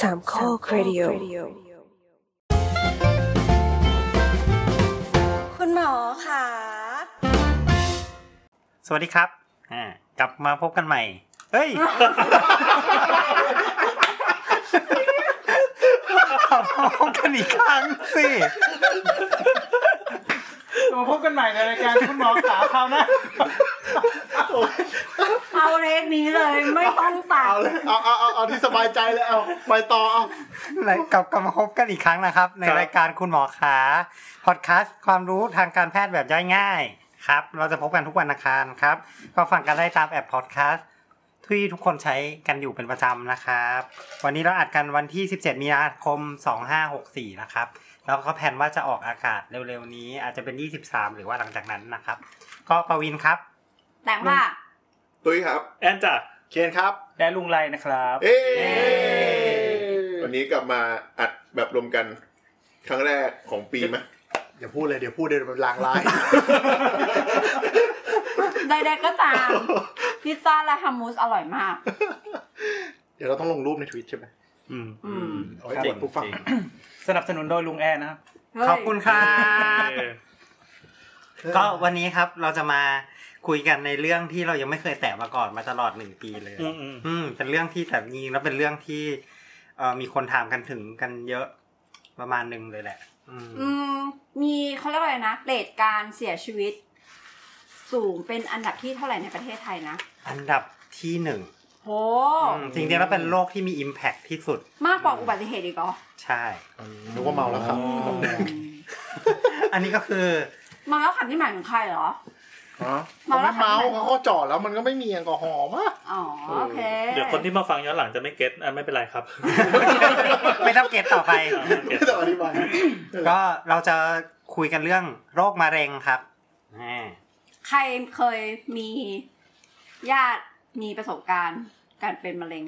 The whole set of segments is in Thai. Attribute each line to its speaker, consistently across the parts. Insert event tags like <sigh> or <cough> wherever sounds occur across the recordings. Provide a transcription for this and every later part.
Speaker 1: สามข้อครดิโอ
Speaker 2: คุณหมอค่ะ
Speaker 3: สวัสดีครับ อ่า กลับมาพบกันใหม่ เฮ้ย <laughs> กลับมาพบกันอีกครั้งสิ
Speaker 4: มาพบกันใหม่ในรายการคุณหมอขาคราวหน้า
Speaker 2: เอาเลขนี้เลยไม่ต้องตัด
Speaker 5: เอาเลยเอาเอาเอาเอาที่สบายใจเลยเอาไปต่อเอา
Speaker 3: ไหนกลับกลับมาพบกันอีกครั้งนะครับ ใน
Speaker 5: ครับ
Speaker 3: รายการคุณหมอขาพอดแคสต์ความรู้ทางการแพทย์แบบย่อยง่ายครับ เราจะพบกันทุกวันอังคารครับ ก็ฟังกันได้ตามแอปพอดแคสต์ที่ทุกคนใช้กันอยู่เป็นประจำนะครับ วันนี้เราอัดกันวันที่ 17 มีนาคม 2564 นะครับ แล้วก็แผนว่าจะออกอากาศเร็วๆนี้ อาจจะเป็น 23 หรือว่าหลังจากนั้นนะครับ ก็ประวินครับ
Speaker 2: แต่ว่า
Speaker 5: ตุ้ยครับ
Speaker 6: แอนจ้ะ
Speaker 5: เคนครับ
Speaker 4: และลุงไรนะครับ
Speaker 5: เอ้
Speaker 3: เย้
Speaker 5: วันนี้กลับมาอัดแบบรวมกันครั้งแรกของปีไหมอย่าพูดเลยเดี๋ยวพูดเดี๋ยวมันลางร้าย <laughs>
Speaker 2: ใดๆก็ตาม พิซซ่าและฮัมมูสอร่อยมาก
Speaker 5: เดี๋ยวเราต้องลงรูปในทวิตใช่ไหม
Speaker 3: อืม
Speaker 2: อืม
Speaker 5: เอาไว้อวดผู้ฟัง
Speaker 4: สนับสนุนโดยลุงแอร์นะครับ
Speaker 2: เฮ้ย
Speaker 3: ขอบคุณครับ
Speaker 6: เออ
Speaker 3: ก็วันนี้ครับเราจะมาคุยกันในเรื่องที่เรายังไม่เคยแตะมาก่อนมาตลอดหนึ่งปีเลย
Speaker 6: อืมอืม
Speaker 3: อืมเป็นเรื่องที่แต่จริงๆแล้วเป็นเรื่องที่เอ่อมีคนถามกันถึงกันเยอะประมาณหนึ่งเลยแหละ อืม
Speaker 2: อืมมีเขาเรียกว่าอะไรนะเรทการเสียชีวิต สูงเป็นอันดับที่เท่าไหร่ในประเทศไทยนะ
Speaker 3: อันดับที่หนึ่ง
Speaker 2: โห
Speaker 3: อืมจริงๆแล้วเป็นโรคที่มี Impact ที่สุด
Speaker 2: มากกว่าอุบัติเหตุอีกเหรอ
Speaker 3: ใช่
Speaker 5: นึกว่าเมาแล้วครับ
Speaker 3: อันนี้ก็คือ <laughs>
Speaker 2: เมาแล้วขับนี่หมายถึงใครเหรอ
Speaker 5: เขาไม่เมา
Speaker 2: เมาแล้วค่ะ
Speaker 5: เขาก็จอดแล้วมันก็ไม่มีแอลกอฮอล์ม <laughs> ะ
Speaker 2: อ๋อโอเค
Speaker 6: เดี๋ยวคนที่มาฟังย้อนหลังจะไม่เก็ตอ่ะไม่เป็นไรครับ
Speaker 3: ไม่ต้องเก็ตต่อไป
Speaker 6: เก็ต
Speaker 5: ไม่ต้องอธิบาย
Speaker 3: ก็เราจะคุยกันเรื่องโรคมะเร็งครับอ่า
Speaker 2: ใครเคยมีญาติมีประสบการณ์การเป็นมะเร็ง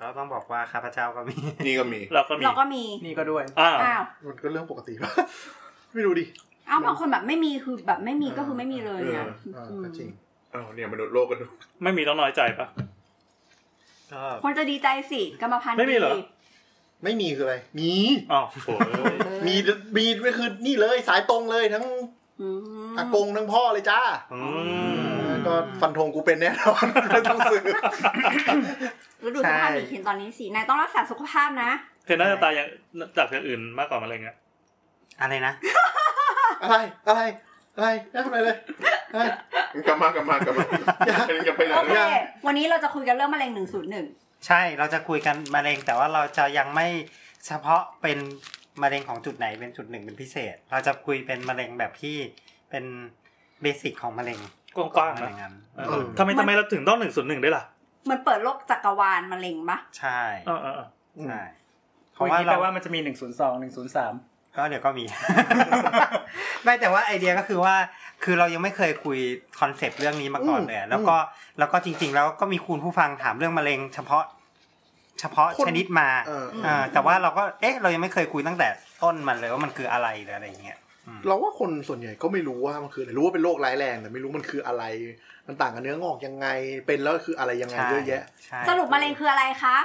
Speaker 3: ก็ต้องบอกว่าข้าพเจ้าก็มี <laughs>
Speaker 5: นี่ก็มี
Speaker 6: เราก็มี
Speaker 2: เราก็มี
Speaker 4: นี่ก็ด้วย
Speaker 6: อ้าว
Speaker 2: อ้าว
Speaker 5: มันก็เรื่องปกติป่ะไม่รู้ดิ
Speaker 2: อ้าวบางคนแบบไม่มีคือแบบไม่มีก็คือไม่มีเลยนะ
Speaker 5: อ่า
Speaker 2: อืม
Speaker 5: ก็จริงอ้าวเนี่ยมนุษย์โลกกันดู
Speaker 6: ไม่มีต้องน้อยใจปะ
Speaker 3: ก็
Speaker 2: คนจะดีใจสิกรรมพันธุ์
Speaker 6: ไม่มีเหรอ
Speaker 2: ดี
Speaker 5: ไม่มีคืออะไร มี
Speaker 6: อ้าวโหย
Speaker 5: มีมีก็คือนี่เลยสายตรงเลยทั้ง
Speaker 2: อืม
Speaker 5: อากงทั้งพ่อเลยจ้า
Speaker 3: อืม
Speaker 5: ก็ฟันธงกูเป็นแน่น <laughs> อนไม่ต้องซื้อ
Speaker 2: ฤดูสภาพ
Speaker 3: ใช่
Speaker 2: หนีเข็นตอนนี้สินายต้องรักษาสุขภาพนะ
Speaker 6: เธอน่าจะตายอย่างจากอย่างอื่นมากกว่าอะไรเงี้ย
Speaker 3: อะไรนะ
Speaker 5: อะไรอะไรอะไรไม่ทำอะไรเลยอะไร
Speaker 7: กลับมากลับมากลับมาอันนี้จะไปไหน
Speaker 2: โอเค
Speaker 5: ยัง
Speaker 2: วันนี้เราจะคุยกันเรื่องมะเร็ง 101
Speaker 3: ใช่เราจะคุยกันมะเร็งแต่ว่าเราจะยังไม่เฉพาะเป็นมะเร็งของจุดไหนเป็นจุดหนึ่งเป็นพิเศษ เราจะคุยเป็นมะเร็งแบบที่เป็นเบสิกของมะเร็ง
Speaker 6: กว้างๆนะ
Speaker 3: มะเร็งนั้น
Speaker 6: เออทำไมทำไมเราถึงต้องหนึ่งศูนย์หนึ่งด้วยล่ะ
Speaker 2: มันเปิดโลกจักรวาลมะเร็งปะ
Speaker 3: ใช่
Speaker 6: เออเออเออ
Speaker 3: ใช่เพ
Speaker 4: คุ
Speaker 3: ราะว่า
Speaker 4: ยนี้แปล
Speaker 3: เรา
Speaker 4: ว่ามันจะมี 102 103
Speaker 3: ก็เดี๋ยวก็มี <laughs> ไม่แต่ว่าไอเดียก็คือว่าคือเรายังไม่เคยคุยคอนเซปต์เรื่องนี้มาก่อนเลยอะแล้วก็แล้วก็จริง ๆ แล้วก็มีคุณผู้ฟังถามเรื่องมะเร็ง เฉพาะ เฉพาะชนิดมา
Speaker 5: เออ
Speaker 3: อ่าแต่ว่าเราก็เอ๊ะ เรายังไม่เคยคุยตั้งแต่ต้นมันเลยว่ามันคืออะไรหรืออะไรอย่างเงี้ย
Speaker 5: เราว่าคนส่วนใหญ่ก็ไม่รู้ว่ามันคืออะไรรู้ว่าเป็นโรคร้ายแรงแต่ไม่รู้มันคืออะไร มันต่างกับเนื้องอกยังไงเป็นแล้วคืออะไรยังไงเยอะแยะ
Speaker 3: ใช่
Speaker 2: สรุปมะเร็งคืออะไรคะ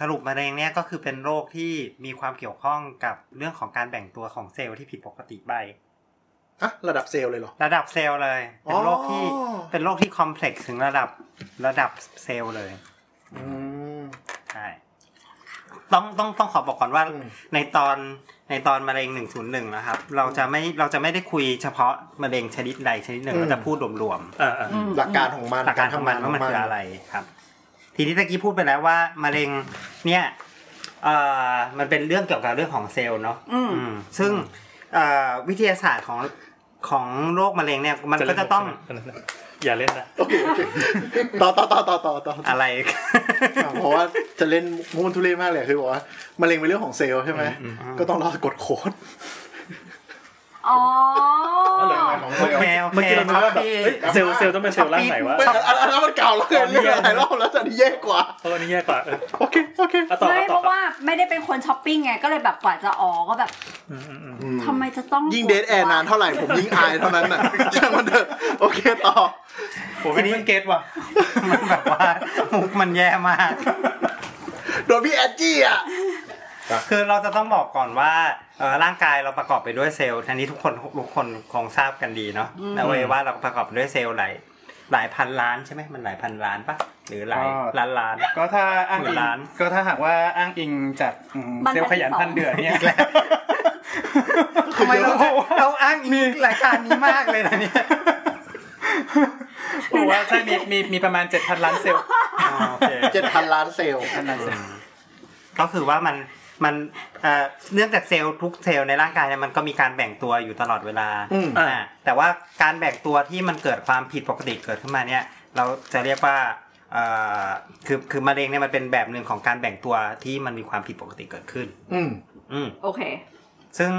Speaker 3: สรุปมะเร็งเนี่ยก็คือเป็นโรคที่มีความเกี่ยวข้องกับเรื่องของการแบ่งตัวของเซลล์ที่ผิดปกติไป
Speaker 5: อะระดับเซลล์เลยเหรอ
Speaker 3: ระดับเซลล์เลย เป็นโรคที่
Speaker 5: อ๋อ
Speaker 3: เป็นโรคที่คอมเพล็กซ์ถึงระดับระดับเซลล์เลย
Speaker 5: อืม
Speaker 3: ใช่ต้องต้องต้องขอบอกก่อนว่า
Speaker 5: อืม
Speaker 3: ในตอนในตอนมะเร็ง 101 นะครับ เราจะไม่เราจะไม่ได้คุยเฉพาะมะเร็งชนิดใดชนิดหนึ่งเราจะพูดรวมๆ
Speaker 6: อ่าอ่า
Speaker 5: หลักการของมัน
Speaker 3: หลักการทำงานว่ามันคืออะไรครับ ทีนี้ตะกี้พูดไปแล้วว่ามะเร็งเนี่ยเอ่อมันเป็นเรื่องเกี่ยวกับเรื่องของเซลล์เนาะ
Speaker 2: อืม
Speaker 3: อืมซึ่งเอ่อวิทยาศาสตร์ของของโรคมะเร็งเนี่ยมันก็จะต้อง
Speaker 6: อย่าเล่นนะ
Speaker 5: โอเคโอเค <laughs> ต่อต่อต่อต่อต่อต่อ
Speaker 3: อะไร
Speaker 5: อ่ะเพราะว่าจะเล่นมุกมันทุเรศมากเลยคือบอกว่ามะเร็งเป็นเรื่องของเซลล์ใช่ไหมก็ต้องรอกดโค้ด
Speaker 2: อ๋อ
Speaker 5: ของเซลล์
Speaker 3: <laughs> แมว
Speaker 6: เมื่อกี้เรา
Speaker 3: ค
Speaker 6: คิด
Speaker 3: รับ
Speaker 6: ว่าแบบ
Speaker 3: พี่
Speaker 6: เอ้ย
Speaker 3: <laughs>
Speaker 6: เซลล์เซลล์ต้องเป็นเซลล์ร่างไหนวะ
Speaker 5: ไม่อันอันนั้นมันเก่าแล้วเกินเรื่องหลายรอบแล้วจะนี่แย่กว่า
Speaker 6: เออนี่แย่กว่าเออ
Speaker 5: โอเค โอเค
Speaker 6: อ่ะต่อ
Speaker 2: ไม่
Speaker 6: อ่ะ
Speaker 2: เพ
Speaker 6: ต่อ
Speaker 2: ราะว่าไม่ได้เป็นคนช้อปปิ้งไง ก็เลยแบบกว่าจะอ๋อก็แบบ
Speaker 6: อืมอืมอืม
Speaker 2: ทำไมจะต้อง
Speaker 5: ยิ่งเดทแอร์นานเท่าไหร่ ผมยิ่งอายเท่านั้นน่ะช่างมันเถอะโอเค ต่อ
Speaker 4: ผมเป็นเพิ่งเกตว่ะ
Speaker 3: มันแบบว่ามุกมันแย่มาก
Speaker 5: โดนพี่แอดจี้อ่ะ
Speaker 3: คือเราจะต้องบอกก่อนว่าเอ่อร่างกายเราประกอบไปด้วยเซลล์ทันนี้ทุกคนทุกคนคงทราบกันดีเนาะนะเว้ยว่าเราประกอบด้วยเซลล์หลายหลายพันล้านใช่ไหมมันหลายพันล้านปะหรือหลาย
Speaker 4: อ๋อ
Speaker 3: ล้านล้าน
Speaker 4: ก็ถ้าอ้าง
Speaker 3: หมื่
Speaker 4: อิ
Speaker 3: น
Speaker 4: ง
Speaker 3: ล้าน
Speaker 4: ก็ถ้าหากว่าอ้างอิงจากอืม
Speaker 2: บรรทัดที่
Speaker 4: เซลล์ขยัน
Speaker 2: สอง
Speaker 4: พันเดือนเนี่ย
Speaker 3: ทำไมเราเราอ้างอิงรายการนี้มากเลยนะเนี่ย
Speaker 4: บอกว่าใช่มีมีมีประมาณ 7,000 ล้านเซลล์
Speaker 3: อ๋อโอเค
Speaker 5: เจ็ดพันล้านเซลล์
Speaker 4: พันล้านเซลล์
Speaker 3: ก็คือว่ามันมันเอ่อเนื่องจากเซลล์ทุกเซลล์ในร่างกายเนี่ยมันก็มีการแบ่งตัวอยู่ตลอดเวลา
Speaker 5: อืม
Speaker 3: อ่าแต่ว่าการแบ่งตัวที่มันเกิดความผิดปกติเกิดขึ้นมาเนี่ย เราจะเรียกว่าเอ่อคือคือมะเร็งเนี่ยมันเป็นแบบหนึ่งของการแบ่งตัวที่มันมีความผิดปกติเกิดขึ้น
Speaker 5: อืม
Speaker 3: อืม
Speaker 2: โอเค
Speaker 3: ซึ่ง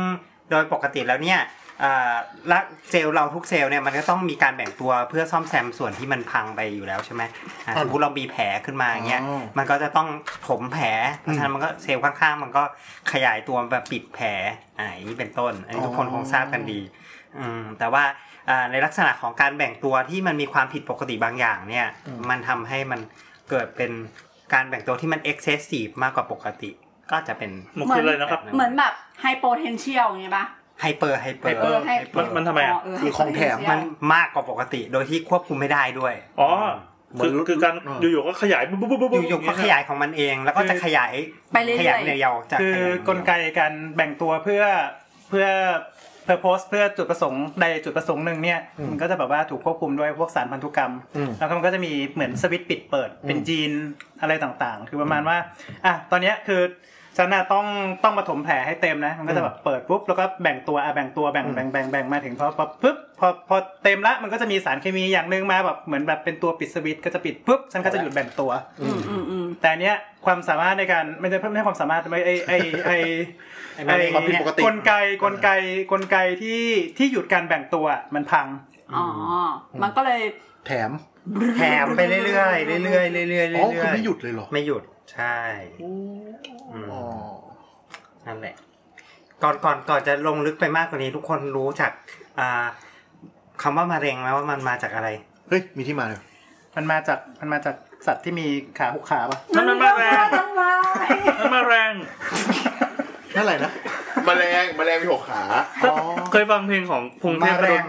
Speaker 3: โดยปกติแล้วเนี่ยเอ่อละเซลล์เราทุกเซลล์เนี่ยมันก็ต้องมีการแบ่งตัวเพื่อซ่อมแซมส่วนที่มันพังไปอยู่แล้วใช่ไหมอ่ะ
Speaker 5: ครั
Speaker 3: ส
Speaker 5: บ
Speaker 3: มมติเรามีแผลขึ้นมาอย่างเงี้ย
Speaker 5: อ๋อ
Speaker 3: มันก็จะต้องถมแผล เพราะฉะนั้นมันก็เซลล์ข้างๆ มันก็ขยายตัวแบบปิดแผล อ่าอย่างนี้เป็นต้น อันนี้ทุกคนคงทราบกันดี อืม แต่ว่าอ่าในลักษณะของการแบ่งตัวที่มันมีความผิดปกติบางอย่างเนี่ย มันทำให้มันเกิดเป็นการแบ่งตัวที่มัน excessive มากกว่าปกติ ก็จะเป็น
Speaker 6: มันคืออะไรนะครับ
Speaker 2: เหมือนแบบไฮโปเทนเชียลอย่างเงี้ยปะ
Speaker 3: ไฮเปอร์ไฮเปอร์
Speaker 2: Hyper
Speaker 6: มันมันทำไมอ่ะ
Speaker 2: เ
Speaker 5: คือของแถม
Speaker 3: มันมากกว่าปกติโดยที่ควบคุมไม่ได้ด้วย
Speaker 6: อ๋อ
Speaker 5: เหมื
Speaker 6: คือ อน คือการ
Speaker 5: อ่า
Speaker 6: อยู่ๆก็ขยายบุ๊บบุ๊บบุ๊บบุ๊บ
Speaker 3: อยู่ๆก็ขยายของมันเอง แล้วก็จะขยาย
Speaker 2: ไปเรื่อยๆ
Speaker 3: ขยายในยาวจาก
Speaker 4: คือกลไกการแบ่งตัวเพื่อเพื่อ purpose เพื่อจุดประสงค์ใดจุดประสงค์หนึ่งเนี่ย
Speaker 5: อืม
Speaker 4: มันก็จะแบบว่าถูกควบคุมด้วยพวกสารพันธุกรรม
Speaker 5: อืม
Speaker 4: แล้วก็มันก็จะมีเหมือนสวิตช์ปิดเปิด เป็น
Speaker 5: อืม
Speaker 4: จีนอะไรต่างๆ คือประมาณว่าอ่ะตอนเนี้ยคือฉันน่ะต้องต้องมาถมแผลให้เต็มนะ มันก็จะแบบเปิดปุ๊บแล้วก็แบ่งตัวอ่ะแบ่งตัวแบ่งแบ่งแบ่งแบ่งมาถึงพอพอปุ๊บพอพอเต็มละมันก็จะมีสารเคมีอย่างหนึ่งมาแบบเหมือนแบบเป็นตัวปิดสวิตช์ก็จะปิดปุ๊บฉันก็จะหยุดแบ่งตัว
Speaker 2: อืมอืมอืม
Speaker 4: แต่อันเนี้ยความสามารถในการไม่ใช่ไม่ใช่ความสามารถไม่ไอไอไอ
Speaker 3: ไอ้มะเร็ง
Speaker 5: ความผิด
Speaker 3: เนี่ย
Speaker 5: ปกติ
Speaker 4: กลไกกลไกกลไกที่ที่หยุดการแบ่งตัวมันพัง
Speaker 2: อ๋อ มันก็เลย
Speaker 5: แถม
Speaker 3: แถมไปเรื่อยๆเรื่อยๆเรื่อยๆ
Speaker 5: อ๋
Speaker 3: เรื่อยๆ
Speaker 5: อคือไม่หยุดเลยเหรอ
Speaker 3: ไม่หยุดใช่ม
Speaker 5: อ๋อ
Speaker 3: นั่นแหละ ก่อนก่อนก่อนจะลงลึกไปมากกว่านี้ ทุกคนรู้จากอ่าคำว่ามะเร็งไหมว่ามันมาจากอะไร
Speaker 5: เฮ้ย มีที่มาเลย
Speaker 4: มันมาจากมันมาจากสัตว์ที่มีขาหกขาปะ
Speaker 6: นั่นมันมาแรง
Speaker 2: ทำไม
Speaker 6: นั่นมาแรง
Speaker 5: นั่นอะไรนะ
Speaker 7: แมลงแมลงมีหกขา
Speaker 5: อ๋อ
Speaker 6: เคยฟังเพลงของพงษ์เทพกระดน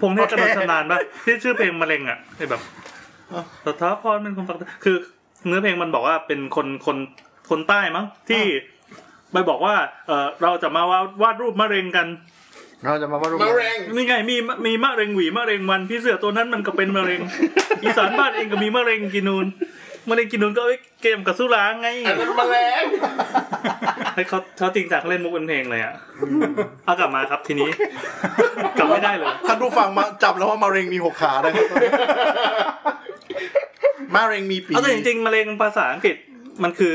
Speaker 6: พงษ์เทพกระดนชำนาญป่ะที่ชื่อเพลงมะเร็งอ่ะไอ้แบบ
Speaker 5: อ๋อ
Speaker 6: สถาพรเป็นคนฟังคือ เนื้อเพลงมันบอกว่าเป็นคนคนคนใต้มั้งที่ไปบอกว่าเออเราจะมาวาดวาดรูปมะเร็งกัน
Speaker 5: เราจะมาว่ารูป
Speaker 7: แมลง
Speaker 6: นี่ไงมีมีมะเร็งหวีมะเร็งวันพี่เสือตัวนั้นมันก็เป็นมะเร็ง อีสานบ้านเองก็มีมะเร็งกินนูนมะเร็งกินนูนก็เอาไว้เกมกับสุราไง
Speaker 7: อันนั้นแมลง
Speaker 6: เฮ้ยเขาเขาจริงจังเขาเล่นมุกเป็นเพลงเลยอ่ะเอากลับมาครับทีนี้ กลับไม่ได้เลย
Speaker 5: ท่านผู้ฟังมาจับแล้วว่ามะเร็งมีหกขานะครับมะเร็งมีปี
Speaker 6: เอาแต่จริงๆมะเร็งภาษาอังกฤษมันคือ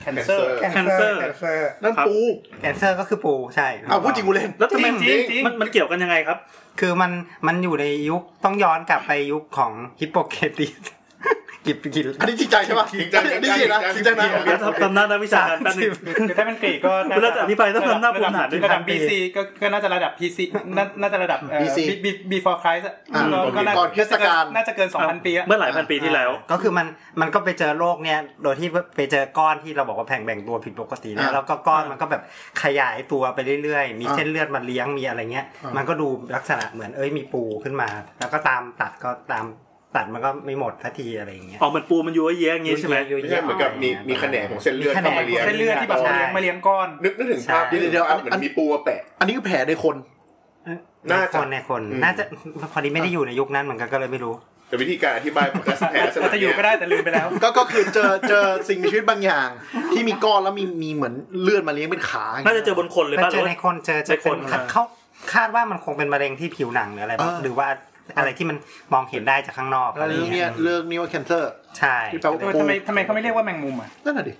Speaker 4: แคนเซอร์
Speaker 6: Cancer
Speaker 3: cancer
Speaker 5: นั่น
Speaker 6: ครับ
Speaker 5: ปู
Speaker 3: cancer ก็คือปูใช่
Speaker 5: เอาพูดจริงกูเล่น
Speaker 6: แล้วทำไม
Speaker 4: จริงจริง
Speaker 6: มันมันเกี่ยวกันยังไงครับ
Speaker 3: คือมันมันอยู่ในยุคต้องย้อนกลับไปยุคของฮิปโปเคติส <laughs> กิบกิน
Speaker 5: อันนี้จริงใจใช่ปะอันนี้จริงนะจริงใจนะ
Speaker 6: เดี๋ยวทำทำหน้านักวิชาการแป๊บนึง
Speaker 4: <laughs> คือถ้าเป็นกรีกก็น่
Speaker 6: เวลาจะอธิบายต้องทำหน้า
Speaker 4: ระดับ
Speaker 6: ภูมิฐานด้วย
Speaker 4: ระดับ BC ก็ก็น่าจะระดับ PC น่าน่าจะระดับเอ่อ
Speaker 5: BC
Speaker 4: B- B before Christ อะ
Speaker 5: อ่า
Speaker 4: ก็ก็น่า
Speaker 5: ก่อนคริสตกาล
Speaker 4: น่าจะเกิน 2,000 ปีอะ
Speaker 6: เมื่อหลายพันปีที่แล้ว
Speaker 3: ก็คือมันมันก็ไปเจอโรคเนี่ยโดยที่ไปเจอก้อนที่เราบอกว่าแผงแบ่งตัวผิดปกติเนี่ย
Speaker 5: อ่า
Speaker 3: แล้วก็ก้อนมันก็แบบขยายตัวไปเรื่อยๆ มี
Speaker 5: อ่า
Speaker 3: เส้นเลือดมาเลี้ยงมีอะไรเงี้ย
Speaker 5: อ่ามั
Speaker 3: มันก็ดูลักษณะเหมือนเอ้ยมีปูขึ้นมา แล้วก็ตามตัดก็ตามตัดมันก็ไม่หมดทันทีอะไรอย่างเงี้ย
Speaker 6: ออกเหมือนปูมันย้วยแย้อย่างงี้ใช่ไหม
Speaker 3: ยุ่ย
Speaker 7: ไม่
Speaker 3: ๆ
Speaker 7: ใช่เหมือนกับมีมีแขนงของเส้นเลือดเข้ามาเลี้ยง
Speaker 4: เส้นเลือดที่แบบมาเลี้ยงมาเลี้ยงก้อน
Speaker 7: นึกนึกถึงภาพ
Speaker 5: เดี๋ยวๆอัน
Speaker 7: เหมือนมีปูมาแปะ
Speaker 5: อันนี้คือแผลในคน <laughs>
Speaker 3: ใน
Speaker 7: น่า
Speaker 3: ค
Speaker 7: จะ
Speaker 3: นในคน
Speaker 7: อืม
Speaker 3: น่าจะพอดีไม่ได้อยู่ในยุคนั้นเหมือนกันก็เลยไม่รู้
Speaker 7: แต่วิธีการอธิบายของการแผลสมั
Speaker 4: อาจจะอ
Speaker 7: ยเนี้
Speaker 4: ยู่
Speaker 7: ย
Speaker 4: ก็ได้แต่ลื <laughs> มไปแล้ว
Speaker 5: ก็ก็คือเจอเจอ <laughs> สิ่งมีชีวิตบางอย่าง ที่มีก้อนแล้วมีมีเหมือนเลือดมาเลี้ยงเป็นขาย่งงี้ย
Speaker 6: น่าจะเจอบนคนเลย
Speaker 3: มัน
Speaker 6: ป่ะห
Speaker 3: เจ
Speaker 6: รือ
Speaker 3: อ
Speaker 6: ว่า
Speaker 3: ในคนเจอเจอ
Speaker 6: ใน
Speaker 3: ค
Speaker 6: คน น
Speaker 3: ค่ะ
Speaker 6: อ่า
Speaker 3: เขาคาดว่ามันคงเป็นมะเร็งที่ผิวหนังหรืออะไรแบบ
Speaker 5: อ่า
Speaker 3: หรือว่าอะไรที่มันมองเห็นได้จากข้างนอก
Speaker 5: แล้ว
Speaker 3: อะไร
Speaker 5: เรื่อง
Speaker 3: เงี้
Speaker 5: เนี้ย
Speaker 3: ย
Speaker 5: เรื่องนี้ว่าแคนเซอร์
Speaker 3: ใช่
Speaker 5: ที่แปลว่าปู
Speaker 4: ทำไมทำไมเขาไม่เรียกว่าแมงมุมอ่ะ
Speaker 5: นั่นน่ะดิ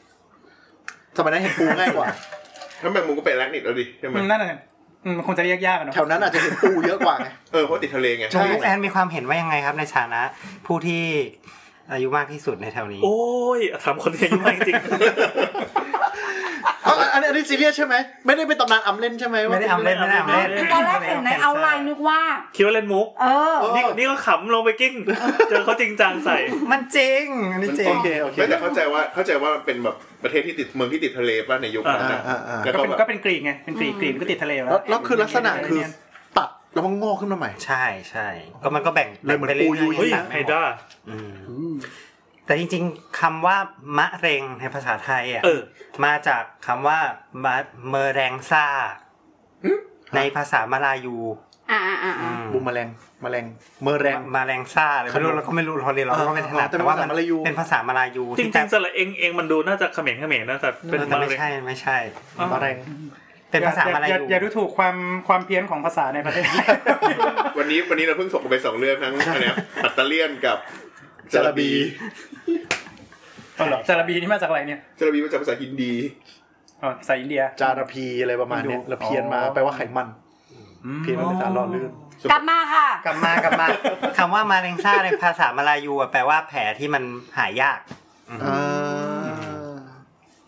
Speaker 5: สมัยนั้นเห็นปูง่ายก <laughs> ว่า
Speaker 7: ถ้าแมงมุมก็เป็นแลคนิดแล้วดิใช่ไหม
Speaker 4: อืมนั่นน่ะอืมมันคงจะเรียกยากอะเนาะ
Speaker 5: แถวนั้นอาจจะเห็นปูเยอะกว่าไง <laughs>
Speaker 7: เออเพราะติดทะเลไง
Speaker 5: ใช่
Speaker 3: ลุงแอนมีความเห็นว่ายังไงครับในฐานะ ผู้ที่อายุมากที่สุดในแถวนี้
Speaker 6: โอ้ยถามคนที่อายุมากจริง
Speaker 5: เอาเอา อันนี้อันนี้ซีเรียสใช่ไหมไม่ได้เป็นตำนานอำเล่นใช่ไหมว่า
Speaker 3: ไม่ได้เอาเล่นไม่ได้เอาเล่น
Speaker 2: ตอนแรกเห็นในเอาไลน์นึกว่า
Speaker 6: คิดว่าเล่นมุก
Speaker 2: เออ
Speaker 5: เออ
Speaker 6: นี่นี่ก็ขำลงไป
Speaker 3: <laughs>
Speaker 6: กิ้ง เจอเขาจริงจังใส่
Speaker 3: มันจริงอันนี้จริ
Speaker 5: โอง เคโอเค
Speaker 7: ไม่แต่เข้าใจว่าเข้าใจว่ามันเป็นแบบประเทศที่ติดเมืองที่ติดทะเลป่ะในยุคนั้น
Speaker 5: อ่า
Speaker 7: นะ
Speaker 5: อ่าอ่า
Speaker 7: แล้ว
Speaker 4: ก็
Speaker 7: ก็
Speaker 4: เป็น
Speaker 7: แบบ
Speaker 4: ก็เป็นกรีกไงเป็นกรีกกรีกมันก็ติดทะเลอยู่
Speaker 5: แล้
Speaker 4: แล้ว ว
Speaker 5: แล้วคือลักษณะคือตัดแล้วมันงอกขึ้นมาใหม่
Speaker 3: ใช่ใช่ก็มันก็แบ่ง
Speaker 5: เลยเหมือน
Speaker 3: ไปรื่
Speaker 5: ปูยุ้ย
Speaker 6: เฮ้ย
Speaker 3: ต่างๆ
Speaker 6: ไฮด้า
Speaker 3: อืมแต่จริงๆคำว่ามะเร็งในภาษาไทยอ่ะ
Speaker 6: เออ
Speaker 3: มาจากคำว่ามะเมอแรงซ่า ในภาษามาลายู
Speaker 2: อ่าอ่าอ่า
Speaker 3: อืม
Speaker 5: บูมแมลงแมลงเมอแรง
Speaker 3: มาแรงซ่าเลยไม่รู้เราก็ไม่รู้เราเรียนเราก็ไม่ถนัด
Speaker 5: เออแต่
Speaker 3: แต่ว่า
Speaker 5: เป็น
Speaker 3: มัน
Speaker 5: ภาษามาลายู
Speaker 3: เป็นภาษามาลายู
Speaker 6: จ
Speaker 3: ที่
Speaker 6: ริงๆสระเองเองมันดูน่าจะเขมรเขมรนะแต่เป็น
Speaker 3: แต่ไม่
Speaker 6: เลย
Speaker 3: ใช่ไม่ใช่
Speaker 6: อ้าว
Speaker 5: มะแรง
Speaker 3: เป็นภาษามาลา
Speaker 4: อย่
Speaker 3: ยู
Speaker 4: อย่าดูถูกความความเพี้ยนของภาษาในประเทศไทย
Speaker 7: วันนี้วันนี้เราเพิ่งส่งไปสองเรื่องทั้งอันเนี้ยปัตเตอร์เลียนกับ
Speaker 5: จาระบี
Speaker 4: เอาเหรอจาระบีนี่มาจากอะไรเนี่ย
Speaker 7: จาระบีมาจากภาษาฮินดี
Speaker 4: อ๋อภาษาอินเดีย
Speaker 5: จาระพีอะไรประมาณเนี้ย
Speaker 4: ดู
Speaker 5: แล้วเพี้ยนมาแปลว่าไขมัน เพี้ยนมาภาษาล่อลื่น
Speaker 2: กลับมาค่ะ
Speaker 3: กลับมากลับมา <laughs> คำว่ามาแรงซ่าในภาษามาลายูอะแปลว่าแผลที่มันหายยาก
Speaker 5: อ่า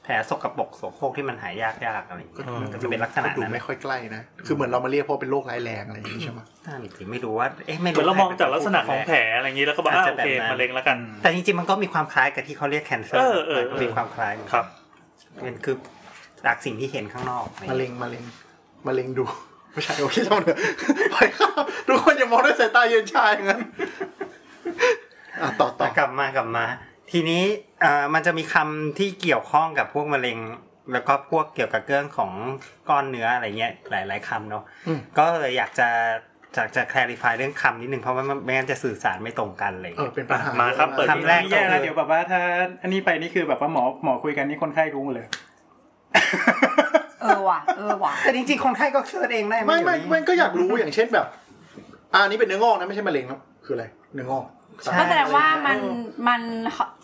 Speaker 3: แผลสกปรกโสโครกที่มันหายยากยากๆอะไรอย่างเงี้ยมันก็จะเป็นลักษณะ
Speaker 5: ดู
Speaker 3: นั้น
Speaker 5: ไม่ค่อยใกล้นะ คือเหมือนเรามาเรียกเพราะเป็นโรคร้ายแรงอะไรอย่างนี้ใช่ไหม
Speaker 3: นั่นสิไม่รู้ว่า เอ๊ะไม่
Speaker 6: เห
Speaker 3: รู้
Speaker 6: มือนเรามองจากลักษณะของแผ
Speaker 3: ล
Speaker 6: ลอะไรอย่างนี้แล้วก็บอก
Speaker 3: อาจ
Speaker 6: อ่า
Speaker 3: จะ
Speaker 6: โอเค
Speaker 3: แบบนั้น
Speaker 6: มะเร็งแล้วกัน
Speaker 3: แต่จริงๆมันก็มีความคล้ายกับที่เขาเรียกแคนเซอร์
Speaker 6: เออเออเออ
Speaker 3: มันมีความคล้ายเหมือน
Speaker 6: ค
Speaker 3: กั
Speaker 6: รับ
Speaker 3: นมันคือจากสิ่งที่เห็นข้างนอก
Speaker 5: มะเร็งมะเร็งมะเร็งดู ไม่ใช่โอเคเท่าเดิมไปครับทุกคนอย่ามองด้วยสายตาเย็นชาอย่างนั้นอ่ะต่อต่อ
Speaker 3: แต่กลับมากลับมา ทีนี้เอ่อมันจะมีคำที่เกี่ยวข้องกับพวกมะเร็ง แล้วก็พวกเกี่ยวกับเรื่องของก้อนเนื้ออะไรเงี้ยหลาย ๆคำเนาะ
Speaker 5: อืม
Speaker 3: ก็เลยอยากจะอยากจะ clarify เรื่องคำนิดนึงเพราะว่าไม่งั้นจะสื่อสารไม่ตรงกันอะไร
Speaker 5: เออ
Speaker 3: เงี้ย
Speaker 5: เป็นปัญหา
Speaker 6: มา
Speaker 5: มา
Speaker 6: ครับเปิด
Speaker 3: คำแรก
Speaker 4: นี่แย่นะเดี๋ยวแบบว่าถ้าอันนี้ไปนี่คือแบบว่าหมอหมอคุยกันนี่คนไข้รู้หม <laughs> ดเลย
Speaker 2: เออว่ะ เออว่ะ
Speaker 3: แต่จริงๆ คนไข้ก็เสิร์ชเองได้น
Speaker 5: ไม่
Speaker 3: อยู่
Speaker 5: ไม่
Speaker 3: นี่
Speaker 5: ไม่ก็อยากรู้อย่างเช่นแบบอ่านี่เป็นเนื้องอกนะไม่ใช่มะเร็งนะคืออะไรเนื้องอก
Speaker 3: ใช่
Speaker 2: ก็แสดงว่ามัน
Speaker 5: เออ
Speaker 2: มัน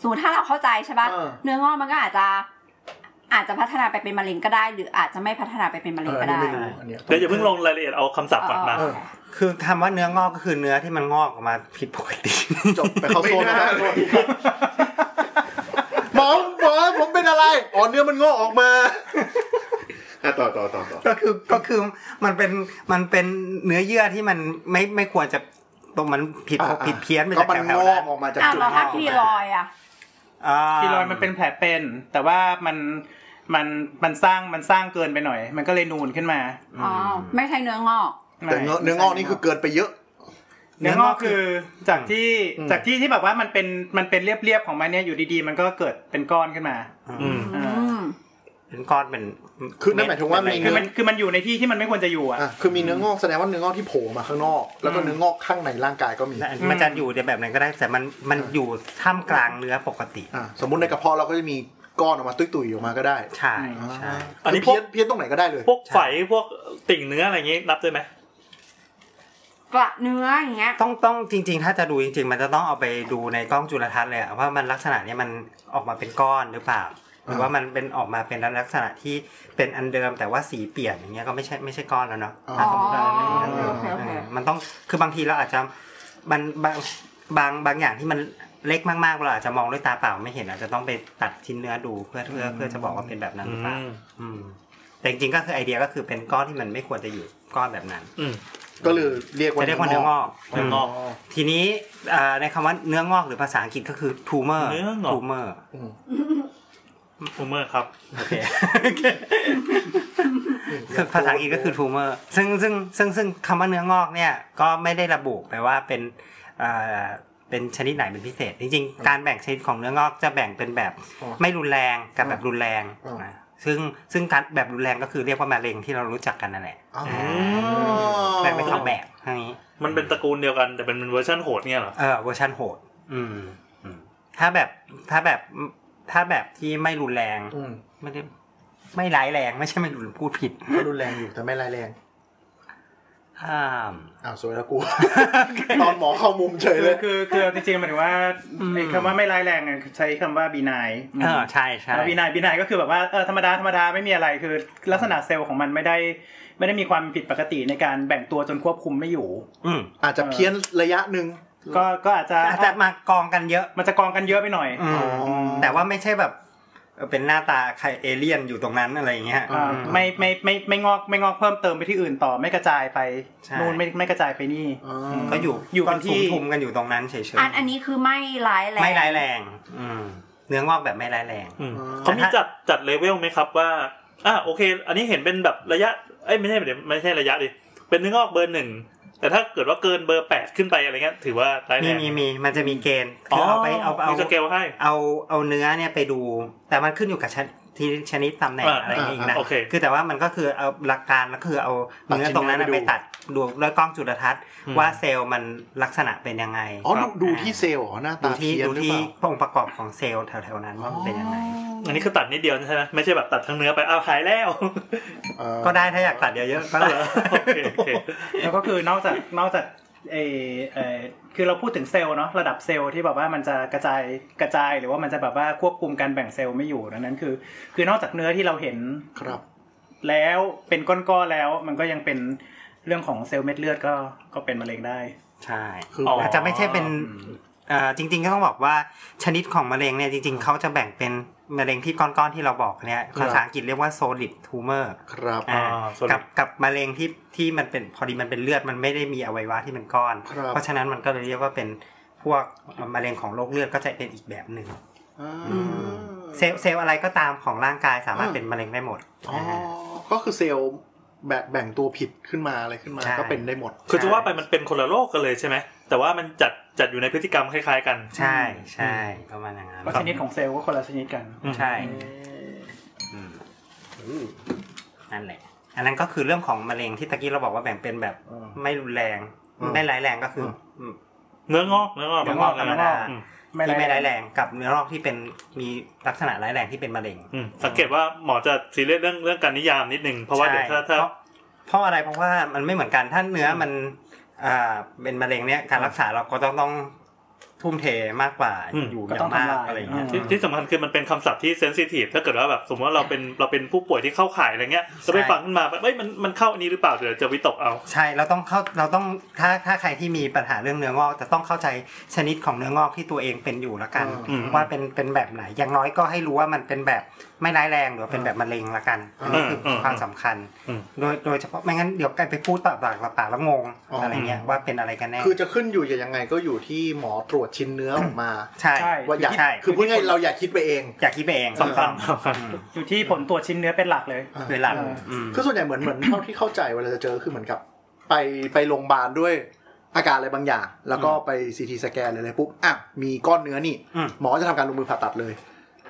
Speaker 2: สมมติถ้าเราเข้าใจใช่ปะ
Speaker 5: เออ
Speaker 2: เนื้องอกมันก็อาจจะ อาจจะพัฒนาไปเป็นมะเร็งก็ได้ หรืออาจจะไม่พัฒนาไปเป็นมะ
Speaker 5: เอ
Speaker 2: เร็ง
Speaker 5: ออั
Speaker 2: ก็
Speaker 5: นนี้
Speaker 2: ได้
Speaker 5: ไม่รู้อันเนี้ย
Speaker 6: เดี๋ยวอย่าเพิ่งลงรายละเอียดเอาคำศัพท์ก่อนมา
Speaker 2: เออ
Speaker 3: คือคำว่าเนื้องอกก็คือเนื้อที่มันงอกออกมาผิดปกติ
Speaker 5: จบไปเข้าโซน
Speaker 7: ไม่
Speaker 5: แล้
Speaker 7: น่าว เลย
Speaker 5: หมอหมอผมเป็นอะไรอ๋อเนื้อมันงอกออกมา
Speaker 7: อ่ะต่อต่อต่อต่อ
Speaker 3: ก็คือก็คือมันเป็นมันเป็นเนื้อเยื่อที่มันไม่ไม่ควรจะตรงมันผิด
Speaker 5: อ่าๆ
Speaker 3: ผิดเพี้ยนไป
Speaker 5: ก็
Speaker 3: จาก
Speaker 5: มัน
Speaker 3: แถ
Speaker 5: ง
Speaker 3: วๆ
Speaker 5: อ
Speaker 3: นั้
Speaker 5: ก
Speaker 3: น
Speaker 5: ออกมาจาก
Speaker 2: อ่ะ
Speaker 5: จุด
Speaker 2: แล้ว
Speaker 5: ง
Speaker 2: ถ้า
Speaker 5: อก
Speaker 2: คีรอยอ่ะ
Speaker 3: อ่า
Speaker 4: ทีรอยด์มันเป็นแผลเป็น แต่ว่ามันมันมันสร้างมันสร้างเกินไปหน่อย มันก็เลยนูนขึ้นมา
Speaker 2: อ๋อ ไม่ใช่เนื้องอก
Speaker 5: แต่เนื้อเนื้องอกนี่คือเกินไปเยอะ
Speaker 4: เนื้องอกคือจากที่
Speaker 5: อืม
Speaker 4: จากที่ที่แบบว่ามันเป็นมันเป็นเรียบๆของมันเนี่ยอยู่ดีๆ มันก็เกิดเป็นก้อนขึ้นมา
Speaker 6: อืม
Speaker 2: อืม
Speaker 3: เป็นก้อนเป็น
Speaker 5: คือนั่นหมายถึงว่ามี
Speaker 4: คือ
Speaker 5: เนื้อ
Speaker 4: มันคือมันอยู่ในที่ที่มันไม่ควรจะอยู่อ่ะ
Speaker 5: อ่ะคือมีเนื้องอกแสดงว่าเนื้องอกที่โผล่มาข้างนอก แล้วก็เนื้องอกข้างในร่างกายก็มี
Speaker 3: และมันจะอยู่ในแบบไหนก็ได้ แต่มันมันอยู่ท่ามกลางเนื้อปกติ
Speaker 5: อ่ะสมมุติในกระเพาะเราก็จะมีก้อนออกมาตุ้ยๆออกมาก็ได้
Speaker 3: ใช่
Speaker 5: อ่า
Speaker 3: ใช่
Speaker 6: อันนี้
Speaker 5: คือเพี้
Speaker 6: พวก
Speaker 5: ยนเพี้ยนตรงไหนก็ได้เลย
Speaker 6: พวกไฝพวกติ่งเนื้ออะไรอย่างงี้นับด้วยไหม
Speaker 2: กระเนื้ออย่างเงี้ย
Speaker 3: ต้องต้องจริง ๆ ถ้าจะดูจริง ๆ มันจะต้องเอาไปดูในกล้องจุลทรรศน์เลยอะว่ามันลักษณะเนี้ยมันออกมาเป็นก้อนหรือเปล่า หรือว่ามันเป็นออกมาเป็นลักษณะที่เป็นอันเดิมแต่ว่าสีเปลี่ยนอย่างเงี้ยก็ไม่ใช่ไม่ใช่ก้อนแล้วเนาะ
Speaker 5: อ๋อ
Speaker 3: ถ้าสมมติเรา
Speaker 2: โอเคโอเค
Speaker 3: เออมันต้องคือบางทีเราอาจจะมันบางบางบางอย่างที่มันเล็กมากๆเราอาจจะมองด้วยตาเปล่าไม่เห็นอาจจะต้องไปตัดชิ้นเนื้อดูเพื่อเพื่อเพื่อจะบอกว่าเป็นแบบนั้นหรือเปล่า
Speaker 6: อืม
Speaker 3: อืมแต่จริงๆก็คือไอเดียก็คือเป็นก้อนที่มันไม่ควรจะอยู่ก้อนแบบนั้น
Speaker 6: อืม
Speaker 5: ก็เลยเรียกว่า
Speaker 3: จะเรียกว่าเนื้องอก
Speaker 6: เนื้องอก
Speaker 3: ทีนี้เอ่อในคำว่าเนื้องอกหรือภาษาอังกฤษก็คือ tumor
Speaker 6: เนื้องอก
Speaker 3: tumor
Speaker 5: อืม
Speaker 6: ผมเมอร์ครับ
Speaker 3: โอเค <laughs> คือภาษาอังกฤษก็คือ tumor ซึ่งซึ่งซึ่งซึ่งคำว่าเนื้องอกเนี่ยก็ไม่ได้ระบุไปว่าเป็นเอ่อเป็นชนิดไหนเป็นพิเศษ จริงๆ การแบ่งชนิดของเนื้องอกจะแบ่งเป็นแบบไม่รุนแรงกับแบบรุนแรงนะซึ่งซึ่งการแบบรุนแรงก็คือเรียกว่ามะเร็งที่เรารู้จักกันนั่นแหละ
Speaker 5: อ๋อ
Speaker 3: อ่าแบ่งเป็นสองแบบเท่านี้
Speaker 6: มันเป็นตระกูลเดียวกันแต่เป็นเวอร์ชันโหดเนี่ยเหรอ
Speaker 3: เออเวอร์ชันโหด อืมอืม ถ้าแบบถ้าแบบถ้าแบบที่ไม่รุนแรง
Speaker 5: อืม
Speaker 3: ไม่ได้ไม่ร้ายแรงไม่ใช่ไม่รุนพูดผิด
Speaker 5: ก็รุนแรงอยู่แต่ไม่ร้ายแรง
Speaker 3: อ่าม
Speaker 5: อ้าวสวยแล้วกู ตอนหมอเข้ามุมเฉย
Speaker 4: คื
Speaker 5: เล
Speaker 4: อย คือคือจริงๆหมายถึงว่าไอ้คำว่าไม่ร้ายแรงเนี่ยใช้คำว่าบีนาย
Speaker 3: เออใช่ใช่
Speaker 4: บีนายบีนายก็คือแบบว่าเออธรรมดาธรรมดาไม่มีอะไรคือลักษณะเซลล์ของมันไม่ได้ ไม่ได้มีความผิดปกติในการแบ่งตัวจนควบคุมไม่อยู่
Speaker 3: อืม
Speaker 5: อาจจะเพี้ยนระยะหนึ่ง
Speaker 4: ก็ก็อาจจะ
Speaker 3: อาจจะมากองกันเยอะ
Speaker 4: มันจะกองกันเยอะไปหน่อย
Speaker 3: อืม
Speaker 5: อ๋อ
Speaker 3: แต่ว่าไม่ใช่แบบ อเป็นหน้าตาใครเอเลี่ยนอยู่ตรงนั้นอะไรอย่างเงี้ย
Speaker 4: อ่าไม่ไม่ไม่ไม่งอกไม่งอกเพิ่มเติมไปที่อื่นต่อไม่กระจายไป
Speaker 3: ใช่
Speaker 4: นู่นไม่ไม่กระจายไปนี่
Speaker 5: อ๋อ
Speaker 3: ก็อยู่
Speaker 4: อยู่
Speaker 3: ก้
Speaker 4: กั
Speaker 3: อน นทุ
Speaker 4: ที่
Speaker 3: มทุมกันอยู่ตรงนั้นเฉย
Speaker 2: อันอันนี้คือไม่ร้ายแรง
Speaker 3: ๆไม่ร้ายแรง อืมเนื้องอกแบบไม่ร้ายแรง
Speaker 6: อืมเขามีจัดจัดเลเวลไหมครับว่าอ่ะโอเค อันนี้เห็นเป็นแบบระยะเอ้ยไม่ใช่ไม่ใช่ระยะดิเป็นเนื้องอกเบอร์หนึ่งแต่ถ้าเกิดว่าเกินเบอร์แปดขึ้นไปอะไรเงี้ยถือว่าร้ายแร
Speaker 3: มี
Speaker 6: ง
Speaker 3: มีมีมันจะมีเกณฑ์
Speaker 6: อ๋
Speaker 3: คือ อเอาไปเอาเอา
Speaker 6: มีสเกลให้
Speaker 3: เอาเอาเนื้อเนี่ยไปดู แต่มันขึ้นอยู่กับชนิดที่ชนิดตำแหน่ง
Speaker 6: อ่า
Speaker 3: อะไรอย่างเงี้ยอีกนะ
Speaker 6: อ่าโอเค
Speaker 3: คือแต่ว่ามันก็คือเอาหลักการก็คือเอาเนื้อตรงนั้นนะไปตัดดูด้วยกล้องจุลทรรศน์ว่าเซลล์มันลักษณะเป็นยังไง
Speaker 5: อ๋อดูดูที่เซลล์เหรอหน้า
Speaker 3: ดู
Speaker 5: ตา
Speaker 3: ที่
Speaker 5: เพี้ยน
Speaker 3: ดู
Speaker 5: หรือ
Speaker 3: ที่
Speaker 5: เปล่า
Speaker 3: องค์ประกอบของเซลล์แถวๆนั้นว่ามันเป็นยังไง
Speaker 6: อันนี้คือตัดนิดเดียวใช่ไหมไม่ใช่แบบตัดทั้งเนื้อไปอ้าวหายแล้ว <laughs>
Speaker 5: เอ่อ
Speaker 3: ก็ได้ถ้าอยากตัดเยอะๆก็
Speaker 6: เอ
Speaker 3: ได้
Speaker 6: อโอเคโอเค
Speaker 4: แล้วก็คือนอกจากนอกจากเออเออคือเราพูดถึงเซลล์เนาะระดับเซลล์ที่แบบว่ามันจะกระจายกระจายหรือว่ามันจะแบบว่าควบคุมการแบ่งเซลล์ไม่อยู่ดังนั้นคือ คือนอกจากเนื้อที่เราเห็น
Speaker 5: ครับ
Speaker 4: แล้วเป็นก้อนๆแล้ว มันก็ยังเป็นเรื่องของเซลล์เม็ดเลือดก็ก็เป็นมะเร็งได้
Speaker 3: ใช่
Speaker 5: คือ
Speaker 6: อ๋อ
Speaker 3: อาจจะไม่ใช่เป็นเอ่อจริงๆก็ต้องบอกว่าชนิดของมะเร็งเนี่ยจริงๆเขาจะแบ่งเป็นมะเร็งที่ก้อนๆที่เราบอกเนี่ย
Speaker 5: ครับ
Speaker 3: ภาษาอังกฤษเรียกว่า solid tumor
Speaker 5: ครับ
Speaker 3: อ่า
Speaker 6: อ่า solid
Speaker 3: กับกับมะเร็งที่ที่มันเป็นพอดีมันเป็นเลือดมันไม่ได้มีอวัยวะที่เป็นก้อน
Speaker 5: ครับ
Speaker 3: เพราะฉะนั้นมันก็เลยเรียกว่าเป็นพวกมะเร็งของโรคเลือดก็จะเป็นอีกแบบหนึ่ง
Speaker 5: อ่า
Speaker 3: เซลล์เซลล์อะไรก็ตามของร่างกายสามารถเป็นมะเร็งได้หมด
Speaker 5: อ๋อ
Speaker 3: นะฮะ
Speaker 5: ก็คือเซลล์แบ่งแบ่งตัวผิดขึ้นมาอะไรขึ้นมา
Speaker 3: ใช่
Speaker 5: ก็เป็นได้หมด
Speaker 6: คือจะว่าไปมันเป็นคนละโลกกันเลยใช่ไหมแต่ว่ามันจัดจัดอยู่ในพฤติกรรมคล้ายๆกัน
Speaker 3: ใช่ใช่ประมาณอย่างนั้น
Speaker 4: เพราะชนิดของเซลล์ก็คนละชนิดกัน
Speaker 3: ใช่ นั่นแหละ อันนั้นก็คือเรื่องของมะเร็งที่ตะกี้เราบอกว่าแบ่งเป็นแบบ
Speaker 5: อืม
Speaker 3: ไม่รุนแรง
Speaker 5: อืม
Speaker 3: ไม่ร้ายแรงก็คืออ
Speaker 6: เนื้องอกเนื้องอก
Speaker 3: เนื้องอกธรรมดา
Speaker 6: อืม
Speaker 3: ที่ไม่ร้ายแรงกับเนื้องอกที่เป็นมีลักษณะร้ายแรงที่เป็นมะเร็ง
Speaker 6: อืมสังเกตว่าหมอจะซีเรียสเรื่องเรื่องการนิยามนิดนึงเพราะว่าเดี๋ยวถ้าถ้า
Speaker 3: ใช่เพระเพราะอะไรเพราะว่ามันไม่เหมือนกันถ้าเนื้อมันอ่าเป็นมะเร็งเนี้ยการรักษาเราก็ต้องต้องทุ่มเทมากกว่า
Speaker 6: อืม
Speaker 3: อยู่อ
Speaker 4: ก็ต้
Speaker 3: ย่า
Speaker 4: อง ง
Speaker 3: มาก
Speaker 4: ทำลาย
Speaker 3: อะไรอย่างเงี้ย
Speaker 6: ที่ที่สำคัญคือมันเป็นคำศัพท์ที่เซนซิทีฟถ้าเกิดว่าแบบสมมติว่าเราเป็นเราเป็นผู้ป่วยที่เข้าข่ายอะไรเงี้ยจะไป
Speaker 3: ใช่
Speaker 6: ฟังขึ้นมาแบบเอ้ยมันมันเข้าอันนี้หรือเปล่าเดี๋ยวจะวิตกเอา
Speaker 3: ใช่เราต้องเข้าเราต้องถ้าถ้าใครที่มีปัญหาเรื่องเนื้องอกจะต้องเข้าใจชนิดของเนื้องอกที่ตัวเองเป็นอยู่ละกัน
Speaker 6: อืม
Speaker 3: ว่าเป็นเป็นแบบไหนอย่างน้อยก็ให้รู้ว่ามันเป็นแบบไม่ร้ายแรงหรือว่าเป็นแบบมะเร็งละกันอันนี้คืออ
Speaker 6: ม
Speaker 3: ความสำคัญ
Speaker 6: อืม
Speaker 3: โดยโดยเฉพาะไม่งั้นเดี๋ยวกลายไปพูดต่อปากต่อปากแล้วงง
Speaker 5: อ๋ออ
Speaker 3: อะไรเงี้ยว่าเป็นอะไรกันแน่
Speaker 5: คือจะขึ้นอยู่ยังไงก็อยู่ที่หมอตรวจชิ้นเนื้อออกมา
Speaker 3: ใช่
Speaker 4: ใช่
Speaker 5: ว่าอยาก
Speaker 3: ใช่
Speaker 5: คือพูดง่ายๆเราอยากคิดไปเอง
Speaker 3: อยากคิดไปเอง
Speaker 5: สำคัญ
Speaker 3: อืม
Speaker 4: อยู่ที่ผลตรวจชิ้นเนื้อเป็นหลักเลย
Speaker 3: เวลา
Speaker 4: เออ
Speaker 3: อืม
Speaker 5: คือส่วนใหญ่เหมือนเหมือน <coughs> เท่าที่เข้าใจเวลาจะเจอคือเหมือนกับ ไปไปโรงพยาบาลด้วยอาการอะไรบางอย่าง แล้วก็ไปซีทีสแกนเลยปุ๊บอ่ะมีก้อนเนื้อนี่
Speaker 3: อืม
Speaker 5: หมอจะทำการลงมือผ่าตัดเลย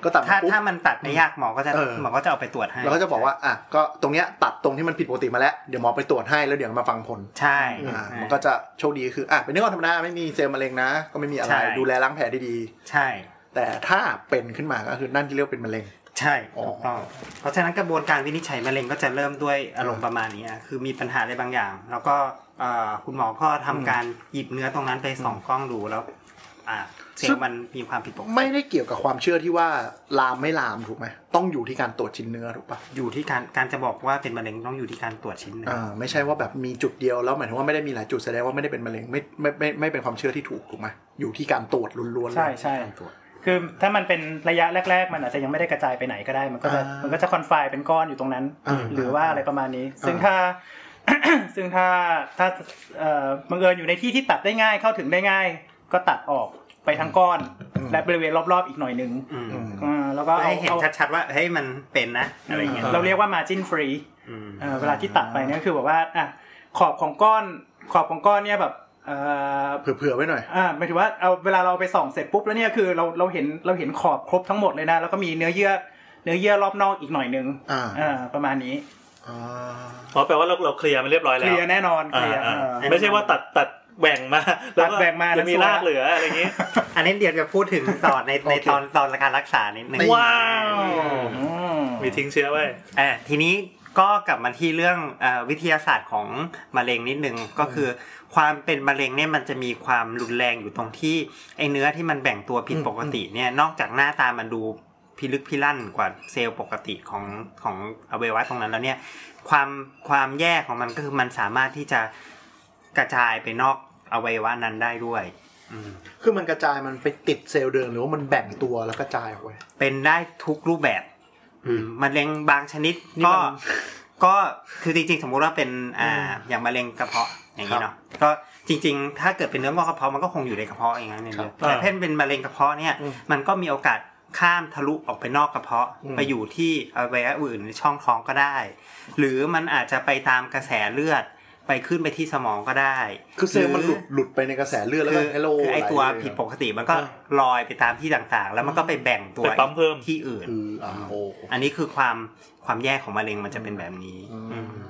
Speaker 5: ก็ตัด
Speaker 3: ถ้า
Speaker 5: ปุ๊บ
Speaker 3: ถ้ามันตัดไม่ยากหมอก็จะ
Speaker 5: เออ
Speaker 3: หมอก็จะเอาไปตรวจให้
Speaker 5: แล้วก็จะบอกว่าอ่ะก็ตรงเนี้ยตัดตรงที่มันผิดปกติมาแล้วเดี๋ยวหมอไปตรวจให้แล้วเดี๋ยวมาฟังผล
Speaker 3: ใช่
Speaker 5: อ่า
Speaker 3: ใช่
Speaker 5: มันก็จะโชคดีคืออ่ะเป็นเนื้องอกธรรมดาไม่มีเซลล์มะเร็งนะ ก็ไม่มีอะไร
Speaker 3: ใช่
Speaker 5: ดูแลล้างแผลดี
Speaker 3: ใช่
Speaker 5: ๆแต่ถ้าเป็นขึ้นมาก็คือนั่นที่เรียกว่าเป็นมะเร็ง
Speaker 3: ใช่
Speaker 5: อ๋อ
Speaker 3: ถูกต้องเพราะฉะนั้นกระบวนการวินิจฉัยมะเร็งก็จะเริ่มด้วยอารมณ์ประมาณนี้อะคือมีปัญหาอะไรบางอย่าง แล้วก็เอ่อคุณหมอก็ทำการหยิบเนื้อตรงนั้นไปส่องกล้องดูแล้วอ่าเซลล์มันมีความผิดปกติ
Speaker 5: ไม่ได้เกี่ยวกับความเชื่อที่ว่าลามไม่ลามถูกไหมต้องอยู่ที่การตรวจชิ้นเนื้อถูกปะ
Speaker 3: อยู่ที่การการจะบอกว่าเป็นมะเร็งต้องอยู่ที่การตรวจชิ้นเนื้อ
Speaker 5: อ่าไม่ใช่ว่าแบบมีจุดเดียวแล้วหมายถึงว่าไม่ได้มีหลายจุดแสดงว่าไม่ได้เป็นมะเร็งไม่ไม่ไม่ไม่เป็นความเชื่อที่ถูกถูกไหมอยู่ที่การตรวจล้วนๆเลย
Speaker 4: ใช่ใช่
Speaker 3: ตรวจ
Speaker 4: คือถ้ามันเป็นระยะแรก ๆ มันอาจจะยังไม่ได้กระจายไปไหนก็ได้ มันก็จะ
Speaker 5: อ่ามั
Speaker 4: มันก็จะคอนไฟล์เป็นก้อนอยู่ตรงนั้น
Speaker 5: อ่า
Speaker 4: หรือว่าอะไรประมาณนี้
Speaker 5: อ่า
Speaker 4: ซึ่งถ้า <coughs> ซึ่งถ้าถ้าเอ่อบังเอิญอยู่ในที่ที่ตัดได้ง่ายเข้าถึงได้ง่าย ก็ตัดออกไปทั้งก้อน และบริเวณรอบๆอีกหน่อยหนึ่ง
Speaker 3: อืม
Speaker 5: อืม
Speaker 4: อ่าแล้วก็
Speaker 3: ให้
Speaker 4: เอา
Speaker 3: เห็น
Speaker 4: เอา
Speaker 3: ชัดๆว่าเฮ้ยมันเป็นนะอะไรเงี้ย
Speaker 4: เราเรียกว่า margin free
Speaker 3: อืม
Speaker 4: เอ่อเวลาที่ตัดไปเนี่ยคือแบบว่าอ่ะขอบของก้อนขอบของก้อนเนี่ยแบบเอ่อ
Speaker 5: เผื่อๆไว้หน่อย
Speaker 4: อ่าหมายถึงว่าเอาเวลาเราไปส่องเสร็จปุ๊บแล้วเนี่ยคือเราเราเห็นเราเห็นขอบครบทั้งหมดเลยนะ แล้วก็มีเนื้อเยื่อเนื้อเยื่อรอบนอกอีกหน่อยหนึง
Speaker 5: อ่า
Speaker 4: อ่าประมาณนี้
Speaker 5: อ่า
Speaker 6: เพราะแปลว่าเราเราเคลียร์มันเรียบร้อย
Speaker 4: เค
Speaker 6: แล้ว
Speaker 4: ลียร์แน่นอนเค
Speaker 6: อ่า
Speaker 4: ลียร์
Speaker 6: อ่า
Speaker 4: เออ
Speaker 6: ไม่ใช่ว่าตัดตัดแหว่งมาล้วก็
Speaker 4: ตัดแหว่งมาแล้ว
Speaker 6: จะมีรากเหลืออะไรอย่างงี้
Speaker 3: อันนี้เดี๋ยวจะพูดถึงต่อในในตอนตอนการรักษานิดหนึ่ง
Speaker 6: ว้าว
Speaker 4: อืม
Speaker 6: มีทิ้งเชื้อไว้
Speaker 3: อ่ะทีนี้ก็กลับมาที่เรื่องเออวิทยาศาสตร์ของมะเร็งนิดนึงก็คือ ความเป็นมะเร็งเนี่ยมันจะมีความรุนแรงอยู่ตรงที่ไอ้เนื้อที่มันแบ่งตัวผิดปกติเนี่ยนอกจากหน้าตามันดูพิลึกพิลั่นกว่าเซลล์ปกติของของอวัยวะตรงนั้นแล้วเนี่ยความความแย่ของมันก็คือมันสามารถที่จะกระจายไปนอกอวัยวะนั้นได้ด้วย อืม
Speaker 5: คือมันกระจายมันไปติดเซลล์เดิมหรือว่ามันแบ่งตัวแล้วกระจายออกไป
Speaker 3: เป็นได้ทุกรูปแบบ อืมมะเร็งบางชนิดก็
Speaker 5: นี่มัน
Speaker 3: ก็คือจริงๆ สมมุติว่าเป็นอ่า
Speaker 5: อืม
Speaker 3: อย่างมะเร็งกระเพาะอย่าง
Speaker 5: ครั
Speaker 3: นี้
Speaker 5: บ
Speaker 3: เนาะก็จริงๆ ถ้าเกิดเป็นเนื้องอกกระเพาะมันก็คงอยู่ในกระเพาะเอย่างนั้นเอง
Speaker 5: ครับ
Speaker 3: แต่เพ่นเป็นมะเร็งกระเพาะเนี่ย
Speaker 5: อืม
Speaker 3: มันก็มีโอกาสข้ามทะลุออกไปนอกกระเพาะ
Speaker 5: อืม
Speaker 3: ไปอยู่ที่อวัยวะอื่นในช่องท้องก็ได้ หรือมันอาจจะไปตามกระแสเลือดไปขึ้นไปที่สมองก็ได้
Speaker 5: คือเซลล์มันหลุด
Speaker 3: รือ
Speaker 5: หลุดไปในกระแสเลือดแล้ว
Speaker 3: คื
Speaker 5: ก็
Speaker 3: อ
Speaker 5: เฮลโล
Speaker 3: คือไอตัว
Speaker 5: หลเลย
Speaker 3: ผิดปกติมันก็
Speaker 5: อ่า
Speaker 3: ลอยไปตามที่ต่างๆ แล้วมันก็ไปแบ่งตัว
Speaker 6: ไปปั๊มเพิ่ม
Speaker 3: ที่อื่น
Speaker 5: คืออ่าโอ้โห
Speaker 3: อันนี้คือความความแย่ของมะเร็งมันจะเป็นแบบนี้
Speaker 5: อืม
Speaker 3: อืม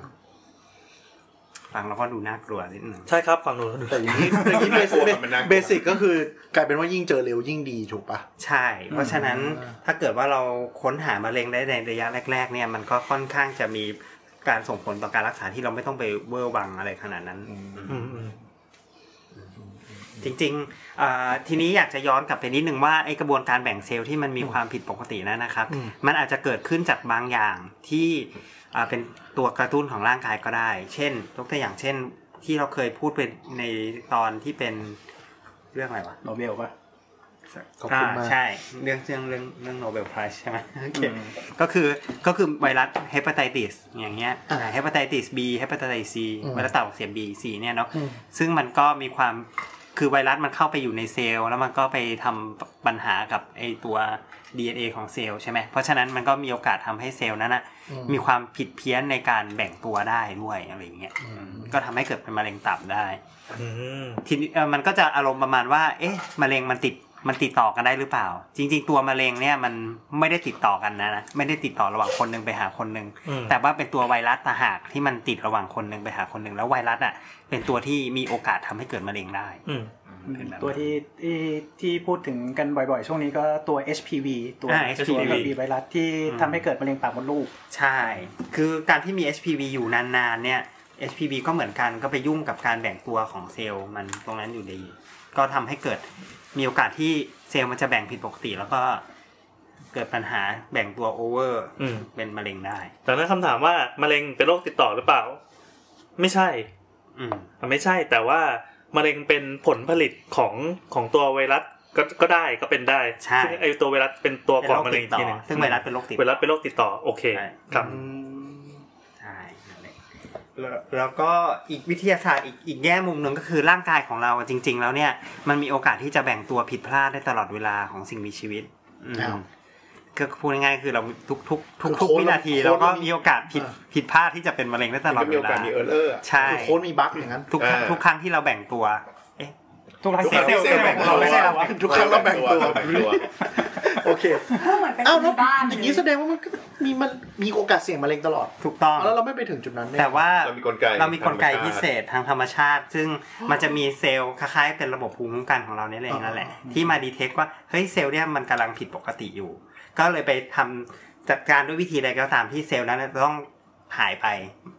Speaker 3: ฟังแล้วก็ดูน่ากลัวนิดหนึง
Speaker 6: ใช่ครับฝั่งหนู
Speaker 5: แต่อย่างนี้อย่างนี้เบสิก
Speaker 7: มันน่ากลัว
Speaker 5: เบสิกก็คือกลายเป็นว่ายิ่งเจอเร็วยิ่งดีถูกปะ
Speaker 3: ใช่ เพราะฉะนั้นถ้าเกิดว่าเราค้นหามะเร็งได้ในระยะแรก ๆ เนี่ย มันก็ค่อนข้างจะมีการส่งผลต่อการรักษาที่เราไม่ต้องไปเวอร์วังอะไรขนาดนั้น
Speaker 6: อืมอืม
Speaker 3: จริงๆอ่าทีนี้อยากจะย้อนกลับไปนิดนึงว่าไอกระบวนการแบ่งเซลล์ที่มันมีความผิดปกตินั่นนะครับ
Speaker 5: อืม
Speaker 3: มันอาจจะเกิดขึ้นจากบางอย่างที่อ่าเป็นตัวกระตุ้นของร่างกายก็ได้ เช่นยกตัวอย่างเช่น ที่เราเคยพูดเป็นในตอนที่เป็นเรื่องอะไรวะ
Speaker 4: โนเบลป่ะ
Speaker 5: ขอบคุณมา
Speaker 3: า
Speaker 5: ก
Speaker 3: ใช่ เรื่องเรื่องเรื่องเรื่องโนเบลไพรส์ใช่ไหม <laughs> โอเคก็คือก็คือไวรัสเฮป a ไตติสอย่างเงี้ย
Speaker 5: อ่า
Speaker 3: เฮป a ไตติส B เฮป a ไตติส C
Speaker 5: อืม
Speaker 3: ไวรัสตับอักเสียบ B C เนี่ยเนาะ
Speaker 5: อืม
Speaker 3: ซึ่งมันก็มีความคือไวรัสมันเข้าไปอยู่ในเซลล์ แล้วมันก็ไปทำปัญหากับไอตัว DNA ของเซลล์ใช่ไหมเพราะฉะนั้นมันก็มีโอกาสทำให้เซลล์นั้นนะมีความผิดเพี้ยนในการแบ่งตัวได้ด้วยอะไรอย่างเงี้ยก็ทำให้เกิดเป็นมะเร็งตับได้
Speaker 6: อืม
Speaker 3: ทีนี้เอ่อมันก็จะอารมณ์ประมาณว่า เอ๊ะมะเร็งมันติดมันติดต่อกันได้หรือเปล่า จริง ๆ ตัวมะเร็งเนี่ยมันไม่ได้ติดต่อกันนะนะไม่ได้ติดต่อระหว่างคนหนึ่งไปหาคนหนึ่ง
Speaker 6: อืม
Speaker 3: แต่ว่าเป็นตัวไวรัสต่างหากที่มันติดระหว่างคนหนึ่งไปหาคนหนึ่งแล้วไวรัสอ่ะเป็นตัวที่มีโอกาสทำให้เกิดมะเร็งได้
Speaker 6: อืม
Speaker 3: เป็นแบบนั้น
Speaker 4: ตัวที่ที่ที่พูดถึงกันบ่อยๆ ช่วงนี้ก็ตัว HPV ตัว
Speaker 3: อ่า
Speaker 4: ตัว
Speaker 3: HPV
Speaker 4: ไวรัสที่
Speaker 3: อืม
Speaker 4: ทำให้เกิดมะเร็งปากมดลูก
Speaker 3: ใช่ คือการที่มี HPV อยู่นานๆเนี่ย HPV ก็เหมือนกันก็ไปยุ่งกับการแบ่งตัวของเซลล์มันตรงนั้นอยู่ดี ก็ทำให้เกิดมีโอกาสที่เซลล์มันจะแบ่งผิดปกติ แล้วก็เกิดปัญหาแบ่งตัวโอเวอร์
Speaker 6: อืม
Speaker 3: เป็นมะเร็งได้
Speaker 6: จากนั้นคำถามว่ามะเร็งเป็นโรคติดต่อหรือเปล่า ไม่ใช่
Speaker 3: อืม
Speaker 6: มันไม่ใช่แต่ว่ามะเร็งเป็นผลผลิตของของตัวไวรัสก็ก็ได้ก็เป็นได้
Speaker 3: ใช่
Speaker 6: ซึ่งไอตัวไวรัสเป็นตัว
Speaker 3: เป็น
Speaker 6: ก่อ
Speaker 3: โรค
Speaker 6: มะเร็ง
Speaker 3: ติ
Speaker 6: อีก
Speaker 3: ดต่อ
Speaker 6: ทีหนึง
Speaker 3: ซึ่งไวรัสเป็นโรคติด
Speaker 6: ไว
Speaker 3: ต่อ
Speaker 6: รัสเป็นโรคติดต่อโอเค
Speaker 3: ใช่
Speaker 6: ครับ
Speaker 5: อืม
Speaker 3: ใช่นั่นแหละแล้วแล้วก็อีกวิทยาศาสตร์อีกอีกแง่มุมหนึ่งก็คือร่างกายของเราจริง ๆ แล้วเนี่ยมันมีโอกาสที่จะแบ่งตัวผิดพลาดได้ตลอดเวลาของสิ่งมีชีวิตอืม
Speaker 5: อ้าว
Speaker 3: ก็พูดง่ายๆคือเราทุกทุกทุก
Speaker 5: คือ
Speaker 3: ทุก
Speaker 5: โค้ด
Speaker 3: วินาที
Speaker 5: โค้ด
Speaker 3: เราก็
Speaker 5: มันมี
Speaker 3: มีโอกาสผิด
Speaker 5: อ่า
Speaker 3: ผิดพลาดที่จะเป็นมะเร็งได้ตลอ
Speaker 7: ก็
Speaker 3: ด
Speaker 7: มี
Speaker 3: เวลาก
Speaker 7: โอาสมีเออร์เลอร์
Speaker 3: ใช่
Speaker 5: คือโค้ดมีบั๊กอย่างนั้น
Speaker 3: ทุกครั้ง
Speaker 7: อ่า
Speaker 3: ทุกครั้งที่เราแบ่งตัว
Speaker 4: ทุกครั้ง
Speaker 7: ทุก
Speaker 4: เซ
Speaker 7: ค
Speaker 4: ลล์แบ่
Speaker 7: รั้งที่เซลล์แบ่
Speaker 4: ง
Speaker 7: ง
Speaker 4: เรา
Speaker 7: ตัว
Speaker 4: ไม่ใช่เรา
Speaker 5: ทุกครั้งเราแบ่งตัว
Speaker 7: แบ่งตัว
Speaker 5: โอเค
Speaker 2: ก็เหมือนเป็น
Speaker 5: อ้าวแล้ว
Speaker 2: บ้าน
Speaker 5: อย่างนี้แสดงว่ามันก็มีมันมีโอกาสเสี่ยงมะเร็งตลอด
Speaker 3: ถูกต้อง
Speaker 5: แล้วเราไม่ไปถึงจุดนั้นเนี่ย
Speaker 3: แต่ว่า
Speaker 7: เรามีกลไก
Speaker 3: เรามีกลไก
Speaker 7: ธรรมชาติ
Speaker 3: พิเศษทางธรรมชาติ ซึ่งมันจะมีเซลล์คล้ายๆเป็นระบบภูมิคุ้มกันของเราเนี่ยเองนั่นแหละ ที่มาดีเทคว่าเฮ้ยเซลล์เนี่ยมันกำลังผิดปกติอยู่ ก็เลยไปทำจัดการด้วยวิธีใดก็ตามที่เซลล์นั้นจะต้องหายไป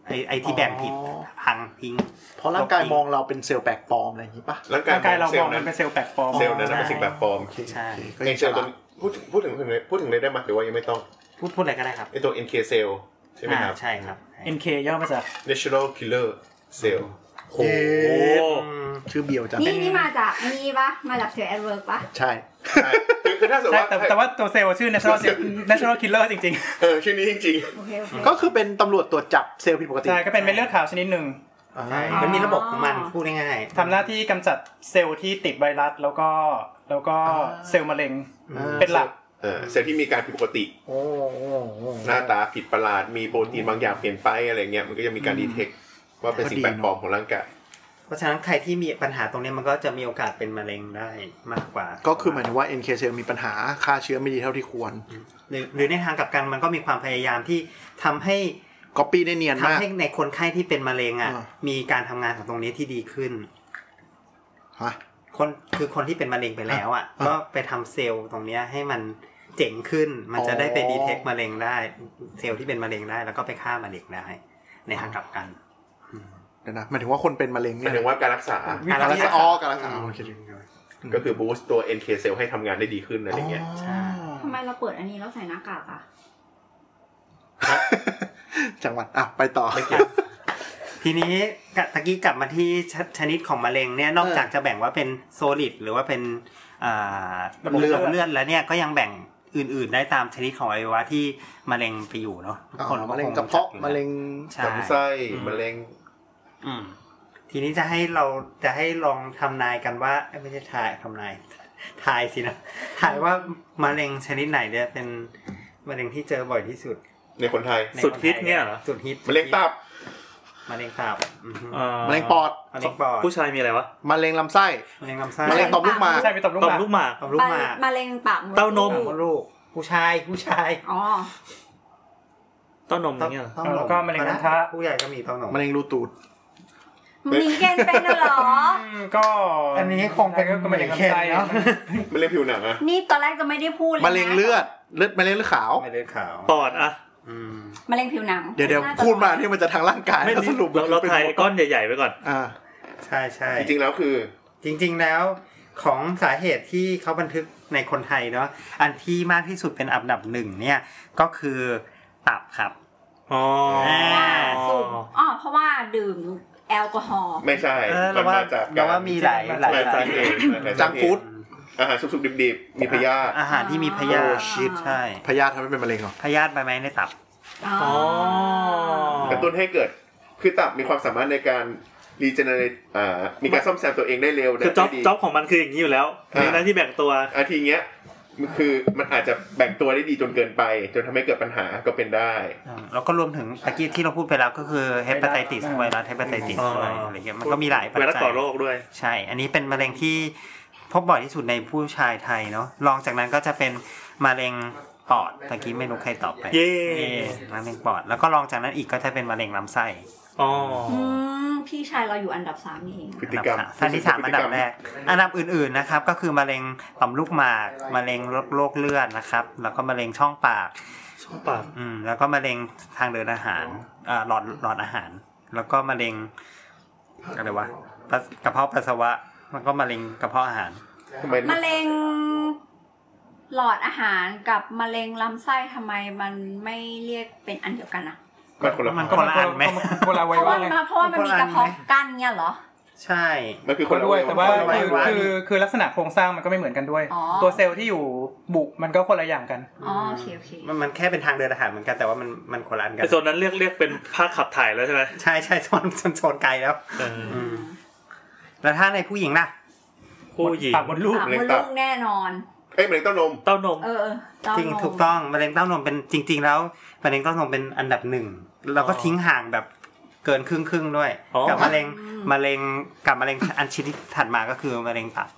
Speaker 3: ไอ้ไอ้ที่แบ่งผิด
Speaker 5: อ๋อ
Speaker 3: พังทิ้ง
Speaker 5: เพราะร่างกายมองเราเป็นเซลล์แปลกปลอมอะไรอย่างนี้ปะ
Speaker 7: ร่าง
Speaker 4: ร่า
Speaker 7: กาก
Speaker 4: งาย ยเรา
Speaker 7: เซล
Speaker 4: มอง
Speaker 7: ล์
Speaker 4: มั
Speaker 7: นั้น น
Speaker 4: เป็นเซลล์แปลกปลอม
Speaker 7: เซลล์นั้นเป็นสิ่งแปลกปลอม
Speaker 5: โอเค
Speaker 3: ใช่
Speaker 5: ก็
Speaker 7: ไอ
Speaker 5: ยัง
Speaker 7: เซลล์
Speaker 5: ฉ
Speaker 7: ตัว
Speaker 5: ลาด
Speaker 7: นี้พูดพูดถึงพูดถึงเลยได้ไหมหรือว่ายังไม่ต้อง
Speaker 3: พูดพูดอะไรก็ได้ครับ
Speaker 7: ไอตัว NK cell ใช่ไหม
Speaker 3: อ่า
Speaker 7: ครับ
Speaker 3: ใช่ครับ
Speaker 4: เอ็นเคย่อมาจาก
Speaker 7: natural killer cell
Speaker 5: โอ้โห
Speaker 6: โอ้
Speaker 3: อืม
Speaker 5: ชื่อเบียวจัง
Speaker 2: นี่นี่มาจากนี่ปะมาจากเสือแอนเวิร์กปะ
Speaker 5: ใช่
Speaker 7: ใช่คือคือถ้าสมม
Speaker 4: ใช่
Speaker 7: ติ
Speaker 4: แต่
Speaker 7: ว่า
Speaker 4: แต่ว่าตัวเซลล์ชื่อ national Cell- national killer จริง
Speaker 7: เออชื่อนี้จริง
Speaker 2: โอเคโอเค
Speaker 5: ก็คือเป็นตำรวจตรวจจับเซลล์ผิดปก
Speaker 4: ๆ
Speaker 5: ติ
Speaker 4: ใช่ก็เป็นเม็ดเลือดขาวชนิดหนึ่ง
Speaker 5: อ่า
Speaker 3: ใช่มันมีระบบของมันพูดง่ายๆ
Speaker 4: ทำหน้าที่กำจัดเซลล์ที่ติดไวรัสแล้วก็แล้วก็เซลล์มะเร็งเป็นหลัก
Speaker 7: ๆ เออเซลล์ที่มีการผิดปกติ
Speaker 5: โอ้โอ้โอ้
Speaker 7: หน้าตาผิดประหลาด มีโปรตีนบางอย่างเปลี่ยนไปอะไรเงี้ย มันก็จะมีการดีเทคว่าเป็นสิ่งแปลกปลอมของร่างกาย
Speaker 3: เพราะฉะนั้นใครที่มีปัญหาตรงเนี้ยมันก็จะมีโอกาสเป็นมะเร็งได้มากกว่า
Speaker 5: ก็คือหมายถึงว่า NK cell มีปัญหาฆ่าเชื้อไม่ดีเท่าที่ควร
Speaker 3: หรือหรือในทางกลับกันมันก็มีความพยายามที่ทำให้
Speaker 5: ก็ปี้ได้เนียน
Speaker 3: ทำ
Speaker 5: มาก
Speaker 3: ให้ในคนไข้ที่เป็นมะเร็งอ่ะ
Speaker 5: อ่า
Speaker 3: มีการทำงานของตรงนี้ที่ดีขึ้น
Speaker 5: ฮะ
Speaker 3: คนคือคนที่เป็นมะเร็งไปแล้วอ่ะ
Speaker 5: อ่ะ
Speaker 3: ก็ไปทำเซลล์ตรงเนี้ยให้มันเจ๋งขึ้น มันจะได้ไป
Speaker 5: อ๋อ
Speaker 3: ดีเทคมะเร็งได้ เซลล์ที่เป็นมะเร็งได้ แล้วก็ไปฆ่ามะเร็งได้ ในทางกลับกัน
Speaker 5: เดี๋ยวนะหมายถึงว่าคนเป็นมะเร็ง
Speaker 7: หมา
Speaker 5: เนี่ย ย
Speaker 7: ถึงว่าการรักษา
Speaker 4: วิธี
Speaker 5: การรักษาอ๋อการรักษาโอเค
Speaker 7: ก็คือบูสต์ตัว NK cell ให้ทำงานได้ดีขึ้นอะไรเงี้ย
Speaker 5: อ๋อ
Speaker 2: ทำไมเราเปิดอันนี้แล้วใส่หน้ากากอ่ะ
Speaker 5: <laughs> จังหวัดอ่ะไปต่อ
Speaker 7: ไม่เกี่ยว
Speaker 3: ทีนี้กะตะกี้กลับมาที่ชชนิดของมะเร็งเนี่ยนอกจากจะแบ่งว่าเป็นโซลิดหรือว่าเป็นอ่า
Speaker 5: น้ำเลือด
Speaker 3: น้ำเลือดแล้วเนี่ยก็ยังแบ่งอื่น ๆ ได้ตามชนิดของอวัยวะที่มะเร็งไปอยู่เนาะทุก
Speaker 5: อ่า
Speaker 3: คน
Speaker 5: มะเร็ง
Speaker 3: ค
Speaker 5: กระเพาะ
Speaker 3: จัดอยู่
Speaker 5: มะ
Speaker 3: น
Speaker 5: เร็ง
Speaker 3: ใช่
Speaker 7: ลำไส้
Speaker 3: อืม
Speaker 7: มะเร็ง
Speaker 3: อืมทีนี้จะให้เราจะให้ลองทำนายกันว่าเอ้ยไม่ใช่ทายทำนายทายสินะทายว่ามะเร็งชนิดไหนเนี่ยเป็นมะเร็งที่เจอบ่อยที่สุด
Speaker 7: ในคนไทย
Speaker 3: ใน
Speaker 6: สุดฮิต
Speaker 3: คไท
Speaker 6: เนี่ยเหรอ
Speaker 3: สุดฮิต
Speaker 7: มะเร็งตับ
Speaker 3: มะเร็งตับอือฮึ
Speaker 6: อ่าม
Speaker 5: ะเร็งปอด
Speaker 3: มะเร็งปอด
Speaker 6: ผู้ชายมีอะไรวะ
Speaker 5: มะเร็งลำไส้
Speaker 3: มะเร็งลำไส้
Speaker 5: มะเร็งต่อมลูกหมาก
Speaker 4: ใช่มีตบลูก
Speaker 6: ต่อ
Speaker 4: ห
Speaker 6: ม
Speaker 4: มาก
Speaker 6: ลูกหมาก
Speaker 3: ต่อมลูกหมาก
Speaker 2: มะเร็งปากมด
Speaker 6: เต้านม
Speaker 3: ต่อมลูกผู้ชายผู้ชาย
Speaker 2: อ๋อ
Speaker 6: เต้านมอย่างเงี้ยเหรอ
Speaker 4: แล้วก็มะเร็งน้ำ
Speaker 3: ครั
Speaker 4: ทะ
Speaker 3: ผู้ใหญ่ก็มีเต้านม
Speaker 5: มะเร็งรูตูด
Speaker 2: มีเกณฑ์เป็นด้วยเหรอ
Speaker 4: อืมก็
Speaker 1: อันนี้คงเป็น
Speaker 4: ก็มะเร็งลำไส้
Speaker 1: เนอะ
Speaker 7: มะเร็งผิวหนังอะ
Speaker 2: นี่ตอนแรกจะไม่ได้พูดเลยน
Speaker 5: มะเร็งเลือด เลือดมะเร็งเลือดขาว
Speaker 3: มะเร็งขาว
Speaker 6: ปอดอะ
Speaker 3: อืม
Speaker 2: มะเร็งผิวหนัง
Speaker 5: เดี๋ยวเดี๋ยว
Speaker 2: น่จะ
Speaker 5: พูดมานี่มันจะทางร่างกายแล้วสรุป
Speaker 6: เราเรา
Speaker 5: มันคือ
Speaker 6: ถ่าย
Speaker 5: เป็น
Speaker 6: ก้อนใหญ่ๆไปก่อน
Speaker 5: อ่า
Speaker 3: ใช่ใช่
Speaker 7: จริงๆแล้วคือ
Speaker 3: จริงๆแล้วของสาเหตุที่เขาบันทึกในคนไทยเนาะอันที่มากที่สุดเป็นอันดับหนึ่งเนี่ยก็คือตับครับ
Speaker 6: อ๋อ
Speaker 3: อ่า
Speaker 2: สูบอ๋อเพราะว่าดื่มแอลกอฮอล์
Speaker 7: ไม่ใช่
Speaker 3: เออ
Speaker 7: มั
Speaker 3: เรา
Speaker 7: น
Speaker 3: ว่า
Speaker 7: มาจาก
Speaker 3: เราว่ามีหลายหลาย
Speaker 7: หลายสาเหตุหลยสา
Speaker 5: จัง
Speaker 7: เหตุ
Speaker 5: ฟู้ด
Speaker 7: อาหารสุกๆดิบๆ มีพยาธิ
Speaker 3: อาหารที่มีพยา
Speaker 2: โอ้ shit
Speaker 3: ธิใช่
Speaker 5: พยาธิทำให้เป็นมะเร็งเหรอ
Speaker 3: พยาธิใบไม้ในตับ
Speaker 2: อ๋อ
Speaker 6: อ๋อ
Speaker 7: กระตุ้นให้เกิด คือตับมีความสามารถในการรีเจเนเรตอ่ามีการซ่อมแซมตัวเองได้เร็ว
Speaker 6: คือจ็อบ
Speaker 7: ได้ดี
Speaker 6: จ็อบของมันคืออย่างนี้อยู่แล้ว
Speaker 7: อ่า
Speaker 6: ในนั้นที่แบ่งตัว
Speaker 7: อาทีเนี้ยมันคือมันอาจจะแบ่งตัวได้ดีจนเกินไป จนทำให้เกิดปัญหาก็เป็นได้
Speaker 3: แล้วก็รวมถึงตะกี้ที่เราพูดไปแล้วก็คือเฮป a ไตติสไวรัสเฮป a ไตติส
Speaker 6: อ๋อ
Speaker 3: ด้วยอะไรเงี้ยมันก็มีหลายปัจ
Speaker 6: ไวรัส
Speaker 3: จั
Speaker 6: ก่อย โรคด้วย
Speaker 3: ใช่ อันนี้เป็นมะเร็งที่พบบ่อยที่สุดในผู้ชายไทยเนาะรองจากนั้นก็จะเป็นมะเร็งปอดตะกี้ไม่รู้ใครตอบไป
Speaker 6: เย่
Speaker 3: เอ่อมะเร็งปอดแล้วก็รองจากนั้นอีกก็จะเป็นมะเร็งลำไส้
Speaker 6: อ๋อ
Speaker 2: อืมพี่ชายเราอยู่อันดับสามนี่เอง
Speaker 7: พฤติกรรม
Speaker 3: อันดับสามท่านที่สามอันดับแรกอันดับอื่นๆนะครับ ก็คือมะเร็งต่อมลูกหมากมะเร็งโรคเลือดนะครับ แล้วก็มะเร็งช่องปาก
Speaker 6: ช่องปาก
Speaker 3: อืมแล้วก็มะเร็งทางเดินอาหารเอ่อหลอดหลอดอาหาร แล้วก็มะเร็งอะไรวะปัสกระเพาะปัสสาวะแล้วก็มะเร็งกระเพาะอาหาร
Speaker 7: ทำไม
Speaker 2: มะเร็งหลอดอาหารกับมะเร็งลำไส้ทำไมมันไม่เรียกเป็นอันเดียวกันอะ
Speaker 7: มันคนละ
Speaker 3: มัน
Speaker 7: คน
Speaker 3: ละอัไหม
Speaker 4: คนละ
Speaker 2: เพ
Speaker 4: ไว้
Speaker 2: ราะ
Speaker 4: ว่า
Speaker 2: ว่า
Speaker 4: เลย
Speaker 2: มันเพราะว่ามันมีกระเพาะกั้นเนี่ยเหรอ
Speaker 3: ใช่
Speaker 7: มันคือคนละ
Speaker 4: ด้วยแต่ว่า
Speaker 7: คนละ
Speaker 3: ไว้
Speaker 4: คือ
Speaker 3: ไว้
Speaker 4: คือคือลักษณะโครงสร้างมันก็ไม่เหมือนกันด้วย
Speaker 2: อ๋อ
Speaker 4: ตัวเซลล์ที่อยู่บุมันก็คนละอย่างกัน
Speaker 2: อ๋อโอเคโอเค
Speaker 3: มันมันแค่เป็นทางเดินอาหารเหมือนกันแต่ว่ามันมันคนละอันกัน
Speaker 6: ไอโซนนั้นเรียกเรียกเป็นภาคขับถ่ายแล้วใช่ไหม
Speaker 3: ใช่ใช่โซ <laughs> นโซนโซนไกลแล้ว
Speaker 6: เออ
Speaker 3: อืมแล้วถ้าในผู้หญิงล่ะ
Speaker 6: ผู้หญิง
Speaker 4: ปากมดลูก
Speaker 2: ปากมดลูกแน่นอน
Speaker 7: เอ้ยมะเร็งเต้านม
Speaker 6: เต้านม
Speaker 2: เออเออเต้านม
Speaker 3: จริงถูกต้องมะเร็งเต้านมเป็นจริง ๆ แล้วมะเร็งเต้านมเป็นอันดับหนึ่งเราก็
Speaker 6: อ๋อ
Speaker 3: ทิ้งห่างแบบเกินครึ่งครึ่งๆด้วย
Speaker 6: อ๋อ
Speaker 3: กับมะเร็งมะเร็งกับมะเร็งอันชนิดถัดมาก็คือมะเร็งตับ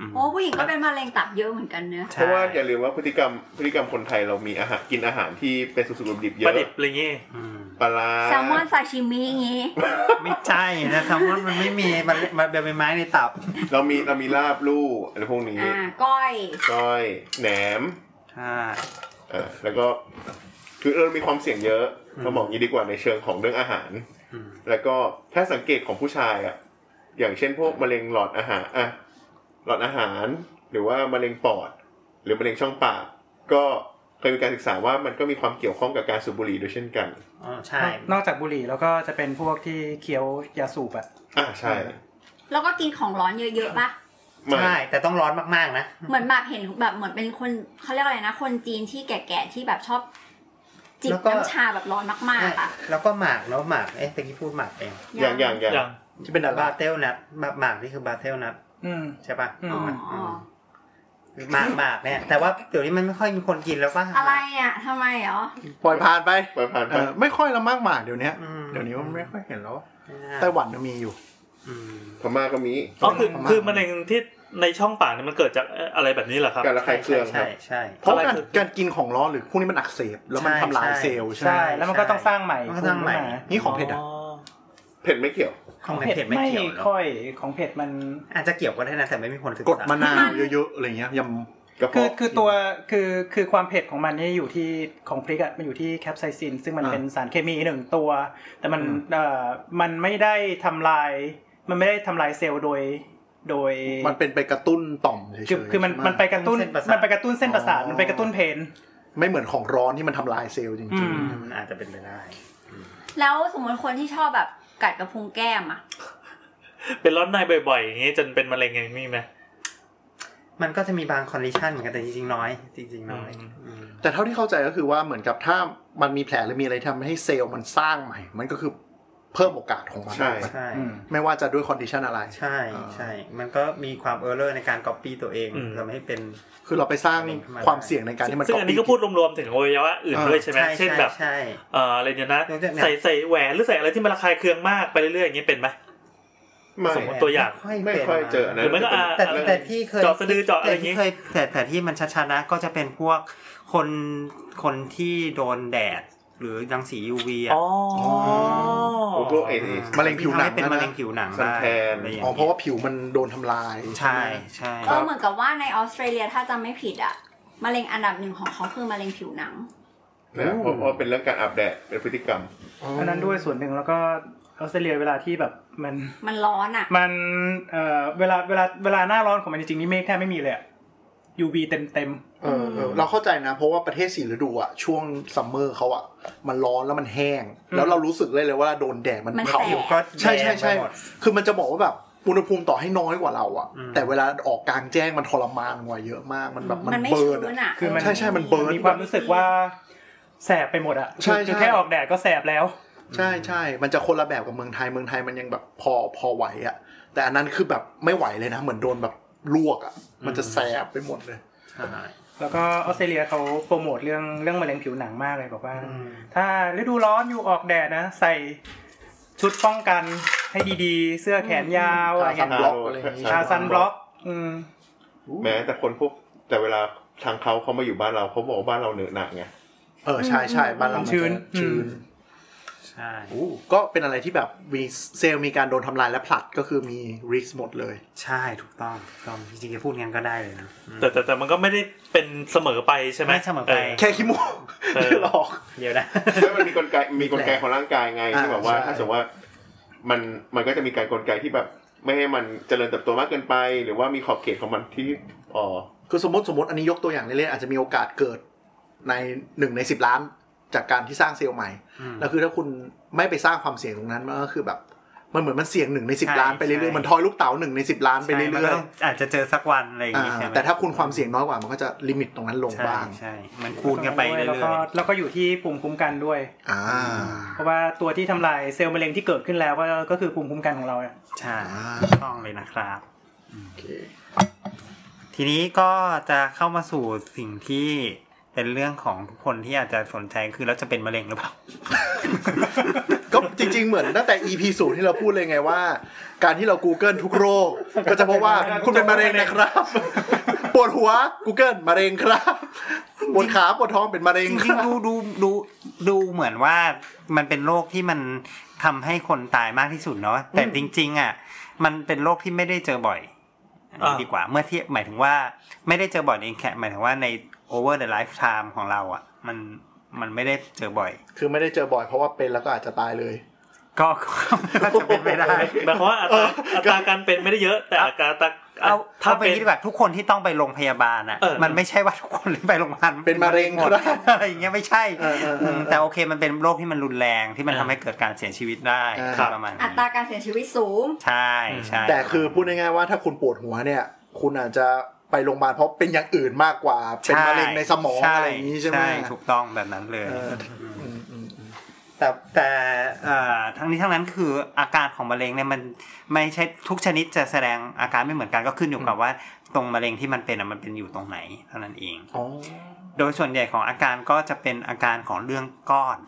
Speaker 3: อืม
Speaker 2: โอ้ผู้หญิงก็เป็นมะเร็งตับเยอะเหมือนกันเนอะ
Speaker 7: เพ
Speaker 3: ใช่
Speaker 7: ราะว่าอย่าลืมว่าพฤติกรรมพฤติกรรมคนไทยเรามีอาหารกินอาหารที่เป็นสุกๆดิบๆเย
Speaker 6: ป
Speaker 7: อะ
Speaker 6: ลาดิบอะไรเงี้ย
Speaker 3: อืม
Speaker 7: ปลาร้า
Speaker 2: แซลมอนซาชิมิอย่างงี้
Speaker 3: ไม่ใช่นะแซลมอนมันไม่มีมันมันเป็นใบไม้ในตับ
Speaker 7: เรามีเรามีลาบลู่อะไรพวกนี้
Speaker 2: อ่า ก้อย
Speaker 7: ก้อยแหนม
Speaker 3: ใช่
Speaker 7: อ่าแล้วก็คือเออมีความเสี่ยงเยอะเราบอกอย่างนี้ดีกว่าในเชิงของเรื่องอาหาร
Speaker 3: อืม
Speaker 7: แล้วก็ถ้าสังเกตของผู้ชายอ่ะอย่างเช่นพวกมะเร็งหลอดอาหารอ่ะหลอดอาหาร หรือว่ามะเร็งปอด หรือมะเร็งช่องปาก ก็เคยมีการศึกษาว่ามันก็มีความเกี่ยวข้องกับการสูบบุหรี่ด้วยเช่นกัน
Speaker 3: อ๋อใช่
Speaker 4: นอกจากบุหรี่แล้วก็จะเป็นพวกที่เคี้ยวยาสูบอะ
Speaker 7: อ่าใช่
Speaker 2: แล้วก็กินของร้อนเยอะๆป่ะ
Speaker 7: ไม่
Speaker 3: ใช่แต่ต้องร้อนมากๆนะ
Speaker 2: เหมือนแบบเห็นแบบเหมือนเป็นคนเขาเรียกว่าอะไรนะ คนจีนที่แก่ๆที่แบบชอบจิบน้ำชาแบบร้อนมากๆอ่ะ
Speaker 3: แล้วก็หมากเนาะหมากเอ๊ะตะกี้พูดหมากเอง
Speaker 7: อย่างอย่างอย่าง
Speaker 6: อย่าง
Speaker 5: ที่เป็นอะไร
Speaker 3: บาเทลนัทหมากนี่คือบาเทลนัท
Speaker 4: อืม
Speaker 3: ใช่ปะ
Speaker 4: อืม
Speaker 2: อ๋ออ๋อ
Speaker 3: หมากหมากเนี่ยแต่ว่าเดี๋ยวนี้มันไม่ค่อยมีคนกินแล้วป่ะ
Speaker 2: อะไรอ่ะทำไมเหรอ
Speaker 5: ปล่อยผ่านไป
Speaker 7: ปล่อยผ่านไป
Speaker 5: เออไม่ค่อยละมากมากเดี๋ยวนี้
Speaker 3: อืม
Speaker 5: เดี๋ยวนี้มันไม่ค่อยเห็นแล้ว
Speaker 3: ไม่น่า
Speaker 5: ไต้หวันมีอยู่
Speaker 3: อืม
Speaker 7: พม่าก็มี
Speaker 6: อ๋อคือคือมะเร็งที่ในช่องปากเนี่ยมันเกิดจากเอ่ออะไรแบบนี้เหรอครับ
Speaker 7: การระคายเคืองค
Speaker 3: ใช่
Speaker 7: รับ
Speaker 3: ใช่
Speaker 5: เพราะ
Speaker 6: อะไร
Speaker 5: การ
Speaker 6: คือ
Speaker 5: การกินของร้อนหรือพวกนี้มันอักเสบ แล้วมันทำลายเซลล์ใช่ไหม
Speaker 4: ใช่ แล้วมันก็ต้องสร้างใหม่
Speaker 3: มันก็ต้องใหม่
Speaker 4: ขึ้นมา
Speaker 5: นี่ของเผ็ดอ่ะ
Speaker 7: เผ็ดไม่เกี่ยว
Speaker 3: ของเผ็ดไม่เกี่ยวหรอก
Speaker 4: ค่อย ของเผ็ดมัน
Speaker 3: อาจจะเกี่ยวก็ได้นะแต่ไม่มีคนศึกษาก
Speaker 5: ดมะนาวเยอะๆอะไรเงี้ยย
Speaker 7: กระ
Speaker 4: คือ
Speaker 7: เพาะ
Speaker 4: คือตัวคือคือความเผ็ดของมันนี่อยู่ที่ของพริกอะมันอยู่ที่แคปไซซิน ซึ่งมันเป็นสารเคมีหนึ่งตัว แต่มันเอ่อมันไม่ได้ทำลาย มันไม่ได้ทำลายเซลล์โดยโดย
Speaker 5: ำมันเป็นไปกระตุ้นต่อมเฉยๆ
Speaker 4: คือคือมัน
Speaker 5: ใช่ห
Speaker 4: มันไปกระตุ้นมันไปกระตุ้นเส้นประสาท
Speaker 5: อ๋อ
Speaker 4: มันไปกระตุ้นเพน
Speaker 5: ไม่เหมือนของร้อนที่มันทำลายเซลล์จ
Speaker 4: อื
Speaker 5: ริง
Speaker 4: ม
Speaker 3: มันอาจจะเป็นไปได้
Speaker 2: แล้วสมมติคนที่ชอบแบบ กัดกระพุ้งแก้มอะ
Speaker 6: เป็นร้อนในบ่อยๆอย่างงี้จนเป็นมะเร็งอย่างนี้ไหม
Speaker 3: มันก็จะมีบางคอนดิชันเหมือนกันแต่จริงๆน้อย จริงๆน้อย
Speaker 6: อืม
Speaker 3: อืม
Speaker 5: แต่เท่าที่เข้าใจก็คือว่าเหมือนกับถ้ามันมีแผลหรือมีอะไรทำให้เซลล์มันสร้างใหม่ มันก็คือเพิ่มโอกาสของมัน
Speaker 7: ใช่
Speaker 3: ใช่
Speaker 4: อืม
Speaker 5: ไม่ว่าจะด้วยคอนดิชันอะไร
Speaker 3: ใช่ใช่ มันก็มีความเออร์เลอร์ในการก๊อปปี้ตัวเอง
Speaker 6: อืม
Speaker 3: ทำให้เป็น
Speaker 5: คือเราไปสร้างความเสี่ยงในการที่มัน
Speaker 6: ซึ่งอันนี้ก็พูดรวมๆถึงอวัยวะอื่น
Speaker 5: อ่า
Speaker 6: ด้วยใช่ไหมเช่นแบบ
Speaker 3: ใช่
Speaker 6: เอ่ออะไรเนี่ยวนะ
Speaker 3: อย่างเช่นเนี่ย
Speaker 6: ใส่ใส่แหวนหรือใส่อะไรที่มันระคายเคืองมากไปเรื่อยๆอย่างงี้เป็นไหม
Speaker 7: ไม่
Speaker 6: สมมติ ตัวอย่าง
Speaker 3: ไม่
Speaker 7: ไม่
Speaker 3: ป็น
Speaker 7: ค่อยเจอนะ
Speaker 6: หรือไม่ก็อ่า
Speaker 3: แต่
Speaker 6: อะไร
Speaker 3: แต่ที่เคย
Speaker 6: เจาะสะดือเจาะอะไรอย่างงี้
Speaker 3: แต่ที่เคยแต่แต่ที่มันชัดๆนะก็จะเป็นพวกคนคนที่โดนแดด หรือรังสี UV อ่ะ
Speaker 6: อ๋อ
Speaker 7: โอ้โหเอเอ
Speaker 5: มะเร็งผิวหนัง
Speaker 3: ที่ทำใเป็น
Speaker 5: นะ
Speaker 3: มะเร็งผิวหนัง
Speaker 7: สัน
Speaker 3: ได้
Speaker 7: แทน
Speaker 3: ไรย่งงี้ย
Speaker 5: อ๋อเพราะว่าผิวมันโดนทำลาย
Speaker 3: ใช่ใช่
Speaker 2: ก็เหมือนกับว่าในออสเตรเลียถ้าจำไม่ผิดอะมะเร็งอันดับหนึ่งของเขาคือมะเร็งผิวหนัง
Speaker 7: นะเพราะเพราะเป็นเรื่องการอาบแดดเป็นพฤติกรรม
Speaker 4: อันนั้นด้วยส่วนหนึ่งแล้วก็ออสเตรเลียเวลาที่แบบมัน
Speaker 2: มันร้อนอะ
Speaker 4: มันเอ่อเวลาเวลาเวลาหน้าร้อนของมันจริงๆนี่เมฆแทบไม่มีเลยอะ UV เต็มเต็ม
Speaker 5: เออเออเราเข้าใจนะ เพราะว่าประเทศสีฤดูอะช่วงซัมเมอร์เขาอะมันร้อนแล้วมันแห้ง แล้วเรารู้สึกเลยเลยว่าโดนแดดมัน
Speaker 2: มัน
Speaker 5: เผา
Speaker 2: แสบ
Speaker 3: ก็
Speaker 5: ใช่ใช่ใช่
Speaker 3: แดงไปหมด
Speaker 5: คือมันจะบอกว่าแบบอุณหภูมิต่อให้น้อยกว่าเราอะ
Speaker 3: อืม
Speaker 5: แต่เวลาออกกลางแจ้งมันทรมานกว่าเยอะมากมันแบบ
Speaker 2: มัน
Speaker 5: มัน
Speaker 2: ไม่
Speaker 5: เบิร์น
Speaker 2: ชื้น
Speaker 5: อะ
Speaker 2: อะ
Speaker 4: คือมัน
Speaker 5: ใช่ใช่มันเบิร์น
Speaker 4: มีความรู้สึกว่าแสบไปหมดอะ
Speaker 5: ใช่ใช่
Speaker 4: คือแค่ออกแดดก็แสบแล้ว
Speaker 5: ใช่ใช่ มันจะคนละแบบกับเมืองไทยเมืองไทยมันยังแบบพอพอไหวอะแต่อันนั้นคือแบบไม่ไหวเลยนะ เหมือนโดนแบบลวกอะมันจะแสบไปหมดเลย
Speaker 3: ใช่
Speaker 4: แล้วก็ออสเตรเลียเขาโปรโมทเรื่องเรื่องมะเร็งผิวหนังมากเลยบอกว่า ถ้าฤดูร้อนอยู่ออกแดดนะ ใส่ชุดป้องกันให้ดีๆ เสื้อแขนยาวอะไร
Speaker 5: ทาซั
Speaker 4: เงี้
Speaker 5: น
Speaker 4: ย
Speaker 5: บล็อกอะไรอย่างงี้
Speaker 7: ทา
Speaker 4: ทา
Speaker 7: ซั
Speaker 4: ซั
Speaker 7: น
Speaker 4: น
Speaker 7: บบ ล็
Speaker 4: ล็
Speaker 7: อ
Speaker 4: อก ก อืม
Speaker 7: แม้แต่คนพวกแต่เวลาทางเขาเขามาอยู่บ้านเราเขาบอกว่าบ้านเราเหนอะหนักไง
Speaker 5: เออใช่ใช่บ้านเรามัจะ
Speaker 4: ชื้นอืม
Speaker 5: ชื้น
Speaker 3: ใช่
Speaker 5: ก็เป็นอะไรที่แบบมีเซลล์มีการโดนทำลายและผลัดก็คือมีริกหมดเลย
Speaker 3: ใช่ถูกต้องถูกต้องจริงๆจะพูดงั้นก็ได้เลยนะอืม
Speaker 6: แต่แต่แต่มันก็ไม่ได้เป็นเสมอไปใช่ไหม
Speaker 3: ไม่เสมอไป
Speaker 5: แค่ขี้มูก
Speaker 6: เออ
Speaker 5: <laughs> หลอก
Speaker 3: เดี๋ยวนะ
Speaker 7: ไม่มันมีกลไกมีกลไกของร่างกายไง
Speaker 5: อ่า
Speaker 7: ที่แบบว่า
Speaker 5: ใช่
Speaker 7: ถ้าสมมติว่ามันมันก็จะมีการกลไกที่แบบ ไม่ให้มันเจริญเติบโตมากเกินไป หรือว่ามีขอบเขตของมันที่อ๋อ
Speaker 5: คือสมมติสมมติอันนี้ยกตัวอย่างเล่นๆอาจจะมีโอกาสเกิดในหนึ่งในสิบล้าน จากการที่สร้างเซลล์ใหม่
Speaker 3: อืม
Speaker 5: แล้วคือถ้าคุณไม่ไปสร้างความเสี่ยงตรงนั้นมันก็คือแบบมันเหมือนมันเสี่ยงหนึ่งในสิบ
Speaker 3: ใช่
Speaker 5: ล้านไปเรื่อ
Speaker 3: ใช่
Speaker 5: ยๆมันทอยลูกเต๋าหนึ่งในสิบล้านไปเรื่
Speaker 3: ใช่มัน
Speaker 5: อย
Speaker 3: ก็ต้องอาจจะเจอสักวันอะไรอ
Speaker 5: ๆ
Speaker 3: ย่าง
Speaker 5: อ่า
Speaker 3: งี้ใช่ไหม
Speaker 5: แต่ถ้าคุณความเสี่ยงน้อยกว่ามันก็จะลิมิตตรงนั้นลง
Speaker 3: ใช่
Speaker 5: บ้าง
Speaker 3: ใช่มันคูณกันไปเรื่
Speaker 4: แล้วก็
Speaker 3: อย
Speaker 4: แล้วก็อยู่ที่ภูมิคุ้มกันด้วย
Speaker 5: อ่า
Speaker 4: เพราะว่าตัวที่ทำลายเซลล์มะเร็งที่เกิดขึ้นแล้วก็ก็คือภูมิคุ้มกันของเราเนี่ย
Speaker 3: ๆใช่ถูกต้องเลยนะครับ
Speaker 5: โอเค
Speaker 3: ทีนี้ก็จะเข้ามาสู่สิ่งที่เป็นเรื่องของทุกคนที่อาจจะสนใจคือแล้วจะเป็นมะเร็งหรือเปล่า
Speaker 5: ก็จริง ๆ เหมือนตั้งแต่ EP ศูนย์ที่เราพูดเลยไงว่า การที่เรา Google ทุกโรค ก็จะพบว่าคุณเป็นมะเร็งนะครับ ปวดหัว Google มะเร็งครับปวดขาปวดท้องเป็นมะเร็ง
Speaker 3: จ
Speaker 5: ค
Speaker 3: ริง
Speaker 5: รับ
Speaker 3: ๆดูดูดูดูเหมือนว่ามันเป็นโรคที่มันทำให้คนตายมากที่สุดเนาะแต่จริง ๆ อ่ะ มันเป็นโรคที่ไม่ได้เจอบ่อยอันนี้
Speaker 6: อ่า
Speaker 3: ดีกว่าเมื่อเทียบหมายถึงว่าไม่ได้เจอบ่อยในแค่หมายถึงว่าใน over the lifetime ของเราอ่ะ มันมันไม่ได้เจอบ่อย
Speaker 5: <laughs> คือไม่ได้เจอบ่อยเพราะว่าเป็นแล้วก็อาจจะตายเลย
Speaker 3: ก็ก็จะเป็นไปได้
Speaker 6: หมายความว่าอัตราอั
Speaker 5: <laughs>
Speaker 6: ตราการเป็นไม่ได้เยอะ แต่อัตราตรา
Speaker 3: เอา
Speaker 6: ถ้า
Speaker 3: ถ้าไป
Speaker 6: เป็น
Speaker 3: นดีกว่าทุกคนที่ต้องไปโรงพยาบาลอ่ะ
Speaker 6: เออ
Speaker 3: มันไม่ใช่ว่าทุกคนที่ไปโรงพยาบาล
Speaker 5: เป็นมะเร็ง
Speaker 3: หมด
Speaker 5: ครับ
Speaker 3: อะไรอย่างเงี้ยไม่ใช่
Speaker 5: เออเออเอออื
Speaker 3: มแต่โอเคมันเป็นโรคที่มันรุนแรงที่มันทำให้เกิดการเสียชีวิตได้
Speaker 5: อ่า
Speaker 3: ประมาณ
Speaker 2: อั
Speaker 3: นี้
Speaker 2: ตราการเสียชีวิตสูง
Speaker 3: ใช่ใช่
Speaker 5: แต่คือพูดง่ายๆว่าถ้าคุณปวดหัวเนี่ย คุณอาจจะไปโรงพยาบาลเพราะเป็นอย่างอื่นมากกว่า เป็นมะเร็งในสมองอะไรอย่างนี้ใช่ไหม
Speaker 3: ถูกต้องแบบนั้นเลย
Speaker 5: เออ อืมอืมอืม
Speaker 3: แต่แต่เอ่อทั้งนี้ทั้งนั้นคืออาการของมะเร็งเนี่ยมันไม่ใช่ทุกชนิดจะแสดงอาการไม่เหมือนกันก็ขึ้นอยู่กับว่าตรงมะเร็งที่มันเป็นอะมันเป็นอยู่ตรงไหนเท่านั้นเอง
Speaker 5: อ๋อ
Speaker 3: โดยส่วนใหญ่ของอาการก็จะเป็นอาการของเรื่องก้อน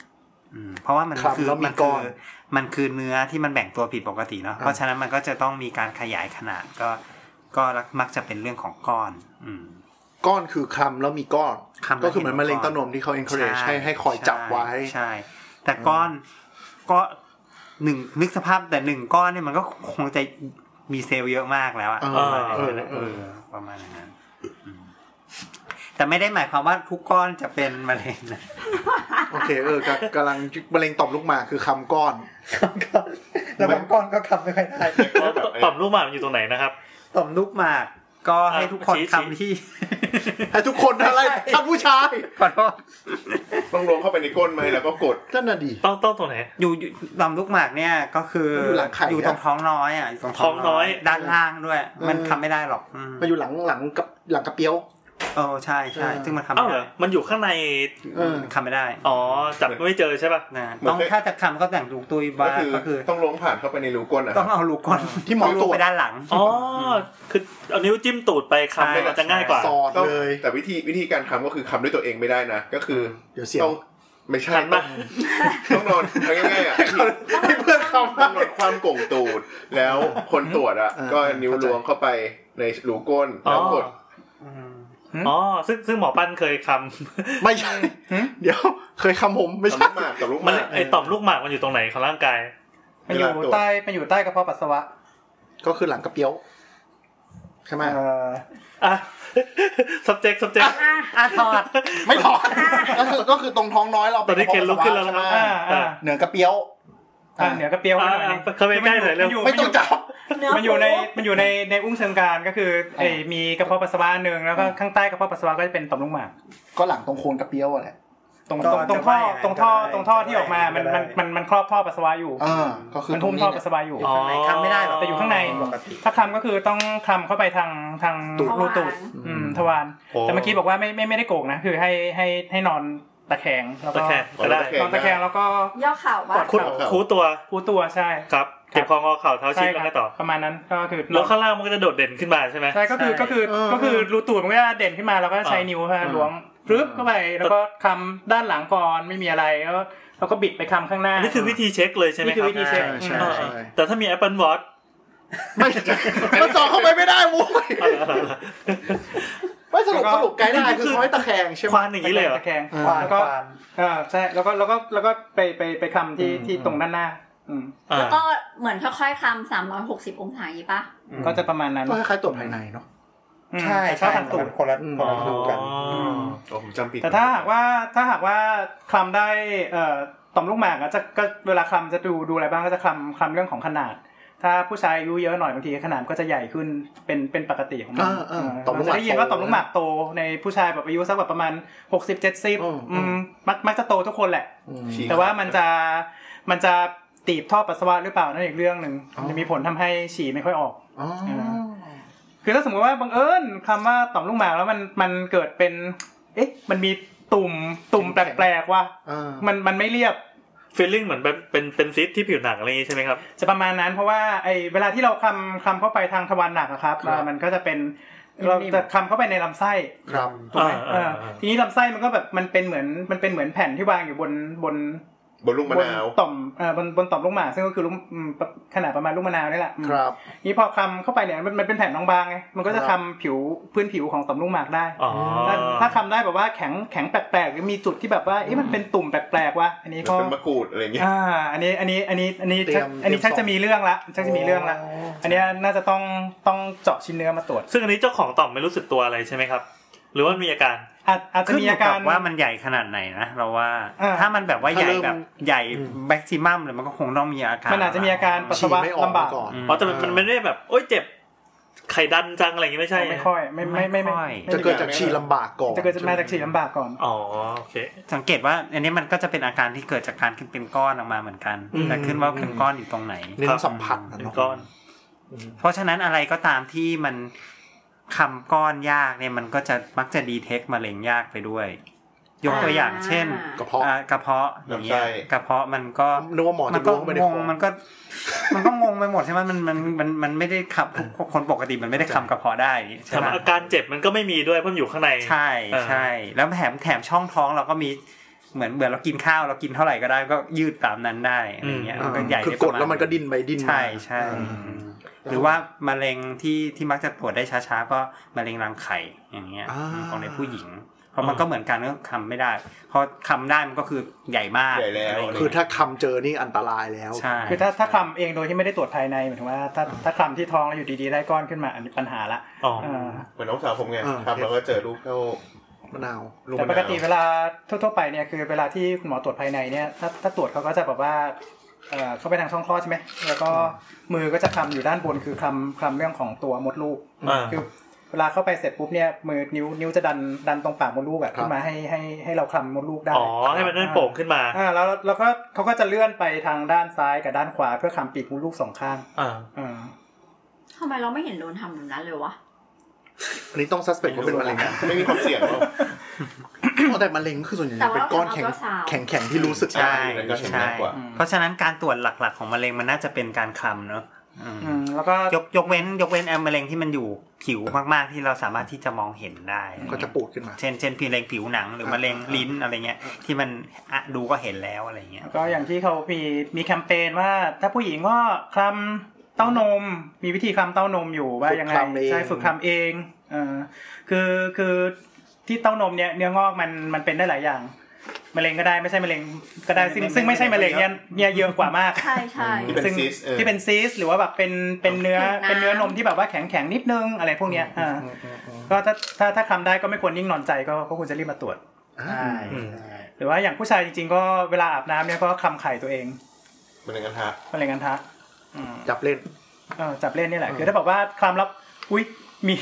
Speaker 3: อืมเพราะว่ามัน
Speaker 5: ครับ
Speaker 3: คือ
Speaker 5: แล้วมี
Speaker 3: มัน
Speaker 5: ก้
Speaker 3: คือ อน มันคือเนื้อที่มันแบ่งตัวผิดปกติเนาะ
Speaker 5: อ่า
Speaker 3: เพราะฉะนั้นมันก็จะต้องมีการขยายขนาดก็ก็มักจะเป็นเรื่องของก้อน อืม
Speaker 5: ก้อนคือคลำแล้วมีก้อน
Speaker 3: คำ
Speaker 5: ก็คือเหมือนมะเร็งเต้านมที่เขา encourage ให้ให้คอยจับไว้
Speaker 3: ใช่ใช่ แต่ก้อนก็หนึ่งนึกสภาพแต่หนึ่งก้อนเนี่ยมันก็คงจะมีเซลล์เยอะมากแล้วอะ
Speaker 5: เออ
Speaker 3: ประมาณอย่างนั้นอะ
Speaker 5: เออเออ
Speaker 3: เออประมาณอย่างนั้นอืมแต่ไม่ได้หมายความว่าทุกก้อนจะเป็นมะเร็งนะ
Speaker 5: โอเคเออก <laughs> ำกำลังมะเร็งต่อมลูกหมากคือคำก้อน
Speaker 3: แล้วบางก้อนก็คำไม่ค่อยได้
Speaker 6: ต่อมลูกหมากมันอยู่ตรงไหนนะครับ
Speaker 3: ต่อมลูกหมากก็ให้ทุกคน
Speaker 6: ชี้ชี้
Speaker 3: คำที่
Speaker 5: ให้ทุกคนอะไรท่านผู้ชาย
Speaker 3: ขอโทษ
Speaker 7: ต้องล้วงเข้าไปในก้นไหมแล้วก็กด
Speaker 5: ท่านน่ะดี
Speaker 6: ต้องต้องตรงไหน
Speaker 3: อยู่อยู่ลำลูกหมากเนี่ยก็คืออยู่
Speaker 5: หลังไข่
Speaker 3: อยู่ตรงท้องน้อยอ่ะอยู่ตรง
Speaker 6: ท้องน้อย
Speaker 3: ด้านล่างด้วย มันทำไม่ได้หรอกอืม
Speaker 5: มาอยู่หลังหลังกับหลังกระเปียว
Speaker 3: เออใช่ใช่
Speaker 5: เออ
Speaker 3: ซึ่งมันทำ
Speaker 6: เอ้า
Speaker 3: ไม่
Speaker 6: เหร
Speaker 3: ได้
Speaker 6: อมันอยู่ข้างใน
Speaker 5: เออ
Speaker 3: ทำไม่ได้
Speaker 6: อ๋อ จับไม่เจอใช่ป่ะ
Speaker 3: นะ
Speaker 7: เหมือน
Speaker 3: ต้อง
Speaker 7: เคย
Speaker 3: ถ้าจะทำก็แต่งลูกตุยบ้าง
Speaker 7: ก็คือ
Speaker 3: ก็คือ
Speaker 7: ต้องล้วงผ่านเข้าไปในรูก้นอ่ะ
Speaker 3: ต้องเอาลูกก้น
Speaker 5: ที่หมอ
Speaker 3: ลู
Speaker 5: ต
Speaker 3: ก
Speaker 5: รวจ
Speaker 3: ไปด้านหลัง
Speaker 6: อ๋อ คือเอานิ้วจิ้มตูดไปคำ
Speaker 3: ใช่
Speaker 6: มันจะง่ายกว่า
Speaker 5: สอด
Speaker 7: ต้อง
Speaker 5: เลย
Speaker 7: แต่วิธีวิธีการคำก็คือคำด้วยตัวเองไม่ได้นะ ก็คือ
Speaker 5: เดี๋ยวเสียง
Speaker 7: ต้องไม่ใช่
Speaker 6: หันมา
Speaker 7: ต้องนอนเอาง่ายๆอ่ะ
Speaker 5: ให้เพื่อนเขา
Speaker 7: ต้องนอนความโก่งตูด แล้วคนตรวจอ่ะ
Speaker 5: เออ
Speaker 7: ก็นิ้วล้วงเข้าไปในรูก้นแล้วกด
Speaker 3: อืม
Speaker 6: อ๋อ ซึ่งซึ่งหมอปั้นเคยค
Speaker 5: ไม่ใช่ เดี๋ยวเคยคำผมไม่
Speaker 7: กับ
Speaker 5: ใช่
Speaker 7: ลูกหมากกับลูก
Speaker 6: ำ
Speaker 7: ห
Speaker 6: มัน
Speaker 7: มาก
Speaker 6: ไอต่อมลูกหมากมันอยู่ตรงไหนของร่างกาย
Speaker 4: มันอยู่ใต้มันอยู่ใต้กระเพาะปัสสาวะ
Speaker 5: ก็คือหลังกระเปียว ใช่ไหม
Speaker 4: เอ่อ
Speaker 6: อ่ะ subject subject
Speaker 2: อ่ะ
Speaker 3: อ่ะถอด
Speaker 5: ไม่ถอดก็คือก็คือตรงท้องน้อยเรา
Speaker 6: ตอนนี้เคนลุกขึ้นแล้วนะ
Speaker 5: ใช่
Speaker 6: ครับ
Speaker 5: ไหม
Speaker 4: อ่าอ่า
Speaker 5: เหนือกระเปียว
Speaker 4: อ่าเหนือกระเปียวไว้
Speaker 6: อ่ะ
Speaker 4: หน่อย
Speaker 6: อ่ะ
Speaker 4: นึง
Speaker 6: เข้าไปใกล้หน่อยเร็ว
Speaker 5: ไม่ต้องจับ
Speaker 2: เนื้อ
Speaker 4: มันอยู่ใน
Speaker 2: ห
Speaker 4: มันอยู่ในในอุ้งเชิงกรานก็คือไอ้
Speaker 5: อ่ามี
Speaker 4: มีกระเพาะปัสสาวะหนึ่งแล้วก็ข้างใต้กระเพาะปัสสาวะก็จะเป็นต่อมลูกหมาก
Speaker 5: ก็หลังตรงโคนกระเปียวอะแหละ
Speaker 4: ตรง
Speaker 3: ก็
Speaker 4: ตรงตรงท่อ
Speaker 3: จะได้
Speaker 4: ตรงท่อ
Speaker 3: จะได้
Speaker 4: ตรงท่อที่ออกมามัน
Speaker 3: จะได้
Speaker 4: มันมันมันครอบท่อปัสสาวะอยู่
Speaker 5: เออก็คือ
Speaker 4: มัน
Speaker 5: ตร
Speaker 4: ทุ่
Speaker 5: ง
Speaker 4: ม
Speaker 5: นี้
Speaker 4: ท่อ
Speaker 5: เนี่
Speaker 4: ปัส
Speaker 5: ย
Speaker 4: สาวะอยู่
Speaker 6: อ๋อ
Speaker 3: ข้างในทำไม่ได้หรอก
Speaker 4: แต่อยู่ข้างใน
Speaker 3: ปกติ
Speaker 4: ถ้าคลำก็คือต้องคลำเข้าไปทางทาง
Speaker 5: ตูด
Speaker 4: รูตูดอืมทวาร
Speaker 6: โอ้
Speaker 4: แต่เมื่อกี้บอกว่าไม่ไม่ไม่ได้โกงนะคือให้ให้ให้นอนตะแคงแล้ว
Speaker 6: ตะ
Speaker 4: ก็
Speaker 6: แคงก็ได้
Speaker 7: ตะแค
Speaker 4: นอนตะแคงแล้วก็
Speaker 2: ย่อเข่าปะ
Speaker 6: คูคูตัว
Speaker 4: คูตัวใช่
Speaker 6: ครับ เก็บคองอเข่าเท้า
Speaker 4: ใช่
Speaker 6: ชี้แล้ว
Speaker 4: ครั
Speaker 6: ก็
Speaker 4: บ
Speaker 6: ต่อ
Speaker 4: ประมาณนั้นก็คือ
Speaker 6: แล้วข้างล่างมันก็จะโดดเด่นขึ้นมาใช่ไหม
Speaker 4: ใช่ก็คือ
Speaker 3: ใช่
Speaker 4: ก็คือ
Speaker 5: เออ
Speaker 4: ก็คือรูตูดมันก็จะเด่นขึ้นมาแล้วก็ใช้
Speaker 6: อ่านิ้
Speaker 4: นิ้วฮะล้วงรึบเข้าไปแล้วก็คำด้านหลังก่อนไม่มีอะไรแล้วแล้วก็บิดไปคำข้างหน้า
Speaker 6: อันนี่คือวิธีเช็คเลยใช่ไหม
Speaker 4: นี่
Speaker 6: ค
Speaker 4: คื
Speaker 6: รับ
Speaker 4: อวิธี
Speaker 5: ใช่ใช่
Speaker 6: เออ
Speaker 5: ใช่
Speaker 6: แต่ถ้ามี Apple Watch
Speaker 5: ไม่มันสอดเข้าไปไม่ได้มุ้ <laughs> ย
Speaker 6: เอาละเอาละ
Speaker 5: ไม่สรุป
Speaker 4: แล้วก็
Speaker 5: สรุปไกด์ได้คือเขาให้ตะแคงใช่ไห
Speaker 6: ค
Speaker 5: ม
Speaker 6: วานอย่างนี้เลยเหรอ
Speaker 4: ตะแคง
Speaker 5: เออ
Speaker 4: แล้วก็เออใช่แล้วก็แล้วก็แล้วก็ไปไปไปคำที่
Speaker 3: อืม
Speaker 4: ที่ตรงด้านหน้า อืม
Speaker 6: อ่า
Speaker 2: แล้วก็เหมือนค่อยๆคำสามร้อยหกสิบองศาอย่างงี้ปะ
Speaker 4: ก็จะประมาณนั้น
Speaker 5: ก็คล้ายๆตรวจภายในเนาะ
Speaker 4: อืม
Speaker 3: ใช่
Speaker 4: แต่
Speaker 3: ใช่
Speaker 4: ถ้าทางตูด
Speaker 3: มันคนละ
Speaker 5: อืม
Speaker 3: คนละดูกัน
Speaker 6: อ๋อ
Speaker 7: โอ้ผมจำผิด
Speaker 4: แต่ถ้าหากว่าถ้าหากว่าคลำได้เอ่อต่อมลูกหมากอะจะก็เวลาคลำจะดูดูอะไรบ้างก็จะคลำคลำเรื่องของขนาด ถ้าผู้ชายอายุเยอะหน่อยบางทีขนาดก็จะใหญ่ขึ้นเป็นเป็นปกติของมัน
Speaker 5: อ่าอ่า
Speaker 4: เ
Speaker 5: ต่อมลูกหมาก
Speaker 4: เราจะได้ยินว่าต่อมลูกหมากโตในผู้ชายแบบอายุสักแบบประมาณ 60 70
Speaker 5: อืม
Speaker 4: อืมมักมักจะโตทุกคนแหละ
Speaker 5: อืม
Speaker 7: ชี้
Speaker 4: แต่ว่ามันจะมันจะตีบท่อปัสสาวะหรือเปล่านั่นอีกเรื่องหนึ่ง
Speaker 5: อ๋อ
Speaker 4: จะมีผลทำให้ฉี่ไม่ค่อยออก
Speaker 5: อ๋อ
Speaker 4: คือถ้าสมมติว่าบังเอิญคำว่าต่อมลูกหมากแล้วมันมันเกิดเป็น เอ๊ะ มันมีตุ่มตุ่มแปลกๆว่ะ
Speaker 5: เออ
Speaker 4: มันมันไม่เรียบ
Speaker 6: ฟีลลิ่งเหมือนแบบเป็นเป็นซิสที่ผิวหนังอะไรอย่างงี้ใช่ไหมครับ
Speaker 4: จะประมาณนั้น เพราะว่าไอเวลาที่เราคำคำเข้าไปทางทวารหนักอะครับ
Speaker 5: ครับ
Speaker 4: อ่ามันก็จะเป็นเราจะคำเข้าไปในลำไส้
Speaker 5: ครับ
Speaker 4: ถูกไหม
Speaker 6: อ่าอ่าอ่า
Speaker 4: เออทีนี้ลำไส้มันก็แบบมันเป็นเหมือนมันเป็นเหมือนแผ่นที่วางอยู่บนบน
Speaker 7: บนลูกมะนาว
Speaker 4: บต่อมเอ่อบนบนต่อมลูกหมากซึ่งก็คือลูกอืมขนาดประมาณลูกมะนาวนี่แหละอืม
Speaker 5: ครับ
Speaker 4: นี่พอคำเข้าไปเนี่ยมันมันเป็นแผ่นบางๆไงมันก็จะ
Speaker 5: ครับ
Speaker 4: คำผิวพื้นผิวของต่อมลูกหมากได้
Speaker 6: อ๋อ
Speaker 4: ถ้าถ้าคำได้แบบว่าแข็งแข็งแปลกๆหรือมีจุดที่แบบว่าเอ๊ะมันเป็นตุ่มแปลกๆวะอันนี้
Speaker 7: แล้ว
Speaker 4: ก็
Speaker 7: เป็นมะกรูดอะไรอย่างเงี้ย
Speaker 4: อ่าอันนี้อันนี้อันนี้อันนี้
Speaker 5: เตรียม
Speaker 4: อันนี้
Speaker 5: เตรียม
Speaker 4: ชัก
Speaker 5: ส่
Speaker 4: จะ
Speaker 5: ง
Speaker 4: มีเรื่องละชักจะมีเรื่องละอันเนี้ยน่าจะต้องต้องเจาะชิ้นเนื้อมาตรวจ
Speaker 6: ซึ่งอันนี้เจ้าของต่อมไม่รู้สึกตัวอะไรใช่ไหมครับ หรือว่ามีอาการ
Speaker 4: อาจอาจจะ
Speaker 3: ขึ้น
Speaker 4: มี
Speaker 3: อยู่
Speaker 4: อา
Speaker 3: กั
Speaker 4: กา
Speaker 3: บ
Speaker 4: ร
Speaker 3: ว่ามันใหญ่ขนาดไหนนะเราว่า
Speaker 4: อ่า
Speaker 3: ถ้ามันแบบว่าใหญ่
Speaker 5: ถ้าเริ่ม
Speaker 3: แบบใหญ่แม็กซิมัมเลยมันก็คงต้องมีอาการ
Speaker 4: มันอาจจะมีอาการปัส
Speaker 5: ฉี่
Speaker 4: สาวะ
Speaker 5: ไม่ออก
Speaker 4: ลำบาก
Speaker 5: มาก่อน
Speaker 3: ม
Speaker 6: อ๋อแต่มันมันไม่ได้แบบ โอ๊ยเจ็บ ไข่ดันจังอะไรอย่างงี้ไม่ใช่
Speaker 4: ไม่ค่อยไม่ไม่ไม่ไม่
Speaker 3: ไม่ค่อย
Speaker 4: ไม่
Speaker 5: จะเกิดจากฉี่ลำบากก่อน
Speaker 4: จะเกิดจากมาจากฉี่ลำบากก่อน
Speaker 6: อ๋อโอเค
Speaker 3: สังเกตว่า อันนี้มันก็จะเป็นอาการที่เกิดจากการขึ้นเป็นก้อนออกมาเหมือนกัน
Speaker 6: อืม
Speaker 3: แต่ขึ้นว่าเป็นก้อนอยู่ตรงไหน
Speaker 5: เน้นสัมผัสนะ
Speaker 6: เป็น
Speaker 5: เนาะ
Speaker 6: ก้อน
Speaker 3: เพราะฉะนั้นอะไรก็ตามที่มันคำก้อนยากเนี่ยมันก็จะมักจะดีเทคมะเร็งยากไปด้วย ยกตัวอย่างเช่น
Speaker 5: กระเพาะ
Speaker 3: อ่ากระเพาะอย่างเงี้ย
Speaker 7: ลำไส้
Speaker 3: กระเพาะมันก็
Speaker 5: นึกว่าหมอ
Speaker 3: มั
Speaker 5: จะ
Speaker 3: ก็
Speaker 5: ล้วงไปใน
Speaker 3: ง
Speaker 5: ค
Speaker 3: ง
Speaker 5: อ
Speaker 3: มันก็ <laughs> มันก็งงไปหมดใช่ไหมมันมันมันมันไม่ได้ขับคนปกติมันไม่ได้คำกระเพาะได้ใช่
Speaker 6: แต่
Speaker 3: ไหม
Speaker 6: อาการเจ็บมันก็ไม่มีด้วยเพราะมันอยู่ข้างใน
Speaker 3: ใช่
Speaker 6: เออ
Speaker 3: ใช่แล้วแถมแถมช่องท้องเราก็มีเหมือนเหมือนเรากินข้าวเรากินเท่าไหร่ก็ได้ก็ยืดตามนั้นได้อะไรเงี้ย
Speaker 5: อืม
Speaker 3: มันก็ใหญ่
Speaker 5: คือกดแล้วมันก็ดิ้นไปดิ้นมา
Speaker 3: ใช่ใช่หรือว่ามะเร็งที่ที่มักจะตรวจได้ช้าๆก็มะเร็งรังไข่อย่างเงี้ย
Speaker 5: อ่า
Speaker 3: ของในผู้หญิง เพราะมันก็เหมือนกันก็คำไม่ได้พอคำได้มันก็คือใหญ่มาก
Speaker 7: ใหญ่แล้ว
Speaker 3: ะไรเงี้ย
Speaker 5: คือถ้าคำเจอนี่อันตรายแล้ว
Speaker 3: ใช่
Speaker 4: คือถ้าถ้าคลำเองโดยที่ไม่ได้ตรวจภายในหมายถึงว่าถ้าถ้าคลำที่ท้องแล้วอยู่ดีๆได้ก้อนขึ้นมาอันนี้ปัญหาละ
Speaker 6: อ๋อ
Speaker 4: เออ
Speaker 7: เหมือนน้องสาวผมไง
Speaker 5: อ่า
Speaker 7: ครับแล้วก็เจอรูปเข้าม
Speaker 5: ะนาว
Speaker 7: ลูก
Speaker 4: แต่ป
Speaker 7: มะ
Speaker 4: ก
Speaker 7: นาว
Speaker 4: ติเวลาทั่วๆไปเนี่ยคือเวลาที่คุณหมอตรวจภายในเนี่ยถ้าถ้าตรวจเขาก็จะแบบว่าเอ่อเข้าไปทางช่องคลอดใช่ไหมแล้วก็มือก็จะคลำอยู่ด้านบนคือคลำคลำเรื่องของตัวมดลูก
Speaker 6: อ่า
Speaker 4: คือ ลาเข้าไปเสร็จปุ๊บเนี่ยมือนิ้วนิ้วจะดันดันตรงปากมดลูกอะขึ้นมาให้ให้ให้เราคลำมดลูกได้
Speaker 6: อ๋อให้มันนั่นโป่งขึ้นมา
Speaker 4: อ่าแล้วแล้วก็เขาก็จะเลื่อนไปทางด้านซ้ายกับด้านขวาเพื่อคลำปีกมดลูกสองข้าง
Speaker 6: อ่า
Speaker 4: อ่า
Speaker 2: ทำไมเราไม่เห็นโดนทำแบบนั้นเลยวะ
Speaker 5: อันนี้ต้องซัสเปกว่าเป็นมะเร็งนะ
Speaker 7: ไม่มีความเสี่ยงหรอก
Speaker 5: เพราะแต่มะเร็งคือส่วนใหญ่
Speaker 2: แต่ว่า
Speaker 5: เป็นก้อนแข็ง
Speaker 2: เราทำ ultrasound
Speaker 5: แข็งแข็งๆที่รู้สึกได้
Speaker 3: ใช่
Speaker 7: แล้วก็เห็น
Speaker 3: ใช่
Speaker 7: มากกว่า
Speaker 4: อืม
Speaker 3: เพราะฉะนั้นการตรวจหลักๆ ของมะเร็งมันน่าจะเป็นการคลำเนอะอืม
Speaker 4: อืมแล้วก็
Speaker 3: ยกยกเว้นยกเว้นแอมมะเร็งที่มันอยู่ผิวมากๆที่เราสามารถที่จะมองเห็นได้
Speaker 5: ก็จะปูดขึ้นมา
Speaker 3: เช่นเช่นมะเร็งผิวหนังหรือมะเร็งลิ้นอะไรเงี้ยที่มันอะดูก็เห็นแล้วอะไรเงี้ย
Speaker 4: แล้วก็อย่างที่เขามีมีแคมเปญว่าถ้าผู้หญิงก็คลำเต้านม มีวิธีคลำเต้านมอยู่ว่ายังไง
Speaker 5: ฝึกคลำเอง
Speaker 4: ใช่ฝึกคลำเองเออคือคือที่เต้านมเนี่ยเนื้องอกมันมันเป็นได้หลายอย่างมะเร็งก็ได้ไม่ใช่มะเร็งก็ได้ซึ่งซึ่งไม่ใช่มะเร็งเนี่ยเนี่ยเยอะกว่ามาก
Speaker 2: ใช่ใช่
Speaker 7: ที่เป็น
Speaker 4: ซึ่ง
Speaker 7: cyst เออ
Speaker 4: ที่เป็นซีสหรือว่าแบบเป็นเป็นเนื้อ
Speaker 2: เป็นน้ำ
Speaker 4: เป็นเนื้อนมที่แบบว่าแข็งแข็งๆนิดนึงอะไรพวกเนี้ยอ่าก็ถ้าถ้าถ้าคลำได้ก็ไม่ควรนิ่งนอนใจก็ก็ควรจะรีบมาตรวจ
Speaker 5: อ่า
Speaker 6: อืม
Speaker 5: ใช่
Speaker 4: หรือว่าอย่างผู้ชายจริง ๆ ก็เวลาอาบน้ำเนี่ยก็คลำไข่ตัวเอง
Speaker 7: มันเป็นกันทะ
Speaker 4: มะเร็งอันทะอืม
Speaker 5: จับเล่น
Speaker 4: เออจับเล่นนี่แหละ คือถ้าบอกว่าคลำรับอุ้ยมี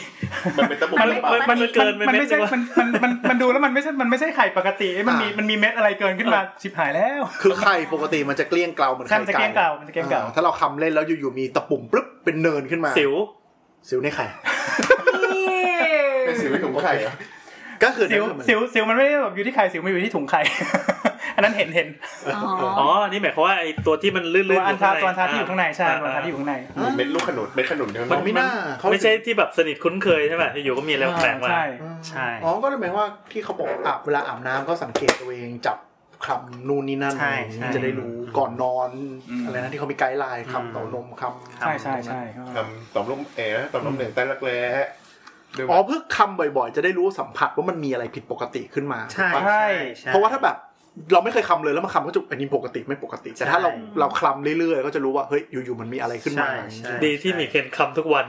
Speaker 7: มันเป็นตะบุ
Speaker 4: มัน
Speaker 7: หรือเปล่า
Speaker 6: มันมันเกินไป
Speaker 4: มัน
Speaker 6: เม็ด
Speaker 4: ไม่
Speaker 6: หรื
Speaker 4: ใช่
Speaker 6: อว่า
Speaker 4: มันมันมันมันดูแล้วมันไม่ใช่มันไม่ใช่ไข่ปกติเอ้ยมันมี
Speaker 5: อ่ามั
Speaker 4: มันมีเม็ดอะไรเกินขึ้นมาชิบหายแล้ว
Speaker 5: คือไข่ปกติมันจะเกลี้ยงเกลาเหมือน
Speaker 4: ใช่
Speaker 5: ไข่
Speaker 4: มันจะ
Speaker 5: ไก่
Speaker 4: เกลี้ยงเกลามันจะเกลี้ยงเกลา
Speaker 5: อ่ถ้าเราคำเล่นแล้วอยู่ๆมีตะปุ่มปึ๊บเป็นเนินขึ้นมา
Speaker 6: สิว
Speaker 5: สิวในไข่
Speaker 7: เป็นสิวไม่ถุงไข่เหรอ
Speaker 5: ก็คือ
Speaker 4: สิว
Speaker 5: มัน
Speaker 4: สิวสิวมันไม่ได้แบบอยู่ที่ไข่สิวมันอยู่ที่ถุงไข่ <laughs> อันนั้นเห็นเห็น
Speaker 2: อ๋
Speaker 6: อ๋อ
Speaker 2: อ
Speaker 6: นี่หมายความว่าไอ้ตัวที่มันลื่นๆ
Speaker 4: ตัว
Speaker 6: ยู่
Speaker 4: อันทา
Speaker 6: ข้งใ
Speaker 4: ตัวอันทาที่อยู่ข้างในใช่ตัวอันทาที่อยู่ข้างใน
Speaker 5: อ่า
Speaker 7: เม็ดลูกขนุนเม็ดขนุนทั้ง
Speaker 5: มั
Speaker 7: นั้น
Speaker 5: ไม่น่าเขา
Speaker 6: ไม่ใช่ที่แบบสนิทคุ้นเคยใช่ไหมอยู่ๆก็มีอะไรแปลกมา
Speaker 4: ใช่
Speaker 3: ใช่
Speaker 5: อ๋อ ก็เลยหมายว่าที่เขาบอกอาบเวลาอาบน้ำก็สังเกตตัวเองจับคำนู่นนี่นั่น
Speaker 3: ใช่
Speaker 5: อย่างนี้
Speaker 3: ใช่
Speaker 5: จะได้รู้ก่อนนอน อะไรนะที่เขามีไกด์ไลน์
Speaker 3: อืม
Speaker 5: คำต่อนมคำ
Speaker 4: ใช่ใช่ใช่
Speaker 7: ทำต่อมลูกเอ๋นะต่อมลูกเหนืองใต้รักแร้ดู
Speaker 5: อ๋อเพื่อคำบ่อยๆ จะได้รู้สัมผัสว่ามันมีอะไรผิดปกติขึ้นมา
Speaker 3: ใช่
Speaker 5: ถูกปะ
Speaker 3: ใช่
Speaker 5: เพราะว่าถ้าแบบเราไม่เคยคำเลยแล้วมาคำก็จะอันนี้ปกติไม่ปกติ แต่ถ้าเราเราคลำเรื่อยๆ ก็จะรู้ว่าเฮ้ยอยู่ๆมันมีอะไรขึ้นมา
Speaker 3: ใช่ใช่
Speaker 6: ดีที่มีเคนคำทุกวัน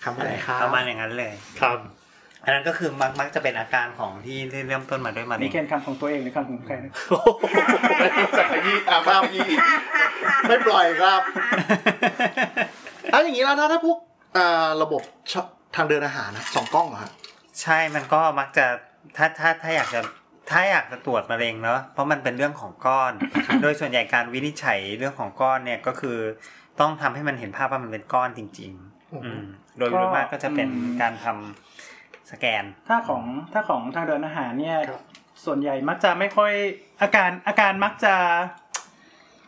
Speaker 6: <laughs>
Speaker 5: คำอะไรครั
Speaker 3: ป
Speaker 5: บ
Speaker 3: ระมาณอย่างนั้นเลย
Speaker 6: คำ
Speaker 3: อันนั้นก็คือมักมักจะเป็นอาการของที่เริ่มต้นมาด้วยมะ
Speaker 4: นี่
Speaker 3: เร็ง
Speaker 4: เกณฑ์คำของตัวเองหรือคำของใครนะ
Speaker 6: โอ้โห
Speaker 7: จักรยีอาบ้ายีอีก
Speaker 5: ไม่ปล่อยครับ เอาอย่างนี้แล้วถ้าถ้าพวกอ่าระบบชทางเดินอาหารนะสองกล้องเหรอฮะ
Speaker 3: ใช่มันก็มักจะถ้าถ้าถ้าอยากจะถ้าอยากจะตรวจมะเร็งเนาะเพราะมันเป็นเรื่องของก้อน โดยส่วนใหญ่การวินิจฉัยเรื่องของก้อนเนี่ยก็คือต้องทำให้มันเห็นภาพว่ามันเป็นก้อนจริง
Speaker 5: อืม
Speaker 3: ๆ อืมโดยโดยมากก็จะเป็นการทำสแกน
Speaker 4: ถ้าของถ้าของทางเดินอาหารเนี่ย
Speaker 5: ครับ
Speaker 4: ส่วนใหญ่มักจะไม่ค่อยอาการอาการมักจะ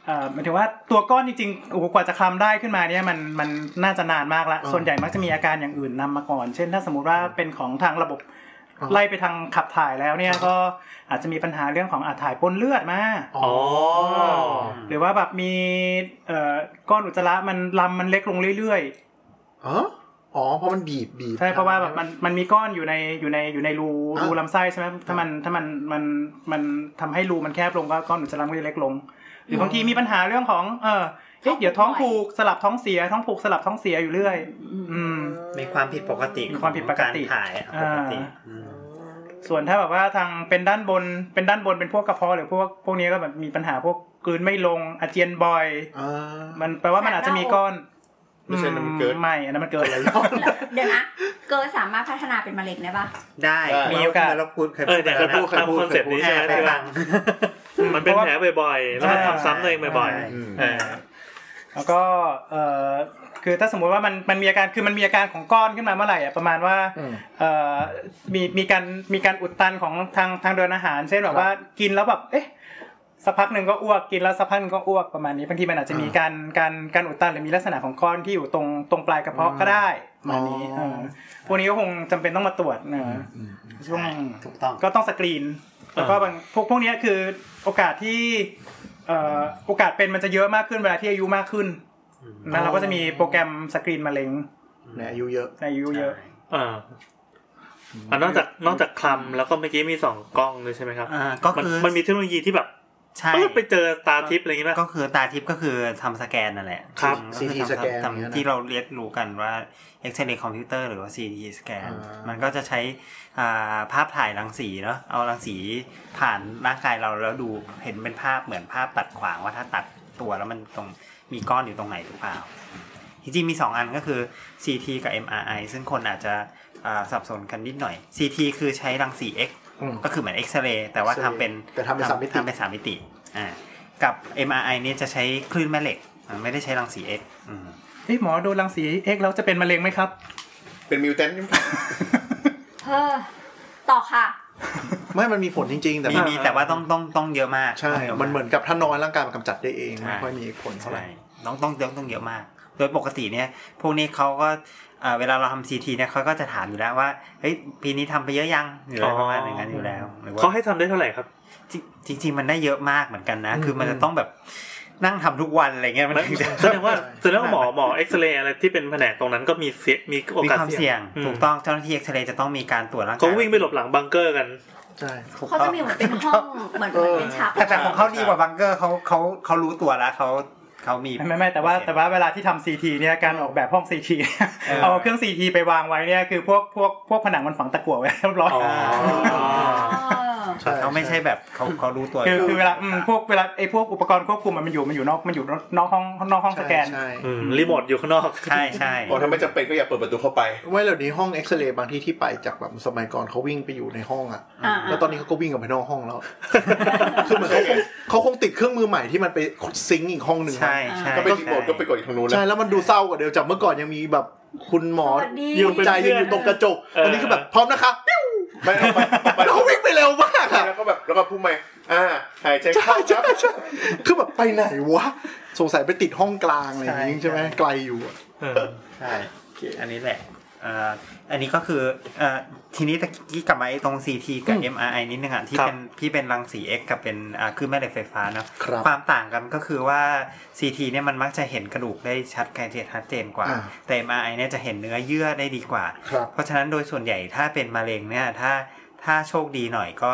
Speaker 4: เอ่อหมายถึงว่าตัวก้อนจริงๆโอ้โหกว่าจะคลำได้ขึ้นมาเนี่ยมันมันน่าจะนานมากละ
Speaker 5: อ่า
Speaker 4: ส่วนใหญ่มักจะมีอาการอย่างอื่นนำมาก่อน เช่น ถ้าสมมติว่าเป็นของทางระบบ
Speaker 5: อ่า
Speaker 4: ไล่ไปทางขับถ่ายแล้วเนี่ยก็อาจจะมีปัญหาเรื่องของอาจถ่ายปนเลือดมา
Speaker 5: อ๋อ
Speaker 6: อ๋อ
Speaker 4: หรือว่าแบบมีเอ่อก้อนอุจจาระมันลำมันเล็กลงเรื่อย
Speaker 5: อ๋ออ๋อเพราะมันบีบบีบ
Speaker 4: ๆใช่เพราะว่าแบบมันมันมีก้อนอยู่ในอยู่ในอยู่ในรู
Speaker 5: อ่ารู
Speaker 4: รูลำไส้ใช่ไหมถ้ามันถ้ามันมันมันทำให้รูมันแคบลงก็ก้อนอุจจาระมันก็จะเล็กลง หรือบางทีมีปัญหาเรื่องของ เออเอ๊ะเดี๋ยวท้องผูกสลับท้องเสียท้องผูกสลับท้องเสียอยู่เรื่อย อืม
Speaker 3: มีความผิดปกติ
Speaker 4: มีความผิดปกติ
Speaker 3: ของารถ่ายอ่ะ
Speaker 4: อ่า
Speaker 3: ปกติอืม
Speaker 4: ส่วนถ้าแบบว่าทางเป็นด้านบน เป็นด้านบนเป็นพวกกระเพาะหรือพวกพวกนี้ก็แบบมีปัญหาพวกกลืนไม่ลงอาเจียนบ่อย
Speaker 5: อ่า
Speaker 4: มันแปลว่ามันอาจจะมีก้อน
Speaker 7: ไม่ใช่น้ำมันเกิด
Speaker 4: อืไม่อันนั้นมันเกิด
Speaker 2: เดี๋ยวนะ เกิดสามารถพัฒนาเป็นมะเร็งได้ปะ
Speaker 3: ได้
Speaker 7: ได้
Speaker 3: มีโอกาสเราพูดเคย
Speaker 6: เออ
Speaker 3: พูดไป
Speaker 6: เนี่ย
Speaker 3: แล้วนะ
Speaker 6: เราตามคอนเซปต์นี้ใช่ไหม
Speaker 3: ไป
Speaker 6: ที่
Speaker 3: ฟั
Speaker 6: ว่าง มันเป็นแผลบ่อยๆ แล้วมันทำซ้ำตัวเองบ่อย
Speaker 3: ใช่
Speaker 7: อืม
Speaker 6: ๆเออ
Speaker 4: แล้วก็เออคือถ้าสมมุติว่ามันมันมีอาการคือมันมีอาการของก้อนขึ้นมาเมื่อไหร่อ่ะประมาณว่าเออมีมีการมีการอุดตันของทางทางเดินอาหาร เช่นแบบว่ากินแล้วแบบเอ๊ะสักพักหนึ่งก็อ้วกกินแล้วสักพักหนึงก็อ้วกประมาณนี้บางทีมันอาจจะมีการการการอุดตันหรือมีลักษณะของก้อนที่อยู่ตรงตรงปลายกระเพาะก็ได้ประมาณนี้เออพวกนี้ก็คงจำเป็นต้องมาตรวจเอออช่วง
Speaker 3: ถูกต้อง
Speaker 4: ก็ต้องสกรีน แล้วก็บางพวกพวกเนี้ยคือโอกาสที่เอ่อโอกาสเป็นมันจะเยอะมากขึ้นเวลาที่อายุมากขึ้น
Speaker 3: อืม
Speaker 4: นะเราก็จะมีโปรแกรมสกรีนมะเร็ง
Speaker 5: ในอายุเยอะ
Speaker 4: ในอายุเยอะ
Speaker 6: อ่าอ่ะนอกจากนอกจากคลำแล้วก็เมื่อกี้มีสองกล้องด้วยใช่ไหมครับ
Speaker 3: อ่าก็
Speaker 6: มัน
Speaker 3: คือ
Speaker 6: มันมีเทคโนโลยีที่แบบ
Speaker 3: ใช่
Speaker 6: เออไปเจอตาทิพย์อะไรอย่างงี้ป่ะ
Speaker 3: ก็คือตาทิพย์ก็คือทำสแกนนั่นแหละ
Speaker 6: ครับ
Speaker 3: ก็คือ
Speaker 5: CT สแกน
Speaker 3: ทำ
Speaker 5: เนี่ยนะ
Speaker 3: ที่เราเรียกรู้กันว่าเอ็กซเรย์คอมพิวเตอร์หรือว่า CT สแกน
Speaker 5: อ่ามั
Speaker 3: มันก็จะใช้อ่าภาพถ่ายรังสีเนาะเอารังสีผ่านร่างกายเราแล้วดูเห็นเป็นภาพเหมือนภาพตัดขวางว่าถ้าตัดตัวแล้วมันตรงมีก้อนอยู่ตรงไหนหรือเปล่า จริงๆมีสองอันก็คือ CT กับ MRI ซึ่งคนอาจจะอ่าสับสนกันนิดหน่อย CT คือใช้รังสี X
Speaker 5: อืม
Speaker 3: ก็คือเหมือนเอ็กซเรย์แต่ว่าทำเป็น
Speaker 5: แต่ทำเป็นสามมิติ
Speaker 3: ทำเป็นสามมิติอ่ากับ MRI เนี่ยจะใช้คลื่นแม่เหล็กอ่าไม่ได้ใช้รังสี X อืม
Speaker 4: เอ้ยหมอดูรังสีเอ็กซ์แล้วจะเป็นมะเร็งไหมครับ
Speaker 7: เป็นมิวแทนต์
Speaker 2: เฮ้อต่อค่ะ
Speaker 5: ไม่มันมีผลจริง ๆ แต่
Speaker 3: มี
Speaker 5: มัน
Speaker 3: มีแต่ว่าต้องต้องต้องเยอะมาก
Speaker 5: ใช่
Speaker 3: ต้องยะาก
Speaker 5: มันเหมือนกับถ้านอนร่างกายมันกำจัดได้เอง
Speaker 3: ใช่
Speaker 5: ไม่ค่อยมีผลเท่าไห
Speaker 3: ใช่
Speaker 5: ร่
Speaker 3: ต้องต้องต้องต้องเยอะมาก โดยปกติเนี่ยพวกนี้เขาก็เอ่อเวลาเราทำซีทีเนี่ยเขาก็จะถามอยู่แล้วว่าเฮ้ยปีนี้ทำไปเยอะยังหรืออะไรประมาณอย่างนั้นอยู่แล้วหรือว่า
Speaker 6: เขาให้ทำได้เท่าไหร่ครับ
Speaker 3: จริงจริง ๆ มันได้เยอะมากเหมือนกันนะ คือมันจะต้องแบบนั่งทำทุกวันอะไรเงี้ยมันถึงจะ
Speaker 6: แสดงว่าแสดงว่าหมอหมอเอ็กซเรย์อะไรที่เป็นแผนกตรงนั้นก็มีเสียมีโอ
Speaker 3: มี
Speaker 6: กาส
Speaker 3: ความ
Speaker 6: เสี่
Speaker 3: เสี่
Speaker 6: ยง
Speaker 3: ยง
Speaker 6: อืม
Speaker 3: ถูกต้องเจ้าหน้าที่เอ็กซเรย์จะต้องมีการตรวจร่างกาย
Speaker 6: เขาวิ่งไปหลบหลังบังเกอร์กัน
Speaker 5: ใช่
Speaker 3: ถูก
Speaker 2: เขา
Speaker 3: ต้
Speaker 2: จะ
Speaker 3: อง
Speaker 2: มีเหมือนเป็นห้องเหมือนเหมือนเป็นฉาก
Speaker 3: แต่แต่ของเขาดีกว่าบังเกอร์เขาเขาเขารู้ตัวแล้วเขาเขามี
Speaker 4: ไม่ไม่ไม่แต่ว่าแต่ว่าเวลาที่ทำซีทีเนี่ยการออกแบบห้องซีที
Speaker 3: เออ
Speaker 4: เอาเครื่องซีทีไปวางไว้เนี่ยคือพวกพวกพวกผนังมันฝังตะกั่วไว้ <laughs> เรียบร้อย
Speaker 6: อ๋อ
Speaker 5: ใช่
Speaker 3: เขาไม่ใช่แบบเขาเขารู้ตัว
Speaker 4: คือคือเวลาอืมพวกเวลาไอ้พวกอุปกรณ์ควบคุมอะมันอยู่มันอยู่นอกมันอยู่นอกห้องนอกห้องสแกน
Speaker 5: ใช่
Speaker 6: อืมรีโมทอยู่ข้างนอก
Speaker 3: ใช่ใช่
Speaker 7: บอกถ้าไม่จำเป็นก็อย่าเปิดประตูเข้าไป
Speaker 5: ไว้เหล่านี้ห้องเอ็กซเรย์บางที่ที่ไปจากแบบสมัยก่อนเขาวิ่งไปอยู่ในห้องอ่ะ
Speaker 2: อ่า
Speaker 5: แล้วตอนนี้เขาก็วิ่งออกไปนอกห้องแล้ว <laughs> คือเหมือนเขาคงเขาคงติดเครื่องมือใหม่ที่มันไปซิงก์อีกห้องหนึ่ง
Speaker 3: ใช่ใช่
Speaker 7: ก็ไป
Speaker 3: ใช่
Speaker 7: ที่โบสถ์ก็ไปกดอีกทางนู้นแล้
Speaker 5: ใช่
Speaker 7: ว
Speaker 5: แล้วมันดูเศร้ากว่าเดิมจากเมื่อก่อนยังมีแบบคุณหมอ
Speaker 2: สวัสดี
Speaker 5: ยืนใจยืนอยู่ตรงกระจก
Speaker 6: เออ
Speaker 5: ตอนนี้คือแบบพร้อมนะคะ <laughs> ปิ้ว
Speaker 7: ไม่เอาไปไป
Speaker 5: แล้วเขาวิ่งไปเร็วมากอะ
Speaker 7: แล้วก็แบบแล้วก็พุ่งไปอ่าหายใจ
Speaker 5: ใช่
Speaker 7: เข้าค
Speaker 5: ใช่
Speaker 7: รับ
Speaker 5: ใช่คือแบบไปไหนวะสงสัยไปติดห้องกลางอะไรอย่างงี้
Speaker 4: ใช่
Speaker 5: ใช่ไหมไกลอยู่อะ
Speaker 6: เออ
Speaker 3: ใช่อันนี้แหละเอ่ออันนี้ก็คือเอ่อทีนี้ตะกี้กลับมาไอ้ตรง CT กับ
Speaker 5: อืม
Speaker 3: MRI นิดนึงอ่ะที่
Speaker 6: ครับ
Speaker 3: เป็นที่เป็นรังสี X กับเป็นอ่าคลื่นแม่เหล็กไฟฟ้าเนอะ
Speaker 5: ครับ
Speaker 3: ความต่างกันก็คือว่า CT เนี่ยมันมักจะเห็นกระดูกได้ชัดไกลเจนชัดเจนกว่า
Speaker 5: อ่า
Speaker 3: แต่ MRI เนี่ยจะเห็นเนื้อเยื่อได้ดีกว่า
Speaker 5: ครับ
Speaker 3: เพราะฉะนั้นโดยส่วนใหญ่ถ้าเป็นมะเร็งเนี่ยถ้าถ้าโชคดีหน่อยก็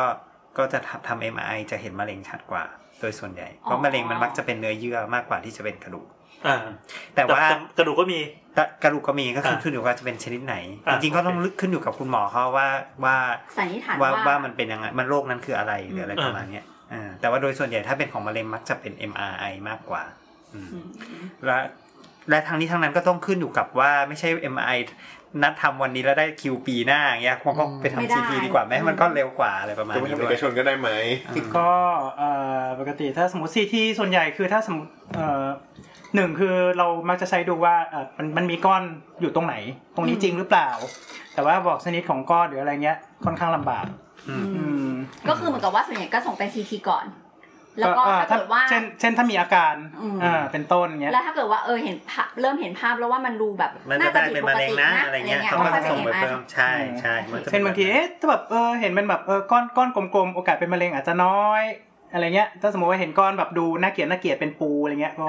Speaker 3: ก็จะทำทำ MRI จะเห็นมะเร็งชัดกว่า โดยส่วนใหญ่เพราะมะเร็งมันมักจะเป็นเนื้อเยื่อมากกว่าที่จะเป็นกระดูก
Speaker 6: อ่า
Speaker 3: แต่ว่า
Speaker 6: กระดูกก็มี
Speaker 3: แต่กระดูกก็มีก็คือ
Speaker 6: อ่ะ
Speaker 3: ขึ้นอยู่ว่าจะเป็นชนิดไหน
Speaker 6: อ่ะ
Speaker 3: จริงๆก็ต้อง
Speaker 6: โอเค
Speaker 3: ลึกขึ้นอยู่กับคุณหมอเขาว่าว่า
Speaker 2: สันนิษฐาน
Speaker 3: ว่า
Speaker 2: ว่า
Speaker 3: ว่ามันเป็นยังไงมันโรคนั้นคืออะไรหรืออะไรประมาณเนี้ยอ่าแต่ว่าโดยส่วนใหญ่ถ้าเป็นของมะเร็งมักจะเป็น MRI มากกว่าอืมและและทั้งนี้ทั้งนั้นก็ต้องขึ้นอยู่กับว่าไม่ใช่ MRI นัดทำวันนี้แล้วได้คิวปีหน้าอย่างเงี้ยคงก็ไป
Speaker 2: ไม่ได้
Speaker 3: ทำซีทีดีกว่าไหมมันก็เร็วกว่าอะไรประมาณ
Speaker 7: จะไป
Speaker 3: นี้
Speaker 7: ทำเอ
Speaker 3: ด้ว
Speaker 7: ก
Speaker 3: ย
Speaker 7: ชนก็ได้ไหม
Speaker 4: ก็เอ่อปกติถ้าสมมติซีทีส่วนใหญ่คือถ้าสมมติเอ่อหนึ่งคือเรามักจะใช้ดูว่าเอ่อมันมันมีก้อนอยู่ตรงไหน ตรงนี้จริงหรือเปล่า แต่ว่าบอกชนิดของก้อนหรืออะไรเงี้ยค่อนข้างลำบาก
Speaker 3: อืม
Speaker 4: อืม
Speaker 2: ก็คือเหมือนกับว่าส่วนใหญ่ก็ส่งไปซีทีก่อน แล้วก็
Speaker 4: เอ่อ
Speaker 2: ถ้าเกิดว่า
Speaker 4: เช่นเช่นถ้ามีอาการ
Speaker 2: อืม
Speaker 4: อ่าเป็นต้นเงี้ย
Speaker 2: แล้วถ้าเกิดว่าเออเห็นภาพเริ่มเห็นภาพแล้วว่ามันดูแบบ
Speaker 3: มัน
Speaker 2: น่า
Speaker 3: จะ
Speaker 2: จะ
Speaker 3: ได้
Speaker 2: ผิ
Speaker 3: เป็
Speaker 2: ดปก
Speaker 3: นมะเร็ง
Speaker 2: ติ
Speaker 3: นะ
Speaker 2: นะ
Speaker 3: อะ
Speaker 2: อะไร ไร
Speaker 3: เงี้
Speaker 2: เงี้
Speaker 3: ย
Speaker 2: ย
Speaker 3: เขา
Speaker 2: ก็
Speaker 3: ก็
Speaker 2: ค่อย
Speaker 3: จะ
Speaker 2: ไป
Speaker 3: ส่งไป
Speaker 2: เอ็
Speaker 3: เพิ่
Speaker 2: ม
Speaker 3: มใช่ใช่มัจะ
Speaker 4: เช่นบางทีเอ๊ะถ้าแบบเออเห็นเป็นแบบเออก้อนก้อนกลมๆ โอกาสเป็นมะเร็งอาจจะน้อยอะไรเงี้ยถ้าสมมติว่าเห็นก้อนแบบดูน่าเกลียดน่าเกลียดเป็นปูอะไรเงี้ยก็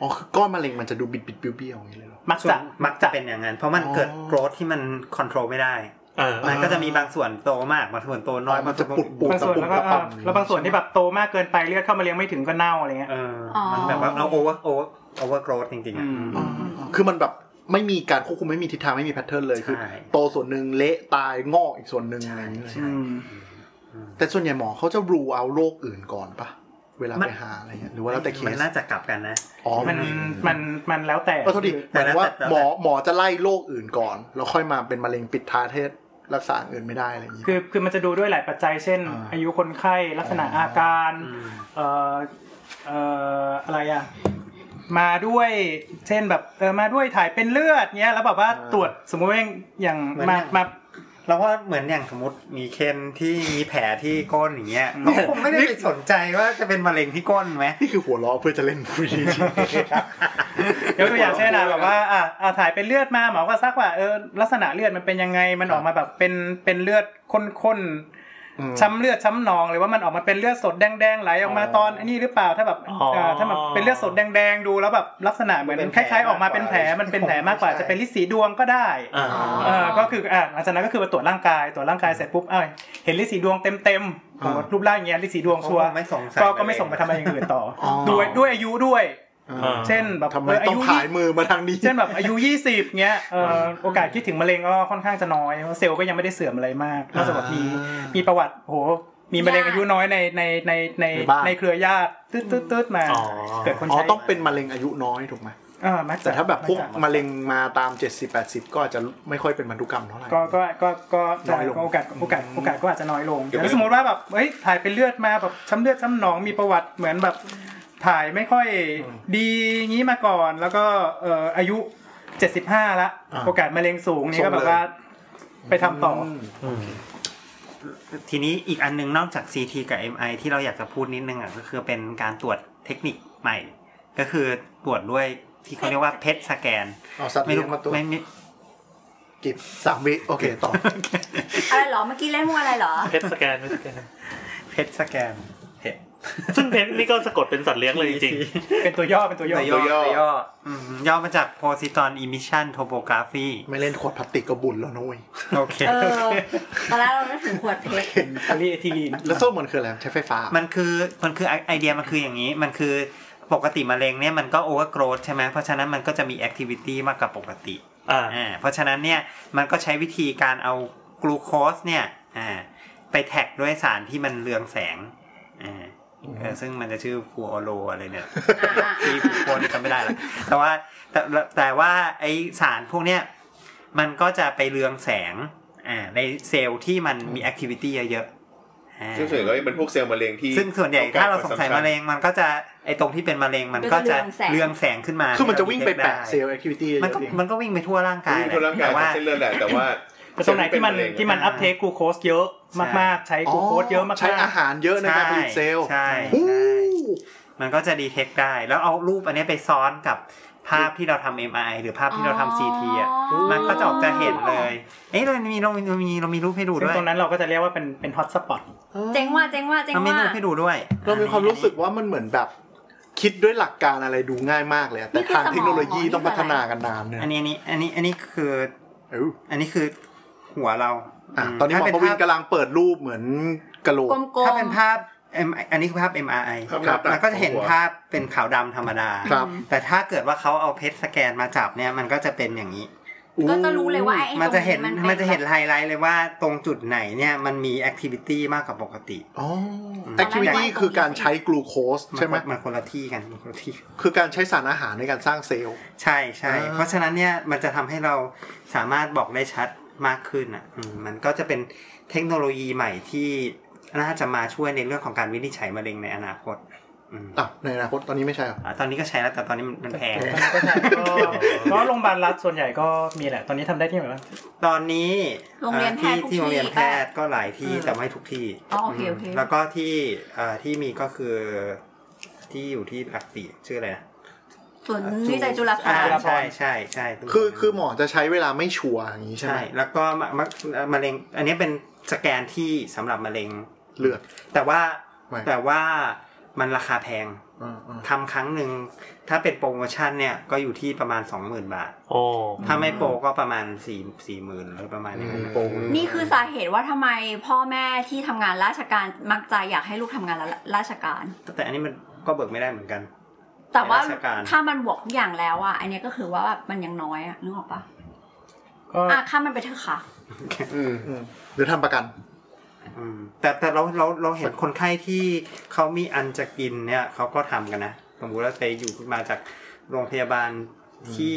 Speaker 5: อ๋อคือก้อนมะเร็งมันจะดูบิดบิดๆเบี้ยวๆอย่างนี้เลยเหรอ
Speaker 4: มัก
Speaker 3: ส่ว
Speaker 4: จะ
Speaker 3: นมักจะเป็นอย่างนั้น เพราะมัน
Speaker 5: อ๋อ
Speaker 3: เกิดโกรธที่มันคอนโทรลไม่ได้
Speaker 6: เออ
Speaker 3: มันก็จะมีบางส่วนโตมากบางส่วนโตน้อย
Speaker 5: มันจะ
Speaker 3: บางส่วน
Speaker 5: ปุดปุด
Speaker 4: บาง
Speaker 5: ตะ
Speaker 4: ส่วน
Speaker 5: ปุ่ม
Speaker 4: แล้วก็
Speaker 5: ตะ
Speaker 4: เอ
Speaker 5: ปั่
Speaker 4: อน แล้วบางส่วนที่แบบโตมากเกินไปเลือดเข้ามาเลี้ยงไม่ถึงก็เน่าอะไรเงี้ย
Speaker 3: เออมันแบบว่าเราโอเวอร์โอเวอร์โอเวอร์โกรธจริงๆอ่ะ
Speaker 4: อืม
Speaker 5: คือมันแบบไม่มีการควบคุมไม่มีทิศทางไม่มีแพทเทิร์นเลยคือ
Speaker 3: ใช่
Speaker 5: โตส่วนหนึ่งเละตายงอกอีกส่วนหนึ่งอะไรอย่างเงี้ย
Speaker 4: อืม
Speaker 5: แต่ส่วนใหญ่หมอเขาจะรูเอาโรคอื่นก่อนปะเวลาไปหาอะไรเงี้ยหรือว่าแล้วแต่เค
Speaker 3: มัน
Speaker 5: ส
Speaker 3: น่าจะกลับกันนะ
Speaker 5: อ๋อมั
Speaker 4: มัน นมันมันแล้วแต่
Speaker 5: ก็โทษทีหมายถึงว่า
Speaker 3: แต่ละแต่ละ
Speaker 5: หมอหมอจะไล่โรคอื่นก่อน แล้วค่อยมาเป็นมะเร็งปิดท้ายเทศรักษาอื่นไม่ได้อะไรอย่างเงี้ย
Speaker 4: คือคือมันจะดูด้วยหลายปัจจัย เช่น
Speaker 5: อ่า
Speaker 4: อายุคนไข้ลักษณะอาการเอ่อเอ่ออะไรอ่ะมาด้วยเช่นแบบเออมาด้วยถ่ายเป็นเลือดเงี้ยแล้วแบบว่าตรวจสมมุติว่าอย่าง
Speaker 3: เหมือน
Speaker 4: มา
Speaker 3: อย่าง
Speaker 4: มา
Speaker 3: เราว่าเหมือนอย่างสมมติมีเคนที่มีแผลที่ก้นอย่างเงี้ยเราคงไม่ได้ไปสนใจว่าจะเป็นมะเร็งที่ก้นไหม
Speaker 5: นี่คือหัวล้อเพื่อจะเล่นคุย
Speaker 4: ยกตัวอย่างเช่นอะแบบว่าอ่ะอ่ะถ่ายเป็นเลือดมาหมอก็ซักว่าเออลักษณะเลือดมันเป็นยังไงมันออกมาแบบเป็นเป็นเลือดข้นๆช้ำเลือดช้ำหนองหรือว่ามันออกมาเป็นเลือดสดแดงๆไหลออกมาตอนอันนี้หรือเปล่าถ้าแบบเอ่อถ้าแบบเป็นเลือดสดแดงๆดูแล้วแบบลักษณะเหมือน
Speaker 3: เป็นแผ
Speaker 4: ค
Speaker 3: ล
Speaker 4: ล้ายๆออกมาเป็นแผลมันเป็นแผลมากกว่าจะเป็นลิสีดวงก็ได้
Speaker 6: อ่า
Speaker 4: เออก็คืออ่ะหลังจากนั้นก็คือมาตรวจร่างกายตรวจร่างกายเสร็จปุ๊บเอ้ยเห็นลิสีดวงเต็มๆโอ้โหรูปร่างอย่างเงี้ยลิสีดวงชัวร์
Speaker 3: ไม่สงสัย
Speaker 4: ก็ก็ไม่ส่งไปทำอะไรอย่างอื่นต่อ
Speaker 5: อ๋อ
Speaker 4: ด้วยด้วยอายุด้วย
Speaker 6: อ่า
Speaker 4: เช่นแบบ
Speaker 5: ทำไม
Speaker 4: เอออา
Speaker 5: ต้อง
Speaker 4: ยุ
Speaker 5: ผายมือมาทางนี้
Speaker 4: เช่นแบบอายุ 20เงี้ยเอ่อโอกาสคิดถึงมะเร็งก็ค่อนข้างจะน้อยเพราะเซลล์ก็ยังไม่ได้เสื่อมอะไรมากนอกจากแบบมีมีประวัติโหมีมะเร็งอายุน้อยในในในในในเครือญาติตืดตืดตืดมา
Speaker 6: อ๋อ
Speaker 4: เกิดคน
Speaker 5: อ๋อ
Speaker 4: ใช้
Speaker 5: ต้องเป็นมะเร็งอายุน้อยถูกไหม
Speaker 4: เออมาจาก
Speaker 5: แต่ถ้าแบบพวก
Speaker 4: มจ
Speaker 5: มะเร็งมาตาม 70-80 ก็อาจจะไม่ค่อยเป็นพันธุกรรมเท่าไหร่
Speaker 4: ก็ก็ก็ก็
Speaker 5: น้อยลง
Speaker 4: ก็โอกาสโอกาสโอกาสก็อาจจะน้อยลง
Speaker 7: เดี๋ยว
Speaker 4: แต่ถ้าสมมติว่าแบบเฮ้ยถ่ายเป็นเลือดมาแบบช้ำเลือดช้ำหนองมีประวัติเหมือนแบบถ่ายไม่ค่อยดีอย่างนี้มาก่อน แล้วก็เอ่ออายุ 75ละ
Speaker 5: อ่า
Speaker 4: โอกาสมะเร็งสูงนี่ก็
Speaker 5: ส่งเล
Speaker 4: แบ
Speaker 5: ย
Speaker 4: บว่าไปทำต่ออ
Speaker 3: ทีนี้อีกอันหนึงนอกจาก CT กับ MI ที่เราอยากจะพูดนิดนึงอ่ะก็คือเป็นการตรวจเทคนิคใหม่ ก็คือตรวจด้วยที่เขาเรียกว่าเพ t สแกน
Speaker 5: เอาสัตว์
Speaker 3: ไม่
Speaker 5: เลี้
Speaker 3: รู้
Speaker 5: ยงมาตัว
Speaker 3: ไม่ไม่
Speaker 5: กิบสามวิโอเคต่อ
Speaker 2: อะไรเหรอเมื่อกี้เล่นมุกอะไรเหรอ
Speaker 6: เพชรสแกนไม่สแกน
Speaker 3: เพชสแกนเพช
Speaker 6: ซึ่งเพชรนี่ก็สะกดเป็นสัตว์เลี้ยงเลยจริง
Speaker 4: เป็นตัวย่อเป็นตัวย่อ
Speaker 3: ตัวย่อตัวย่ออืมย่อมาจาก Positron Emission Topography
Speaker 5: ไม่เล่นขวดพลาสติกก็บุญแล้วนุ้ย
Speaker 3: โอเค
Speaker 2: เออตอนแรกเรานึกถึงขวดเพชร
Speaker 4: คาลีเอทิลีน
Speaker 5: แล้วส้มมันคืออะไรใช้ไฟฟ้า
Speaker 3: มันคือมันคือไอไอเดียมันคืออย่างนี้ มันคือปกติมะเร็งเนี่ยมันก็โอเวอร์โกรธใช่ไหมเพราะฉะนั้นมันก็จะมีแอคทิวิตี้มากกว่าปกติ <laughs>
Speaker 6: ๆ อ่า
Speaker 3: อ่าเพราะฉะนั้นเนี่ยมันก็ใช้วิธีการเอากลูโคสเนี่ยอ่าไปแท็กด้วยสารที่มันเรืองแสงอ่าเออซึ่งมันจะชื่อฟูออโรอะไรเนี่ย <laughs>
Speaker 2: อ่า
Speaker 3: ที่ผู้คนจำไม่ได้ละแต่ว่าแต่แต่ว่าไอสารพวกเนี้ยมันก็จะไปเรืองแสงอ่าในเซลล์ที่มันมีแอคทิวิตี้เยอะๆอ่า
Speaker 7: ซึ่งส่วนใหญ่ก็เป็นพวกเซลล์มะเร็งที่
Speaker 3: ซึ่งส่วนใหญ่
Speaker 7: ต้อก
Speaker 3: ถ้าเราสงสัย
Speaker 7: คว
Speaker 3: มะเร็งมันก็จะไอตรงที่เป็นมะเร็งมันก็จะเรืองแสงขึ้นมา
Speaker 5: คือมันจะวิ่งไปแปะเซล
Speaker 3: ล์
Speaker 5: ล์แอคทิวิตี้
Speaker 3: มันก็
Speaker 5: เอง
Speaker 3: มันก็วิ่งไปทั่วร่างกาย
Speaker 7: วิ่งเข้าร่างกาย
Speaker 3: แต่ว่า
Speaker 7: ทางเส้นเลือดแหละแต่ว่า
Speaker 4: แต่ตรงไหนที่มันที่มันอัพเทคกลูโคสเยอะมากๆ ใช้กลูโคสเยอะมากๆ
Speaker 5: ใช้อาหารเยอะในการผลิตเซลล์
Speaker 3: ใช่
Speaker 5: อู้
Speaker 3: ใช่มันก็จะดีเทคได้ แล้วเอารูปอันเนี้ยไปซ้อนกับภาพที่เราทำ MRI หรือภาพที่เราทำ CT อ่ะ
Speaker 2: อ๋อ
Speaker 3: มันก็จะออกจะเห็นเลย เอ้ยเรามีเรามีเรามีเรามีรูปให้ดู
Speaker 4: ซึ่
Speaker 3: ด้
Speaker 4: ง
Speaker 3: วย
Speaker 4: ตรงนั้นเราก็จะเรียกว่าเป็นเป็นฮอตสปอต
Speaker 2: เจ๋งว่ะเจ๋งว่ะเจ๋ง
Speaker 3: เรามี
Speaker 2: ว่ะ
Speaker 3: รูปให้ดูด้วย
Speaker 5: เรามีความรู้สึกว่ามันเหมือนแบบ คิดด้วยหลักการอะไรดูง่ายมากเลยอะแต่ทางเทคโนโลยีต้องพัฒนากันนานเนี่ย
Speaker 3: อันนี้อันนี้อันนี้อันนี้คือ
Speaker 5: เอ้า
Speaker 3: อันนี้คือหัวเรา
Speaker 5: อ่ะตอนนี้หมอ
Speaker 3: ถ้า
Speaker 5: ป
Speaker 3: เป็
Speaker 5: ระวิน
Speaker 3: ภาพ
Speaker 5: กำลังเปิดรูปเหมือนกะโหลก
Speaker 2: กลม
Speaker 3: ถ้าเป็นภาพ MRI อันนี้คือภาพ MRI
Speaker 7: ภาพ
Speaker 5: ครับ
Speaker 7: หน้าตา
Speaker 3: มันก็จะเห็น
Speaker 7: ของว
Speaker 3: ภาพเป็นขาวดำธรรมดา
Speaker 5: ครับ
Speaker 3: แต่ถ้าเกิดว่าเขาเอาเพชรสแกนมาจับเนี่ยมันก็จะเป็นอย่างนี้
Speaker 2: ๆก็จะรู้เลยว่าไอ้
Speaker 3: มันจะเห็น
Speaker 2: ตรง
Speaker 3: มันจะเห็นไฮไลท์เลยว่าตรงจุดไหนเนี่ยมันมีแอคทิวิตี้มากกว่าปกติ
Speaker 5: อ๋อ activity คือการใช้กลูโคสใช่ไหม
Speaker 3: นคนมันคนละที่กันมันคนละที่
Speaker 5: คือการใช้สารอาหารในการสร้างเซลล์
Speaker 3: ใช่ใช่
Speaker 5: อ่า
Speaker 3: เพราะฉะนั้นเนี่ยมันจะทำให้เราสามารถบอกได้ชัดมากขึ้นอ่ะอืมมันก็จะเป็นเทคโนโลยีใหม่ที่น่าจะมาช่วยในเรื่องของการวินิจฉัยมะเร็งในอนาคตอืม
Speaker 5: อ่ะในอนาคตตอนนี้ไม่ใช่เหรอ
Speaker 3: อ่าตอนนี้ก็ใช้แล้วแต่ตอนนี้มันมันแพง
Speaker 4: ก็โรงพยาบาลรัฐส่วนใหญ่ก็มีแหละ ตอนนี้ทำได้ที่ไหนบ้าง
Speaker 3: ตอนนี้
Speaker 2: โรงเรียนแพทย์
Speaker 3: อ่อที่ที่โรงเรียนแพทย์ก็หลายที่
Speaker 5: เออ
Speaker 3: แต่ไม่ทุกที่
Speaker 2: อ๋อโอเคโอเค
Speaker 3: แล้วก็ที่อ่าที่มีก็คือที่อยู่ที่หลักสี่ชื่ออะไรนะ
Speaker 2: ส่วนวิจัยจุฬาภ
Speaker 3: อ่าร
Speaker 2: ณ์
Speaker 3: ใช่ใช่ใช่
Speaker 5: คือคือหมอจะใช้เวลาไม่ชัวร์อย่างนี้ใช่ไหม
Speaker 3: ใช่ แล้วก็มะมะมะเร็ง อันนี้เป็นสแกนที่สำหรับมะเร็ง
Speaker 5: เลือด
Speaker 3: แต่ว่า
Speaker 5: ไม่
Speaker 3: แต่ว่ามันราคาแพง
Speaker 5: อ่าอ่า
Speaker 3: ทำครั้งหนึ่งถ้าเป็นโปรโมชั่นเนี่ยก็อยู่ที่ประมาณ 20,000 บาท
Speaker 6: โอ้
Speaker 3: ถ้าไม่โปรก็ประมาณ4 4 0,000ื่นหรือประมาณนี้
Speaker 5: โปร
Speaker 2: นี่คือสาเหตุว่าทำไมพ่อแม่ที่ทำงานราชการมักจะอยากให้ลูกทำงานราราชการ
Speaker 3: แต่อันนี้มันก็เบิกไม่ได้เหมือนกัน
Speaker 2: แต่ว่า
Speaker 3: ราชการ
Speaker 2: ถ้ามันบวกทุกอย่างแล้วอ่ะอันเนี้ยก็คือว่าแบบมันยังน้อยอ่ะนึกออกปะ
Speaker 4: ก็
Speaker 2: อ่ะข้ามมันไปเถอะค่ะ
Speaker 7: อืม
Speaker 5: อืมหรือทำประกัน
Speaker 3: อืมแต่แต่เราเราเราเห็นคนไข้ที่เขามีอันจะกินเนี่ยเขาก็ทำกันนะสมมติว่าไปอยู่มาจากโรงพยาบาลที่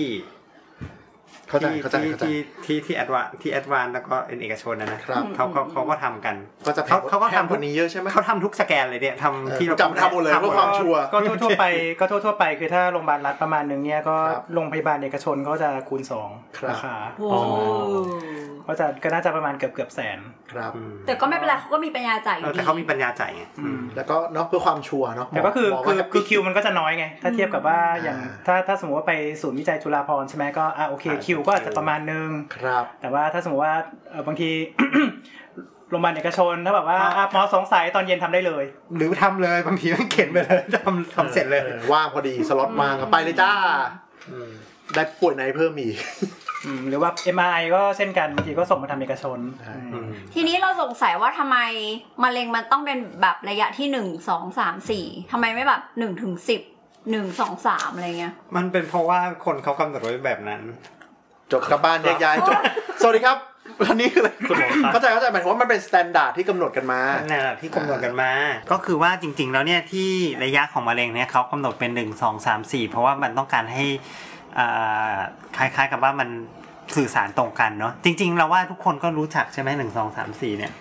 Speaker 5: เข้าใจ
Speaker 3: ที่
Speaker 5: เข้าใจ
Speaker 3: ที่
Speaker 5: เข้าใจ
Speaker 3: ที่ที่ที่แอดวานที่แอดวานแล้วก็เป็นเอกชนนะนะครับ เขาเขาเขาก็ทำกัน
Speaker 5: ก็จะ
Speaker 3: เขาเขาก็
Speaker 5: แพง
Speaker 3: ทำ
Speaker 5: กว่านี้เยอะใช่ไหม
Speaker 3: เขาทำทุกสแกนเลยเนี่ยทำ
Speaker 5: เออ
Speaker 3: ที่เรา
Speaker 5: จำทำหมดเลยเพื่อความ ชัวร์
Speaker 4: ก็ทั่วๆไป <laughs> ก็ทั่วๆไปคือถ้าโรงพยาบาลรัฐประมาณหนึ่งเนี่ยก็
Speaker 5: ครับ
Speaker 4: โรงพยาบาลเอกชนก็จะคูณสอง
Speaker 5: ครับ
Speaker 4: ราคา
Speaker 2: โอ้
Speaker 6: อ๋อ
Speaker 4: ก็จะก็น่าจะประมาณเกือบเกือบๆแสน
Speaker 5: ครับ
Speaker 3: อืม
Speaker 2: แต่ก็ไม่เป็นไรเขาก็มีปัญญาจ่ายอ
Speaker 3: เออยู่
Speaker 2: ดี
Speaker 3: แต่เขามีปัญญาจ่ายไง
Speaker 5: แล้วก็เนาะเพื่อความชัวร์เนาะ
Speaker 4: แต่ก็คือ
Speaker 5: หม
Speaker 4: คือ
Speaker 5: ว่า
Speaker 4: คือคิวมันก็จะน้อยไง ถ้าเทียบกับว่า
Speaker 5: อืม
Speaker 4: อย่างถ้าถ้าสมมติว่าไปศูนย์วิจัยจุฬาภรณ์ใช่ไหมก็อ่ะโอเคคิวก็อาจจะประมาณนึง
Speaker 5: ครับ
Speaker 4: แต่ว่าถ้าสมมติว่าเอ่อบางที <coughs> โรงพยาบาลเอกชนถ้าแบบว่าอ่ะหมอสงสัยตอนเย็นทำได้เลย
Speaker 3: หรือทำเลยบางทีมันเข็นไป
Speaker 5: <laughs>
Speaker 3: เลยทำทำเสร็จเลย
Speaker 5: เออว่างพอดีสล็อตว่างก็ไปเลยจ้า ได้ป่วยในเพิ่มอีก
Speaker 4: อืมหรือว่า MRI ก็เช่นกันบางทีก็ส่งมาทำเอกชน
Speaker 5: ใช่
Speaker 4: อืม
Speaker 2: ทีนี้เราสงสัยว่าทำไมมะเร็งมันต้องเป็นแบบระยะที่หนึ่งสองสามสี่ทำไมไม่แบบหนึ่งถึงสิบหนึ่งสองสามอะไรเงี้ย
Speaker 3: มันเป็นเพราะว่าคนเขากำหนดไว้แบบนั้น
Speaker 5: จบกลับบ้านแยกย้ายจบ สวัสดีครับอันนี้คืออะไร
Speaker 6: คุณหมอครับ
Speaker 5: เข้าใจเข้าใจหมายถึงว่ามันเป็นสแตนดาร์ดที่กำหนดกันมา
Speaker 3: นั่นแหละที่กำหนดกันมา ก็คือว่าจริงๆ แล้วเนี่ยที่ระยะของมะเร็งเนี่ยเขากำหนดเป็น 1 2 3 4 เพราะว่ามันต้องการให้ อ่าคล้ายๆกับว่ามันสื่อสารตรงกันเนาะจริง ๆ เราว่าทุกคนก็รู้จักใช่ไหมหนึ่งสองสามสี่เนี่ย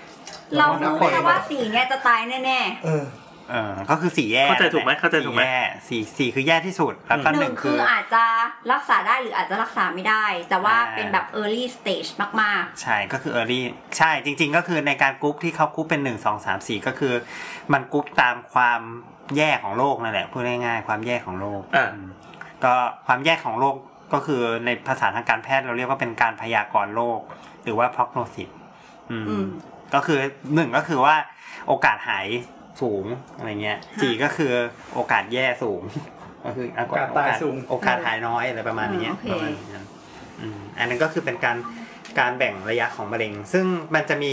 Speaker 2: เรารู้แค่ว่าสีเนี่ยจะตายแน่
Speaker 5: เออ
Speaker 3: เออก็คือสี่แย่
Speaker 6: เข้าใจถูกไหมเข้าใจถูกไหม
Speaker 3: สี่แย่สี่สี่คือแย่ที่สุดแล้วก็
Speaker 2: ๆห
Speaker 3: ห
Speaker 2: นึ่
Speaker 3: นึ่
Speaker 2: ง
Speaker 3: ง
Speaker 2: คื
Speaker 3: คืออ
Speaker 2: อาจจะรักษาได้หรืออาจจะรักษาไม่ได้ แต่ว่า
Speaker 3: อ่า
Speaker 2: เป็นแบบ early stage มาก
Speaker 3: ใช่ก็คือ early ใช่จริง ๆ ก็คือในการกรุ๊ปที่เขากรุ๊ปเป็นหนึ่งสองสามสี่ก็คือ มันกรุ๊ปตามความแย่ของโลกนั่นแหละพูดง่ายๆความแย่ของโลก
Speaker 6: อ่า
Speaker 3: มก็ความแย่ของโลกก็คือในภาษาทางการแพทย์เราเรียกว่าเป็นการพยากรณ์โรคหรือว่า prognosis อืม
Speaker 2: ๆ อืม
Speaker 3: ก็คือหนึ่งก็คือว่าโอกาสหายสูงอะไรเงี้ยสี่ก็คือโอกาสแย่สูง ก็คือโอกาส
Speaker 4: โอกาสตายสูง
Speaker 3: โอกาสหายน้อยอะไรประมาณอย่างเงี้ย
Speaker 2: อืม
Speaker 3: ป
Speaker 2: โอเค
Speaker 3: ระมาณอย่างนั้นอืมอันนั้นก็คือเป็นการการแบ่งระยะของมะเร็ง ซึ่งมันจะมี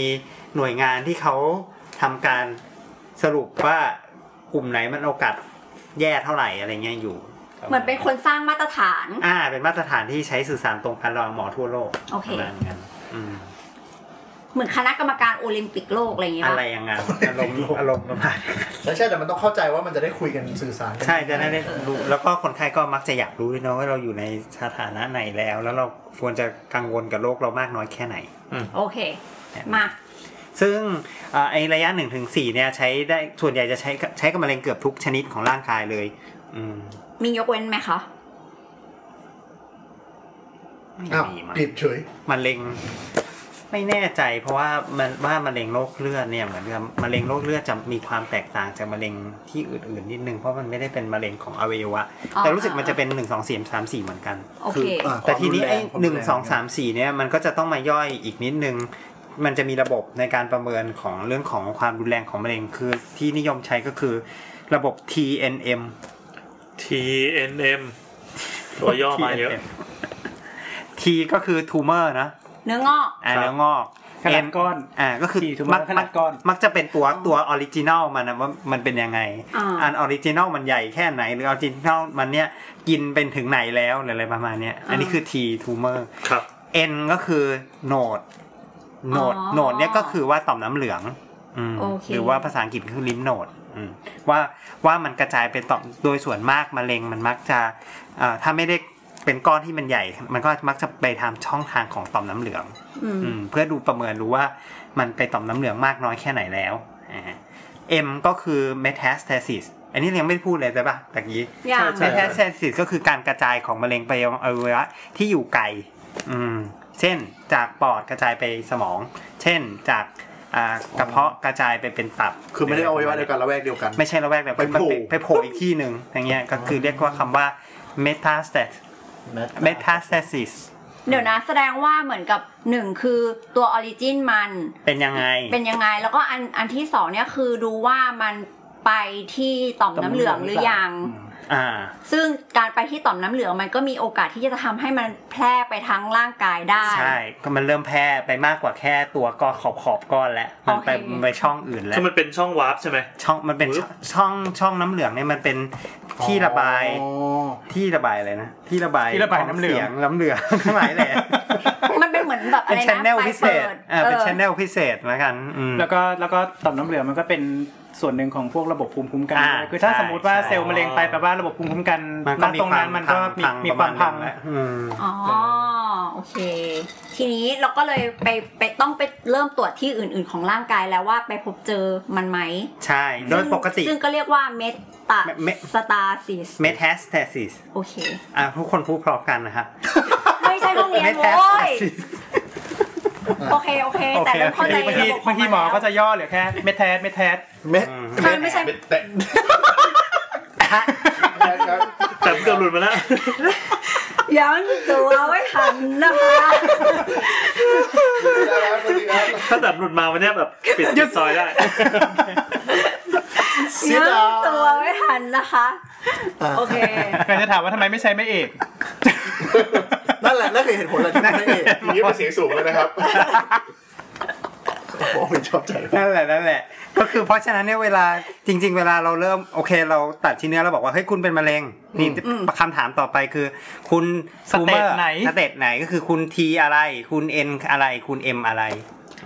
Speaker 3: หน่วยงานที่เขาทำการสรุปว่ากลุ่มไหนมันโอกาสแย่เท่าไหร่อะไรเงี้ยอยู่
Speaker 2: เหมือนเป็นคนสร้างมาตรฐาน
Speaker 3: อ่า เป็นมาตรฐานที่ใช้สื่อสารตรงกันระหว่างหมอทั่วโลก
Speaker 2: โอเค
Speaker 3: ประมาณนั้นอืม
Speaker 2: เหมือนคณะกรรมการโอลิมปิกโลกอะไรอย่างเงี้ย
Speaker 3: อะ
Speaker 2: ปะ
Speaker 3: ไรอย่างเงี้ยอารมณ์ <laughs> อารมณ์ประมาณ
Speaker 5: ใช่ใช่แต่มันต้องเข้าใจว่ามันจะได้คุยกันสื่อสารกั
Speaker 3: ใช่จะได้ได้รู้แล้วก็คนไข้ก็มักจะอยากรู้ด้วยเนาะว่าเราอยู่ในสถานะไหนแล้ว แล้วเราควรจะกังวลกับโรคเรามากน้อยแค่ไหน
Speaker 2: โอเค มา
Speaker 3: ซึ่งเอ่อไอระยะ1นถึงสเนี่ยใช้ได้ส่วนใหญ่จะใช้กับใช้กับมะเร็งเกือบทุกชนิดของร่างกายเลย อืม
Speaker 2: มียกเว้นไหมคะ
Speaker 3: ไม่
Speaker 5: อ้าว
Speaker 3: มีมั้ง
Speaker 5: กรีบเฉย
Speaker 3: มะเร็ง ไม่แน่ใจ เพราะว่ามันว่ามะเร็งโรคเลือดเนี่ยเหมือนกับมะเร็งโรคเลือดจะมีความแตกต่างจากมะเร็งที่อื่นๆนิดนึงเพราะมันไม่ได้เป็นมะเร็งของอวัยวะ
Speaker 2: อ๋อ
Speaker 3: แต่รู้สึกมันจะเป็นหนึ่งสองสามสี่เหมือนกัน
Speaker 2: โอเค
Speaker 5: อ่ะ
Speaker 3: แต่ทีนี้ไอ้ห
Speaker 5: ความรุ
Speaker 3: นึ่
Speaker 5: น
Speaker 3: ง
Speaker 5: แรง
Speaker 3: สองสามสี่เนี่ยมันก็จะต้องมาย่อยอีกนิดนึง มันจะมีระบบในการประเมินของเรื่องของความรุนแรงของมะเร็งคือ ที่นิยมใช้ก็คือระบบ TNM
Speaker 6: TNM ตัว <laughs> ย่อมาเยอะ
Speaker 3: TNM T ก็คือ tumor นะ
Speaker 2: เนื้องอก
Speaker 3: อ่า
Speaker 6: ครับ
Speaker 3: เนื้องอก
Speaker 4: ขนาด
Speaker 3: M
Speaker 4: ก้อน
Speaker 3: อ่าก็คือ
Speaker 4: T tumor
Speaker 3: มัก
Speaker 4: ขนาดก้อน
Speaker 3: มักจะเป็นตัวตัวออริจินอลมันนะว่ามันเป็นยังไง
Speaker 2: อ่า
Speaker 3: นออริจินอลมันใหญ่แค่ไหน หรือออริจินอลมันเนี่ยกินเป็นถึงไหนแล้วหรืออะไรประมาณเนี้ยอันนี้คือ T tumor
Speaker 6: ครับ
Speaker 3: N ก็คือโหนดโหนด
Speaker 2: อ๋อ
Speaker 3: โหนดเนี่ยก็คือว่าต่อมน้ำเหลืองอืม
Speaker 2: โอเค
Speaker 3: หรือว่าภาษาอังกฤษคือลิมโหนดอืมว่าว่ามันกระจายไปต่อมโดยส่วนมากมะเร็งมันมักจะเอ่อถ้าไม่ได้เป็นก้อนที่มันใหญ่ มันก็มักจะไปทางช่องทางของต่อมน้ำเหลือง
Speaker 2: อืม
Speaker 3: อืมเพื่อดูประเมินรู้ว่ามันไปต่อมน้ำเหลืองมากน้อยแค่ไหนแล้วอ่า M ก็คือ metastasis อันนี้ยังไม่ได้พูดเลยใช่ปะตะกี้
Speaker 2: อย่าง
Speaker 6: ใช่
Speaker 3: metastasis ก็คือการกระจายของมะเร็งไปยังอวัยวะที่อยู่ไกลอืมเช่นจากปอดกระจายไปสมอง เช่นจากอ่ากระเพาะกระจายไปเป็นตับ
Speaker 5: คือไม่ได้เอาไว้ว่าเดียวกันละแวกเดียวกัน
Speaker 3: ไม่ใช่ระแวกเดียวกัน
Speaker 5: ไปโผล่
Speaker 3: มันไปโผล่อีกที่หนึ่งอย่างเงี้ยก็คือเรียกว่าคำว่า metastasis metastasis
Speaker 2: เดี๋ยวนะแสดงว่าเหมือนกับหนึ่งคือตัวออริจินมัน
Speaker 3: เป็นยังไง
Speaker 2: เป็นยังไงแล้วก็อันอันที่สองเนี่ยคือดูว่ามันไปที่ต่อมน้ำเหลืองหรือยัง
Speaker 3: อ่า
Speaker 2: ซึ่งการไปที่ต่อมน้ำเหลืองมันก็มีโอกาสที่จะทำให้มันแพร่ไปทั้งร่างกายได้
Speaker 3: ใช่ ก็มันเริ่มแพร่ไปมากกว่าแค่ตัวกอขอบขอบๆก้อนแล้ว มันไป
Speaker 2: โอเค
Speaker 3: มันไปช่องอื่นแล้ว
Speaker 6: คือมันเป็นช่องวาร์ปใช่ไหม
Speaker 3: ช่องมันเป็นช่องช่องช่องน้ำเหลืองเนี่ยมันเป็นที่ระบาย
Speaker 5: อ๋อ
Speaker 3: ที่ระบายอะไรนะ ที่ระบาย
Speaker 4: ที่ระบาย
Speaker 3: ข
Speaker 4: น้ำเหลือง
Speaker 3: สียน้ำเหลือง <laughs> ทั้งหลายแหละ
Speaker 2: มันเป็นเหมือนแบบอะ
Speaker 3: เป็น
Speaker 2: ไร
Speaker 3: ชแน
Speaker 2: นะ
Speaker 3: ล
Speaker 2: ไฟ
Speaker 3: พิเศ
Speaker 2: เปิ
Speaker 3: ษ
Speaker 2: ด
Speaker 3: อ่าเป็น
Speaker 2: ออ
Speaker 3: ชแนลพิเศษแล้วกันอืม
Speaker 4: แล้วก็แล้วก็ต่อมน้ำเหลืองมันก็เป็นส่วนหนึ่งของพวกระบบภูมิคุ้มกัน
Speaker 3: อ่า
Speaker 4: ด้วยคือถ้า
Speaker 3: ใช่
Speaker 4: สมมติว่าเซลล์มะเร็งไปแปลว่าระบบภูมิคุ้มกัน
Speaker 3: มันก็
Speaker 4: ณ
Speaker 3: มี
Speaker 4: ตรง
Speaker 3: ควา
Speaker 4: นั้
Speaker 3: ม
Speaker 4: นมันก็มีมี
Speaker 3: ๆ
Speaker 4: ความ
Speaker 3: ป
Speaker 4: พั
Speaker 3: ระ
Speaker 4: ง
Speaker 3: ณนั้นแหละอืม
Speaker 2: อ๋อโอเค ทีนี้เราก็เลยไปไปต้องไปเริ่มตรวจที่อื่น ๆ ของร่างกายแล้วว่าไปพบเจอมันไหม
Speaker 3: ใช่ โดยปกติ
Speaker 2: ซึ่งก็เรียกว่าเมตา
Speaker 3: เม
Speaker 2: สตาซิส
Speaker 3: metastasis
Speaker 2: โอเค
Speaker 3: อ่ะทุกคนพูดพร้อมกันนะครับ
Speaker 2: ไม่ใช่ห้องเรียนโว้ย
Speaker 3: metastasis
Speaker 2: โอเค โอเค แต่เริ่มเข้าใจ
Speaker 4: บางที
Speaker 2: ระบบข
Speaker 4: บา
Speaker 2: อง น
Speaker 4: ทีหมอ
Speaker 2: แล้ว
Speaker 4: ก็จะย่อเหลือแค่เม็ดแท้เม็ดแท้
Speaker 5: เม็ด
Speaker 2: ใช่ไม่ใช่
Speaker 5: แต่
Speaker 6: แต่ผมเกือบหลุดมาแล้ว <laughs>
Speaker 2: ยังตัวไม่ทันนะคะ
Speaker 6: ถ้าแต่หลุดมาวันเนี้ยแบบปิดซอยได้
Speaker 2: ยังตัวไม่ทันนะคะ โอเค
Speaker 4: กาจะถามว่าทำไมไม่ใช้ไม่เอก
Speaker 5: นั่นแหละนั่นคือเหตุผลอะไรที่ไม่ได้เอก
Speaker 7: ทีนี้เป็นเสียงสูงแล้วนะครับ
Speaker 5: โอ้ยชอบใจมา
Speaker 3: นั่
Speaker 5: ก
Speaker 3: นแหละนั่นแหละ ก็คือเพราะฉะนั้นเนี่ยเวลาจริง ๆ เวลาเราเริ่มโอเคเราตัดชิ้นเนื้อเราบอกว่าเฮ้ยคุณเป็นมะเร็งนี่คำถามต่อไปคือ คุณ
Speaker 4: สเตจ
Speaker 3: tumor
Speaker 4: ไหน
Speaker 3: สเตจไหนก็คือคุณ T อะไร คุณ N อะไรคุณ M อะไร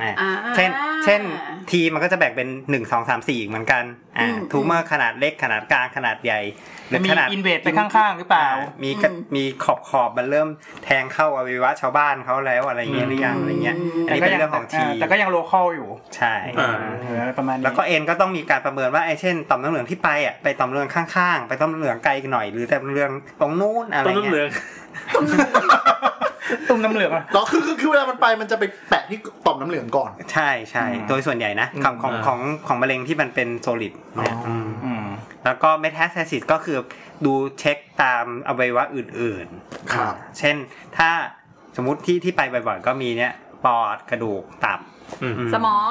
Speaker 3: อ่า
Speaker 2: อ่า
Speaker 3: เช่น เช่น T มันก็จะแบ่งเป็นหนึ่งสองสามสี่อีกเหมือนกัน อ่า
Speaker 2: อืม
Speaker 3: ทูเมอร์ขนาดเล็กขนาดกลางขนาดใหญ่หรือ
Speaker 4: มี
Speaker 3: ขนาด
Speaker 4: อินเวดไปข้างๆหรือเปล่า
Speaker 3: อ่มีกระ
Speaker 2: อืม
Speaker 3: มีขอบขอบมันเริ่มแทงเข้าอวัยวะชาวบ้านเขาแล้วอะไรอย่างเงี้ยหรือยังอะไรเงี้ย อันนี้
Speaker 4: แต่ก็
Speaker 3: เป็น
Speaker 4: ยัง
Speaker 3: เรื่องของ T
Speaker 4: าแต่ก็ยังโลคอลอยู่
Speaker 3: ใช่
Speaker 6: อ่า
Speaker 4: เออประมาณนี้
Speaker 3: แล้วก็ N ก็ต้องมีการประเมินว่าไอ้เช่นต่อมน้ำเหลืองที่ไปอ่ะไปต่อมน้ำเหลืองข้างๆ ไปต่อมน้ำเหลืองไกลหน่อยหรือแต่อมน้ำเหลืองตรงนู้นอะไร
Speaker 6: ต้อง
Speaker 3: เงี้
Speaker 6: เหลือ
Speaker 3: ย
Speaker 6: ง
Speaker 4: ตุ้มน้ำเหลืองอะ
Speaker 5: แล้วคือคือคือเวลามันไปมันจะไปแปะที่ต่อมน้ำเหลืองก่อน
Speaker 3: ใช่ใช่โดยส่วนใหญ่นะของของของของมะเร็งที่มันเป็น solid นะม
Speaker 4: อืม
Speaker 3: แล้วก็ metastasis ก็คือดูเช็คตามอวัยวะอื่นๆ
Speaker 5: ครับ
Speaker 3: เช่นถ้าสมมติที่ที่ไปบ่อยๆ ก็มีเนี่ยปอดกระดูกตับอื
Speaker 2: สมอง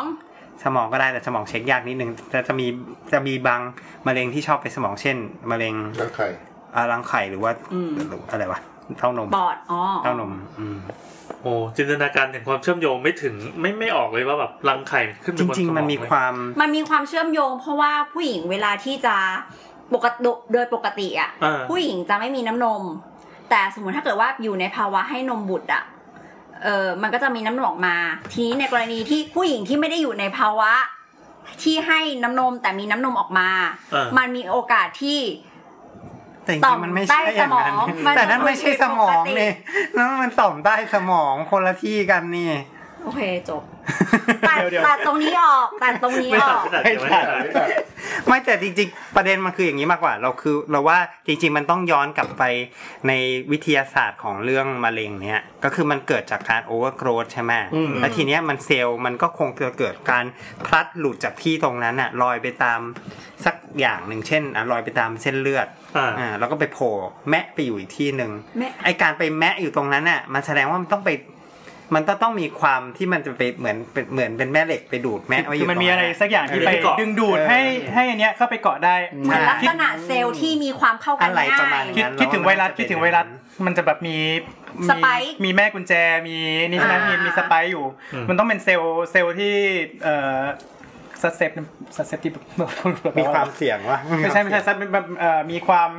Speaker 3: สมองก็ได้แต่สมองเช็คยากนิดนึงแต่จะมีจะมีบางมะเร็งที่ชอบไปสมองเช่นมะเร็ง
Speaker 7: รังไข่
Speaker 3: อ่ารังไข่หรือว่า
Speaker 2: อืม
Speaker 3: หรืออะไรวะเต้านม
Speaker 2: ปอด อ๋อ
Speaker 3: เต้านมอืม
Speaker 6: โอ้จินตนาการถึงความเชื่อมโยงไม่ถึงไม่ไม่ออกเลยว่าแบบรังไข่ขึ้นไป
Speaker 3: จ
Speaker 6: บน
Speaker 3: ริง
Speaker 6: สอ
Speaker 3: ๆ มันมีความ
Speaker 2: มันมีความเชื่อมโยง เพราะว่าผู้หญิงเวลาที่จะปกติโดยปกติอ่ะ
Speaker 6: อ่า
Speaker 2: ผู้หญิงจะไม่มีน้ำนม แต่สมมติถ้าเกิดว่าอยู่ในภาวะให้นมบุตรอะเออมันก็จะมีน้ำนมออกมา ทีนี้ในกรณีที่ผู้หญิงที่ไม่ได้อยู่ในภาวะ ที่ให้น้ำนมแต่มีน้ำนมออกมา
Speaker 6: เออ
Speaker 2: มันมีโอกาสที่
Speaker 3: แต่จ
Speaker 2: ต่
Speaker 3: ริ
Speaker 2: อม
Speaker 3: งๆมันไม่ใช่
Speaker 2: ใต้
Speaker 3: อย่าง
Speaker 2: ส
Speaker 3: นั้น
Speaker 2: มองมัน
Speaker 3: แต่นั่นไม่ใช่สมอง
Speaker 2: ปกติ
Speaker 3: นี่นั่นมันต่อมใต้สมองคนละที่กันนี่
Speaker 2: โอเคจบตัด
Speaker 4: เดี๋ยวๆ
Speaker 2: ตัดตรงนี้ออกตัดตรงนี้
Speaker 6: ไม่
Speaker 2: อ
Speaker 6: ตัด
Speaker 2: อก
Speaker 6: ไม่ตัดเดี๋ยวไม่ตัด
Speaker 3: ไม่แต่จริงๆ ประเด็นมันคืออย่างนี้มากกว่า เราคือเราว่าจริง ๆ มันต้องย้อนกลับไปในวิทยาศาสตร์ของเรื่องมะเร็งเนี่ย ก็คือมันเกิดจากการโอเวอร์โกรธใช่ไหม
Speaker 6: อืม
Speaker 3: แล้วทีเนี้ยมันเซลล์มันก็คงจะเกิดการพลัดหลุดจากที่ตรงนั้นอะลอยไปตามสักอย่างหนึ่งเช่นอะลอยไปตามเส้นเลือด
Speaker 6: อ่า
Speaker 3: อ่าแล้วก็ไปโผล่แมะไปอยู่อีกที่หนึ่ง
Speaker 2: แม่
Speaker 3: ไอการไปแมะอยู่ตรงนั้นน่ะ มันแสดงว่ามันต้องไป มันต้องต้องมีความที่มันจะไปเหมือนเป็นเหมือนเป็นแม่เหล็กไปดูดแมะไว้อ
Speaker 4: คื
Speaker 3: ยู่
Speaker 4: อ
Speaker 3: ตรง
Speaker 4: มัน
Speaker 3: นั้น
Speaker 4: มีอะไรสักอย่างที่ไป
Speaker 6: เกาะ
Speaker 4: ดึงดูดให้ให้อันเนี้ยเข้าไปเกาะได้
Speaker 2: เหมือนลักษณะเซลล์ที่มีความเข้ากั
Speaker 3: อะ
Speaker 2: น
Speaker 3: ไร
Speaker 2: ง่
Speaker 3: ประมา
Speaker 2: า
Speaker 3: ณ
Speaker 2: ย
Speaker 4: คิด
Speaker 3: นั้น
Speaker 4: คิดถึงไวรัส
Speaker 3: แล้
Speaker 4: คิด
Speaker 3: น
Speaker 4: ถึงไวรัสมันจะแบบมีมี
Speaker 2: สไปค์
Speaker 4: มีแม่กุญแจมีนี่ใช่ไหม
Speaker 2: อ่ามี
Speaker 4: มีมีสไปค์อยู่
Speaker 6: อืม
Speaker 4: มันต้องเป็นเซลล์เซลล์ที่เอ่อสัเซปสัเซปที่
Speaker 3: มีความเสี่ยงวะ
Speaker 4: ไม่ใช่ไม่ใช่ซับเอ่อมีความ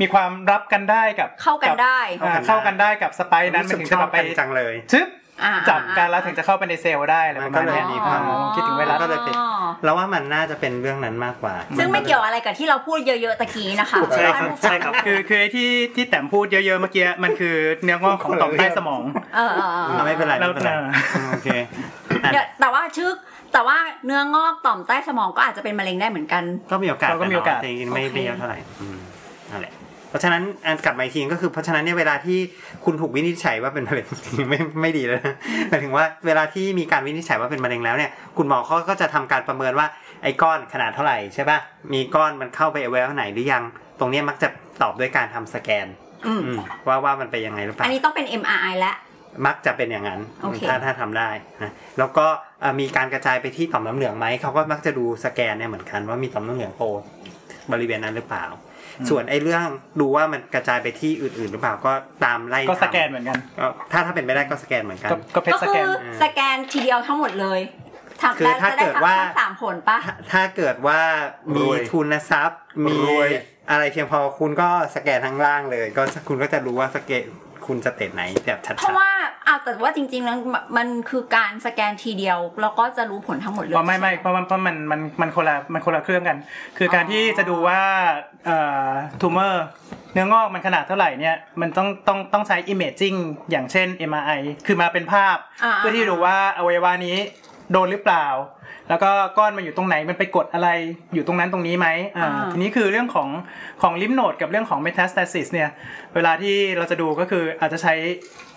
Speaker 4: มีความรับกันได้กับ
Speaker 2: เข้ากันได้
Speaker 4: อ่าเข้ากันได้กับสไปค์นั้นมันถึงจะแบบไป
Speaker 3: รู้สึกชอกันจังเลย
Speaker 4: ชึบ
Speaker 2: อ่า
Speaker 4: จับกันแล้วถึงจะเข้าไปในเซลล์ได้อะไรประมาณ
Speaker 3: มันก็เลย
Speaker 4: เนี้ย
Speaker 3: มีความ
Speaker 4: อ๋อคิดถึงไวรัส
Speaker 3: ก็เลยเป็น เราว่ามันน่าจะเป็นเรื่องนั้นมากกว่า
Speaker 2: ซึ่งไม่เกี่ยวอะไรกับที่เราพูดเยอะๆตะกี้นะคะ
Speaker 6: ใช่ครั
Speaker 2: ท่า
Speaker 6: บ
Speaker 2: นผู้ฟัง
Speaker 6: ใช่ครับ
Speaker 4: คือคือไอ้ที่ที่แต้มพูดเยอะๆเมื่อกี้มันคือเนื้องอกของต่อมใต้สมอง
Speaker 2: เออเออเออ
Speaker 3: เอาไม่เป็นไรไม่เป็นไร
Speaker 4: แล้วแต่
Speaker 3: อืมโอเค
Speaker 2: เดี๋ยวแต่ว่าชื่อแต่ว่าเนื้องอกต่อมใต้สมองก็อาจจะเป็นมะเร็งได้เหมือนกัน
Speaker 3: ก็มีโอกาส
Speaker 4: เราก็มีโอกาส
Speaker 3: แต่จริงๆไม่
Speaker 2: โอเค
Speaker 3: ไม่เยอะเท่าไหร่อืมนั่นแหละเพราะฉะนั้นอันกลับมาอีกทีก็คือเพราะฉะนั้นเนี่ยเวลาที่คุณถูกวินิจฉัยว่าเป็นมะเร็ง <laughs> จริงๆไม่ไม่ดีแล้วนะหมายถึงว่าเวลาที่มีการวินิจฉัยว่าเป็นมะเร็งแล้วเนี่ยคุณหมอเขาก็จะทำการประเมินว่าไอ้ก้อนขนาดเท่าไหร่ใช่ป่ะมีก้อนมันเข้าไปแววไหนหรือยัง ตรงเนี้ยมักจะตอบด้วยการทำสแกน
Speaker 2: อืม
Speaker 3: อืมว่าว่ามันไปยังไงหรือเปล่า
Speaker 2: อันนี้ต้องเป็น MRI แล้ว
Speaker 3: มักจะเป็นอย่างนั้น
Speaker 2: โอเค
Speaker 3: ถ้าถ้าทำได้นะแล้วก็เอ่อมีการกระจายไปที่ต่อมน้ำเหลืองไหมเขาก็มักจะดูสแกนเนี่ยเหมือนกันว่ามีต่อมน้ำเหลืองโตบริเวณนั้นหรือเปล่า ส่วนไอ้เรื่องดูว่ามันกระจายไปที่อื่น ๆ หรือเปล่าก็ตามไล่
Speaker 4: ก็ส
Speaker 3: ทำ
Speaker 4: แกนเหมือนกัน
Speaker 3: ก็ถ้าถ้าเป็นไม่ได้ก็สแกนเหมือนกัน
Speaker 4: ก็ก็เพช
Speaker 2: ก็
Speaker 4: รสแก
Speaker 2: คื
Speaker 4: น
Speaker 2: อสแกนทีเดียวทั้งหมดเลยทำ
Speaker 3: คือ
Speaker 2: แล้ว
Speaker 3: ถ้า
Speaker 2: จะได้
Speaker 3: เกิด
Speaker 2: ทำ
Speaker 3: ว่า
Speaker 2: ทั้งสามผลปะ
Speaker 3: ถ้าถ้าเกิดว่ารมี
Speaker 7: วย
Speaker 3: ทุนทรัพย์มี
Speaker 7: รวย
Speaker 3: อะไรเพียงพอคุณก็สแกนทั้งล่างเลย ก็คุณก็จะรู้ว่าสเกนคุณสเตตไหนแบบชัด
Speaker 2: เพราะว่าอ้าวแต่ว่าจริงๆแล้วมันคือการสแกนทีเดียวแล้วก็จะรู้ผลทั้งหมดเลย
Speaker 4: อ๋อไม่ไม่เพราะมันเพราะมันมันมันคนละมันคนละเครื่องกัน คือการ
Speaker 2: อ๋อ
Speaker 4: ที่จะดูว่าเอ่อทูเมอร์เนื้องอกมันขนาดเท่าไหร่เนี่ยมันต้องต้องต้องใช้ imaging อย่างเช่น MRI คือมาเป็นภาพ
Speaker 2: อ่า
Speaker 4: เพื่อที่จะดูว่าอวัยวะนี้โดนหรือเปล่า แล้วก็ก้อนมันอยู่ตรงไหนมันไปกดอะไรอยู่ตรงนั้นตรงนี้ไหมอ่า
Speaker 2: อ่า
Speaker 4: ทีนี้คือเรื่องของของลิมโนดกับเรื่องของ metastasis เนี่ยเวลาที่เราจะดูก็คืออาจจะใช้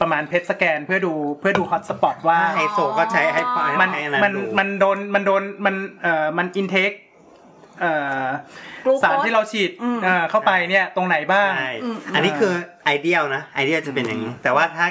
Speaker 4: ประมาณเพชรสแกนเพื่อดูเพื่อดู hot spot ว่า
Speaker 3: ถ้าไฮโซก็ใช้ให้ให้
Speaker 4: มัน
Speaker 3: ให้
Speaker 4: มัน
Speaker 3: ดู
Speaker 4: มันโดนมันโดนมันเอ่อมันอินเทคเอ่อก
Speaker 2: ลูโคส
Speaker 4: สารที่เราฉีด
Speaker 2: อืม
Speaker 4: เอ่อเข้าไปเนี่ยตรงไหนบ้าง
Speaker 3: ใช่
Speaker 2: อืม
Speaker 3: อันนี้คือไอเดียลนะ ไอเดียจะเป็นอย่างนี้ แต่ว่าถ้า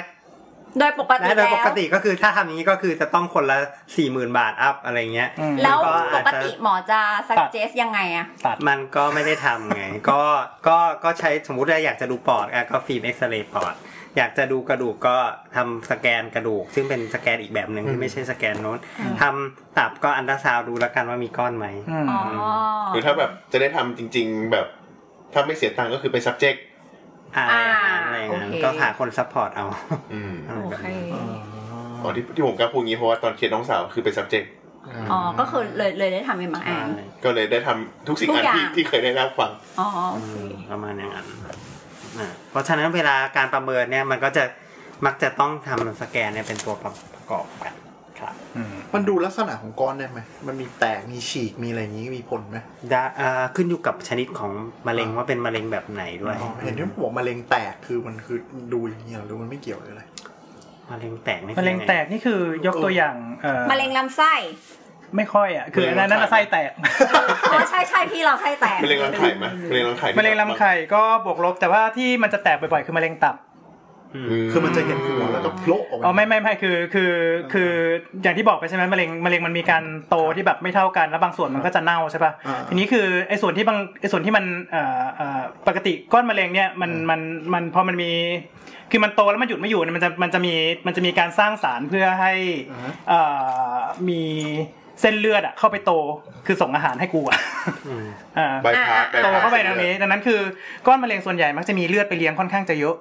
Speaker 2: โดยปกติ
Speaker 3: และโด
Speaker 2: แล้
Speaker 3: ยว ปกติก็คือถ้าทำอย่างนี้ก็คือจะต้องคนละสี่หมื่นบาทอัพอะไรเงี้ย
Speaker 4: อืม
Speaker 2: แล้ว
Speaker 3: มันก็
Speaker 2: ป
Speaker 3: อาจ
Speaker 2: ก
Speaker 3: จะ
Speaker 2: ติหมอจะสักเจสยังไงอะ
Speaker 4: ตัด
Speaker 3: มันก็ไม่ได้ทำ <laughs> ไง ก็ก็ก็ใช้สมมติว่าอยากจะดูปอดอ่ะก็ฟิล์มเอ็กซเรย์ปอด อยากจะดูกระดูกก็ทำสแกนกระดูก ซึ่งเป็นสแกนอีกแบบหนึ่งที่ไม่ใช่สแกนโน้นทำตับก็อันตราซาวด์ดูแล้วกันว่ามีก้อนไหม
Speaker 4: อืม
Speaker 2: อ๋อ
Speaker 7: หรือถ้าแบบจะได้ทำจริง ๆ แบบถ้าไม่เสียตังค์ก็คือไป subject
Speaker 3: อะไรอย่างนั้นอะไรอย่างนั้นก็หาคนซัพพอร์ตเอา
Speaker 7: อืม
Speaker 2: โอเค
Speaker 6: อ
Speaker 7: อ๋อที่ที่ผมกล้าพูดงี้เพราะว่าตอนเขียนน้องสาวคือเป็น subject
Speaker 2: อ๋อ ก็คือเลยเลยได้ทำเป็นบางอัน
Speaker 7: ก็เลยได้ทำทุกสิ่ง
Speaker 2: ทุก
Speaker 7: อันที่
Speaker 2: อย่าง
Speaker 7: ที่เคยได้รับฟัง
Speaker 2: อ๋อโอ
Speaker 3: อื
Speaker 2: เค
Speaker 3: มประมาณอย่างนั้นอ่ะเพราะฉะนั้นเวลาการประเมินเนี่ยมันก็จะมักจะต้องทำสแกนเนี่ยเป็นตัวประกอบกันครับ
Speaker 4: อืม
Speaker 5: มันดูลักษณะของก้อนได้ไหม มันมีแตก มีฉีก มีอะไรอย่างนี้มีผลไหม
Speaker 3: ได้อ่าขึ้นอยู่กับชนิดของมะเร็งว่าเป็นมะเร็งแบบไหนด้วย
Speaker 5: อ๋อเห็นที่บอกมะเร็งแตกคือมันคือดูอย่างเงี้ยหรือมันไม่เกี่ยวเลยอะไร
Speaker 3: มะเร็งแตกนี่คือ
Speaker 4: มะเร็งแตกนี่คือยกตัวอย่างเอ่อ
Speaker 2: มะเร็งลำไส้
Speaker 4: ไม่ค่อยอ่ะคืออันนั้นน่าจะไส้แตก
Speaker 2: อ๋อใช่ใช่พี่เราไส้แตก
Speaker 7: มะเร็งรังไข่ไหมมะเร็งรังไข่ที่
Speaker 4: มะเร็งลำไข่ก็บวกลบแต่ว่าที่มันจะแตกบ่อยๆคือมะเร็งตับ
Speaker 3: อืม
Speaker 7: อืม
Speaker 5: คือมันจะเห็นหัวแล้วก็โผล่ออกมา
Speaker 4: อ๋อไม่ไม่ไม่คือคือคืออย่างที่บอกไปใช่ไหมมะเร็งมะเร็งมันมีการโตที่แบบไม่เท่ากันแล้วบางส่วนมันก็จะเน่าใช่ป่ะ
Speaker 5: อ่า
Speaker 4: ทีนี้คือไอ้ส่วนที่บางไอ้ส่วนที่มันเอ่อเอ่อปกติก้อนมะเร็งเนี่ยมันมันมันพอมันมีคือมันโตแล้วมันหยุดไม่อยู่เนี่ยมันจะมันจะมีมันจะมีการสร้างสารเพื่อให้
Speaker 5: อ่าฮะ
Speaker 4: เอ่อมีเส้นเลือดอะเข้าไปโตคือส่งอาหารให้กูอะ <laughs> อ่า
Speaker 7: ใบพา
Speaker 4: โตเข้าไปดังนี้ดังนั้นคือก้อนมะเร็งส่วนใหญ่มักจะมีเลือดไปเลี้ยงค่อนข้างจะเยอะ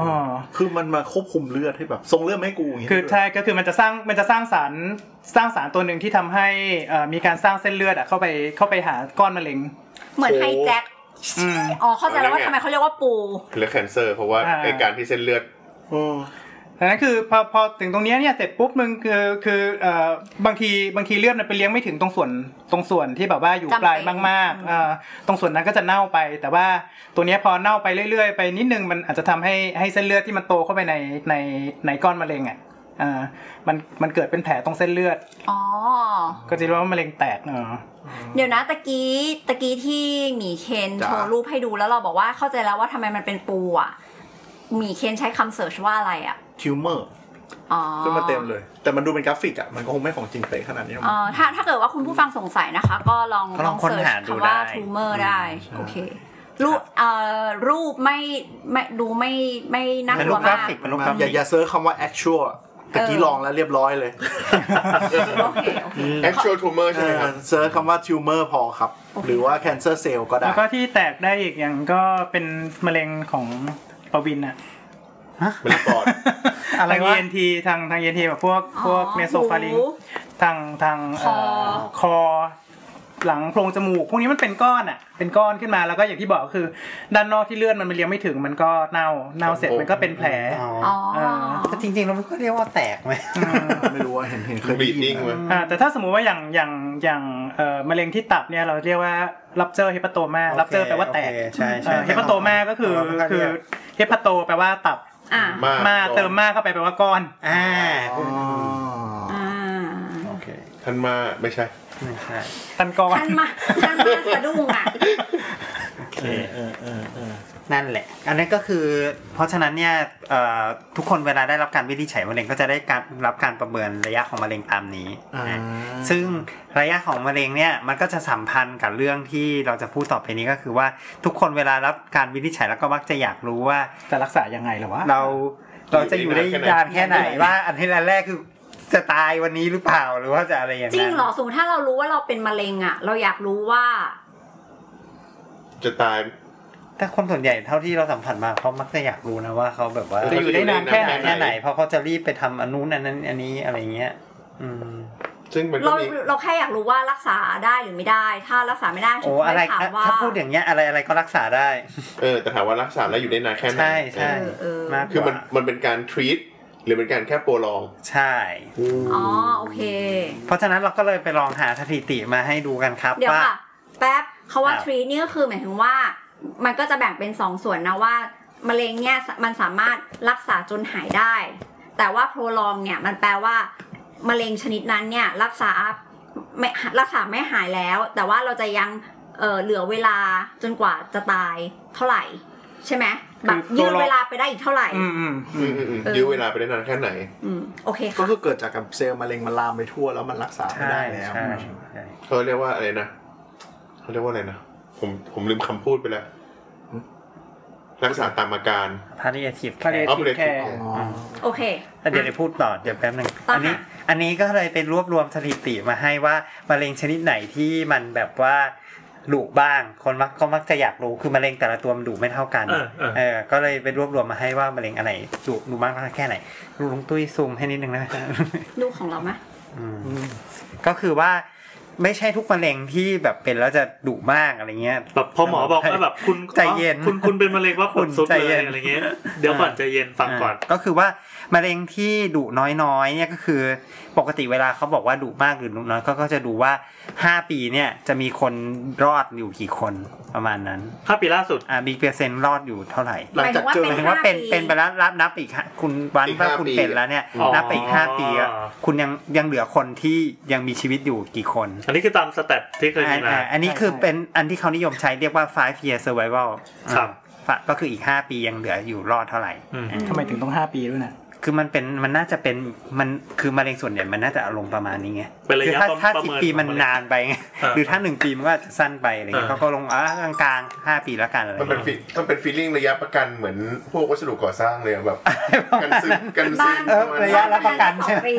Speaker 4: อ๋อ
Speaker 5: คือมันมาควบคุมเลือดให้แบบทรงเลือดไม่ให้กูอย่างเงี้ย
Speaker 4: คือใช่ก็คือมันจะสร้างมันจะสร้างสารสร้างสารตัวหนึ่งที่ทำให้เอ่อมีการสร้างเส้นเลือดอะเข้าไปเข้าไปหาก้อนมะเร็ง
Speaker 2: เหมือนไฮแจ็ค
Speaker 4: อืม
Speaker 2: อ๋อเข้าใจแล้วว่าทำไมเขาเรียกว่าปู
Speaker 7: เลือดแคนเซอร์เพราะว่า
Speaker 4: อ่า
Speaker 7: ไอการที่เส้นเลือด
Speaker 5: เออ
Speaker 4: ดังนั้นคือพอพอถึงตรงเนี้ยเนี่ยเสร็จปุ๊บมึงคือคือเอ่อบางทีบางทีเลือดมันไปเลี้ยงไม่ถึงตรงส่วนตรงส่วนที่แบบว่าอยู่
Speaker 2: จำเป็น
Speaker 4: ปลายมากๆเอ่อตรงส่วนนั้นก็จะเน่าไป แต่ว่าตัวเนี้ยพอเน่าไปเรื่อยๆไปนิดนึงมันอาจจะทำให้ให้เส้นเลือดที่มันโตเข้าไปในในในก้อนมะเร็งอ่ะเอ่อมันมันเกิดเป็นแผลตรงเส้นเลือด
Speaker 2: อ๋อ
Speaker 4: ก็จะเรียกว่ามะเร็งแตกเนาะ
Speaker 2: เดี๋ยวนะตะกี้ตะกี้ที่หมีเคน
Speaker 5: จ้ะ
Speaker 2: โชว์รูปให้ดูแล้วเราบอกว่าเข้าใจแล้วว่าทำไมมันเป็นปูอ่ะหมีเคนใช้คำเสิร์ชว่าอะไรอ่ะ
Speaker 5: ทิวเมอร์
Speaker 2: อ๋อ
Speaker 5: ขึ้นมาเต็มเลย แต่มันดูเป็นกราฟิกอ่ะ มันก็คงไม่ของจริงเป๊ะขนาดนี้หรอก
Speaker 2: อ๋
Speaker 5: มั้
Speaker 2: อง ถ้าถ้าเกิดว่าคุณผู้ฟังสงสัยนะคะ ก็ลอง
Speaker 3: ก็ลองค้น
Speaker 2: เสิร์ช
Speaker 3: หาดู
Speaker 2: คำว่า
Speaker 3: ได้
Speaker 2: ทูเมอร์ได้
Speaker 5: ใช่
Speaker 2: โอเค รูปเอ่อรูปไม่ไม่ดูไม่ไม่น่า
Speaker 3: เป็น
Speaker 2: กลัว
Speaker 3: รูปกราม
Speaker 2: าก
Speaker 3: ฟิกเป็นรูปกรา
Speaker 5: อย่า
Speaker 3: ฟิก
Speaker 5: อย่าเซิร์ชคำว่า actual ตะกี้
Speaker 2: เออ
Speaker 5: ลองแล้วเรียบร้อยเลย
Speaker 2: โอเคโอเค
Speaker 7: actual tumor
Speaker 5: เอ
Speaker 7: ใช่ไหม
Speaker 5: อ
Speaker 7: ครับ
Speaker 5: เซิร์ชคำว่า tumor พอครับ หรือว่า cancer cell ก็ได้
Speaker 4: แล้วก็ที่แตกได้อีกอย่างก็เป็นมะเร็งของประวินอะ
Speaker 7: มันปอด
Speaker 3: อะไร
Speaker 4: ทาง
Speaker 3: วะ
Speaker 4: เอ็นทีทางทางเอ็นทีแบบพวกพวก
Speaker 2: อ๋อ
Speaker 4: เมโซฟาลิง
Speaker 2: หู
Speaker 4: ทางทาง
Speaker 2: คอ
Speaker 4: เอ่อคอ หลังโพรงจมูก พวกนี้มันเป็นก้อนอ่ะ เป็นก้อนขึ้นมาแล้วก็อย่างที่บอกคือ ด้านนอกที่เลือดมันเลี้ยงไม่ถึงมันก็เน่าเน่าเสร็จ
Speaker 7: ครับผม
Speaker 4: มันก็เป็นแผล
Speaker 3: อ๋อ
Speaker 2: อ๋อ
Speaker 3: แต่จริงๆเราก็เรียกว่าแตกไหม
Speaker 5: ไม่รู้ว่าเห็นเห็นเคยได้ยิน
Speaker 7: bleeding เว้ย
Speaker 4: อ่าแต่ถ้าสมมุติว่าอย่างอย่างอย่างเอ่อมะเร็งที่ตับเนี่ยเราเรียกว่ารับเจอเฮปาโตมา
Speaker 3: โอเค
Speaker 4: รับเจอแปลว่าแตก
Speaker 3: โอเคใช่ใช่
Speaker 4: เอ่อเฮปาโตมาก็คือ
Speaker 3: เออมันก็เรี
Speaker 4: คือย
Speaker 3: ก
Speaker 4: เฮปาโตแปลว่าตับ
Speaker 2: อ่า
Speaker 7: มา
Speaker 4: มา
Speaker 7: ก่อน
Speaker 4: เติมมาเข้าไปแปลว่าก้อน
Speaker 3: อ่า
Speaker 5: อ๋อ
Speaker 2: อ่า
Speaker 3: โอเค
Speaker 7: ท่านมาไม่ใช่
Speaker 3: ไม่ใช่
Speaker 4: ตันก้อน
Speaker 2: ท่านมาท่านมาสะดุ้งอ่ะ
Speaker 3: โอเค
Speaker 5: เออเออเออเออ
Speaker 3: นั่นแหละ อันนั้นก็คือ เพราะฉะนั้นเนี่ยเอ่อทุกคนเวลาได้รับการวินิจฉัยมะเร็งก็จะได้การรับการประเมินระยะของมะเร็งตามนี้
Speaker 5: อ่า
Speaker 3: นะซึ่งระยะของมะเร็งเนี่ยมันก็จะสัมพันธ์กับเรื่องที่เราจะพูดต่อไปนี้ก็คือว่าทุกคนเวลารับการวินิจฉัยแล้วก็มักจะอยากรู้ว่า
Speaker 4: จะรักษายังไงเหรอวะ
Speaker 3: เราเราจะอยู่ได้
Speaker 7: อยู่
Speaker 3: นาน
Speaker 7: ได้าน น
Speaker 3: แค่
Speaker 7: แค่
Speaker 3: ไห
Speaker 7: ไห
Speaker 3: น
Speaker 7: น
Speaker 3: ว่าอันที่อันแรกคือจะตายวันนี้หรือเปล่าหรือว่าจะอะไรอย่าง
Speaker 2: จริ
Speaker 3: นั้
Speaker 2: ง
Speaker 3: น
Speaker 2: เหรอสมมติถ้าเรารู้ว่าเราเป็นมะเร็งอ่ะ เราอยากรู้ว่า
Speaker 7: จะตาย
Speaker 3: แต่คนส่วนใหญ่เท่าที่เราสัมผัสมาเขามักจะอยากรู้นะว่าเขาแบบว่า
Speaker 4: จะอยู่ได้นานแค่ไหน
Speaker 3: แค่ไหนเพราะเขาจะรีบไปทำอันนู้นอันนั้นอันนี้อะไรเงี้ย อืม
Speaker 7: ซึ่งมันก็
Speaker 2: เรา
Speaker 7: มี
Speaker 2: เราแค่อยากรู้ว่ารักษาได้หรือไม่ได้ ถ้ารักษาไม่ได้ฉั
Speaker 3: โอ้
Speaker 2: นก็
Speaker 3: อะไร
Speaker 2: ไม่ถามว่า
Speaker 3: ถ้าพูดอย่างเงี้ยอะไรอะไรก็รักษาได้
Speaker 7: เออ แต่ถามว่ารักษาแล้วอยู่ได้นานแค่ไหน
Speaker 3: ใช่ใช่
Speaker 2: เออเออ
Speaker 3: มากกว่า
Speaker 7: คือมันมันเป็นการ treat หรือเป็นการแค่โปรลอง
Speaker 3: ใช่
Speaker 2: อ๋อโอเค
Speaker 3: เพราะฉะนั้นเราก็เลยไปลองหาสถิติมาให้ดูกันครับ
Speaker 2: เดี๋ยว
Speaker 3: ว่า
Speaker 2: ค่ะ แป๊บเขาว่า
Speaker 3: ครับ
Speaker 2: ทรีนี่ก็คือหมายถึงว่า มันก็จะแบ่งเป็นสองส่วนนะว่ามะเร็งเนี่ยมันสามารถรักษาจนหายได้ แต่ว่าโพลองเนี่ยมันแปลว่ามะเร็งชนิดนั้นเนี่ยรักษาไม่รักษาไม่หายแล้ว แต่ว่าเราจะยังเอ่อเหลือเวลาจนกว่าจะตายเท่าไหร่ ใช่ไหมแบบ
Speaker 4: คือ
Speaker 2: ยืด
Speaker 4: prolong
Speaker 2: เวลาไปได้อีกเท่าไหร่
Speaker 4: อืมอืม
Speaker 7: อืมอืมอืม
Speaker 2: เออ
Speaker 7: ยื้อเวลาไปได้นานแค่ไหน
Speaker 2: อืมโอเค
Speaker 5: ก็
Speaker 2: ค่ะ
Speaker 5: คือเกิดจากกับเซลล์มะเร็งมันลามไปทั่วแล้วมันรักษาไม่
Speaker 3: ใช่
Speaker 5: ได้แล้ว
Speaker 3: ใช่ใช่
Speaker 7: เขาเรียกว่าอะไรนะเขาเรียกว่าอะไรนะผมผมลืมคำพูดไปแล้ว รักษาตามอาการ
Speaker 3: พาริเอทีฟ
Speaker 4: พาเลทีฟแคร์
Speaker 7: อ๋อ
Speaker 5: อ๋อ
Speaker 2: โอเค
Speaker 3: เดี๋ยวเดี๋ยวพูดต่อเดี๋ยวแป๊บหนึ่ง
Speaker 2: ต่อค่ะ
Speaker 3: อันนี้อันนี้ก็เลยไปรวบรวมสถิติมาให้ว่ามะเร็งชนิดไหนที่มันแบบว่า ดุบ้าง คนมักก็มักจะอยากรู้คือมะเร็งแต่ละตัวมันดุไม่เท่ากัน
Speaker 6: เออเออ
Speaker 3: เออก็เลยไปรวบรวมมาให้ว่ามะเร็งอะไรดุดุมากน้อยแค่ไหนลุงตุ้ยซูมให้นิดนึงนะ
Speaker 2: ลูกของเราไหม
Speaker 3: อืมก็คือว่าไม่ใช่ทุกมะเร็งที่แบบเป็นแล้วจะดุมากอะไรเงี้ย
Speaker 6: แบบพอหมอบอกว่าแบบคุณ
Speaker 3: ใจเย็น
Speaker 6: อ๋อคุณคุณเป็นมะเร็งว่าปวดซุด
Speaker 3: ใจ
Speaker 6: เล
Speaker 3: เย็
Speaker 6: ย
Speaker 3: น
Speaker 6: อะไรเงี้ยเดี๋ยวก่อนใจเย็นฟังก่อน
Speaker 3: ก็คือว่ามะเร็งที่ดุน้อยๆเนี่ยก็คือปกติเวลาเขาบอกว่าดุมากหรือดุน้อยก็ก็จะดูว่าห้าปีเนี่ยจะมีคนรอดอยู่กี่คนประมาณนั้น
Speaker 6: ถ้าปีล่าสุด
Speaker 3: อ่ามีเปอร์เซ็นต์รอดอยู่เท่าไหร่
Speaker 5: หลังจากเจอ
Speaker 3: หมายถึงว่าเป็น
Speaker 2: ห้
Speaker 3: เป็นไปแล้วรับนับอีกห้าคุณวัน
Speaker 5: อีก
Speaker 3: ว่า
Speaker 5: ห้า
Speaker 3: คุณ
Speaker 5: ปี
Speaker 3: เป็นแล้วเนี่ย
Speaker 6: อ๋อ
Speaker 3: นับไปอีกห้าปีอะคุณยังยังเหลือคนที่ยังมีชีวิตอยู่กี่คน
Speaker 6: อันนี้คือตามสแตทที่เคยมีมา
Speaker 3: อ่าอันนี้คือเป็นอันที่เขานิยมใช้เรียกว่า five year survival
Speaker 6: ครับ
Speaker 3: อ่าก็คืออีกห้าปียังเหลืออยู่รอดเท่าไหร่
Speaker 6: อืม
Speaker 4: ทำไมถึงต้องห้าปีด้วยนะ
Speaker 3: คือมันเป็นมันน่าจะเป็นมันคือมะเร็งส่วนใหญ่มันน่าจะอารมณ์ประมาณนี้ไง
Speaker 6: เป็นระยะ
Speaker 3: คืถ้า
Speaker 6: ประ
Speaker 3: ถ้า
Speaker 6: ประ
Speaker 3: สิ
Speaker 6: เมิน
Speaker 3: ปีมัน
Speaker 6: ของมะเร็ง
Speaker 3: นานไปไง
Speaker 6: เออ
Speaker 3: หรือถ้าหนึ่งปีมันก็อาจจะสั้นไปอะไรเงี้ย
Speaker 6: เออ
Speaker 3: เขาก็ลงอ่ากลางๆห้าปีแล้วกันอะไร
Speaker 7: มันเป็น
Speaker 3: เงี้ย
Speaker 7: ฟีมันเป็นฟีลลิ่งระยะประกันเหมือนพวกวัสดุก่อสร้างเลยอะแบบกันซึมกันซึ
Speaker 2: บ้าม น
Speaker 3: เออระยะรับประกัน
Speaker 2: บ้า
Speaker 3: ใช่
Speaker 2: สอง
Speaker 3: ไหม
Speaker 2: ปี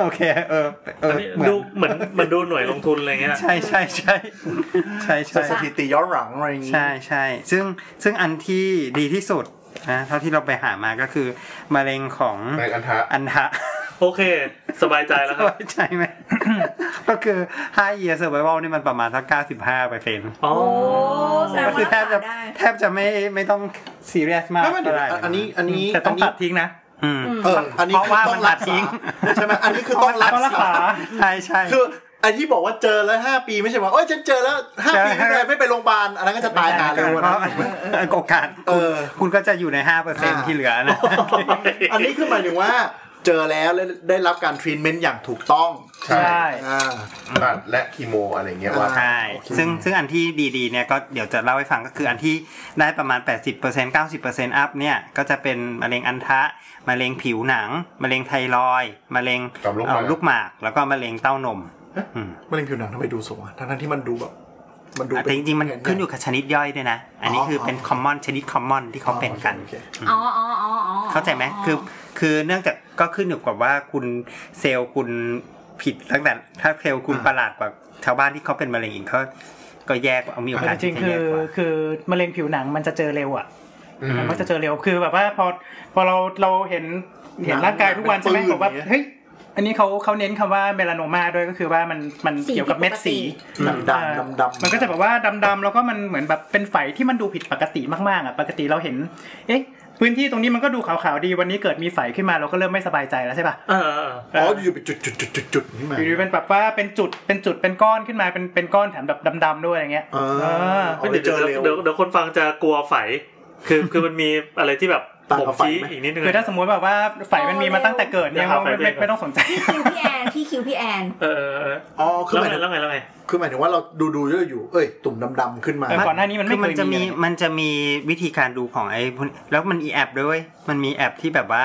Speaker 3: โอเคเออเออ
Speaker 6: อันนี้
Speaker 3: เหมือน
Speaker 6: ดูเหมือนเหมือนดูหน่วยลงทุนอะไรเงี้ย
Speaker 3: ใช่ใช่ใช่ใช่
Speaker 5: ส
Speaker 3: ใช่
Speaker 5: ถิติย้อนหลังอะไรอย่างงี้
Speaker 3: ใช่ใช่ซึ่งซึ่งอันที่ดีที่สุดนะเท่าที่เราไปหามาก็คือมะเร็งของ
Speaker 7: มะเร็งอันทะ
Speaker 3: อันทะ
Speaker 6: โอเค สบายใจแล้วครับ
Speaker 3: ไว้ใจไหม ก็คือ 5 year survival นี่มันประมาณสัก95เปอร์เซ็นต์
Speaker 6: อ๋อ
Speaker 2: โอ้แสดง
Speaker 3: ก็
Speaker 2: ว่า
Speaker 3: คือแทบจะ
Speaker 2: ได้
Speaker 3: แทบจะไม่ไม่ต้องซีเรียสมาก
Speaker 5: ไม่ไม่เดี๋ยว
Speaker 3: เท่าไหร่
Speaker 5: อันนี้อันนี้
Speaker 4: แต่ต้องตั
Speaker 5: น
Speaker 4: ด
Speaker 5: นี้
Speaker 4: ทิ้งนะ
Speaker 3: อืม
Speaker 5: เอออันนี้
Speaker 3: เพราะว่า
Speaker 5: คือ
Speaker 3: มันตัดทิ้ง
Speaker 5: ใช่ไหมอันนี้คือต้องรัก
Speaker 4: ต้องรัก
Speaker 5: ษา
Speaker 4: ษา
Speaker 3: ใช่ใช่
Speaker 5: คือไอ้ที่บอกว่าเจอแล้วห้าปีไม่ใช่ว่าโอ้ยฉันเจอแล้วห้า
Speaker 3: เจอ
Speaker 5: ปีไม่เป็นไร
Speaker 3: ห้า
Speaker 5: ไม่ไปโรงพยาบาลอันนั้นก็จะตายหาเร็วกว่า
Speaker 3: เพ
Speaker 5: นะ
Speaker 3: ราะโอกาส
Speaker 5: เอ
Speaker 3: คุณ
Speaker 5: อ
Speaker 3: คุณก็จะอยู่ใน5เปอร์เซ็นต์ที่เหลือนะ
Speaker 5: อันนี้คือหมายถึงว่าเจอแล้วและได้รับการทรีทเมนต์อย่างถูกต้อง
Speaker 7: ใช่
Speaker 4: ใช่
Speaker 5: อ่า
Speaker 7: ตัดและคีโมอะไรเงี้ยว่า
Speaker 3: ใช่
Speaker 5: โอเค
Speaker 3: ซึ่งซึ่งอันที่ดีๆเนี่ยก็เดี๋ยวจะเล่าให้ฟังก็คืออันที่ได้ประมาณ 80% 90% up เนี่ยก็จะเป็นมะเร็งอันทะมะเร็งผิวหนังมะเร็งไทรอยด์มะเร็ง
Speaker 7: ต่อมลูกหมาก
Speaker 3: เอ่อลูกหมาก แล้วก็มะเร็งเต้านมอืม
Speaker 5: มะเร็งผิวหนังทำไมดูสูงอะทั้งๆที่มันดูแบบ มันดู
Speaker 3: อ่ะ
Speaker 5: เป็
Speaker 3: แต่จริงๆ มัน
Speaker 5: เห็ะ
Speaker 3: ขึ้นอยู่กับชนิดย่อยด้วยนะ อันนี้
Speaker 5: อ๋อ
Speaker 3: คือเป็น
Speaker 5: อ๋อ
Speaker 3: คอมมอนชนิดคอมมอนที่เขาเป็นกัน
Speaker 5: โอค
Speaker 2: อ๋ออ๋ออ๋ออ๋อ
Speaker 3: เข้าใจไหมคือคือเนื่องจากก็ขึ้นอยู่กับว่าคุณเซลล์คุณผิดตั้งแต่ถ้าเซลล์คุณ
Speaker 5: อ่า
Speaker 3: ประหลาดกว่าชาวบ้านที่เขาเป็นมะเร็งอีกเขาก็แยกว่ามีโอกาส
Speaker 4: จริ
Speaker 3: ที่
Speaker 4: ง
Speaker 3: จะ
Speaker 4: ๆคื
Speaker 3: แย
Speaker 4: อก
Speaker 3: กว่า
Speaker 4: คือมะเร็งผิวหนังมันจะเจอเร็วอ่ะ
Speaker 7: อืม
Speaker 4: มันก็จะเจอเร็วคือแบบว่าพอพอเราเราเห็นเห็นร่างกายทุกวันใช่ไหม
Speaker 5: ปืน
Speaker 4: บอกว่า
Speaker 5: อย่างเงี้ย
Speaker 4: เฮ้ยอันนี้เขาเขาเน้นคำว่าเมลาน o มาด้วยก็คือว่ามันมันเกี่ยวกับเม็ดสี
Speaker 5: ดำดำดำดำ
Speaker 4: มันก็จะแบบว่าดำดำๆแล้วก็มันเหมือนแบบเป็นไฝที่มันดูผิดปกติมากๆอ่ะปกติเราเห็น เอ๊ะพื้นที่ตรงนี้มันก็ดูขาวๆดีวันนี้เกิดมีไฝขึ้นมาเราก็เริ่มไม่สบายใจแล้วใช่ป่ะ
Speaker 6: เออเออ
Speaker 5: อ๋ออยู่ๆเป็นจุดจุดจุดจุดจุดนี่มา
Speaker 4: อยู่ดีเป็นแบบว่าเป็นจุดเป็นจุดเป็นก้อนขึ้นมาเป็นเป็นก้อนแถมแบบดำๆด้วยอะไรเงี้ย
Speaker 5: เออ
Speaker 4: เออ
Speaker 5: เอาไป
Speaker 6: เดี๋ยว
Speaker 5: เจ
Speaker 6: เดี๋ยว
Speaker 5: อเร็ว
Speaker 6: เดี๋ยวเดี๋ยวคนฟังจะกลัวไฝคือคือมันมีอะไรที่แบบ
Speaker 5: ต่าง
Speaker 6: ผม
Speaker 5: กับไฝ
Speaker 6: ชี้
Speaker 5: ไหม
Speaker 6: อีกนิดนึง
Speaker 4: คือถ้าสมมติแบบว่าไฝมันมีมาตั้งแต่เกิดเนี่ย
Speaker 6: เดี๋ยวหาไฝ
Speaker 4: ไม่
Speaker 6: ตัวเองก่อน
Speaker 4: ไม่ไม่ต้องสนใจ
Speaker 2: คิวพี่แอนที่คิวพี่แอน
Speaker 6: เออเออเออ
Speaker 5: อ๋อคือ
Speaker 6: แล้ว
Speaker 5: หมาย
Speaker 6: ไงแล้วไง
Speaker 5: ถึง
Speaker 6: แล้วไง
Speaker 5: คือหมายถึงว่าเราดูดูๆเยอะอยู่เอ้ยตุ่มดำดำๆขึ้นมา
Speaker 4: เออก่อนหน้านี้มันไม่
Speaker 3: คือมัน
Speaker 4: เคย
Speaker 3: จะ
Speaker 4: มี
Speaker 3: มี
Speaker 4: อะไร
Speaker 3: มันจะมีวิธีการดูของไอ้พวกนี้แล้วมันมีแอปด้วยเวยมันมีแอปที่แบบว่า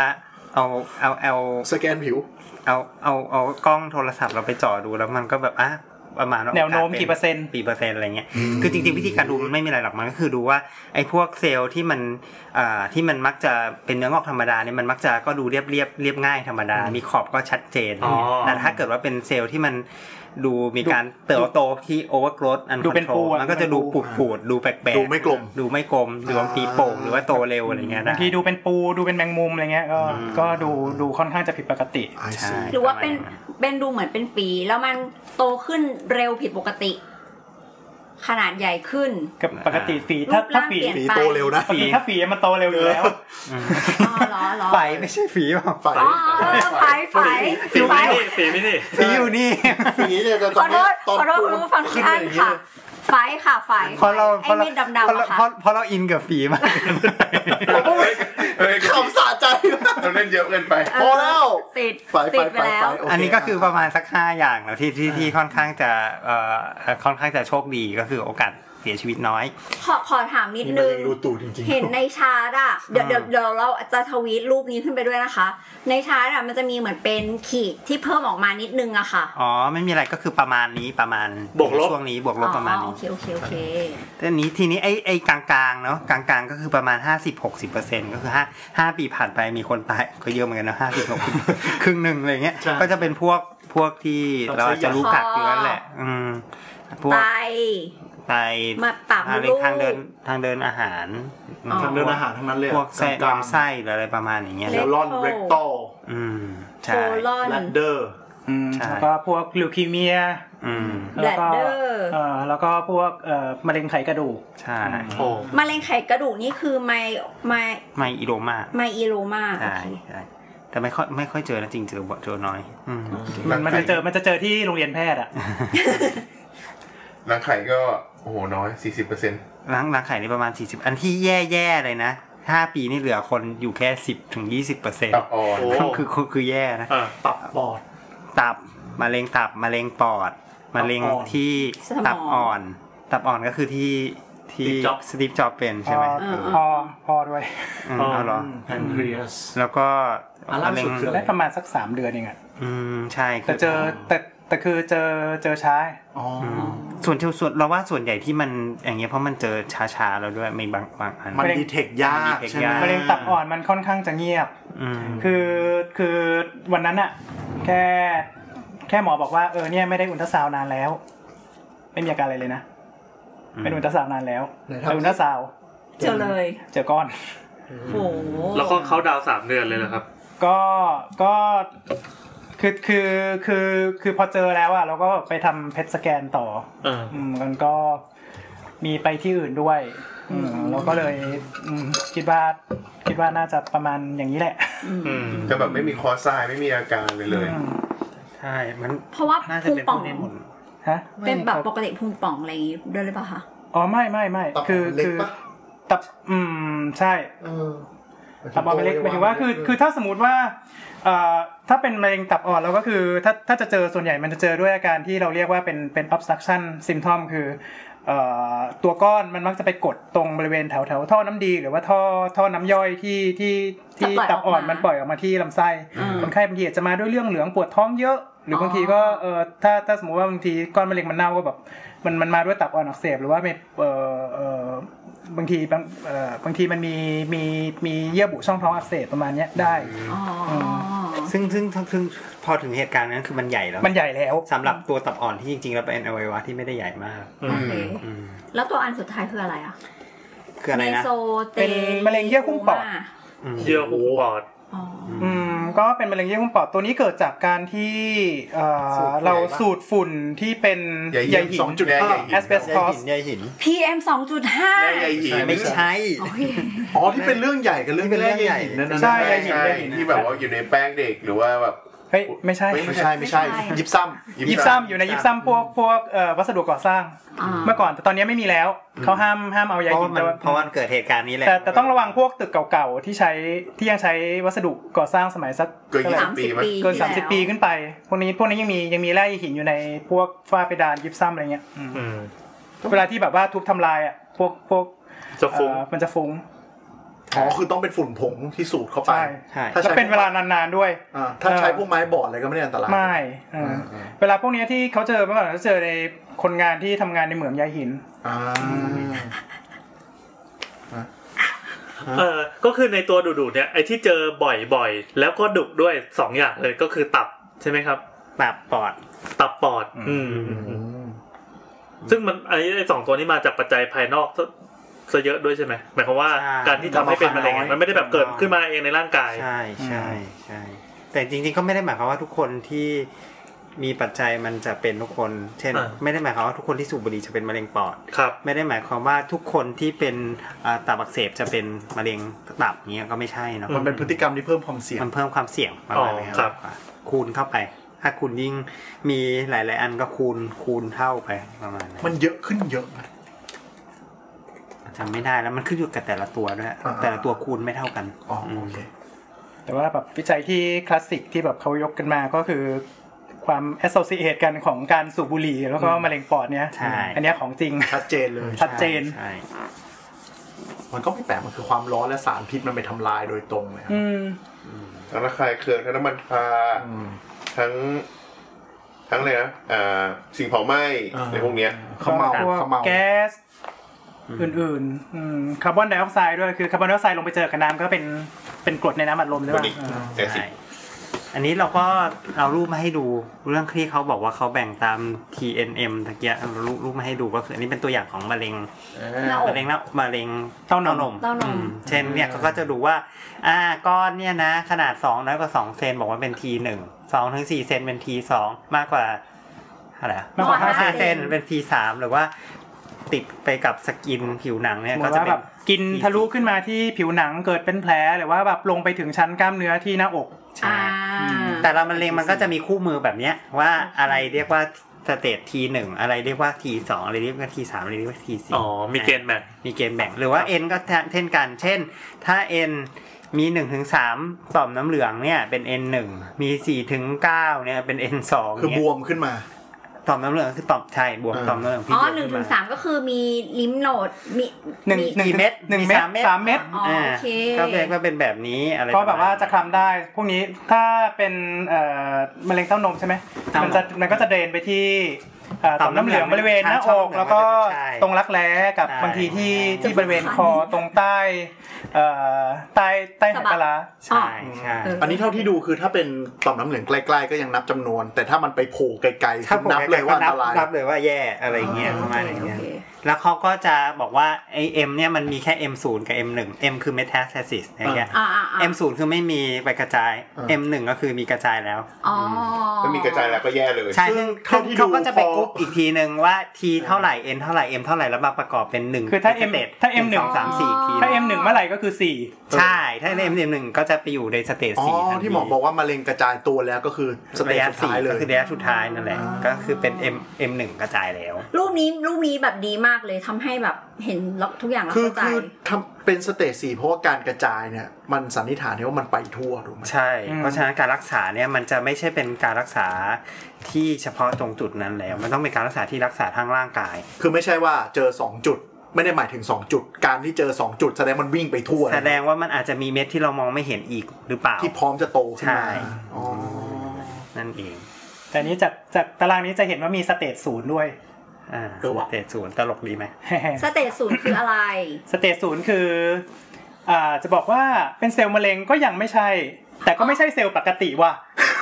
Speaker 3: เอาเอาเอา
Speaker 5: สแกนผิว
Speaker 3: เอาเอาเอากล้องโทรศัพท์เราไปจ่อดูแล้วมันก็แบบอ่ะประมาณา
Speaker 4: แนวโน้ม
Speaker 3: โอกาส
Speaker 4: กี่เปอร์เซ็นต์
Speaker 3: กี่เปอร์เซ็นต์อะไรเงี้ยคือจริงๆวิธีการดูมันไม่มีอะไรหรอกมันก็คือดูว่าไอ้พวกเซลล์ที่มันอ่าที่มันมักจะเป็นเนื้องอกธรรมดาเนี่ยมันมักจะก็ดูเรียบเรียบเรียบง่ายธรรมดา มีขอบก็ชัดเจน
Speaker 6: อ๋อ
Speaker 3: แต่ถ้าเกิดว่าเป็นเซลล์ที่มันดูมีการเติบโตที่โอเวอร์ o w ธอัน
Speaker 4: ดู
Speaker 3: คอน
Speaker 4: เป็น
Speaker 3: โทร
Speaker 4: ปู
Speaker 3: ล
Speaker 4: อะ
Speaker 3: มันก็จะดูปูดปูดๆดูแปลกๆ
Speaker 5: ดูไม่กลม
Speaker 3: ดูไม่กลมดูบางทีโป่งหรือว่าโตเร็วอะไรเงี้ย
Speaker 4: บาง
Speaker 3: นะ
Speaker 4: ทีดูเป็นปูดูเป็นแมงมุมอะไรเงี้ยก็ก็ดูดูค่อนข้างจะผิดปกติ
Speaker 5: ไอซี
Speaker 3: ใช่
Speaker 2: หรือว่าเป็นเป็นดูเหมือนเป็นฝีแล้วมันโตขึ้นเร็วผิดปกติ ขนาดใหญ่ขึ้น
Speaker 4: กับปกติฝี
Speaker 2: รูป
Speaker 4: ถ้าถ้า
Speaker 2: ร่าง
Speaker 4: ฝี
Speaker 2: เปลี่ยน
Speaker 5: ฝีโตเร็วนะ
Speaker 4: ปกติถ้าฝีมันโตเร็วอยู่แล้ว
Speaker 2: อ๋อเหรอเหรอ
Speaker 3: ไฟไม่ใช่ฝีเปล่า
Speaker 5: ฝ่าย
Speaker 2: อ๋อเออไฟไฟ
Speaker 6: ฝี
Speaker 2: ไฟ
Speaker 6: ไม่นี่ฝีไม่นี่
Speaker 3: ฝีอยู่นี่
Speaker 5: ฝีเนี่ยจะ
Speaker 2: ขอโทษ
Speaker 5: ตอน
Speaker 2: ขอโทษ
Speaker 5: ปู
Speaker 2: คุณผู้ฟังทุกท่าน
Speaker 5: ขึ้
Speaker 2: ค่ะ ไฟค่ะไฟ
Speaker 3: <laughs> เพราะเรา
Speaker 2: ไอ้
Speaker 3: เพราะเรา
Speaker 2: เม็ดดำ
Speaker 3: เพราะ
Speaker 2: ๆ
Speaker 3: เรา
Speaker 2: อะค่ะ
Speaker 3: เพราะเพราะเราอินกับฝี <laughs> มาก
Speaker 7: เฮ้ย
Speaker 5: ขำสะใจมาก
Speaker 7: เราเล่นเยอะเกินไป
Speaker 5: พอแล้ว
Speaker 2: ติด
Speaker 5: ฝ่าย
Speaker 2: ติ
Speaker 5: ฝ่า
Speaker 2: ด
Speaker 5: ย
Speaker 2: ไป
Speaker 5: ฝ่าย
Speaker 2: แล้ว
Speaker 5: ฝ่ายโเ
Speaker 3: อันนี้ก็คือประมาณสักห้าอย่างแล้วที่ที่ที่ค่อนข้างจะเอ่อเอ่อค่อนข้างจะโชคดีก็คือโอกาสเสียชีวิตน้อย
Speaker 2: ขอขอถามนิด
Speaker 5: มีมะ
Speaker 2: นึง
Speaker 5: เร็งรูตูดจริงๆ
Speaker 2: เห็นในชาร์ตอ่ะเดี๋ยวเดี๋ยวเดี๋ยวเราจะทวีตรูปนี้ขึ้นไปด้วยนะคะ ในชาร์ตอ่ะมันจะมีเหมือนเป็นขีดที่เพิ่มออกมานิดนึงอะค่ะ
Speaker 3: อ๋อ ไม่มีอะไรก็คือประมาณนี้ประมาณ
Speaker 6: บวกลบ
Speaker 3: ช่วงนี้บวกลบประมาณ
Speaker 2: อ๋อ
Speaker 3: นี้
Speaker 2: โอเคโอเคโอเค
Speaker 3: แต่อันนี้ทีนี้ไอ้ไอ้กลางๆเนาะกลางๆก็คือประมาณ 50-60%ก็คือ5 5ปีผ่านไปมีคนตายก็เยอะเหมือนกันนะ56 <laughs> ครึ่งหนึ่งอะไรเงี้ย
Speaker 5: ใช่
Speaker 3: ก็จะเป็นพวกพวกที่
Speaker 5: ต้อง
Speaker 3: เรา
Speaker 5: ใช้
Speaker 3: อาจจะรู้
Speaker 2: ยากั
Speaker 3: กัดอยู่แล้วแหละอืมพวก
Speaker 2: ไต
Speaker 3: ไต
Speaker 2: มาปรับ
Speaker 3: ทาง
Speaker 2: ลูก
Speaker 3: ทางเดินทางเดินอาหาร
Speaker 2: อ๋อ
Speaker 5: ทางเดินอาหารทั้งนั้นเลย
Speaker 3: พวกไส้
Speaker 5: กลาง
Speaker 3: ลำไส้หรืออะไรประมาณอย่างเงี้ย
Speaker 5: เซลลอนเรกตอล
Speaker 3: อืม
Speaker 2: โค
Speaker 3: ใช่
Speaker 2: ลอน
Speaker 5: แลดเดอร์
Speaker 4: อืม
Speaker 3: ใช่
Speaker 4: แล้วก็พวกลิวคีเมีย
Speaker 3: อืม
Speaker 4: แล้วก็
Speaker 2: bladder
Speaker 4: เอ่อแล้วก็พวกเอ่อมะเร็งไขกระดูก
Speaker 3: ใช่
Speaker 5: โอ้
Speaker 2: มะเร็งไขกระดูกนี่คือไมไม
Speaker 3: ไม่อีโรมา
Speaker 2: ไมอีโลมาโอ
Speaker 3: ใช่
Speaker 2: เค
Speaker 3: ใช่แต่ไม่ค่อยไม่ค่อยเจอนะจริงเจอบ่อยเจอน้อยอืม
Speaker 4: มันมันจะเจอมันจะเจอที่โรงเรียนแพทย์อ่ะ
Speaker 7: รังไข่ก็โอ้โหน้อยสี่สิบเปอร์เซ็นต์
Speaker 3: ล้างล้างไข่นี่ประมาณ 40 อันที่แย่ๆเลยนะห้าปีนี่เหลือคนอยู่แค่ 10ถึง20เปอร์เซ็นต์
Speaker 7: ตับอ่อน
Speaker 5: โอ้
Speaker 3: คือคือคือแย่นะ
Speaker 6: อ่า
Speaker 5: ตับบอด
Speaker 3: ตับมะเร็งตับมะเร็งปอดมะเร็ง
Speaker 5: ตับอ่อน
Speaker 3: ที่
Speaker 2: สมอง
Speaker 3: ตับอ่อน ตับอ่อนก็คือที่ที่
Speaker 6: Steve Jobs
Speaker 3: สตีฟจ็อบเป็นใช่ไหม
Speaker 2: อ่า
Speaker 4: พอพอด้วย
Speaker 3: อืมเอาเหรอ
Speaker 5: แพนเครียส
Speaker 3: แล้วก็
Speaker 5: อ่ะล่าสุดคืออะไร
Speaker 4: ได้ประมาณสักสามเดือนเองอ่ะ
Speaker 3: อืมใช่คื
Speaker 4: แต่เจอแต่แต่คือเจอเจอช้า
Speaker 5: อ๋ออ
Speaker 3: มส่วนที่ส่วนเราว่าส่วนใหญ่ที่มันอย่างเงี้ยเพราะมันเจอช้าๆแล้วด้วยมีบางบางอัน
Speaker 5: มัน
Speaker 4: มะเร็ง
Speaker 5: ดีเทคยาก
Speaker 3: มัน detect
Speaker 5: ใช่ไหม
Speaker 3: ยาก
Speaker 4: มะเร็งตับอ่อนมันค่อนข้างจะเงียบ
Speaker 3: อืม
Speaker 4: คือคือวันนั้นอะแค่แค่หมอบอกว่าเออเนี่ยไม่ได้อุลตราซาวน์นานแล้ว ไม่มีอาการอะไรเลยนะไม่ได้อุลตราซาวน์นานแล้วไปอุลตราซาวน์
Speaker 2: เจอเลย
Speaker 4: เจอก้อน
Speaker 2: โอ้โห
Speaker 6: แล้วก็เขาดาวน์สามเดือนเลยเหรอครับ
Speaker 4: ก็ก็คือคือคือคือพอเจอแล้วอะเราก็ไปทำเพทสแกนต่อ
Speaker 6: เออ
Speaker 4: อืมมันก็มีไปที่อื่นด้วยอืมเราก็เลยอืมคิดว่าคิดว่าน่าจะประมาณอย่างนี้แหละ
Speaker 6: อืม
Speaker 7: จะแบบไม่มีคอไซน์ไม่มีอาการเลยเลย
Speaker 3: ใช่มัน
Speaker 2: เพราะว่า
Speaker 3: น่าจะ
Speaker 2: พุง
Speaker 3: เป็น
Speaker 2: ป่อ
Speaker 3: พ
Speaker 2: ง
Speaker 3: วกนี้หมด
Speaker 4: ฮะ
Speaker 2: เป็นแบบปกติพุงป่องอะไรอย่างงี้ด้วยหรือเปล่าคะ
Speaker 4: อ๋อไม่ไม่ไม่
Speaker 5: ตับ
Speaker 4: คือ
Speaker 5: เล็ก
Speaker 4: คือ
Speaker 5: ปะ
Speaker 4: ตับอืมใช่
Speaker 5: เออ
Speaker 4: ตับอ่อนเป็นเล็กหมายถึงว่าคือคือถ้าสมมติว่าเอ่อถ้าเป็นมะเร็งตับอ่อนเราก็คือถ้าถ้าจะเจอส่วนใหญ่มันจะเจอด้วยอาการที่เราเรียกว่าเป็นเป็น obstruction symptom คือเอ่อตัวก้อนมันมักจะไปกดตรงบริเวณแถวแถวท่อน้ำดี หรือว่าท่อท่อน้ำย่อยที่ที่ที่ตับอ่อนมันปล่อยออกมาที่ลำไส้
Speaker 2: อืม
Speaker 4: คนไข้บางทีอาจจะมาด้วยเรื่องเหลืองปวดท้องเยอะ หรืออบางทีก็เออถ้าถ้าสมมติว่าบางทีก้อนมะเร็งมันเน่าก็แบบมันมันมาด้วยตับอ่อนอักเสบหรือว่าเป็นเออเออบางทีบางเออบางทีมันมีมีมีเยื่อบุช่องท้องอักเสบประมาณเนี้ยได้
Speaker 2: อ๋ออ
Speaker 3: ซึ่งซึ่งซึ่งซึ่งพอถึงเหตุการณ์นั้นคือมันใหญ่แล้ว
Speaker 4: มันใหญ่แล้ว
Speaker 3: สำหรับตัวตับอ่อนที่จริงๆแล้วเป็นอวัยวะที่ไม่ได้ใหญ่มาก
Speaker 2: โอเค
Speaker 3: อืม
Speaker 2: แล้วตัวอันสุดท้ายคืออะไรอะ
Speaker 3: คืออะไร
Speaker 2: เม
Speaker 3: นะ
Speaker 2: โซเต
Speaker 4: เป็นมะเร็งเยื่อหุ้มปอด
Speaker 3: อืม
Speaker 6: เยื่อหุ้มปอด
Speaker 2: อ๋อ
Speaker 4: อืมก็เป็นมะเร็งเยื่อหุ้มปอดตัวนี้เกิดจากการที่เออเราสูดฝุ่นที่เป็น
Speaker 7: ใยหิ
Speaker 4: ใยหิน
Speaker 7: น
Speaker 5: สองจุดห้า
Speaker 4: แอสเบสทอส
Speaker 3: ใยหิน
Speaker 2: พีเอ็มสองจุดห้า
Speaker 7: แม่ใยหิน
Speaker 3: ไม่ใช่
Speaker 2: โอเค
Speaker 5: อ๋อที่เป็นเรื่องใหญ่กับเรื่อง
Speaker 3: ที่เป็นเรื่
Speaker 5: แร่
Speaker 3: อง
Speaker 5: ให
Speaker 3: ใหญ่
Speaker 5: ญ่นั่นนะ
Speaker 4: ใช่ใย
Speaker 7: ใช่
Speaker 4: หิน
Speaker 7: ใช่
Speaker 4: ใยหิน
Speaker 7: ที่แบบว่าอยู่ในแป้งเด็กหรือว่าแบบ
Speaker 4: เฮ้ยไม่ใช่
Speaker 5: เฮ้ยไม่ใช่ไม่ใช่
Speaker 2: ไม่ใช่
Speaker 5: ยิบซ้
Speaker 4: ยิบซ้ำอยู่ในยิบซ้ำพวกพวกเอ่อวัสดุก่อสร้าง
Speaker 2: อ่า
Speaker 4: เมื่อก่อนแต่ตอนนี้ไม่มีแล้วเขาห้ามห้ามเอา
Speaker 3: เพ
Speaker 4: ยา
Speaker 3: ราะ
Speaker 4: หิ
Speaker 3: ว่าน มัน
Speaker 4: แต่ว่า
Speaker 3: เพราะวันเกิดเหตุการณ์นี้แหละ
Speaker 4: แต่แต่ต้องระวังพวกตึกเก่าๆที่ใช้ที่ยังใช้วัสดุก่อสร้างสมัยสัก
Speaker 7: เกิน
Speaker 4: ท่าไหร่
Speaker 2: สามสิบ
Speaker 7: ปีไหม
Speaker 2: ปี
Speaker 4: เกิน
Speaker 2: ที่
Speaker 4: สามสิบ
Speaker 2: แล้ว
Speaker 4: ปีขึ้นไป พวกนี้พวกนี้ยังมียังมีแร่หินอยู่ในพวกฝ้าเพดานยิปซัมอะไรเงี้ยอืม
Speaker 6: อืม
Speaker 4: เวลาที่แบบว่าทุบทำลายอ่ะพวกพวก
Speaker 6: จะฟุ้ง
Speaker 4: เอ่อมันจะฟุ้ง
Speaker 5: ำอ๋อคือต้องเป็นฝุ่นผงที่สูดเข้าไป
Speaker 4: ใช่
Speaker 3: ใช่
Speaker 5: ถ้าใช้
Speaker 4: แล้วเป็นเวลานานๆด้วย
Speaker 5: อ่าถ้าใช้พวกไม้บอดอะไรก็ไม่ได้อันตราย
Speaker 4: ไม่เออ
Speaker 5: อืม
Speaker 4: เวลาพวกเนี้ยที่เขาเจอเมื่อก่อนเขาเจอในคนงานที่ทำงานในเหมืองยายหิน
Speaker 5: อ่า
Speaker 6: เออ ก็คือในตัวดุๆเนี่ยไอ้ที่เจอบ่อยๆ แล้วก็ดุด้วยสองอย่างเลยก็คือตับใช่ไหมครับ
Speaker 3: ตับปอด
Speaker 6: ตับปอด อืม ซึ่งมันไอ้ไอ้สองตัวนี้มาจากปัจจัยภายนอกซะซะเยอะด้วยใช่ไหมหมายความว่า
Speaker 3: ใช่
Speaker 6: การที่ทำให้เป็นมะเร็ง
Speaker 5: น้อย
Speaker 6: มันไม่ได้แบบเกิดขึ้นมาเองในร่างกาย
Speaker 3: ใช่ใช่ใช่ แต่จริงๆก็ไม่ได้หมายความว่าทุกคนที่มีปัจจัยมันจะเป็นทุกคน เช่น
Speaker 6: อ่า
Speaker 3: ไม่ได้หมายความว่าทุกคนที่สูบบุหรี่จะเป็นมะเร็งปอด
Speaker 6: ครับ
Speaker 3: ไม่ได้หมายความว่าทุกคนที่เป็นอ่าตับอักเสบจะเป็นมะเร็งตับเงี้ยก็ไม่ใช่เนาะ
Speaker 5: มันเป็นพฤติกรรมที่เพิ่มความเสี่ยง
Speaker 3: มันเพิ่มความเสี่ยงประมาณนี้
Speaker 6: อ๋อ
Speaker 3: ค
Speaker 6: ครั
Speaker 3: รับ บ คูณเข้าไป ถ้าคุณยิ่งมีหลาย ๆ อันก็คูณคูณเท่าไปประมาณนั้น
Speaker 5: มันเยอะขึ้นเยอะนะ
Speaker 3: จำไม่ได้แล้วมันขึ้นอยู่กับแต่ละตัวด้วย
Speaker 5: อ่า
Speaker 3: แต่ละตัวคูณไม่เท่ากัน
Speaker 5: อ๋อโอเค
Speaker 4: แต่ว่าแบบวิจัยที่คลาสสิกที่แบบเขายกกันมาก็คือความ associate กันของการสูบบุหรี่แล้วก็มะเร็งปอดเนี้ย
Speaker 3: ใช่
Speaker 4: อันเนี้ยของจริง
Speaker 5: ชัดเจนเลย
Speaker 4: ชัดเจน
Speaker 3: ใช่
Speaker 5: มันก็ไม่แปลกมันคือความร้อนและสารพิษมันไปทำลายโดยตรงเลยครับ
Speaker 4: อืม
Speaker 7: ทั้งระคายเคืองทั้งน้ำมันพา
Speaker 5: อืม
Speaker 7: ทั้ง ทั้งอะไรนะอ่าสิ่งเผาไหม้
Speaker 5: อ่า
Speaker 7: ในพวกเนี้ย
Speaker 5: เขาเมา
Speaker 4: พวก
Speaker 5: เขาเมา
Speaker 4: แก๊สอื่นๆอืมคาร์บอนไดออกไซด์ด้วยคือคาร์บอนไดออกไซด์ลงไปเจอกับน้ำก็เป็นเป็นกรดในน้ำอัดลมด้วย
Speaker 7: บริ
Speaker 4: อ่า
Speaker 7: แต่สิ่ง
Speaker 3: ใช่ อันนี้เราก็เอารูปมาให้ดูเรื่องที่เขาบอกว่าเขาแบ่งตาม TNM ตะเกียเอารูปรูปมาให้ดูก็คืออันนี้เป็นตัวอย่างของมะเร็ง
Speaker 2: หน้าอก
Speaker 3: มะเร็งแล้วมะเร็งเต้านม
Speaker 2: เต้านม
Speaker 3: อืมเช่นเนี่ยเขาก็จะดูว่า อ่าก้อนเนี่ยนะ ขนาดสองน้อยกว่าสองเซนบอกว่าเป็น T หนึ่งสองถึงสี่เซนเป็น T สองมากกว่าอะไรอะมากกว่า
Speaker 2: น้อยกว่า
Speaker 3: ห้า
Speaker 2: ห้า
Speaker 3: เซ
Speaker 2: เซ
Speaker 3: น
Speaker 2: น
Speaker 3: เป็น T สามหรือว่า ติดไปกับสกินผิวหนังเนี่ย
Speaker 4: เหมื
Speaker 3: ก็
Speaker 4: อน
Speaker 3: จะ
Speaker 4: ว่า
Speaker 3: เป็น
Speaker 4: แบบกินทะลุขึ้นมาที่ผิวหนังเกิดเป็นแผลหรือว่าแบบลงไปถึงชั้นกล้ามเนื้อที่หน้าอก
Speaker 2: อ่า
Speaker 3: แต่ละมะเร็งมันก็จะมีคู่มือแบบเนี้ยว่าอะไรเรียกว่าสเตจทีหนึ่งอะไรเรียกว่าทีสองอะไรเรียกว่าทีสามอะไรเรียกว่าทีสี่
Speaker 6: อ๋อ มีเกณฑ์แบ่ง
Speaker 3: มีเกณฑ์แบ่งหรือว่า n ก็เช่นกัน เช่น ถ้า n มี1นถึงสต่อมน้ำเหลืองเนี่ยเป็น n 1มี4ี่ถึงเเนี่ยเป็น n 2
Speaker 5: คือบ
Speaker 3: เนี่ยว
Speaker 5: มขึ้นมา
Speaker 3: ต่อมน้ำเหลืองคือต่อมใช่บวม
Speaker 5: อ่า
Speaker 3: ต่อมน้ำเหลืองพี่
Speaker 2: อ๋อห
Speaker 3: เดียว
Speaker 2: นึ่งถึ
Speaker 3: ขึ้
Speaker 2: ง
Speaker 3: ม
Speaker 2: สามก็คือมีลิมโนดมี
Speaker 4: หนึ่ง
Speaker 2: มี
Speaker 4: หนึ่ง
Speaker 3: กี่เม็ด
Speaker 4: หนึ่ง
Speaker 3: มี
Speaker 4: เม็ด
Speaker 3: สามเม็ด
Speaker 4: สามเม็ด
Speaker 2: อ๋อ
Speaker 3: อ่า
Speaker 2: โอเค
Speaker 3: ก็เรียกว่าเป็นแบบนี้อะไร
Speaker 4: ก็แบบว่าจะ
Speaker 3: ปรมณ
Speaker 4: คลำได้ พวกนี้ถ้าเป็นเอ่อมะเร็งเต้านมใช่ไหม
Speaker 3: เต้านม
Speaker 4: มันจะมันก็จะเดนไปที่เอ่อ
Speaker 3: ต่
Speaker 4: ต่
Speaker 3: อ
Speaker 4: อ
Speaker 3: ม
Speaker 4: ม
Speaker 3: น้ำ
Speaker 4: น้ำ
Speaker 3: เห
Speaker 4: เห
Speaker 3: ลื
Speaker 4: ลื
Speaker 3: อ
Speaker 4: อง งบริเวณหน้าอก
Speaker 3: ใช่
Speaker 4: แล้วก็
Speaker 3: ใช่
Speaker 4: ตรงรักแร้กับ
Speaker 3: ใช่
Speaker 4: บางทีที่
Speaker 3: ใช่
Speaker 4: ที่บริเวณคอตรงใต้เอ่อใต้ใต้หัวกะลา
Speaker 3: ใช่ใช่
Speaker 2: เออ
Speaker 5: อันนี้เท่าที่ดูคือถ้าเป็นต่อมน้ำเหลืองใกล้ๆก็ยังนับจำนวน แต่ถ้ามันไปโผล่ไกลๆ
Speaker 3: ถ้า
Speaker 5: คือ
Speaker 3: ผม
Speaker 5: นับเลยว่าอันตราย
Speaker 3: นับเลยว่าแย่อะไรอย่างเงี้ยประมาณอย่างเงี้ย
Speaker 2: โอเค
Speaker 3: แล้วเขาก็จะบอกว่าไอเอ็มเนี่ยมันมีแค่ M0 กับ M1 M คือ metastasis อย่างเงี้ย
Speaker 2: อ่าอ่าอ่า
Speaker 3: M0 คือไม่มีไปกระจาย
Speaker 5: อ่า
Speaker 3: M1 ก็คือมีกระจายแล้ว
Speaker 2: อ๋อ
Speaker 7: ถ้ามีกระจายแล้วก็แย่เลย
Speaker 3: ใช่
Speaker 5: ซึ่
Speaker 3: ซึ่ง
Speaker 5: ง
Speaker 3: เขา
Speaker 5: เท่าที่
Speaker 3: เขาก็จะไป
Speaker 5: ดู
Speaker 3: ก
Speaker 5: พอ
Speaker 3: รุ๊ปอีกทีหนึ่งว่า T เท่าไหร่ N เท่าไหร่ M เท่าไหร่แล้วมาประกอบเป็นหนึ่ง
Speaker 4: คือถ้า M
Speaker 3: เป็นสเตจ
Speaker 4: ถ้า M1
Speaker 3: หนึ่งสองสามสี่อีกที
Speaker 4: ถ้า M1 เมื่อไหร่ก็คือ
Speaker 3: ใช่ ถ้า M หนึ่งก็จะไปอยู่ในสเตจ
Speaker 5: อ๋อ
Speaker 3: สี่ทันที
Speaker 5: ที่หมอบอกว่ามะเร็งกระจายตัวแล้วก็คือสเต
Speaker 3: ระ
Speaker 5: จ
Speaker 3: ยะ
Speaker 5: สุด
Speaker 3: สี่
Speaker 5: ท้ายเล
Speaker 3: ก็
Speaker 5: ย
Speaker 3: คือระยะสุดท้ายนั่นแหละก็คือเป็น M M1 กระจายแล้ว
Speaker 2: รูปนี้รูปนี้แบบดีมากเลยทำให้แบบเห็นแล้วทุกอย่างแล้ว
Speaker 5: คือ
Speaker 2: เข้าใจ
Speaker 5: คือทำเป็นสเตจสี่เพราะว่าการกระจายเนี่ย มันสันนิษฐานได้ว่ามันไปทั่วถูกไหม
Speaker 3: ใช่
Speaker 4: อืม
Speaker 3: เพราะฉะนั้นการรักษาเนี่ยมันจะไม่ใช่เป็นการรักษาที่เฉพาะตรงจุดนั้นแล้ว มันต้องเป็นการรักษาที่รักษาทางร่างกาย
Speaker 5: คือไม่ใช่ว่าเจอ 2 จุด ไม่ได้หมายถึง 2 จุด การที่เจอ 2 จุดแสดงมันวิ่งไปทั่ว
Speaker 3: แสดงว่ามันอาจจะมีเม็ดที่เรามองไม่เห็นอีกหรือเปล่า
Speaker 5: ที่พร้อมจะโตขึ้น
Speaker 3: ใช่
Speaker 5: มาอ๋อ
Speaker 3: นั่นเอง
Speaker 4: 4 แต่นี้จากจากตารางนี้จะเห็นว่ามีสเตจศูนย์ด้วย <laughs>
Speaker 3: อ่า
Speaker 5: เออว่ะ
Speaker 3: เตะศูนย์ตลกดีไหม
Speaker 2: สเตจศูนย์คืออะไร
Speaker 4: สเตจศูนย์คืออ่าจะบอกว่าเป็นเซลล์มะเร็งก็ยังไม่ใช่ แต่ก็ไม่ใช่เซลล์ปกติว่ะ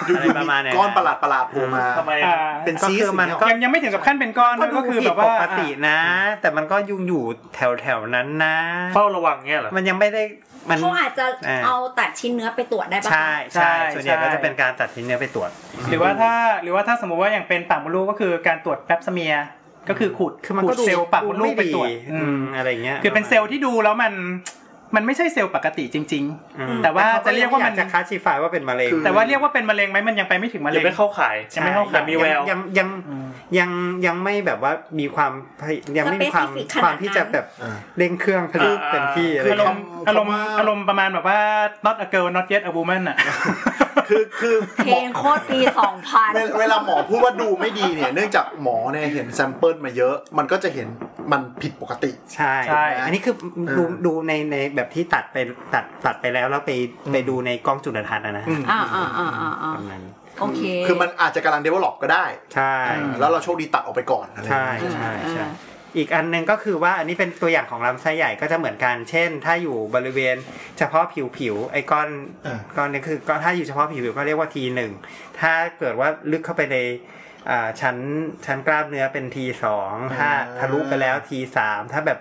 Speaker 5: อยู่
Speaker 3: อะไร
Speaker 5: ๆ
Speaker 3: ประ
Speaker 5: มี
Speaker 3: มาณนั้น
Speaker 5: ก้อนประหลาดประหลาดๆโผล่มา
Speaker 6: ทำไม
Speaker 4: อ่า
Speaker 5: เป็น
Speaker 3: ก็
Speaker 5: ซี
Speaker 3: คื
Speaker 5: ส
Speaker 3: อมัน
Speaker 5: ย่าง
Speaker 3: ก็
Speaker 5: เงี้ย
Speaker 4: ยังยังไม่ถึงกับขั้นเป็นก้อนด้วยก็คือแบบว่า
Speaker 3: ปกตินะ แต่มันก็ยุ่งอยู่แถวแถวๆนั้นนะ
Speaker 6: เฝ้าระวังเงี้ยเหรอ
Speaker 3: มันยังไม่ได้มัน
Speaker 2: เขาอาจจะ
Speaker 3: อ่า
Speaker 2: เอาตัดชิ้นเนื้อไปตรวจได้ปะคะ
Speaker 3: ใช่ใช่ส่วนใหญ่ก็จะเป็นการตัดชิ้นเนื้อไปตรวจ
Speaker 4: อ่าหรือว่าถ้าหรือว่าถ้าสมมติว่าอย่างเป็นปากมดลูกก็คือการตรวจแปปสเมียร์ก็คือขุด
Speaker 3: คือมัน
Speaker 4: ขุ
Speaker 3: ก็
Speaker 4: ด
Speaker 3: ดู
Speaker 4: เซลล์ปากมดลูกไปตรวจ
Speaker 3: ม่
Speaker 4: อื
Speaker 3: อื
Speaker 4: ม
Speaker 3: มอะไรเงี้ย
Speaker 4: คือเป็นเซลล์ที่ดูแล้วมันมันไม่ใช่เซลล์ปกติจริง
Speaker 3: อืม
Speaker 4: แต่ว่าจะเรียกว่ามัน
Speaker 3: อจะคลาสสิฟายว่าเป็นมะเร็ง
Speaker 4: ๆ แต่ว่าเรียกว่าเป็นมะเร็งไหมมันยังไปไม่ถึงมะ
Speaker 6: ยั
Speaker 4: เร็
Speaker 6: ง
Speaker 4: ง
Speaker 6: ไม่เข้าขาย
Speaker 4: ใช่ยังไม่เข้าข่าย
Speaker 6: แต่มีแวว
Speaker 3: ยังยัง
Speaker 4: อืม
Speaker 3: ยังยังไม่แบบว่ามีความยังไม่มีความ
Speaker 2: Specific
Speaker 3: ความที่จะแบบเร่งเครื่องผลิต
Speaker 6: อ่า
Speaker 3: เต็มที่อะไร
Speaker 4: อาร
Speaker 3: เงี้
Speaker 4: ม
Speaker 3: ย
Speaker 4: ณ์อารมณ์อารมณ์ประมาณแบบว่า not a girl not yet a woman อ่ะ
Speaker 5: คือคือ
Speaker 2: เพลงโคตรปีสองพัน
Speaker 5: เวลาเวลาหมอพูดว่าดูไม่ดีเนี่ย เนื่องจากหมอเนี่ยเห็นแซมเปิลมาเยอะ มันก็จะเห็นมันผิดปกติ
Speaker 3: ใช่
Speaker 4: ใช่
Speaker 3: อันนี้คือดูดูในในแบบที่ตัดไปตัดตัดไปแล้วแล้วไปไปดูในกล้องจุลทรรศน์อะนะ
Speaker 5: อืม
Speaker 2: อ่าอ่าอ่าอ่าอ่า
Speaker 3: ประมาณนั้น
Speaker 2: โอเค
Speaker 5: คือมันอาจจะกำลังเดเวลลอปก็ได้
Speaker 3: ใช่
Speaker 5: แล้วเราโชคดีตัดออกไปก่อนอะไรอย่างเงี้ย
Speaker 3: ใช่ใช่ใช่อีกอันหนึงก็คือว่าอันนี้เป็นตัวอย่างของลำไส้ใหญ่ก็จะเหมือนกัน เช่น ถ้าอยู่บริเวณเฉพาะผิวผิวๆไอ้ก้อน
Speaker 5: อ่า
Speaker 3: ก้อนนี้คือก็ถ้าอยู่เฉพาะผิวก็เรียกว่า T1 ถ้าเกิดว่าลึกเข้าไปในอ่าชั้นชั้นกล้ามเนื้อเป็น T2 ถ้าทะลุไปแล้ว T3 ถ้าแบบ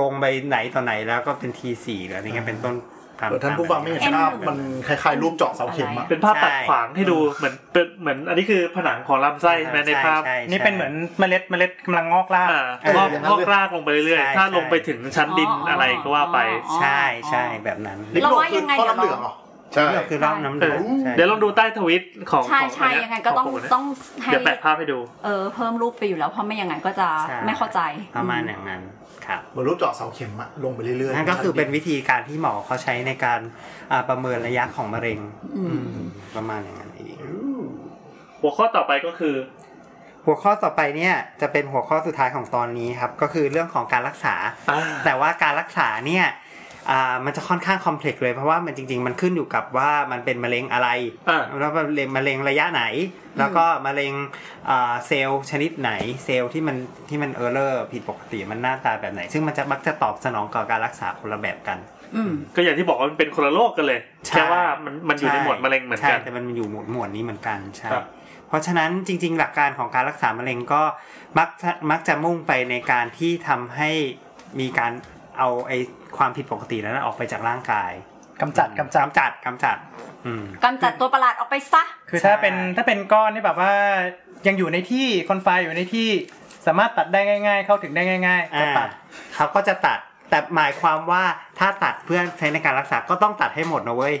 Speaker 3: ลงไปไหนต่อไหนแล้วก็เป็น T4 หรืออะไรเงี้ยเป็นต้นตาม
Speaker 5: เออท่านผู้ฟังไม่เห็นภาพมันคล้ายๆรูปเจาะเสาเข็มอะ
Speaker 6: เป็นภาพตัด
Speaker 3: ใช่
Speaker 6: ขวางให้ดูเหมือนเป็นเหมือนอันนี้คือผนังของลำไส้ใช่ไหมในภาพ
Speaker 3: ช่ช่
Speaker 4: นี่เป็นเหมือนเมล็ดเมล็ดกำลังงอกล่าก
Speaker 6: อ่า
Speaker 5: เอ
Speaker 6: อ
Speaker 5: อง
Speaker 6: ก
Speaker 5: อย่างนั้น
Speaker 6: งอก
Speaker 5: เลย
Speaker 6: รากลงไปเรื่อยๆ
Speaker 3: ใช่
Speaker 6: ถ้าลงไป
Speaker 3: ใช่
Speaker 6: ถึงชั้นดินอะไรก็ว่าไป
Speaker 3: ใช่ใช่แบบนั้น
Speaker 5: ลิป
Speaker 3: นี่
Speaker 5: โลกคือท่อน้ำเหลืองเหรอ
Speaker 7: ใช่
Speaker 3: คือรอบ
Speaker 6: เอ
Speaker 3: น้ำเดือ
Speaker 6: อ
Speaker 3: ดใช่
Speaker 6: เดี๋ยวลองดูใต้ทวิตของ
Speaker 2: ใช่
Speaker 6: ของ
Speaker 2: ใช่
Speaker 6: นเนี้
Speaker 2: ยังไงก็ต้อง
Speaker 6: ขปกเนี่ย
Speaker 2: ต้องให้
Speaker 6: เดี๋ยวแปะภาพให้ดู
Speaker 2: เออ เพิ่มรูปไปอยู่แล้ว เพราะไม่อย่างนั้นก็จะ
Speaker 3: ใช่
Speaker 2: ไม่เข้าใจ
Speaker 3: ประมาณอย่างนั้นครับ
Speaker 5: เหมือนรูปเจาะเสาเข็มอะลงไปเรื่อยๆ
Speaker 3: นั่นก็คือเป็นวิธีการที่หมอเขาใช้ในการอ่าประเมินระยะของมะเร็ง
Speaker 2: อืม
Speaker 3: อืมประมาณอย่างนั้นเอง
Speaker 6: หัวข้อต่อไปก็คือ
Speaker 3: หัวข้อต่อไปเนี่ยจะเป็นหัวข้อสุดท้ายของตอนนี้ครับ ก็คือเรื่องของการรักษา
Speaker 6: อ่า
Speaker 3: แต่ว่าการรักษาเนี่ย อ่ามันจะค่อนข้างคอมเพล็กซ์เลยเพราะว่ามันจริง ๆ มันขึ้นอยู่กับว่ามันเป็นมะเร็งอะไร
Speaker 6: อ่า
Speaker 3: แล้วมะเร็งมะเร็งระยะไหน แล้วก็มะเร็งอ่าเซลล์ชนิดไหน เซลล์ที่มันที่มันเออร์เลอร์ผิดปกติมันหน้าตาแบบไหน ซึ่งมันจะมักจะตอบสนองกับการรักษาคนละแบบกัน
Speaker 2: อืม
Speaker 6: ก็อย่างที่บอกว่ามันเป็นคนละโลกกันเลย
Speaker 3: ใช่
Speaker 6: แค่ว่ามันมันอยู่ในหมวดมะเร็งเหมือนกัน
Speaker 3: ใช่แต่มันอยู่หมวดหมวดนี้เหมือนกันใช่
Speaker 6: ครับ
Speaker 3: เพราะฉะนั้นจริง ๆ หลักการของการรักษามะเร็งก็มักจะมักจะมุ่งไปในการที่ทำให้มีการเอาไอความผิดปกตินั้นออกไปจากร่างกาย
Speaker 4: กำจัดกำจัด
Speaker 3: กำจัดกำจัด อืม
Speaker 2: กำจัดตัวประหลาดออกไปซะ
Speaker 4: คือถ้า
Speaker 3: ใช่
Speaker 4: เป็นถ้าเป็นก้อนนี่แบบว่ายังอยู่ในที่คนไฟอยู่ในที่สามารถตัดได้ง่าย ๆ เข้าถึงได้ง่ายๆก็
Speaker 3: อ่า
Speaker 4: ตัด
Speaker 3: เขาก็จะตัดแต่หมายความว่าถ้าตัดเพื่อใช้ในการรักษาก็ต้องตัดให้หมดนะเว้ย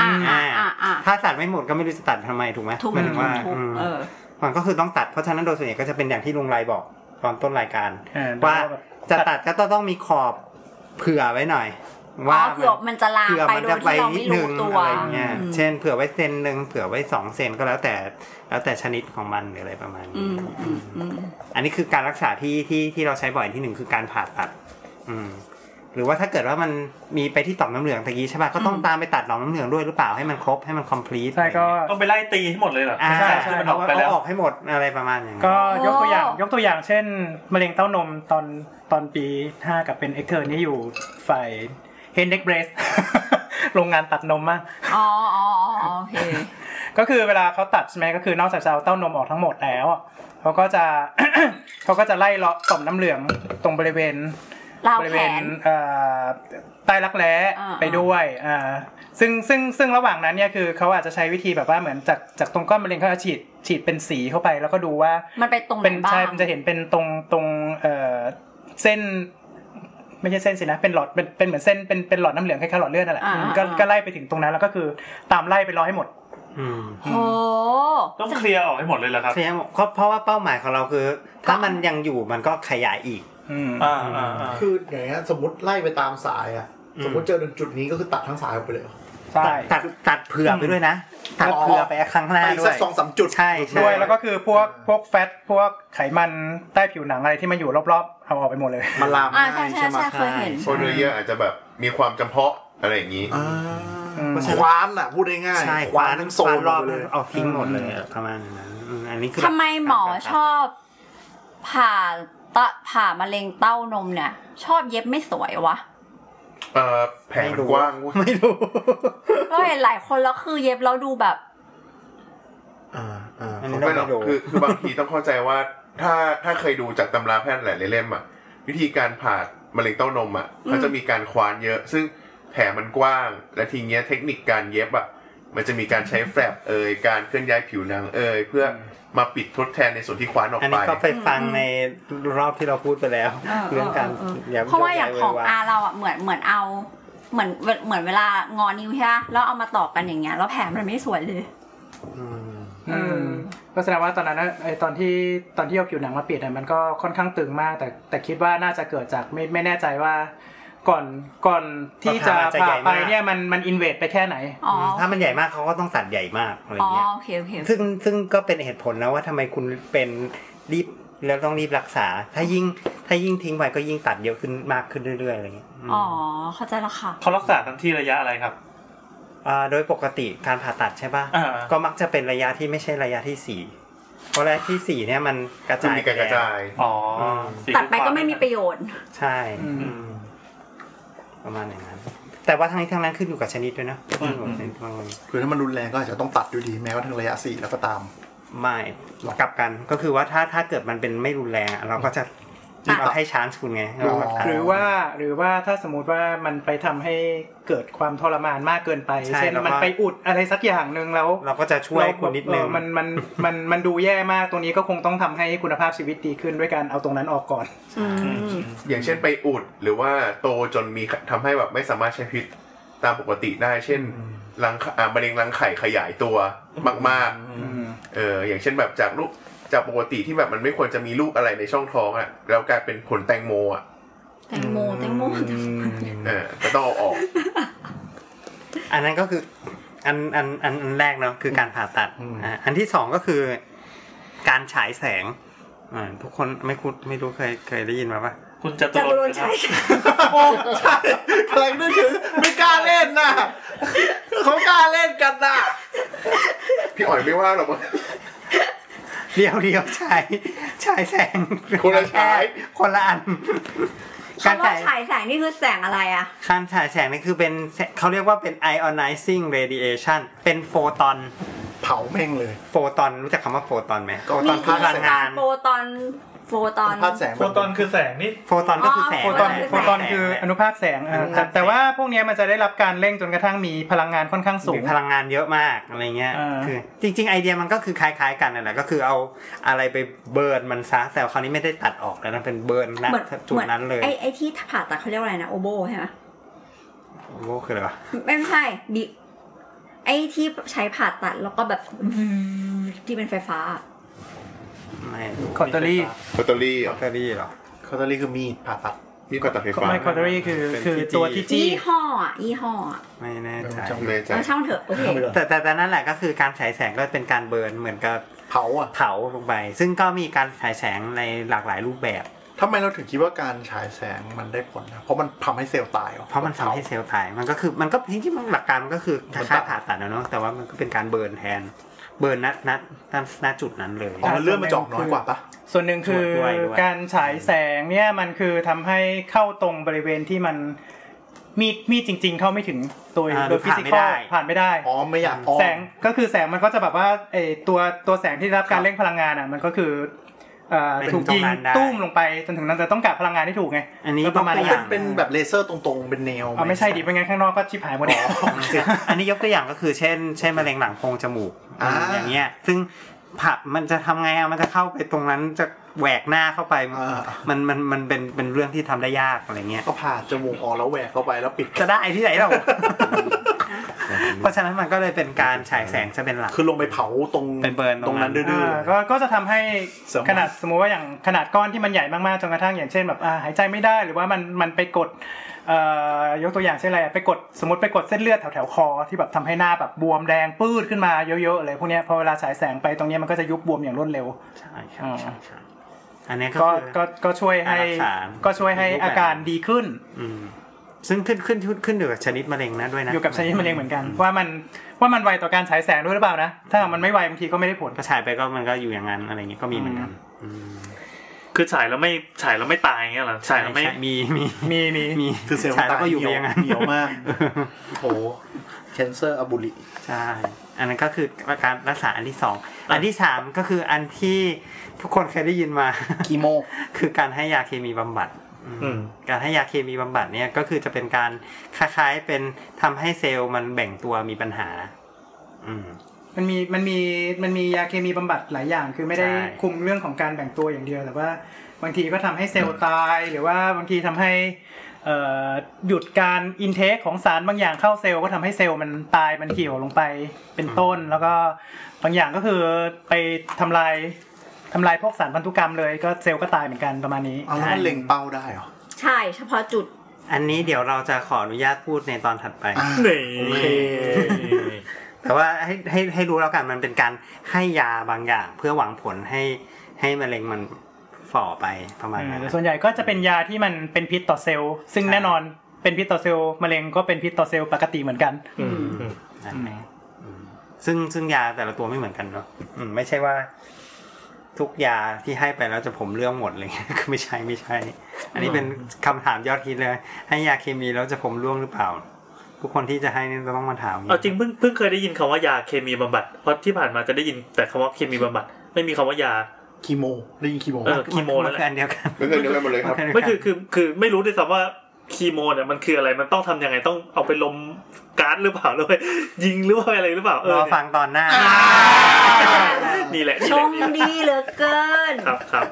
Speaker 2: อ่าอ่าอ่าอ่า
Speaker 3: ถ้าตัดไม่หมดก็ไม่รู้จะตัดทำไมถูกไหม
Speaker 2: ถูก
Speaker 3: หมายถึงว่า
Speaker 2: ถูก
Speaker 3: อืม
Speaker 2: เออ
Speaker 3: มันก็คือต้องตัดเพราะฉะนั้นโดยส่วนใหญ่ก็จะเป็นอย่างที่ลุงไรบอกตอนต้นรายการ
Speaker 4: เออ
Speaker 3: ว่า
Speaker 4: แบบ
Speaker 3: จะตัดก็ต้องมีขอบเผื่อไว้หน่อย
Speaker 2: อ๋
Speaker 3: ว่า
Speaker 2: อเผื่อมันจะลาม
Speaker 3: เผื่อ
Speaker 2: ไป
Speaker 3: มัน
Speaker 2: โด
Speaker 3: จะ
Speaker 2: ย
Speaker 3: ไป
Speaker 2: ที่เรา
Speaker 3: นิด
Speaker 2: ไม่
Speaker 3: นึ
Speaker 2: รู้
Speaker 3: ง
Speaker 2: ตัว
Speaker 3: อะไรเงี้ย
Speaker 2: อืม
Speaker 3: เช่นเผื่อไว้เซนหนึ่งเผื่อไว้สองเซนก็แล้วแต่แล้วแต่ชนิดของมันหรืออะไรประมาณ
Speaker 2: อื
Speaker 3: นี้
Speaker 2: มอืมอืม
Speaker 3: อันนี้คือการรักษาที่ที่ที่เราใช้บ่อยที่หนึ่งคือการผ่าตัด อืม หรือว่าถ้าเกิดว่ามันมีไปที่ต่อมน้ำเหลืองตะกี้ใช่ป่ะก็ต้องตามไปตัดต่อมน้ำเหลืองด้วยหรือเปล่าให้มันครบให้มัน complete
Speaker 4: ใช่ก็
Speaker 6: ต้องไปไล่ตีให้หมดเลยเหรอ
Speaker 3: อ่า
Speaker 4: ใช่ใช่
Speaker 6: ที่มันอ
Speaker 3: เอา
Speaker 6: อกไป
Speaker 3: เอา
Speaker 6: แล้ว
Speaker 3: ออกให้หมดอะไรประมาณอย่างนี้น
Speaker 4: ก็ยกตัวอย่างยกตัวอย่างเช่น มะเร็งเต้านมตอนตอนปี 5 กับเป็นเอ็กเทอร์นี่อยู่ฝ่ายเฮนเด็กเบรส <laughs> โรงงานตัดนมมาก
Speaker 2: อ๋ออ๋ออ๋อโอเค
Speaker 4: ก็คือเวลาเขาตัดใช่ไหมก็คือนอกจากจะเอาเต้านมออกทั้งหมดแล้วอะเขาก็จะ <coughs> เขาก็จะไล่เลาะต่อมน้ำเหลืองตรงบริเวณ
Speaker 2: เรา
Speaker 4: บริ
Speaker 2: แข
Speaker 4: เวน ณเอ่อใต้รักแร้
Speaker 2: อ่า
Speaker 4: ไปด้วยอ่าซึ่งซึ่งซึ่งระหว่างนั้นเนี่ยคือเขาอาจจะใช้วิธีแบบว่าเหมือนจากจากตรงก้อนมะเร็งเขาจะฉีดฉีดเป็นสีเข้าไป แล้วก็ดูว่า
Speaker 2: มันไปตรงไหน
Speaker 4: เป็น
Speaker 2: บ้า
Speaker 4: ใช่
Speaker 2: ง
Speaker 4: มันจะเห็นเป็นตรงตรงเอ่อเส้น ไม่ใช่เส้นสินะเป็นหลอดเป็นเป็นเหมือนเส้นเป็นเป็นหลอดน้ำเหลืองคล้ายๆหลอดเลือดนั่นแหละ
Speaker 2: อ่า
Speaker 4: อืมก็
Speaker 2: อ่า
Speaker 4: ก็ไล่ไปถึงตรงนั้นแล้วก็คือตามไล่ไปร้อยให้หมด
Speaker 3: อืม
Speaker 2: โห
Speaker 6: ต้องเคลียร์ออกให้หมดเลยเหรอครับ
Speaker 3: ใช่ไหมเพราะเพราะว่าเป้าหมายของเราคือ ถ้ามันยังอยู่มันก็ขยายอีก
Speaker 4: อืม
Speaker 6: อ่าอ่าอ่า
Speaker 1: คืออย่างเงี้ยสมมติไล่ไปตามสายอ่ะ สมมติเจอถึงจุดนี้ก็คือตัดทั้งสายออกไปเลยเหรอ
Speaker 4: ใช่
Speaker 3: ตัดตัดเผื่อไปด้วยนะ ตัดเผื่อไปข้างหน้า
Speaker 1: ไปอีก
Speaker 3: ด้
Speaker 1: สั
Speaker 3: ว
Speaker 1: ก
Speaker 3: ย
Speaker 1: สองสามจุด
Speaker 3: ใช่ใช่
Speaker 4: ด้วยแล้วก็คือพวกพวกแฟตพวกไขมันใต้ผิวหนังอะไรที่มันอยู่รอบๆเอาออกไปหมดเลย
Speaker 5: มันลาม
Speaker 2: อ่า
Speaker 5: ง่าย
Speaker 2: ใช่ใช่
Speaker 5: ใช่ไหม
Speaker 2: ใช่เคยเห็น
Speaker 7: โซเนื้อเยื่ออาจจะแบบมีความจำเพาะอะไรอย่างนี้
Speaker 5: อ่า
Speaker 4: อืม
Speaker 5: คว้านอ่ะพูดง่าย
Speaker 3: ใช่
Speaker 5: ๆค
Speaker 3: คว้า
Speaker 5: ว้า
Speaker 3: น น
Speaker 5: ทั้งโซ
Speaker 3: คว้าน รอบ
Speaker 5: เลย
Speaker 3: เอาทิ้งหมดเลยอะประมาณนั้นอืมอันนี้คือ
Speaker 2: ทำไมหมอชอบผ่าตะผ่ามะเร็งเต้านมเนี่ย ชอบเย็บไม่สวยวะ
Speaker 7: เอ่อแผง
Speaker 3: ไม่
Speaker 7: มัน
Speaker 3: รู้
Speaker 7: กว้างเว้ย
Speaker 3: ไม่รู้
Speaker 2: เราเห็นหลายคนแล้วคือเย็บแล้วดูแบบ
Speaker 5: อ่าอ่า
Speaker 3: อันนี้
Speaker 7: ไม่
Speaker 3: เราไม่
Speaker 7: หรอก
Speaker 3: รู้
Speaker 7: คือคือบางทีต้องเข้าใจว่าถ้าถ้าเคยดูจากตำราแพทย์หลายๆเล่มอ่ะวิธีการผ่ามะเร็งเต้านมอ่ะ
Speaker 2: อืม
Speaker 7: เขาจะมีการคว้านเยอะ ซึ่งแผลมันกว้าง และทีเนี้ยเทคนิคการเย็บอ่ะมันจะมีการใช้แฟบเอ่ยการเคลื่อนย้ายผิวหนังเอ่ยเพื่อมาปิดทดแทนในส่วนที่คว้านออก
Speaker 3: อัน
Speaker 7: ไป
Speaker 3: นี้ก็ไปฟังในรอบที่เราพูดไปแล้ว
Speaker 2: เออเออ
Speaker 3: เรื่องการ
Speaker 2: เออเออ
Speaker 3: ย้ำ
Speaker 2: เพราะว่าอย่างของ
Speaker 3: ย้ำไว้ว่
Speaker 2: อาเราอ่ะเหมือนเหมือนเอาเหมือนเวเหมือนเวลางอนิ้วใช่ปะแล้วเอามาต่อกันอย่างเงี้ยแล้วแผลมันไม่สวยเลย
Speaker 3: อืม
Speaker 2: เออ
Speaker 4: ก็แสดงว่าตอนนั้นนะไอตอนที่ตอนที่เอาผิวหนังมาปิดเนี่ยมันก็ค่อนข้างตึงมาก แต่แต่คิดว่าน่าจะเกิดจากไม่ไม่แน่ใจว่า ก่อนก่อนที่จะผ่าไปเนี่ยมันมันอินเวดไปแค่ไหน
Speaker 2: อ๋อ
Speaker 3: ถ้ามันใหญ่มากเขาก็ต้องตัดใหญ่มากอะไร
Speaker 2: อ๋อ
Speaker 3: เงี้ย
Speaker 2: โอเคโอเค
Speaker 3: ซึ่งซึ่งก็เป็นเหตุผลนะว่าทำไมคุณเป็นรีบแล้วต้องรีบรักษา ถ้ายิ่งถ้ายิ่งทิ้งไว้ก็ยิ่งตัดเยอะขึ้นมากขึ้นเรื่อยๆอะไรเงี้ยม
Speaker 2: อ๋อเข้าใจแล้วค่ะ
Speaker 6: เขารักษากันที่ระยะอะไรครับ
Speaker 3: าโดยปกติการผ่าตัดใช่ป่ะ
Speaker 6: อ่า
Speaker 3: ก็มักจะเป็นระยะที่ไม่ใช่ระยะที่สี่เพราะระยะที่สี่เนี่ยมันกระ
Speaker 7: จะ
Speaker 3: จาย
Speaker 7: มีการกระจาย
Speaker 6: อ๋อ
Speaker 2: ตัดไปก็ไม่มีประโยชน์
Speaker 3: ใช่
Speaker 4: อืม
Speaker 3: อืมประมาณอย่างนั้น แต่ว่าทั้งนี้ทั้งนั้นขึ้นอยู่กับชนิดด้วยนะ
Speaker 5: คือถ้ามันรุนแรงก็อาจจะต้องตัดอยู่ดีแม้ว่าทั้งระยะสี่แล้วก็ตาม
Speaker 3: ไม่กลับกันก็คือว่าถ้าถ้าเกิดมันเป็นไม่รุนแรงอะเราก็จะ
Speaker 2: ตัด
Speaker 3: เอาให้ชานคุณไงเราก็ตัด
Speaker 4: หรือว่าหรือว่าถ้าสมมติว่ามันไปทำให้เกิดความทรมานมากเกินไป
Speaker 3: ใช่
Speaker 4: เช่น
Speaker 3: แล้วก็
Speaker 4: มันไปอุดอะไรสักอย่างหนึ่งแล้ว
Speaker 3: เราก็จะช่วยคุณนิดนึง
Speaker 4: เออมันมันมันมันดูแย่มากตรงนี้ก็คงต้องทำให้คุณภาพชีวิตดีขึ้นด้วยการเอาตรงนั้นออกก่อน
Speaker 2: อืม
Speaker 7: อย่างเช่นไปอุดหรือว่าโตจนมีทำให้แบบไม่สามารถใช้ชีวิตตามปกติได้ เช่นรังไข่อ่ามะเร็งรังไข่ขยายตัวมากๆเอออย่างเช่นแบบจากลูกจากปกติที่แบบมันไม่ควรจะมีลูกอะไรในช่องท้องอ่ะแล้วกลายเป็นผลแตงโมอ่ะ
Speaker 2: แตงโมแตงโมแตงโม
Speaker 7: เออก็ต้องเอาออก
Speaker 3: อันนั้นก็คืออันอันอันอันแรกเนาะคือการผ่าตัดอ่ะอันที่สองก็คือ การฉายแสงอ่าทุกคนไม่คุ้นไม่รู้เคยเคยได้ยินมาปะ
Speaker 6: คุณจตุ
Speaker 2: จะ
Speaker 6: ร
Speaker 2: รุน
Speaker 6: นต์นะค
Speaker 2: ใช่
Speaker 6: รับ
Speaker 2: ใช่
Speaker 5: โอ้ใช่กำลังนึกถึงไม่กล้าเล่นน่ะเขากล้าเล่นกันน่ะ
Speaker 7: พี่อ๋อยไม่ว่าหรอกมั้ง
Speaker 3: เดียวเดียวชายชายแสง
Speaker 7: คนละใช้
Speaker 3: คนละอัน
Speaker 2: คำว่าฉายแสงนี่คือแสงอะไรอะ
Speaker 3: การฉายแสงนี่คือเป็นแสเขาเรียกว่าเป็น ionizing radiation เป็นโฟตอน
Speaker 1: เผาแม่งเลย
Speaker 3: โฟตอนรู้จักคำว่าโฟตอนไหม
Speaker 1: ก็ตอน
Speaker 2: มี
Speaker 1: พาด
Speaker 2: กี่
Speaker 1: แสง
Speaker 3: พ
Speaker 2: ตอง
Speaker 3: ลังาน
Speaker 2: นโปรตอนโฟตอน
Speaker 1: พาดแสง
Speaker 4: โฟตอนคือแสงนี่
Speaker 3: โฟตอนก็คือแสง
Speaker 4: โฟตอน
Speaker 2: แสง
Speaker 4: โฟตอนคืออนุภาคแสงอ่าแต่แต่ว่าพวกเนี้ยมันจะได้รับการเร่งจนกระทั่งมีพลังงานค่อนข้างสู
Speaker 3: สู
Speaker 4: ง
Speaker 3: งพลังงานเยอะมากอะไรเงี้ย
Speaker 4: อ่า
Speaker 3: คือจริง ๆ ไอเดียมันก็คือคล้ายๆกันนั่นแหละก็คือเอาอะไรไปเบิร์นมันซะแต่คราวนี้ไม่ได้ตัดออกแล้วนะเป็นเบิร์นณ
Speaker 2: เหมือน
Speaker 3: จุ
Speaker 2: เห
Speaker 3: ด
Speaker 2: มือน
Speaker 3: นั้นเลย
Speaker 2: ไอ้ไอ้ที่ผ่าตัดเขาเรียกว่าอะไรนะโอโบใช่ไหม
Speaker 3: โอ้โหคืออะไรวะ
Speaker 2: ไม่ไม่ใช่ดิไอ้ที่ใช้ผ่าตัดแล้วก็แบบที่เป็นไฟฟ้า
Speaker 3: ไม่
Speaker 4: คอร์เตอรี่
Speaker 7: แบตเตอรี่เหรอ
Speaker 3: แครี่หรอ
Speaker 1: เขาตอรี่คือมีดผ่าตัด
Speaker 7: มีกระตัดไฟฟ้า
Speaker 4: ไม่คอร์เตอรี่คือ
Speaker 3: เป็น
Speaker 4: คือ
Speaker 3: ที่จี้
Speaker 4: ตัวที่จี้
Speaker 2: ยี่ห้ออ่ะยี่ห้ออ่ะ
Speaker 3: ไม่แน่ใจ
Speaker 7: ไม่ใจ
Speaker 2: แล้วช่างเถอะโอเค
Speaker 3: แต่แต่แต่นั่นแหละก็คือการฉายแสงก็เป็นการเบิร์นเหมือนกับ
Speaker 1: เผาอ่ะ
Speaker 3: เผาลงไป ซึ่งก็มีการฉายแสงในหลากหลายรูปแบบ
Speaker 1: ทำไมเราถึงคิดว่าการฉายแสงมันได้ผลนะเพราะมันทำให้เซลล์ตายหอ
Speaker 3: เพราะมันทำให้เซลล์ตายมันก็คือมันก็จริงๆมันหลักการมันก็คือคล้ายๆผ่าตัดนะเนาะแต่ว่ามันก็เป็นการเบิร์นแทน เบิร์นณณณณจุดนั้นเลย
Speaker 1: อ๋อเลือดมันจะออกน้อยกว่าปะ
Speaker 4: ส่วนหนึ่งคือ
Speaker 3: ส่วนด้วยด้วย
Speaker 4: การฉายแสงเนี่ยมันคือทำให้เข้าตรงบริเวณที่มันมีดมีดจริง ๆ เข้าไม่ถึงโดย
Speaker 3: อ่า
Speaker 4: โดย
Speaker 3: หรือ
Speaker 4: ฟิ
Speaker 3: ผ่าน
Speaker 4: สิก
Speaker 3: ไม่
Speaker 4: อ
Speaker 3: ได้
Speaker 4: ลผ่านไม่ได้
Speaker 1: อ๋อไม่อยากออ
Speaker 4: แสงก็คือแสงมันก็จะแบบว่าเออตัวตัวแสงที่ได้รับการเร่งพลังงานอ่ะมันก็คือเอ่อ
Speaker 3: ไปถึง
Speaker 4: ถูกยิง
Speaker 3: ตรงนั้นได้
Speaker 4: ตุ้มลงไปจนถึงนั้นแต่ต้องการพลังงานที่ถูกไง
Speaker 3: อันนี้
Speaker 4: แล้ว
Speaker 3: ป
Speaker 4: ประ ระ
Speaker 3: มา
Speaker 4: มา
Speaker 3: ณ
Speaker 4: ณ
Speaker 1: นี่
Speaker 3: อ
Speaker 1: เป็
Speaker 3: ย่าน ง
Speaker 1: เป็นแบบเลเซอร์ตรงๆ เป็นแนว
Speaker 4: เอาไม่ใช่ดิเป็นไงนข้างนอกก็ชิบหายหมดแล้ว
Speaker 3: คืออันนี้ยกตัวอย่างก็คือเช่น เช่นมะเร็งหลังโพรงจมูก
Speaker 1: อ่า
Speaker 3: อย่างเงี้ย ซึ่งผับมันจะทำไงอะมันจะเข้าไปตรงนั้นจะแหวกหน้าเข้าไป
Speaker 1: อ่า
Speaker 3: มันมันมันเป็นเป็นเรื่องที่ทำได้ยากอะไรเงี้ย
Speaker 1: ก็ผ่าจมูกออกแล้วแหวกเข้าไปแล้วปิด
Speaker 3: จะได้ที่ไหนเรา
Speaker 1: <laughs>
Speaker 3: เพราะฉะนั้นมันก็เลยเป็นการฉายแสงจะเป็นหลัก
Speaker 1: คือลงไปเผาตรง
Speaker 3: เป็นเบิร์นต
Speaker 1: ต
Speaker 3: ร
Speaker 1: รง ง
Speaker 3: นั้
Speaker 1: นั้น นดื้อ
Speaker 4: อ่าก็ก็จะทำให้
Speaker 1: สมอง
Speaker 4: ขนาดสมมุติว่าอย่างขนาดก้อนที่มันใหญ่มากๆจนกระทั่งอย่างเช่นแบบอ่าหายใจไม่ได้หรือว่ามันมันไปกดเอ่อยกตัวอย่างเช่นอะไรอะไปกดสมมติไปกดเส้นเลือดแถวแถวๆคอที่แบบทำให้หน้าแบบบวมแดงปื้ดขึ้นมาเยอะๆเลยพวกเนี้ยพอเวลาฉายแสงไปตรงเนี้ยมันก็จะยุบบวมอย่างรวดเร็ว
Speaker 3: ใช่ใช่ใช่ใช่อันเนี้ยก็
Speaker 4: ก็
Speaker 3: คือ
Speaker 4: ก็ก็ช่วยให้
Speaker 3: การรักษา
Speaker 4: ก็ช่วยให้อาการดีขึ้น
Speaker 3: อืมซึ่งขึ้นขึ้นขึ้นขึ้นอยู่กับชนิดมะเร็งนะด้วยนะ
Speaker 4: อยู่กับชนิดมะเร็งเหมือนกันว่ามันว่ามันไวต่อการฉายแสงด้วยหรือเปล่านะ ถ้ามันไม่ไวบางทีก็ไม่ได้ผล
Speaker 3: ก็ฉายไปก็มันก็อยู่อย่างนั้นอะไรเงี้ยก็มีเหมือนกัน
Speaker 6: คือฉายแล้วไม่ฉายแล้วไม่ตายอย่างเงี้ยเหรอฉายแล้วไม่
Speaker 3: ใช่มีมี
Speaker 4: มีมี
Speaker 3: มี
Speaker 1: คือเซลล์
Speaker 3: ฉายแล้ว
Speaker 1: ตาย
Speaker 3: ก็อยู่ไป
Speaker 1: เหี่ยว
Speaker 3: อย่างนั้น
Speaker 1: เหี่ยวมาก ๆโอ้โหเคนเซอร์อบุลิ
Speaker 3: ใช่อันนั้นก็คือการรักษาอันที่สองอันที่สามก็คืออันที่ทุกคนเคยได้ยินมา <laughs>
Speaker 1: คีโม
Speaker 3: คือการให้ยาเคมีบำบัดอืม
Speaker 6: อืม
Speaker 3: การให้ยาเคมีบำบัดเนี่ยก็คือจะเป็นการคล้ายๆเป็นทำให้เซลล์มันแบ่งตัวมีปัญหา อืม
Speaker 4: มันมีมันมีมันมียาเคมีบำบัดหลายอย่าง คือไม่ได้
Speaker 3: ใช่
Speaker 4: คุมเรื่องของการแบ่งตัวอย่างเดียว แต่ว่าบางทีก็ทำให้เซลล์ตายหรือว่าบางทีทำให้เอ่อหยุดการอินเทคของสารบางอย่างเข้าเซลล์ก็ทำให้เซลล์มันตายมันเหี่ยวลงไปเป็นต้น แล้วก็บางอย่างก็คือไปทำลายทำลายพวกสารพันธุกรรมเลยก็เซลล์ก็ตายเหมือนกันประมาณนี้
Speaker 1: เอาแล้วมันเล็งเป้าได้เหรอ
Speaker 2: ใช่เฉพาะจุด
Speaker 3: อันนี้เดี๋ยวเราจะขออนุญาตพูดในตอนถัดไป
Speaker 1: อ่ะ
Speaker 6: นี่
Speaker 1: โอเค
Speaker 3: แต่ว่าให้ให้ให้รู้แล้วกันมันเป็นการให้ยาบางอย่าง เพื่อหวังผลให้ให้มะเร็งมันฝ่อไปประมาณ
Speaker 4: อ่า
Speaker 3: นั้น
Speaker 4: แต่ส่วนใหญ่ก็จะเป็นยาที่มันเป็นพิษต่อเซลล์ ซึ่งแน่นอนเป็นพิษต่อเซลล์มะเร็งก็เป็นพิษต่อเซลล์ปกติเหมือนกัน
Speaker 3: นั่นเองอืมซึ่งซึ่งยาแต่ละตัวไม่เหมือนกันเนาะอืมไม่ใช่ว่า ทุกยาที่ให้ไปแล้วจะผมเรื่องหมดเลย <laughs> คือไม่ใช่ไม่ใช่ อันนี้เป็นคำถามยอดฮิตเลย ให้ยาเคมีแล้วจะผมร่วงหรือเปล่า ทุกคนที่จะให้นี่จะต้องมาถาม
Speaker 6: เอาจริงเพิ่งเพิ่งเคยได้ยินคำว่ายาเคมีบำบัด เพราะที่ผ่านมาจะได้ยินแต่คำว่าเคมีบำบัด ไม่มีคำว่ายา
Speaker 1: คีโม ได้ยินคีโม
Speaker 6: เออ
Speaker 1: ปะ
Speaker 6: คีโมแล้วแหละ
Speaker 3: นคืออันเดียวกัน
Speaker 7: ไม่เคยเดียวกันหมดเลยครับ
Speaker 3: นเดียวกัน
Speaker 6: ไม่คือคือคือไม่รู้ด้วยซ้ำว่าคีโมเนี่ยมันคืออะไรมันต้องทำยังไงต้องเอาไปลมการ์ดหรือเปล่าหรือไปยิงหรือว่าอะไรหรือเปล่าเอ
Speaker 3: ร
Speaker 6: อ
Speaker 3: อฟังตอนหน้า
Speaker 6: นี่แหละ
Speaker 2: ช
Speaker 6: นี่แหละ
Speaker 2: งดีเหลือเกิน
Speaker 6: ครับครับ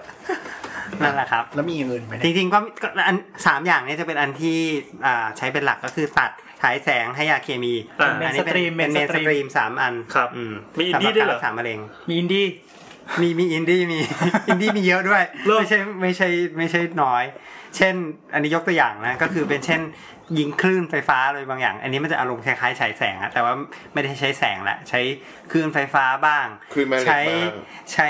Speaker 3: นั่นแหละครับ
Speaker 1: แล้วมีอย่างอื่นไหม
Speaker 3: จ
Speaker 1: เนี่ย
Speaker 3: ริงๆก็ก็อันสามอย่างเนี้จะเป็นอันที่อ่าใช้เป็นหลักก็คือตัดฉายแสงให้ยาเคมี
Speaker 6: อ่า
Speaker 3: นี้เป็น
Speaker 4: mainstream
Speaker 3: เป็นเมนส
Speaker 4: mainstream
Speaker 3: ตรีมสามอัน
Speaker 6: ครับ
Speaker 3: อืม
Speaker 6: มีอินดี้ด้วยเหรอ
Speaker 3: สำบการักษามะเร็ง
Speaker 4: มีอินดี้
Speaker 3: มีมีอินดี้มี <laughs> อินดี้มีเยอะด้วย
Speaker 6: เริ่ม
Speaker 3: ไม่ใช่ไม่ใช่ไม่ใช่น้อย เช่น อันนี้ยกตัวอย่างนะ ก็คือเป็นเช่น ยิงคลื่นไฟฟ้าเลยบางอย่าง อันนี้มันจะอารมณ์คล้ายๆฉายแสงอะแต่ว่าไม่ได้ใช้แสงละใช้คลื่นไฟฟ้าบ้าง
Speaker 7: คลื่นแม่เหล็ก
Speaker 3: ใช้
Speaker 7: บ้าง
Speaker 3: ใช้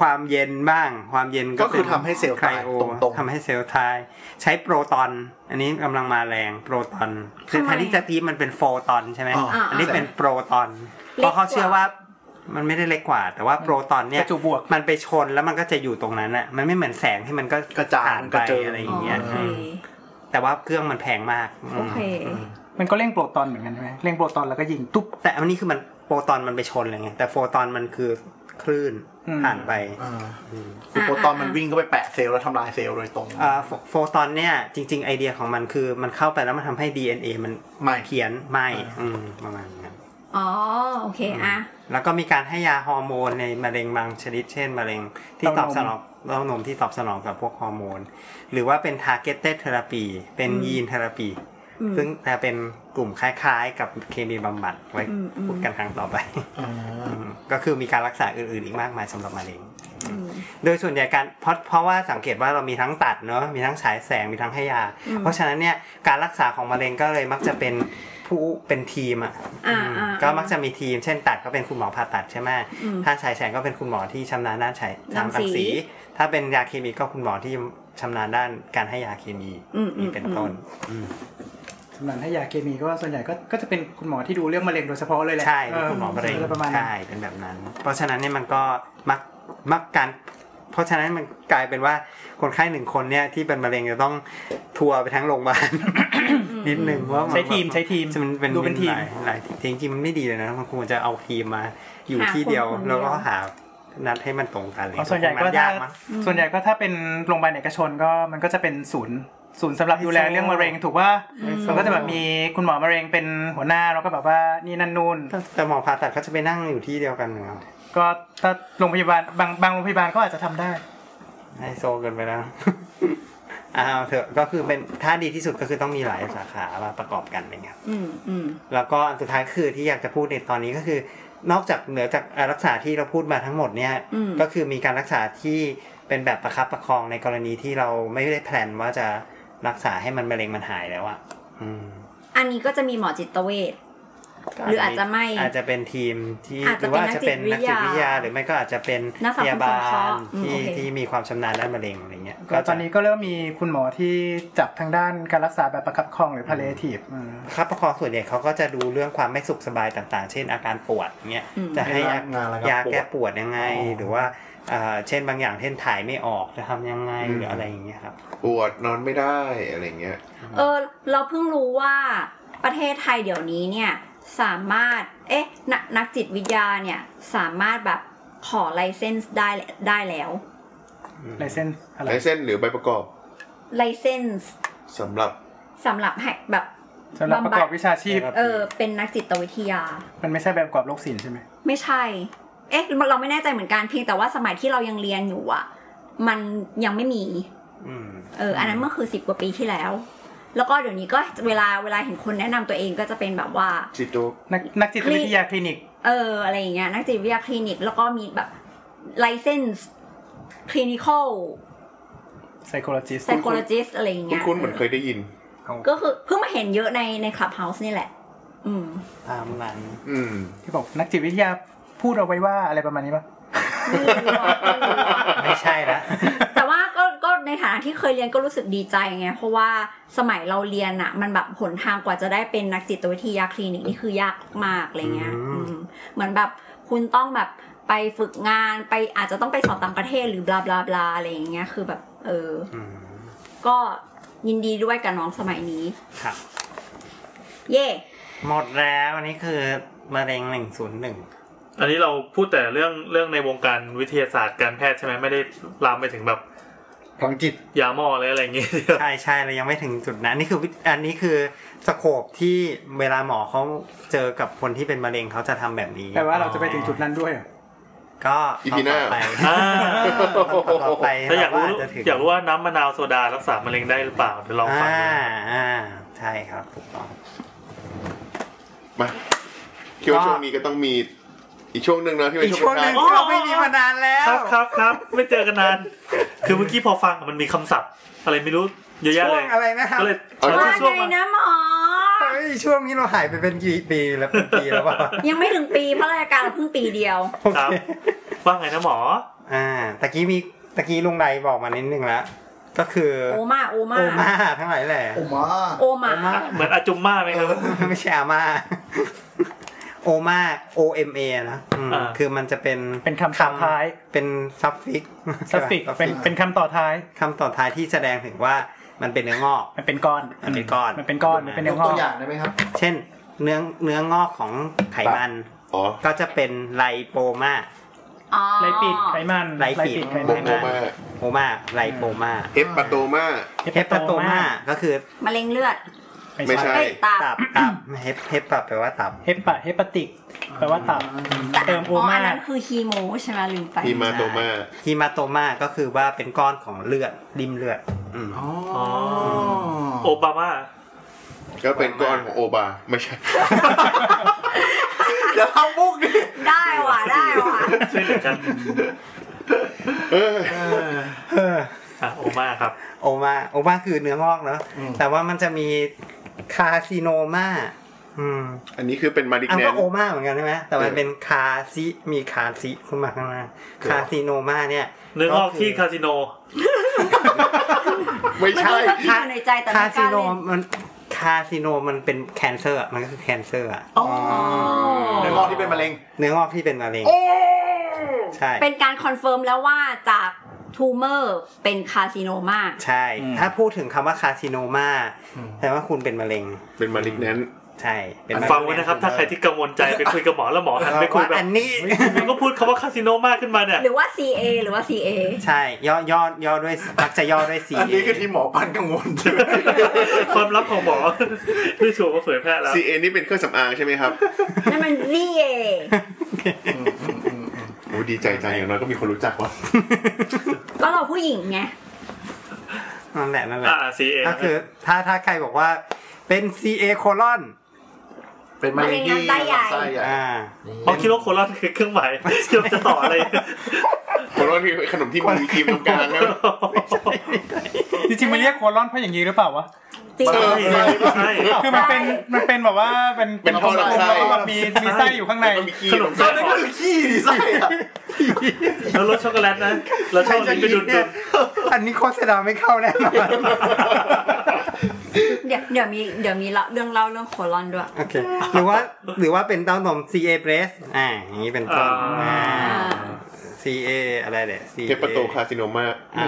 Speaker 3: ความเย็นบ้าง ความเย็นก็
Speaker 1: ก็คือ
Speaker 3: เป็น
Speaker 1: ทำให้เซลล์
Speaker 3: ไคล
Speaker 1: ตาย
Speaker 3: โอ
Speaker 1: ตรงๆ
Speaker 3: ทำให้เซลล์ตาย ใช้โปรตอน อันนี้กำลังมาแรงโปรตอนคือ
Speaker 2: ทำไม
Speaker 3: แทนที่จะตีมันเป็นโฟตอนใช่ไหม
Speaker 1: อ๋ออ่า
Speaker 3: อันนี้เป็นโปรตอน
Speaker 2: เล็กกว่า
Speaker 3: เพราะเขาเชื่อว่า มันไม่ได้เล็กกว่า แต่ว่าโปรตอนเนี่
Speaker 4: ก
Speaker 3: ย
Speaker 4: ระจุบวก
Speaker 3: มันไปชนแล้วมันก็จะอยู่ตรงนั้นอ่ะ มันไม่เหมือนแสงที่มันก็
Speaker 1: กระจาย
Speaker 3: ผ่าน
Speaker 1: ก
Speaker 3: ไประ
Speaker 1: เจิง
Speaker 3: อะไรอย่างเงี้ย
Speaker 2: โอเค
Speaker 3: มแต่ว่าเครื่องมันแพงมากม
Speaker 2: โอเค
Speaker 4: มันก็เร่งโปรตอนเหมือนกันใช่ไหมเร่งโปรตอนแล้วก็ยิงตุ๊บ
Speaker 3: แต่อันนี้คือมันโปรตอนมันไปชนอะไรเงี้ยแต่โฟตอนมันคือคลื่น
Speaker 4: อืม
Speaker 3: ผ่านไป
Speaker 1: อ่าคือโปรตอนมันวิ่งเข้าไปแปะเซลล์แล้วทำลายเซลล์โดยตรง
Speaker 3: อ่าโฟโฟตอนเนี่ยจริง ๆ ไอเดียของมันคือมันเข้าไปแล้วมันทำให้ DNA มัน
Speaker 1: ไม่
Speaker 3: เพี้ยนไหมอืมประมาณนั้น
Speaker 2: อ๋อ โอเคอ่ะ
Speaker 3: แล้วก็มีการให้ยาฮอร์โมนในมะเร็งบางชนิด เช่นมะเร็งที่ตอ
Speaker 4: เต้า
Speaker 3: บ
Speaker 4: นม
Speaker 3: สนองเต้านมที่ตอบสนองกับพวกฮอร์โมน หรือว่าเป็น targeted therapy เป็นยีนเทอราปี
Speaker 2: อืม
Speaker 3: ซึ่งจะเป็นกลุ่มคล้ายๆ กับเคมีบำบัดไว้
Speaker 2: อืมอืม
Speaker 3: พูดกันครั้งต่อไปอืมก็คือมีการรักษาอื่นๆอีกมากมายสำหรับมะเร็ง
Speaker 2: อืม
Speaker 3: โดยส่วนใหญ่การเพราะเพราะว่าสังเกตว่าเรามีทั้งตัดเนอะมีทั้งฉายแสงมีทั้งให้ยา
Speaker 2: อืม
Speaker 3: เพราะฉะนั้นเนี่ยการรักษาของมะเร็งก็เลยมักจะเป็นผู้เป็นทีมอ่ะ
Speaker 2: อ่า
Speaker 3: อืม
Speaker 2: อ่า
Speaker 3: ก็มักจะมีทีม เช่นตัดก็เป็นคุณหมอผ่าตัดใช่ไหม
Speaker 2: อืม
Speaker 3: ถ้าฉายแสงก็เป็นคุณหมอที่ชำนาญด้านฉายทาง
Speaker 2: รั
Speaker 3: รั
Speaker 2: ง
Speaker 3: ง
Speaker 2: สี
Speaker 3: สี ถ้าเป็นยาเคมีก็คุณหมอที่ชำนาญด้านการให้ยาเคมี
Speaker 2: อืมอืม
Speaker 3: นี่เป็นต้น
Speaker 4: สำหรับถ้ายาเคมีก็ส่วนใหญ่ก็ก็จะเป็นคุณหมอที่ดูเรื่องมะเร็งโดยเฉพาะเลยแหละ
Speaker 3: ใช่เป็นคุณหมอมะเร็ง
Speaker 4: ไรประมาณนั้น
Speaker 3: ใช่เป็นแบบนั้น เพราะฉะนั้นเนี่ยมันก็มักมักการ เพราะฉะนั้นมันกลายเป็นว่าคนไข้หนึ่งคนเนี่ยที่เป็นมะเร็งจะต้องทัวร์ไปทั้งโรงพยาบาล <laughs> นิดนึงว่า
Speaker 4: ใช้ทีมใช้ทีม
Speaker 3: มันเป็น
Speaker 4: ดูเป็นทีม
Speaker 3: หลายหลายทีมจริงๆมันไม่ดีเลยนะมันควรจะเอาทีมมาอยู่
Speaker 2: หา
Speaker 3: ที่เดียว
Speaker 2: คนคนเดียว
Speaker 3: แล้วก็หานัดให้มันตรงกันเลย
Speaker 4: อ๋อส่วนใหญ่ก็ถ้าย
Speaker 3: มัากมั้ง
Speaker 4: ส่วนใหญ่ก็ถ้าเป็นโรงพยาบาลเอกชนก็มันก็จะเป็นศูนย์ศูนย์สำหรับดูแลเรื่องมะเร็งถูกว่า
Speaker 3: อืม
Speaker 4: มันก็จะแบบมีคุณหมอมะเร็งเป็นหัวหน้าแล้วก็แบบว่านี่นั่นนู่น
Speaker 3: แต่แต่หมอผ่าตัดเขาจะไปนั่งอยู่ที่เดียวกันเหรอ
Speaker 4: ก็ถ้าโรงพยาบาลบางบางโรงพยาบาลก็อาจจะทำได้
Speaker 3: ไฮโซเกินไปแล้ว <laughs> อ้าวเถอะก็คือเป็นถ้าดีที่สุดก็คือต้องมีหลายสาขามาประกอบกันอะไรเงี้ย
Speaker 2: อืมอืม
Speaker 3: แล้วก็อันสุดท้ายคือที่อยากจะพูดในตอนนี้ก็คือ นอกจากเหนือจากอ่ารักษาที่เราพูดมาทั้งหมดเนี่ย
Speaker 2: อืม
Speaker 3: ก็คือมีการรักษาที่เป็นแบบประคับประคองในกรณีที่เราไม่ได้แพลนว่าจะรักษาให้มันมะเร็งมันหายแล้วอะอืม
Speaker 2: อันนี้ก็จะมีหมอจิตเวช หรืออาจจะไม่
Speaker 3: อาจจะเป็นทีมที่
Speaker 2: อาจ
Speaker 3: ห
Speaker 2: จะเป็น
Speaker 3: รืว่าอาจจะเป็น
Speaker 2: นั
Speaker 3: นั
Speaker 2: ก
Speaker 3: ก
Speaker 2: จิ
Speaker 3: จิ
Speaker 2: ต
Speaker 3: ต
Speaker 2: วิ
Speaker 3: วิ
Speaker 2: ทยาย
Speaker 3: ทาหรือไม่ก็อาจจะเป็น
Speaker 2: นักสังคม
Speaker 3: พยาบา
Speaker 2: สงเคราะ
Speaker 3: ล
Speaker 2: ห์อืม
Speaker 3: ที่
Speaker 2: โอเค
Speaker 3: ที่มีความชำนาญด้านมะเร็งอะไรเงี้ย
Speaker 4: ก็
Speaker 3: จะ
Speaker 4: ตอนนี้ก็เริ่มมีคุณหมอที่จับทางด้านการรักษาแบบประคับประคองหรือ palliative อืม
Speaker 3: ครับประคองส่วนใหญ่เขาก็จะดูเรื่องความไม่สุขสบายต่างๆ เช่นอาการปวดเงี้ย
Speaker 2: อืม
Speaker 3: จะให้ยา
Speaker 1: ให้งานระงับ
Speaker 3: ยา
Speaker 1: ปวด
Speaker 3: แก้ปวดยังไง
Speaker 1: อ๋อ
Speaker 3: หรือว่าเอ่อเช่นบางอย่างเช่นถ่ายไม่ออกจะทำยังไงหรืออะไรอย่างเงี้ยครับ
Speaker 7: ปวดนอนไม่ได้อะไรเงี้ย
Speaker 2: เออ เราเพิ่งรู้ว่าประเทศไทยเดี๋ยวนี้เนี่ย สามารถ เอ๊ะนกนักจิตวิทยาเนี่ย สามารถแบบขอไลเซนส์ได้ได้แล้ว
Speaker 4: license อะไร
Speaker 7: ไลเส้นส์หรือใบประกอบ
Speaker 2: ไลเซนส์
Speaker 7: สำหรับ
Speaker 2: สำหรับให้แบบ
Speaker 4: สำหรับประกอบวิชาชีพ
Speaker 2: เออ เป็นนักจิตวิทยา
Speaker 4: มันไม่ใช่แบบประกอบโรคศิลป์ใช่ไหม
Speaker 2: ไม่ใช่ เอ๊ะ เราไม่แน่ใจเหมือนกันเพียงแต่ว่าสมัยที่เรายังเรียนอยู่อะมันยังไม่มี
Speaker 3: อืม
Speaker 2: เออ อันนั้นเมื่อคือสิบกว่าปีที่แล้ว แล้วก็เดี๋ยวนี้ก็เวลาเวลาเห็นคนแนะนำตัวเองก็จะเป็นแบบว่า
Speaker 7: จิตโต
Speaker 4: นักนักจิตวิทยาคลินิก
Speaker 2: เออ อะไรอย่างเงี้ย นักจิตวิทยาคลินิก แล้วก็มีแบบ license clinical
Speaker 4: psychologist
Speaker 2: psychologist อะไรอย่างเงี้ย
Speaker 7: คุ้นๆเหมือนเคยได้ยิน
Speaker 2: ก็คือเพิ่งมาเห็นเยอะในใน clubhouse นี่แหละ อื
Speaker 7: <laughs>
Speaker 2: ม
Speaker 3: ตามนั้น
Speaker 7: อืม
Speaker 4: ที่บอกนักจิตวิทยาพูดเอาไว้ว่าอะไรประมาณนี้ปะ
Speaker 3: ไม่ใช่ละ <laughs>
Speaker 2: แต่ว่าก็ก็ในฐานะที่เคยเรียนก็รู้สึกดีใจไง เพราะว่าสมัยเราเรียนอะมันแบบหนทางกว่าจะได้เป็นนักจิตวิทยาคลินิกนี่คือยากมากอะไรเงี้ย
Speaker 3: อืม
Speaker 2: อืมเหมือนแบบคุณต้องแบบไปฝึกงานไปอาจจะต้องไปสอบต่างประเทศหรือบลาบลาบลาอะไรอย่างเงี้ยคือแบบ เออ
Speaker 3: อืม
Speaker 2: ก็ยินดีด้วยกับน้องสมัยนี้
Speaker 3: ครับ
Speaker 2: เย่
Speaker 3: หมดแล้วอันนี้คือมะเร็งหนึ่งศูนย์หนึ่ง
Speaker 6: อันนี้เราพูดแต่เรื่องเรื่องในวงการวิทยาศาสตร์การแพทย์ใช่ไหมไม่ได้ลามไปถึงแบบ
Speaker 1: พลังจิต
Speaker 6: ยาหมอหรืออะไรอย่างงี้
Speaker 3: ใช่ใช่เรายังไม่ถึงจุดนั้นอันนี่คือวิอันนี้คือสโคปที่เวลาหมอเขาเจอกับคนที่เป็นมะเร็งเขาจะทำแบบนี้
Speaker 4: แปลว่าเราจะไปถึงจุดนั้นด้วยเหรอ
Speaker 3: ก็
Speaker 7: อีพีหน้า
Speaker 3: ต่ไป
Speaker 6: อ่า
Speaker 3: ต่อไป
Speaker 6: ถ้าอยากรู้
Speaker 3: เจะถึง
Speaker 6: อยากรู้ว่าน้ำมะนาวโซดารักษามะเร็งได้หรือเปล่าเดี๋ยวลองฟัง
Speaker 3: อ่า
Speaker 6: ดู
Speaker 3: อ่าใช่ครับถูกต้อง
Speaker 7: มาคิดว่า
Speaker 3: ก็
Speaker 7: ช่วงนี้ก็ต้องมี อีกช่วงหนึ่งนะที่เป็
Speaker 3: อี
Speaker 7: น
Speaker 3: ก
Speaker 7: ช่
Speaker 3: ช่
Speaker 7: ว
Speaker 3: ว
Speaker 7: ง
Speaker 3: ง
Speaker 7: สุด
Speaker 3: หนึ่
Speaker 7: ท้า
Speaker 3: ง
Speaker 7: ย
Speaker 3: ที่เราไม่มีมานานแล้
Speaker 6: คว รับครับครับไม่เจอกันนาน คือเมื่อกี้พอฟังอะมันมีคำศัพท์ อะไรไม่รู้เยอะแยะ
Speaker 3: ช่ว
Speaker 6: เลย
Speaker 3: งอะไรนะครับ
Speaker 6: ก็เลย
Speaker 2: ว่า
Speaker 6: ช่วง
Speaker 2: ไง
Speaker 6: มา
Speaker 2: นะหมอ
Speaker 3: เฮ้ยช่วงนี้เราหายไปเป็นกี่ปี
Speaker 6: <laughs>
Speaker 3: แล้วเป็นปีแล้วเปล่า
Speaker 2: ยังไม่ถึงปีเพราะรายการเราเพิ่งปีเดียว
Speaker 3: โอ
Speaker 6: ค
Speaker 3: เ
Speaker 6: รับว่าไงนะหมอ
Speaker 3: อ่าตะกี้มีตะกี้ลุงไดบอกมานิดนึงแล้วก็คือ
Speaker 2: โอมาโอมา
Speaker 3: โอมาทั้งหลายแหละ
Speaker 1: โอ้มา
Speaker 2: โอมา
Speaker 6: เหมือนอาจุมมาไหมครับ
Speaker 3: ไม่ใช่อา <laughs> มาโอมา O M A นะอืม
Speaker 6: อ่า
Speaker 3: คือมันจะเป็น
Speaker 4: เป็นคำต่อท้าย
Speaker 3: เป็นซับฟิก
Speaker 4: ซัฟฟิกเป็นเป็นคำต่อท้าย
Speaker 3: คำต่อท้ายที่แสดงถึงว่ามันเป็นเนื้องอก
Speaker 4: มันเป็นก้อน
Speaker 3: มันเป็นก้อน
Speaker 4: มันเป็นก้อนมันเป็น
Speaker 1: ย
Speaker 4: เนื้อก งอ
Speaker 1: ตั
Speaker 4: ก
Speaker 1: วอย่างได้ไหมครับ
Speaker 3: เช่น เนื้อเนื้องอกของไขมัน
Speaker 7: อ๋อ
Speaker 3: ก็จะเป็นไลโปมา
Speaker 2: อ๋อ
Speaker 4: ไรปิดไขมัน
Speaker 3: ไรปิด
Speaker 4: ไข
Speaker 7: โบ
Speaker 4: มัน
Speaker 7: โมมา
Speaker 3: โอมาไลโปมา
Speaker 7: เอปปาโตมา
Speaker 3: เฮปาโตมาก็คือ
Speaker 2: มะเร็งเลือด
Speaker 7: ไม่
Speaker 4: ไม่
Speaker 7: ใช่
Speaker 4: ใช่
Speaker 2: เอ้ยตับ
Speaker 3: ตับตับเฮปเฮปะแปลว่าตับ
Speaker 4: เฮปปะเฮปาติกแปลว่าตับ
Speaker 2: แต่
Speaker 4: เติมโอ
Speaker 2: อ๋อ
Speaker 4: มา
Speaker 2: อันนั้นคือคีโมใช่ไหมลืมไป
Speaker 7: ฮีมาโตมา
Speaker 3: ฮีมาโตมาก็คือว่าเป็นก้อนของเลือดริมเลือดอืม
Speaker 1: อ๋อ
Speaker 6: โอบามา
Speaker 7: ก็เป็นก้อนของโอบา ไม่ใช่
Speaker 1: อย่าทำมุกดิ
Speaker 2: ได้ว่ะได้ว่ะ
Speaker 6: ช่วยเหลือกัน
Speaker 7: เออ
Speaker 1: เออ
Speaker 6: อ่ะโอมาครับ
Speaker 3: โอมาโอมาคือเนื้องอกเนอะ
Speaker 1: อืม
Speaker 3: แต่ว่ามันจะมีคาซิโนมาอืม
Speaker 7: อันนี้คือเป็นมาริก
Speaker 3: อัน
Speaker 7: แน
Speaker 3: ก็
Speaker 7: น
Speaker 3: โอมาเหมือนกันใช่ไหมแต่มัน
Speaker 7: เออ
Speaker 3: เป็นคาซิมีคาซิขึ้นมาข้างหน้าคาซิโนมาเนี่ย
Speaker 6: เนื้องอกที่
Speaker 3: คื
Speaker 6: คาสิโน
Speaker 7: ไม่
Speaker 2: มัน
Speaker 7: ใช่
Speaker 2: ก็คิดอยู่ในใจแต่
Speaker 3: คา
Speaker 2: ไม่ก
Speaker 3: ซิ
Speaker 2: ล้า
Speaker 3: โน
Speaker 2: เล่น
Speaker 3: มันคาซิโนมันเป็นแคนเซอร์มันก็คือแคนเซอร์อะ
Speaker 1: อ๋อ
Speaker 7: เนื้
Speaker 1: เนื้
Speaker 7: อ
Speaker 1: อง ง
Speaker 7: อ
Speaker 1: อก ก
Speaker 7: ที่
Speaker 1: ที่
Speaker 7: เป็
Speaker 1: เป็น น
Speaker 7: มะ
Speaker 1: มะ
Speaker 7: เร็
Speaker 1: เร็
Speaker 7: ง
Speaker 1: ง
Speaker 3: เนื้องอกที่เป็นมะเร็งใช่
Speaker 2: เป็นการคอนเฟิร์มแล้วว่าจากทูเมอร์เป็นคาซิโนมา
Speaker 3: ใช่
Speaker 4: อืม
Speaker 3: ถ้าพูดถึงคำว่าคาซิโนมาแปลว่าคุณเป็นมะเร็ง
Speaker 7: เป็นมาริกแนน
Speaker 3: ใช่เป็นมะเร็
Speaker 6: ฟังไว้นะครับ ถ้าใครที่กังวลใจไปคุยกับหมอแล้วหมอหันไปคุยแบบ
Speaker 3: ว่าอันนี้
Speaker 6: มันก็พูดคาว่าคาสิโนมากขึ้นมาเนี่ย
Speaker 2: หรือว่า CA หรือว่า CA
Speaker 3: ใช่ย่อย่อย่อด้วยมักจะย่อด้วยสี
Speaker 1: อันนี้คือที่หมอปันกังวลใช่ไหม
Speaker 6: ความลับของหมอที่ถูกมาเผยแพร่แล้ว
Speaker 7: ซีเอนี่เป็นเครื่องสำอางใช่ไหมครับ
Speaker 2: นั่นมัน ZA
Speaker 7: โอ้ดีใจจังอย่างน้อยก็มีคนรู้จักว่ะ
Speaker 2: ก็เราผู้หญิงไง
Speaker 3: นั่นแหละนั่นแห
Speaker 6: อ่า
Speaker 3: ละ
Speaker 6: ซีเอ
Speaker 3: ก็คือถ้าถ้าใครบอกว่าเป็น C A โคลอน
Speaker 1: เป็นมะเร็งที่
Speaker 2: มะเร็งลำไส้
Speaker 1: ลำให
Speaker 2: ใหญ่
Speaker 1: ญ่
Speaker 3: อ่า
Speaker 6: หมอคิดว่าโคลอนคือเครื่องหมายที่มันจะต่ออะไร
Speaker 7: คนว่ามีขนมที่มีครีมตรงกลางนะ
Speaker 4: จริงๆมันเรียกโคลอนเพราะอย่างนี้หรือเปล่าวะ
Speaker 2: จริง
Speaker 6: เออ ใช่ใช่
Speaker 4: คือมันเป็นมันเป็นแบบว่าเป็น
Speaker 7: เป็นท่อลำไส้
Speaker 4: แล้วก็มีมีไส้อยู่ข้างใน
Speaker 7: แล้วก็มีครีมตรงก
Speaker 6: ข
Speaker 7: ลาน
Speaker 6: ม
Speaker 7: ง
Speaker 6: ส้
Speaker 1: ก็คือขี้ดิไส้อะ
Speaker 6: แล้วรสช็อกโกแลตนะเราชอบกินไปดุนๆ
Speaker 3: อันนี้โฆษณาไม่เข้าแน่นอน
Speaker 2: เดี๋ยวเดี๋ยวมีเดี๋ยวมีเล่าเรื่องเล่าเรื่องโคลอนด้วย
Speaker 3: โอเคหรือว่าหรือว่าเป็นเต้านม C A breast อ่าอย่างนี้เป็นต้น
Speaker 6: อ่า
Speaker 3: อ่า C A อะไรเนี่ย C
Speaker 7: เฮปาโตคาซิโนมา
Speaker 3: อ่า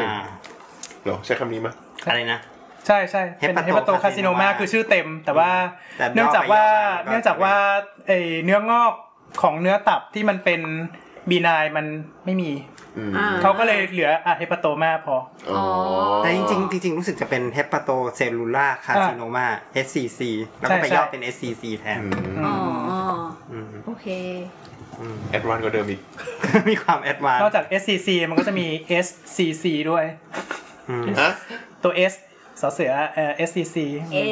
Speaker 7: เหรอใช้คำนี้มา
Speaker 3: อะไรนะ
Speaker 4: ใช่ใช่เป็นเฮ
Speaker 3: Hepato
Speaker 4: ปาโตคาซิโนมา
Speaker 3: Carcinoma
Speaker 4: คือชื่อเต็ม แต่ว่า
Speaker 3: แต่
Speaker 4: เนื่องจากว่า
Speaker 3: ย่อไปย่อมา
Speaker 4: เนื่องจากว่าไอเนื้องอกของเนื้อตับที่มันเป็นบีนายมันไม่มี
Speaker 7: อืม
Speaker 2: อ่า
Speaker 4: เขาก็เลยเหลืออะเฮปาโตมาพอ
Speaker 7: อ๋อ
Speaker 3: แต่จริงๆจริงๆรู้สึกจะเป็น hepatocellular carcinoma S C C แล้วก็ไป
Speaker 4: ใช่ใช่
Speaker 3: ย่อเป็น S C C แทน
Speaker 2: อ๋ออ๋อ
Speaker 3: อืม <laughs>
Speaker 2: โอเค
Speaker 7: แอดวานซ์กว่าเดิมอีก
Speaker 3: มีความแอดวาน
Speaker 4: นอก
Speaker 3: ซ์
Speaker 4: จาก SCC มันก็จะมี SCC ด้วย
Speaker 3: อืม
Speaker 7: ฮะ
Speaker 4: ตัว S สอเสือเอ่อ SCC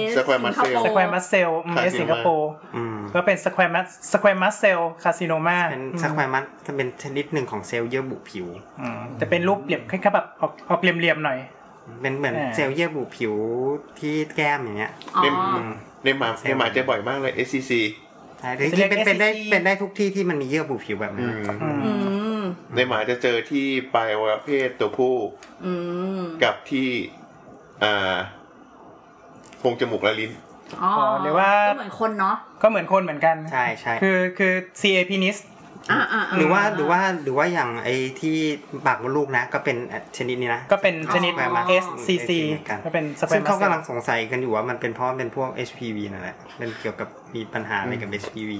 Speaker 2: S
Speaker 7: Square Muscle
Speaker 2: สิงคโป
Speaker 4: ส
Speaker 2: ร์
Speaker 4: แควร์มัสเซลเอส
Speaker 7: Carcinoma
Speaker 4: สิงคโปร์
Speaker 3: อืม
Speaker 4: ก็เป็นสแควร์มัสสแควร์มัสเซลคาซิโนมา
Speaker 3: เป็นสแควร์มัสจะเป็นชนิดหนึ่งของเซลล์เยื่อบุผิว
Speaker 4: จะเป็นรูปเหลี่ยมคล้ายๆแบบออกออกเหลี่ยมๆหน่อย
Speaker 3: เป็นเหมือน
Speaker 4: เออ
Speaker 3: เซลล์เยื่อบุผิวที่แก้มอย่างเงี้ย
Speaker 2: อ๋อ
Speaker 7: ในในหมาในหมาเจอบ่อยมากเลย SCC
Speaker 3: ใช่จริงๆเป็นเป็นได้เป็นได้ทุกที่ที่มันมีเยื่อบุผิวแบบ
Speaker 7: อื
Speaker 3: นั้น
Speaker 7: ม
Speaker 2: อืม
Speaker 7: ในหมาจะเจอที่ปลายอวัยวะเพศตัวผู้
Speaker 2: อืม
Speaker 7: กับที่ อ่าโพรงจมูกและลิ้น
Speaker 2: อ๋อ
Speaker 4: หรือว่า
Speaker 2: ก็เหมือนคนเนาะ
Speaker 4: ก็เหมือนคนเหมือนกัน
Speaker 3: ใช่ใช่
Speaker 4: คือคือ CA penis
Speaker 2: อ่าอ่า
Speaker 3: หรือว่าหรือว่าหรือว่าอย่างไอ้ที่ปากมดลูกนะ ก็เป็นชนิดนี้นะ
Speaker 4: ก็เป็นชนิด
Speaker 2: Square Muscle
Speaker 4: SCC
Speaker 3: เหมือนกัน
Speaker 4: ก็เป็นสแคว
Speaker 3: ซึ่ง
Speaker 4: ร์มัส
Speaker 3: เขา
Speaker 4: เซล
Speaker 3: กำลังสงสัยกันอยู่ว่ามันเป็นเพราะมันเป็นพวก HPV นั่นแหละเป็นเกี่ยวกับมีปัญหาอะไรกับ HPV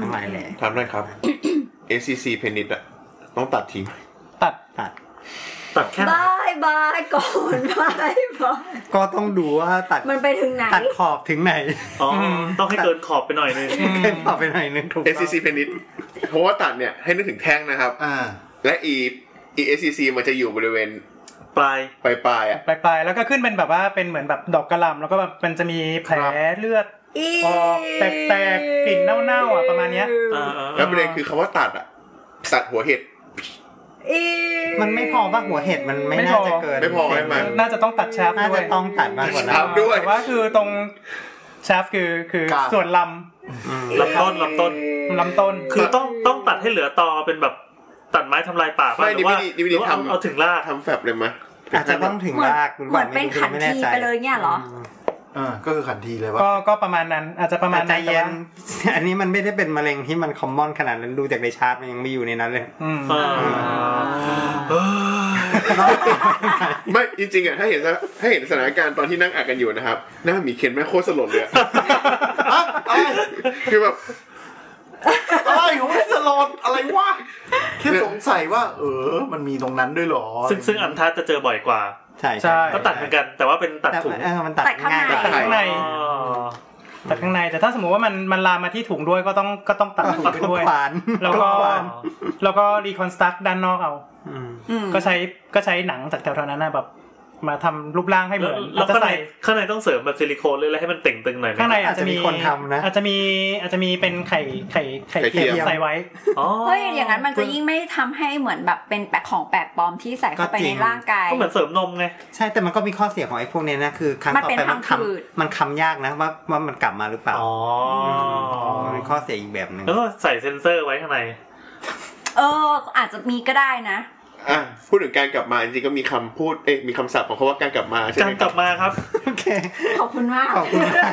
Speaker 3: ทั้งหลายแหละ
Speaker 7: ถามหน่อยครับ SCC เพนิดอะต้องตัดทิ้ง
Speaker 4: ตัด
Speaker 3: ตัด
Speaker 6: ตัดแค่ไหน
Speaker 2: บายบายก่อนบายบาย
Speaker 3: ก็ต้องดูว่าตัด
Speaker 2: มันไปถึงไหน
Speaker 3: ตัดขอบถึงไหน
Speaker 6: อ๋อต้องให้เกินขอบไปหน่อยนึง
Speaker 3: <laughs> เคยบอกไปหน่อยนึงถูก
Speaker 7: เอ
Speaker 3: ต้อง
Speaker 7: ซีซีเพนิดเพราะว่าตัดเนี่ยให้นึกถึงแท่งนะครับ
Speaker 1: อ่า
Speaker 7: และอีอีเอซีซีมันจะอยู่บริเวณ
Speaker 6: ปลาย
Speaker 7: ปลายปลายๆอะ
Speaker 4: ปลายๆแล้วก็ขึ้นเป็นแบบว่าเป็นเหมือนแบบดอกกระหลำแล้วก็แบบมันจะมีแผล
Speaker 1: ครับ
Speaker 4: เลือด
Speaker 2: อี
Speaker 4: ออกแตกๆกลิ่นเน่าๆอะประมาณเนี้ย
Speaker 6: อ่าอ่า
Speaker 7: แล้วประเด็นคือคำว่าตัดอ่ะตัดหัวเห็ด
Speaker 2: อี
Speaker 3: มันไม่พอป่ะหัวเห็ดมันไม่
Speaker 4: ไม่
Speaker 3: น่า
Speaker 4: พอ
Speaker 3: จะเกิน
Speaker 7: ไม่พอให้มัน
Speaker 4: น่าจะต้องตัดชาร์ฟ
Speaker 3: น่า
Speaker 4: ด้ว
Speaker 3: จะ
Speaker 4: ย
Speaker 3: ต้องตัดมากกว่านั้
Speaker 7: ครั
Speaker 3: น
Speaker 7: บด้วย
Speaker 4: แต่ว่าคือตรงชาร์ฟคือคือก
Speaker 1: ลาง
Speaker 4: ส่วนล
Speaker 3: อืม
Speaker 6: ลำต้นลำต้น
Speaker 4: ำลำต้น
Speaker 6: คือต้องต้องตัดให้เหลือตอเป็นแบบตัดไม้ทำลายป่าป่ะ
Speaker 7: ไม่
Speaker 6: หรือว่าห
Speaker 7: ดิวิธีดิวิธี
Speaker 6: รือว่าเอา
Speaker 7: ทำ
Speaker 6: เอาถึงราก
Speaker 7: ทำแฟบเลยมะ
Speaker 3: อาจจะต้องถึง
Speaker 2: เหมือน
Speaker 3: รากหรือ
Speaker 2: เหมื
Speaker 3: เปล่า
Speaker 2: อน
Speaker 3: ไม่
Speaker 2: เป็น
Speaker 3: รู้
Speaker 2: ขัน
Speaker 3: ไม่แน่
Speaker 2: ที
Speaker 3: ใจ
Speaker 2: ไปเลยเนี่ยเหรอ
Speaker 1: อ่าก็คือขันทีเลยว่า
Speaker 4: ก็ก็ประมาณนั้น อาจจะประมา
Speaker 3: แต่
Speaker 4: ณ
Speaker 3: ใจ
Speaker 4: นั้น
Speaker 3: เย็น
Speaker 4: แต่ว่า
Speaker 3: อันนี้มันไม่ได้เป็นมะเร็งที่มันคอมมอนขนาดนั้นดูจากในชาร์ตมันยังไม่อยู่ในนั้นเลย
Speaker 4: อืม
Speaker 6: อ่า
Speaker 7: ไม่จริงๆอ่ะถ้าเห็นถ้าเห็นสถานการณ์ตอนที่นั่งอัดกันอยู่นะครับ หน้าหมีเคนแม่งโคตรสลดเลยอะคือแบบ
Speaker 1: อะไรของสลดอะไรวะแค่สงสัยว่า เออ มันมีตรงนั้นด้วยเหรอ
Speaker 6: ซึ่งซึ่งอันทัดจะเจอบ่อยกว่า
Speaker 3: ใช่
Speaker 4: ใช่
Speaker 6: ก็ตัดเหมือนกัน แต่ว่าเป็นตัด
Speaker 3: แต่
Speaker 6: ถุง
Speaker 3: เออมันตัด
Speaker 2: ตัดข้าง
Speaker 3: ง่าย
Speaker 2: ใน
Speaker 3: กว่า
Speaker 4: ตัดข้างใน
Speaker 6: อ๋อ
Speaker 4: ตัดข้างใน แต่ถ้าสมมติว่ามันมันลามมาที่ถุงด้วยก็ต้องก็ต้องตัดถุงไปด้วย
Speaker 3: ขวาน
Speaker 4: แล้วก็
Speaker 3: ขวาน
Speaker 4: แล้วก็รีคอนสตรักด้านนอกเอา
Speaker 3: อืม
Speaker 2: อืม
Speaker 4: ก็ใช้ก็ใช้หนังจากแถวๆนั้นนะแบบ มาทำรูปร่างให้เห
Speaker 6: แล้
Speaker 4: มื
Speaker 6: ว
Speaker 4: อน
Speaker 6: แล้วข้างใน
Speaker 4: อาจจะใส่
Speaker 6: ข้างในต้องเสริมแบบซิลิโคนเลยอะไรให้มันเต่งตึงหน่อยไหม
Speaker 4: ข้างในอา
Speaker 3: อาจ
Speaker 4: จจะ
Speaker 3: จะ
Speaker 4: มี
Speaker 3: มีคนทำนะ
Speaker 4: อาจจะมีอาจจะมีเป็นไข่ไข่ไข่เค็มใส่ไว้
Speaker 6: อ๋อ
Speaker 2: เฮ้ยอย่างนั้นมันจะยิ่งไม่ทำให้เหมือนแบบเป็นแปะของแปลกปลอมที่ใส่เข้าไป
Speaker 3: ก็จริ
Speaker 2: ใน
Speaker 3: ง
Speaker 2: ร่างกาย
Speaker 6: ก็เหมือนเสริมนมไง
Speaker 3: ใช่แต่มันก็มีข้อเสียของไอ้พวกเนี้ยนะคือครั้ง
Speaker 2: มัน
Speaker 3: ต่อ
Speaker 2: เป็น
Speaker 3: ไปมัน
Speaker 2: พังผืด
Speaker 3: คำมันคำยากนะว่าว่ามันกลับมาหรือเปล่า
Speaker 6: อ๋อ
Speaker 3: มันเป็นข้อเสียอีกแบบหนึ่ง
Speaker 6: แล้วก็ใส่เซ็นเซอร์ไว้ข้างใน
Speaker 2: เออ อาจจะมีก็ได้นะ
Speaker 7: อ่ะพูดถึงการกลับมาจริงๆก็มีคำพูดเอ๊ะมีคำศัพท์ของคาว่าการกลับมา
Speaker 6: กา
Speaker 7: ใช่ไห
Speaker 6: ร
Speaker 7: ม
Speaker 6: กลับมาครับ
Speaker 3: โอเค
Speaker 2: ขอบคุณมาก
Speaker 3: ขอบคุณมาก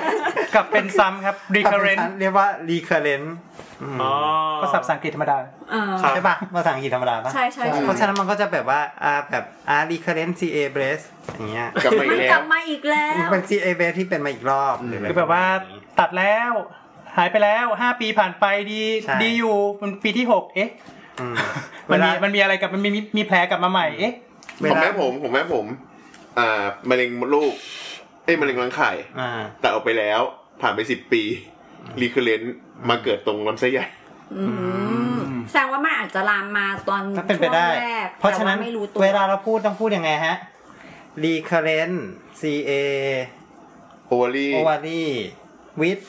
Speaker 4: กับเป็นซ้ำครับ recurrent
Speaker 3: เรียกว่า recurrent อืม
Speaker 6: อ๋อ
Speaker 4: ก็ศัพท์ภาษาอังกฤษธรรมดา
Speaker 2: เออ
Speaker 6: ครับ
Speaker 3: ใช่ปะภาษาอังกฤษธรรมดาปะ
Speaker 2: ใช่ใช่ใช่
Speaker 3: เพราะฉะนั้นมันก็จะแบบว่าอ่าแบบอ่า recurrent CA breast อย่างเงี้ย
Speaker 7: กลับมา
Speaker 2: มัน
Speaker 7: อีก
Speaker 2: กลั
Speaker 7: แล้ว
Speaker 2: บมาอีกแล้ว
Speaker 3: เป็น CA breast ที่เป็นมาอีกรอบหรืะไร
Speaker 4: คือแบบว่าตัดแล้ว หายไปแล้วห้าปีผ่านไปดี
Speaker 3: ใช่
Speaker 4: ดีอยู่มันปีที่หกเอ๊ะ
Speaker 3: อืมเว
Speaker 4: มัน
Speaker 3: ลา
Speaker 4: มีมันมีอะไรกลับมันมีมีมีแผลกลับมาใหม่เอ๊ะ
Speaker 3: เว
Speaker 7: ของ
Speaker 3: ลา
Speaker 7: แม่ผมของแม่ผม อ่ามะเร็งมดลูก เอ้ยมะเร็งรังไข่
Speaker 3: อ่า
Speaker 7: ตัดออกไปแล้ว ผ่านไปสิบปีรีคืเลนมาเกิดตรงลำไส้ใหญ่
Speaker 2: อืมแสดงว่ามันอาจจะลามมาตอน
Speaker 3: ถ้าเป็นไปได้
Speaker 2: ช่วงแก
Speaker 3: เพราะฉะนั้น
Speaker 2: แต่ว่ไม่รู้ตัว
Speaker 3: เวลาเราพูดต้องพูดยังไงฮะ recurrent CA
Speaker 7: โอวารี
Speaker 3: ovary with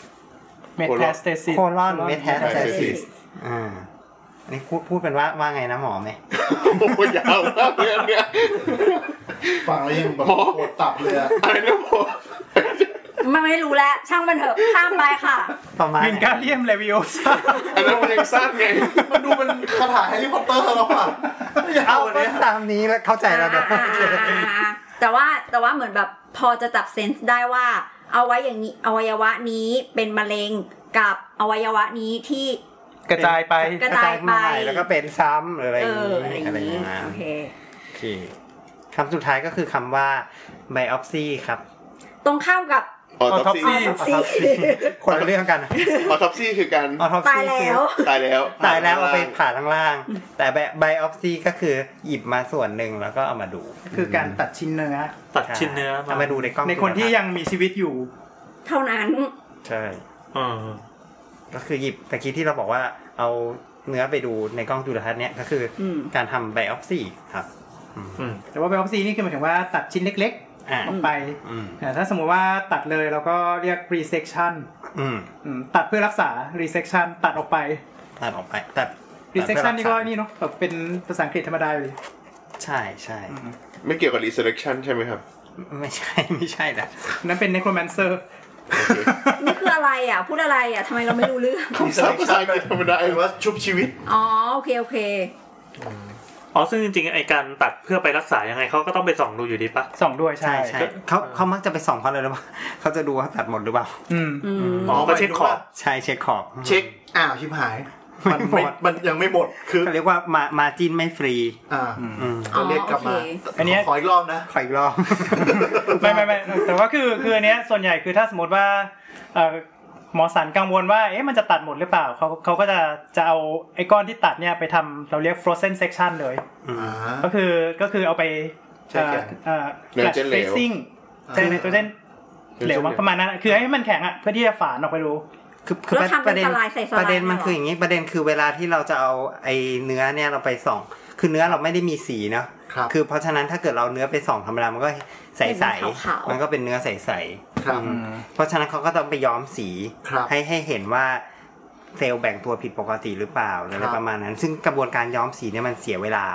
Speaker 4: metastasis
Speaker 3: colon
Speaker 7: metastasis
Speaker 3: metastasis อ่าอันนี้พูดพูดเป็นว่าว่าไงนะหมอไหม
Speaker 7: โอ้โหยาวมากเลยอันเนี่ย
Speaker 1: ฟังแล้วยังแบบ
Speaker 7: หมอ
Speaker 1: ปวดตับเลยอะ
Speaker 7: อะไรนะผม
Speaker 2: มันไม่รู้แล้ว ช่างมันเถอะข้ามไปค่ะ
Speaker 3: ประมาณ
Speaker 4: วิงการเลียมเลวิโอ <laughs> ซ่า
Speaker 7: อันนั้นมันยังสั้นไง
Speaker 1: มันดูเป็นคาถาแฮร์รี่พอตเตอร์แล้วอ่ะ
Speaker 3: เอา
Speaker 1: เอา
Speaker 3: ก็
Speaker 1: เนี้ย
Speaker 3: ตามนี้แล้วเข้าใจแล้วเดี๋ยว
Speaker 2: แต่ว่าแต่ว่าเหมือนแบบพอจะจับเซนส์ได้ว่าเอาไว้อย่างนี้อวัยวะนี้เป็นมะเร็งกับอวัยวะนี้ที่
Speaker 4: กระจายไป
Speaker 2: กระจายไป
Speaker 3: ใหม่แล้วก็เป็นซ้ำหรืออะไรอ
Speaker 2: เอย่าง อ
Speaker 3: นี้
Speaker 2: อะไรอ
Speaker 3: อะไร
Speaker 2: ย่างนี้
Speaker 3: อย่างนั้น
Speaker 2: โอเค
Speaker 3: โอเคคำสุดท้ายก็คือคำว่า biopsy ครับ
Speaker 2: ตรงข้ามกับ
Speaker 7: ออทอปซี่
Speaker 2: autopsy
Speaker 3: <laughs> คนละเรื่อง
Speaker 2: <laughs>
Speaker 3: กัน
Speaker 7: ออทอปซี่คือการ
Speaker 2: ตายแล้ว
Speaker 7: ตายแล้ว
Speaker 3: ตายแล้วเอาไปผ่าทั้างล่าง แต่ biopsy ก็คือหยิบมาส่วนหนึ่งแล้วก็เอามาดู
Speaker 4: คือการตัดชิ้นเนื้อ
Speaker 6: ตัดชิ้นเนื้อมา
Speaker 3: เอามาดูในกล้อง
Speaker 4: ในคนที่ยังมีชีวิตอยู่
Speaker 2: เท่านั้น
Speaker 3: ใช่
Speaker 6: เออ
Speaker 3: ก็คือหยิบตะกี้ที่เราบอกว่าเอาเนื้อไปดูในกล้องจุลทรรศน์เนี่ยก็คืออ
Speaker 2: ม
Speaker 3: การทำไบออปซี่ครับ
Speaker 6: อืม
Speaker 4: แต่ว่าไบออปซีนี่คือหมายถึงว่าตัดชิ้นเล็ก
Speaker 3: อ่า
Speaker 4: ๆ ออกไป
Speaker 3: อืม
Speaker 4: แต่ถ้าสมมุติว่าตัดเลยเราก็เรียก resection
Speaker 3: อืม
Speaker 4: อืมตัดเพื่อรักษา resection ตัดออกไป
Speaker 3: ตัดออกไปตัด
Speaker 4: resection นี่ก็
Speaker 3: ตัดไปรัษา
Speaker 4: นี่เนาะแบบเป็นภาษาอังกฤษธรรมดาอยู่ดิ
Speaker 3: ใช่ใช่
Speaker 7: ไม่เกี่ยวกับ resurrection ใช่ไหมครับ
Speaker 3: ไม่ใช่ <laughs> ไม่ใช่แหละ
Speaker 4: นั่นเป็น necromancer
Speaker 3: <laughs>
Speaker 2: นี่คืออะไรอ่ะ พูดอะไรอ่ะทำไมเราไม่รู้เรื่อง
Speaker 7: มีซับภาษาอังกฤษธรรมดา
Speaker 1: ไอ้
Speaker 7: <laughs>
Speaker 1: ว่าชุบชีวิต
Speaker 2: อ๋อโอเคโอเค
Speaker 6: อ๋อซึ่งจริงๆไอการตัดเพื่อไปรักษายังไงเขาก็ต้องไปส่องดูอยู่ดีปะ
Speaker 4: ส่องด้วยใช่
Speaker 3: ใช่ใช่เขาเขามักจะไปส่องเขาเลยหรือเปล่าเขาจะดูว่าตัดหมดหรือเปล่า
Speaker 4: อืม
Speaker 2: อืม
Speaker 6: อ๋อก็เช็คขอบ
Speaker 3: ใช่เช็คขอบ
Speaker 1: เช็ค อ้าวชิบหาย มันไม่มันยังไม่หมด คือ
Speaker 3: เขาเรียกว่ามามาจินไม่ฟรี
Speaker 1: อ่า
Speaker 3: อืม
Speaker 1: ก็เรียกกลับมา
Speaker 2: อ๋อโอเค
Speaker 4: อันเนี้ย
Speaker 1: ขออีกรอบนะ
Speaker 3: ขออีกรอบ
Speaker 4: ไม่ไม่ไม่แต่ว่าคือคืออันเนี้ยส่วนใหญ่คือถ้าสมมติว่าเอ่อหมอสันกังวลว่าเอ๊ะมันจะตัดหมดหรือเปล่าเขาเขาก็จะจะเอาไอ้ก้อนที่ตัดเนี่ยไปทำเราเรียก frozen section เลย
Speaker 1: อ่า
Speaker 4: ก็คือก็คือเอาไป
Speaker 1: ใช่แข็ง
Speaker 4: เอ่อ
Speaker 7: ไนโตรเจนเหลว
Speaker 4: ซิ่งใช่ไนโตรเจนเหลวมั้งประมาณนั้นคือให้มันแข็งอ่ะเพื่อที่จะฝานออกไปดู
Speaker 3: คือคือ
Speaker 2: แล้วทำเป็น
Speaker 3: ประเด็น
Speaker 2: สไลด์ใส่สไลด์
Speaker 3: ประเด็นมัน
Speaker 2: เหรอ
Speaker 3: คืออย่างนี้ประเด็นคือเวลาที่เราจะเอาไอ้เนื้อเนี่ยเราไปส่อง คือเนื้อเราไม่ได้มีสีเนาะ
Speaker 1: ครับ
Speaker 3: คือเพราะฉะนั้นถ้าเกิดเราเนื้อไปส่องธรรมดามันก็ใส
Speaker 2: เป็นขาวๆ
Speaker 3: ๆมันก็เป็นเนื้อใส
Speaker 5: ครับ
Speaker 4: อืม
Speaker 3: เพราะฉะนั้นเขาก็ต้องไปย้อมสี
Speaker 5: ครับ
Speaker 3: ให้ให้เห็นว่าเซลล์แบ่งตัวผิดปกติหรือเปล่าหรืออะไร
Speaker 5: ครับ
Speaker 3: ประมาณนั้น ซึ่งกระบวนการย้อมสีเนี่ยมันเสียเวลา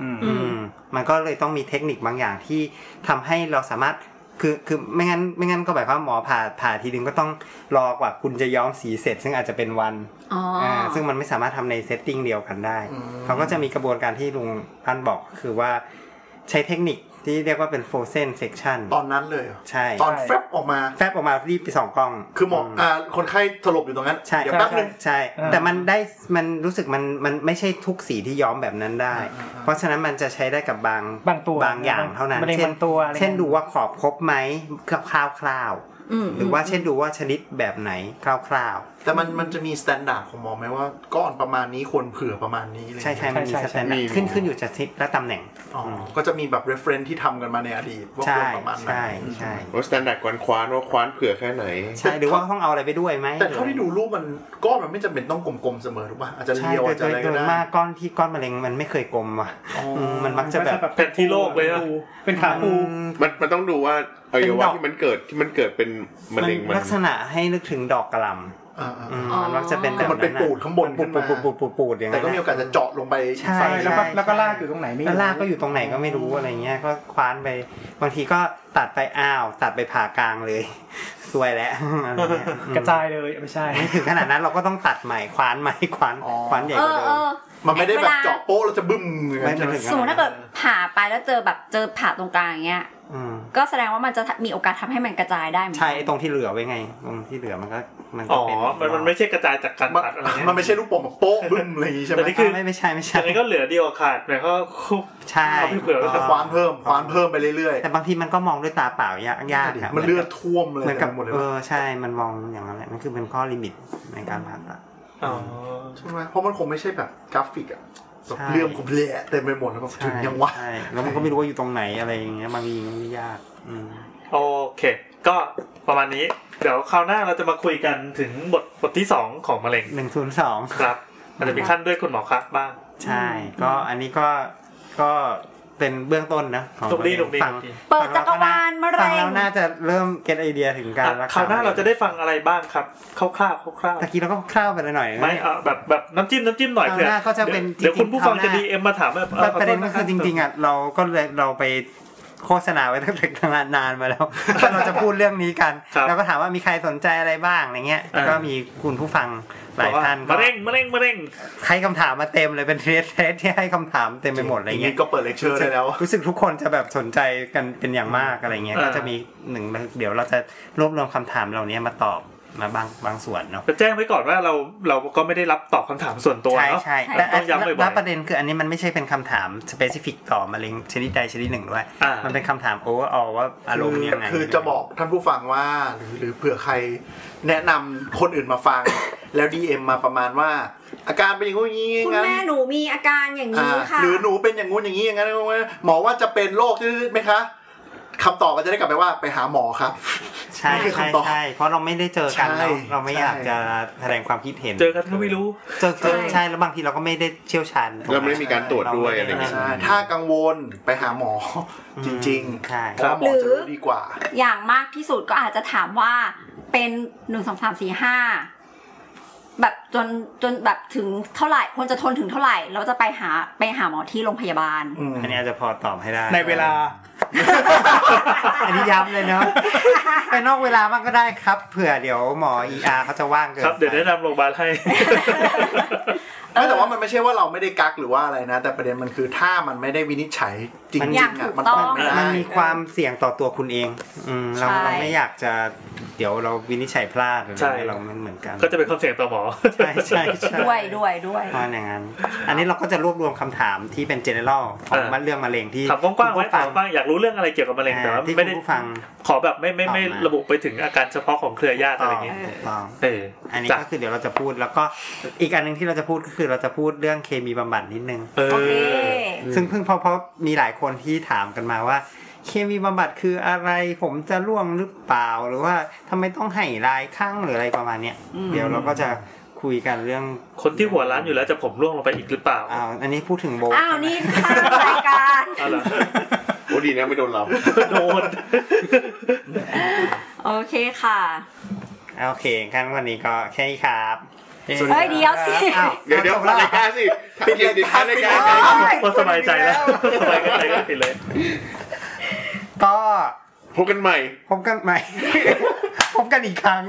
Speaker 4: อืม
Speaker 2: อืม
Speaker 3: อืมมันก็เลยต้องมีเทคนิคบางอย่างที่ทำให้เราสามารถคือคือไม่งั้นไม่งั้นก็หมายความว่าหมอผ่าผ่าทีนึงก็ต้องรอกว่าคุณจะย้อมสีเสร็จ ซึ่งอาจจะเป็นวัน
Speaker 2: อ๋ออ
Speaker 3: าซึ่งมันไม่สามารถทำในเซตติ้งเดียวกันได้
Speaker 5: อืม
Speaker 3: เขาก็จะมีกระบวนการที่ลุงพันบอกคือว่าใช้เทคนิคที่เรียกว่าเป็น frozen section
Speaker 5: ตอนนั้นเลยเหรอ
Speaker 3: ใช่
Speaker 5: ตอนแฟบออกมา
Speaker 3: แฟบออกมารีบไปสองกล้อง
Speaker 5: คือหมอ
Speaker 3: ม
Speaker 5: อ่าคนไข้สลบอยู่ตรงนั้น
Speaker 3: ใช่
Speaker 5: เดี๋ยวแป๊บนึง
Speaker 3: ใช่
Speaker 4: อ่า
Speaker 3: แต่มันได้ มันรู้สึกมัน มันไม่ใช่ทุกสีที่ย้อมแบบนั้นได้
Speaker 5: อ่าอ่าอ่า
Speaker 3: เพราะฉะนั้นมันจะใช้ได้กับบาง
Speaker 4: บางตัว
Speaker 3: บางอย่างเท่านั้น
Speaker 4: มะเร็ง
Speaker 3: เช่น
Speaker 4: บางตัวอะไร
Speaker 3: เช่น
Speaker 4: เงี้ย
Speaker 3: ดูว่าขอบครบไหมคร่าว
Speaker 2: อืม
Speaker 3: ๆ หรือว่าเช่นดูว่าชนิดแบบไหนคร่าว
Speaker 5: แต่มันมันจะมีสแตนดาร์ดของหมอไหมว่าก้อนประมาณนี้ควรเผื่อประมาณนี้อะไร
Speaker 3: ๆ
Speaker 5: อย่าง
Speaker 3: ใช่
Speaker 5: เงี้ย
Speaker 3: ใช่มันมีส
Speaker 4: ใช่ใช่
Speaker 3: แตนดา
Speaker 7: มี
Speaker 3: ร์ดขึ้นขึ้นอยู่ชนิดและตำแหน่ง
Speaker 5: อ๋อก็จะมีแบบ reference ที่ทำกันมาในอดีตว่าค
Speaker 3: ใช่
Speaker 5: วรประมาณไหน
Speaker 3: ใช่ใช่
Speaker 7: ว่าสแตนดาร์ดควนคว้านว่าคว้านเผื่อแค่ไหน
Speaker 3: ใช่ หรือว่าต้องเอาอะไรไปด้วยไหม
Speaker 5: แต่เท่าที่ดูรูปมันก้อนมันไม่จำเป็นต้องกลมๆเสมอถูกป่ะอาจจะ
Speaker 3: ใช่
Speaker 5: เรียว
Speaker 3: โด
Speaker 5: อาย จจะ
Speaker 3: โดย
Speaker 5: อะไร
Speaker 3: โด
Speaker 5: ก็
Speaker 3: ย
Speaker 5: ได้
Speaker 3: มากก้อนที่ก้อนมะเร็งมันไม่เคยกลมว่ะมมันมักจะแบบ
Speaker 6: เป็นที่โลกเลยนะ
Speaker 4: เป็นขาปู
Speaker 7: มันมันต้องดูว่าอวัยวะ
Speaker 3: เป็นดอก
Speaker 7: ที่มันเกิดที่มันเกิดเป็นมะเร็งมัน
Speaker 3: ลักษณะให้นึกถึงดอกกระหลำ
Speaker 5: อ่าๆ
Speaker 3: อืม
Speaker 2: อ๋อ
Speaker 3: มันมักจะเป็น
Speaker 5: แต่
Speaker 3: แบบ
Speaker 5: มันเป็นปูดข้างบน
Speaker 3: ปู
Speaker 5: ขึ้
Speaker 3: ด
Speaker 5: น
Speaker 3: ปู
Speaker 5: มา
Speaker 3: ดปูดปูดปูดปูดอย่าง
Speaker 5: แต่
Speaker 3: นั้น
Speaker 5: ก็มีโอกาสจะเจาะลงไปอีก
Speaker 3: ใช่
Speaker 5: ฝั่งห
Speaker 3: ใช่
Speaker 5: นึ่ง
Speaker 4: แล้วก็แล้วก็ลากอยู่ตรงไหนไม่รู้
Speaker 3: แล้วลากก็อยู่ตรงไหนก็ไม่รู้อะไรเงี้ย ก็คว้านไป บางทีก็ตัดไปอ้าว ตัดไปผ่ากลางเลย <laughs> สวยแล้วอะไรเงี้ย
Speaker 4: กระจายเลยไม่ใช่
Speaker 3: ไม่ถึงขนาดนั้นเราก็ต้องตัดใหม่คว้านใหม่คว้าน
Speaker 5: อ๋อ
Speaker 3: คว้านใหญ่
Speaker 2: เอกอเออ
Speaker 3: ว่าเดิม
Speaker 5: มันไม่ได้แบบเจาะ
Speaker 2: วล
Speaker 5: โป๊ะแล้วจะบึ้มอย่างนั้น
Speaker 3: ไม่
Speaker 5: ใช่ไห
Speaker 3: ไม่
Speaker 5: ม
Speaker 3: ถึง
Speaker 2: สมมติถ้าเกิดผ่าไปแล้วเจอแบบเจอผ่าตรงกลางอย่างเงี้ย
Speaker 3: อืม
Speaker 2: ก็แสดงว่ามันจะมีโอกาสทำให้มันกระจายได้เหมือนกัน
Speaker 3: ใช่ไอ้ตรงที่เหลือไว้ไง ตรงที่เหลือมันก็มันก็
Speaker 6: อ๋อ
Speaker 3: เป็น
Speaker 6: มันมันไม่ใช่กระจายจากการ
Speaker 5: มัน
Speaker 6: ตัดอะไรเงี้ย
Speaker 5: มันไม่ใช่ลูกโป่งแบบโป๊ะบึ้มอะไรอย่างนี้ใช่ไหม
Speaker 6: แต่นี่ คือ
Speaker 3: ไม่ไม่ใช่ไม่
Speaker 6: อั
Speaker 3: ใช่
Speaker 6: นนี้ก็เหลือเดียวขาดแต่ก็คุก
Speaker 3: ใช่
Speaker 6: เอาไปเผื่อไว้
Speaker 5: แต่ควานเพิ่มควานเพิ่มไปเรื่อย
Speaker 3: แต่บางทีมันก็มองด้วยตาเปล่ายากยากครับ
Speaker 5: ๆ มันเลือดท่วมเลย
Speaker 3: เหมือนกับ
Speaker 5: หมดเลย
Speaker 3: เออใช่มันมองอย่างนั้นแหละนั่นคือเป็นข้อลิมิตในการผ่าตัด
Speaker 6: อ๋อ
Speaker 5: ใช่ไหมเพราะมันคงไม่ใช่แบบกราฟิกอะแบบ
Speaker 3: ใช่
Speaker 5: เรื่องผมเละเต็มไปหมดแล้วแบบถึงยังวะ
Speaker 3: ใช่แล้วมันก็ไม่รู้ว่าอยู่ตรงไหนอะไรอย่างเงี้ยบางทีมันก็ยากอืม
Speaker 6: โอเค ก็ประมาณนี้ เดี๋ยวคราวหน้าเราจะมาคุยกันถึงบทบทที่สองของมะเร็ง
Speaker 3: หนึ่งศูนย์สอง
Speaker 6: ครับอาจจะมีขั้นด้วยคุณหมอครับบ้าง
Speaker 3: ใช่ ก็อันนี้ก็ก็เป็นเบื้องต้นนะของ
Speaker 6: ถูกดีถูกดี
Speaker 3: ฟัง
Speaker 6: ถูกดี
Speaker 2: เปิดจักรวาลมะ
Speaker 3: ฟัง
Speaker 2: เร็
Speaker 3: แล้
Speaker 2: ง
Speaker 3: วน่าจะเริ่มเก็ตไอเดียถึงการรัก
Speaker 6: อ่ะ
Speaker 3: ษา
Speaker 6: คราวหน้าเราจะได้ฟังอะไรบ้างครับคร่าวๆคร่าว
Speaker 3: ตะกี้เราก็คร่าวไปหน่อย
Speaker 6: ๆ
Speaker 3: นะ
Speaker 6: ไม่เอาแบบแบบน้ำจิ้มน้ำจิ้มหน่อย
Speaker 3: คราว
Speaker 6: เผื่อ
Speaker 3: หน้าก็จะเป็น
Speaker 6: เดี๋ยว
Speaker 3: จริงๆ
Speaker 6: คุณผู้ฟัง
Speaker 3: คราวห
Speaker 6: จะ
Speaker 3: น้า
Speaker 6: ดีเอ็มมาถามแบบออขอโทษ
Speaker 3: ประเด็นก็คือจริงๆอ่ะเราก็เลยเราไปโฆษณาไว้ตั้งแต่นานมาแล้ว <laughs> ว่าเราจะพูดเรื่องนี้กัน
Speaker 6: ครับ
Speaker 3: เราก็ถามว่ามีใครสนใจอะไรบ้างอะไรเงี้ย
Speaker 6: อ่า
Speaker 3: ก็มีคุณผู้ฟังหลายท่าน
Speaker 6: บ
Speaker 3: ก็
Speaker 6: อกว่มะเร็งมะเร็งมะเร็ง
Speaker 3: ให้คำถามมาเต็มเลยเป็นเทสเทสที่ให้คำถามเต็มไปหมดอะไร
Speaker 5: อย่าง
Speaker 3: เงี้
Speaker 5: นี้
Speaker 3: ย
Speaker 5: ก็เปิดเลคเชอร์ได้แล้ว
Speaker 3: รู้สึกทุกคนจะแบบสนใจกันเป็นอย่างมากอะไรเงี้ย
Speaker 6: อ่า
Speaker 3: ก็จะมีหนึ่งเดี๋ยวเราจะรวบรวมคำถามเหล่านี้มาตอบมาบางบางส่วนเนาะ
Speaker 6: จะแจ้งไว้ก่อนว่าเราเราก็ไม่ได้รับตอบคำถามส่วนตัว
Speaker 3: ใช่
Speaker 6: เนาะ
Speaker 3: ใช่
Speaker 2: ใช่
Speaker 3: แต่
Speaker 6: ต้องย้ำบ่อยๆ
Speaker 3: แล้วประเด็นคืออันนี้มันไม่ใช่เป็นคำถามสเปซิฟิกต่อมะเร็งชนิดใดชนิดหนึ่งด้วย
Speaker 6: อ่ามั
Speaker 3: มันเป็นคำถามโอเวอร์ออว่าอารมณ์
Speaker 5: คือ
Speaker 3: ยังไง
Speaker 5: คือจะบอกท่านผู้ฟังว่าหรือหรือเผื่อใครแนะนำคนอื่นมาฟัง <coughs> แล้ว DM มาประมาณว่า อาการเป็นอย่างงู้นอย่างงี้อ
Speaker 2: คุณ
Speaker 5: ย่างงั้น
Speaker 2: แม่หนูมีอาการอย่าง
Speaker 5: อ่า
Speaker 2: นี้ค่ะ
Speaker 5: หรือหนูเป็นอย่างงู้นอย่างงี้อย่างงั้นหมอว่าจะเป็นโรคจืดไหมคะคำตอบก็จะได้กลับไปว่าไปหาหมอครับ
Speaker 3: ใช่
Speaker 5: นี่คือ
Speaker 3: ใช่
Speaker 5: คำตอบ
Speaker 3: ใช่เพราะเราไม่ได้เจอกัน
Speaker 5: ใช่
Speaker 3: เนาะเราไม่
Speaker 5: ใช่
Speaker 3: อยากจะแสดงความคิดเห็น
Speaker 6: เจอกันก็ไม่รู้
Speaker 3: เจอเจอใช่แล้วบางทีเราก็ไม่ได้เชี่ยวชาญตงนั้น
Speaker 7: เราไม่ได้มีการตรวจด้วยอะไรอย่างเงี้ย
Speaker 5: ใช่ถ้ากังวลไปหาหมอ <laughs> จริง
Speaker 3: ใช่
Speaker 5: ๆเพราะว่าหมอจะรู้ดีกว่า
Speaker 2: อย่างมากที่สุดก็อาจจะถามว่าเป็นหนึ่งสองสามสี่ห้าแบบจนจนแบบถึงเท่าไหร่ควรจะทนถึงเท่าไหร่ เราจะไปหาไปหาหมอที่โรงพยาบาล
Speaker 5: อืม
Speaker 3: อันนี้อาจจะพอตอบให้ได้
Speaker 4: ในเวลา
Speaker 3: อันนี้ย้ำเลยเนาะ <laughs> ไปนอกเวลาบ้างก็ได้ครับ เผื่อเดี๋ยวหมอ ER เขาจะว่างเกิน
Speaker 6: ครับเดี๋ยวแนะนำโรงพยาบาลให้
Speaker 5: ไม่แต่ว่ามันไม่ใช่ว่าเราไม่ได้กักหรือว่าอะไรนะ แต่ประเด็นมันคือถ้ามันไม่ได้วินิจฉัยจริง
Speaker 2: อย่าง
Speaker 5: ๆ
Speaker 2: ถู
Speaker 5: อ่ะ
Speaker 2: ก
Speaker 5: มัน
Speaker 2: ต้อง
Speaker 5: ทำไม่ได้
Speaker 3: มันมีความเสี่ยงต่อตัวคุณเอง อืมเรา
Speaker 2: ใช่
Speaker 3: เราไม่อยากจะ เดี๋ยวเราวินิจฉัยพลาดอะไร
Speaker 6: ใช่
Speaker 3: เรามันเหมือนกัน
Speaker 6: ก็จะเป็นความเสี่ยงต่อหมอ
Speaker 3: ใช่ใช่ใช่
Speaker 2: <laughs> ด้วยด้วยด้วย
Speaker 3: เพราะอย่างนั้น อันนี้เราก็จะรวบรวมคำถามที่เป็น general ของ
Speaker 6: เออ
Speaker 3: มันเรื่องมะเร็งที่
Speaker 6: ถามกว้างๆไว้
Speaker 3: คุณผู้
Speaker 6: ถา
Speaker 3: ฟั
Speaker 6: ม
Speaker 3: ง
Speaker 6: กว้างอยากรู้เรื่องอะไรเกี่ยวกับมะเร็งแต่ว่า
Speaker 3: อ่าที่คุ
Speaker 6: ไม่ได้
Speaker 3: ณผู้ฟัง
Speaker 6: ขอแบบไม่ไม่ไม่
Speaker 3: ตอบมา
Speaker 6: ระบุไปถึงอาการเฉพาะของเครือญาติอะไรอย่างเงี้ย
Speaker 3: ถูกต้อง
Speaker 6: เออ
Speaker 3: อั
Speaker 6: อั
Speaker 3: นนี้ก็คือเดี๋ยวเราจะพูดแล้วก็อีกอันหนึงที่เราจะพูดก็คือเราจะพูดเรื่องเคมีบำบัดนิดนึง
Speaker 6: เอ
Speaker 2: โอเค
Speaker 6: อ
Speaker 3: ซึ่งเพิ่งเพราะเพราะมีหลายคนที่ถามกันมาว่า เคมีบำบัดคืออะไรผมจะร่วงหรือเปล่าหรือว่าทำไมต้องให้รายข้างหรืออะไรประมาณเนี้ย
Speaker 2: อืม
Speaker 3: เดี๋ยวเราก็จะคุยกันเรื่อง
Speaker 6: คนที่หัวร้านอยู่แล้วจะผมร่วงลงไปอีกหรือเปล่า
Speaker 3: อ่าอันนี้พูดถึงโบ
Speaker 2: อ้าว
Speaker 3: ใช่
Speaker 2: นี่
Speaker 3: ไหม
Speaker 2: ทางรายการ
Speaker 6: เอาล่ะ
Speaker 7: <laughs> โอ้ดีนะไม่โดนเรา
Speaker 6: โดน
Speaker 2: โอ โอเคค่ะ
Speaker 3: <laughs> โอเคงั้นวันนี้ก็แค่นี้ครับ
Speaker 2: สวัสดีครับเอ้ยเดี๋ยวสิ
Speaker 3: อ้า
Speaker 7: เดี๋ยวเดี๋ยว
Speaker 3: จบ
Speaker 7: ปิ
Speaker 3: แล้
Speaker 7: ดรายการสิปิดรายการรายการ
Speaker 6: ก็สบายใจแล้วสบายใจก็ปิดเลย
Speaker 3: ก็
Speaker 7: พบกันใหม่
Speaker 3: พบกันใหม่ <laughs> พบกันอีกครั้
Speaker 7: <laughs>
Speaker 3: ง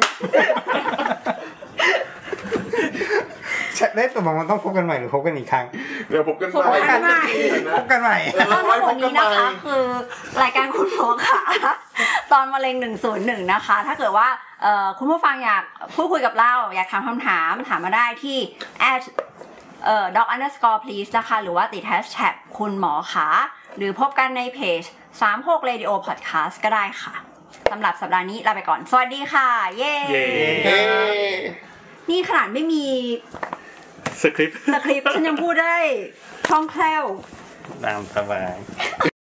Speaker 3: ใช่ได้ตกลงมันต้องพบกันใหม่หรือพบกันอีกครั้ง
Speaker 7: เดี๋ยวพบกันให
Speaker 2: พบ
Speaker 7: ม่
Speaker 2: กันใหม่
Speaker 3: พบกันใหม่
Speaker 2: แล้วก็ทั้งหมดนี้นะคะ คือรายการคุณหมอขาตอนมะเร็ง 101 นะคะ ถ้าเกิดว่าเอ่อคุณผู้ฟังอยากพูดคุยกับเรา อยากถามคำถามถามมาได้ที่ at เอ่อ doc underscore please นะคะ หรือว่าติด hashtag คุณหมอขาหรือพบกันในเพจ 36 radio podcast ก็ได้ค่ะสำหรับสัปดาห์นี้ลาไปก่อน สวัสดีค่ะ เย้
Speaker 6: เย้
Speaker 7: เฮ้
Speaker 2: นี่ขนาดไม่มี
Speaker 6: สคริปต์
Speaker 2: สคริปต์ฉันยังพูดได้คล่องแคล่ว
Speaker 3: ตามสบาย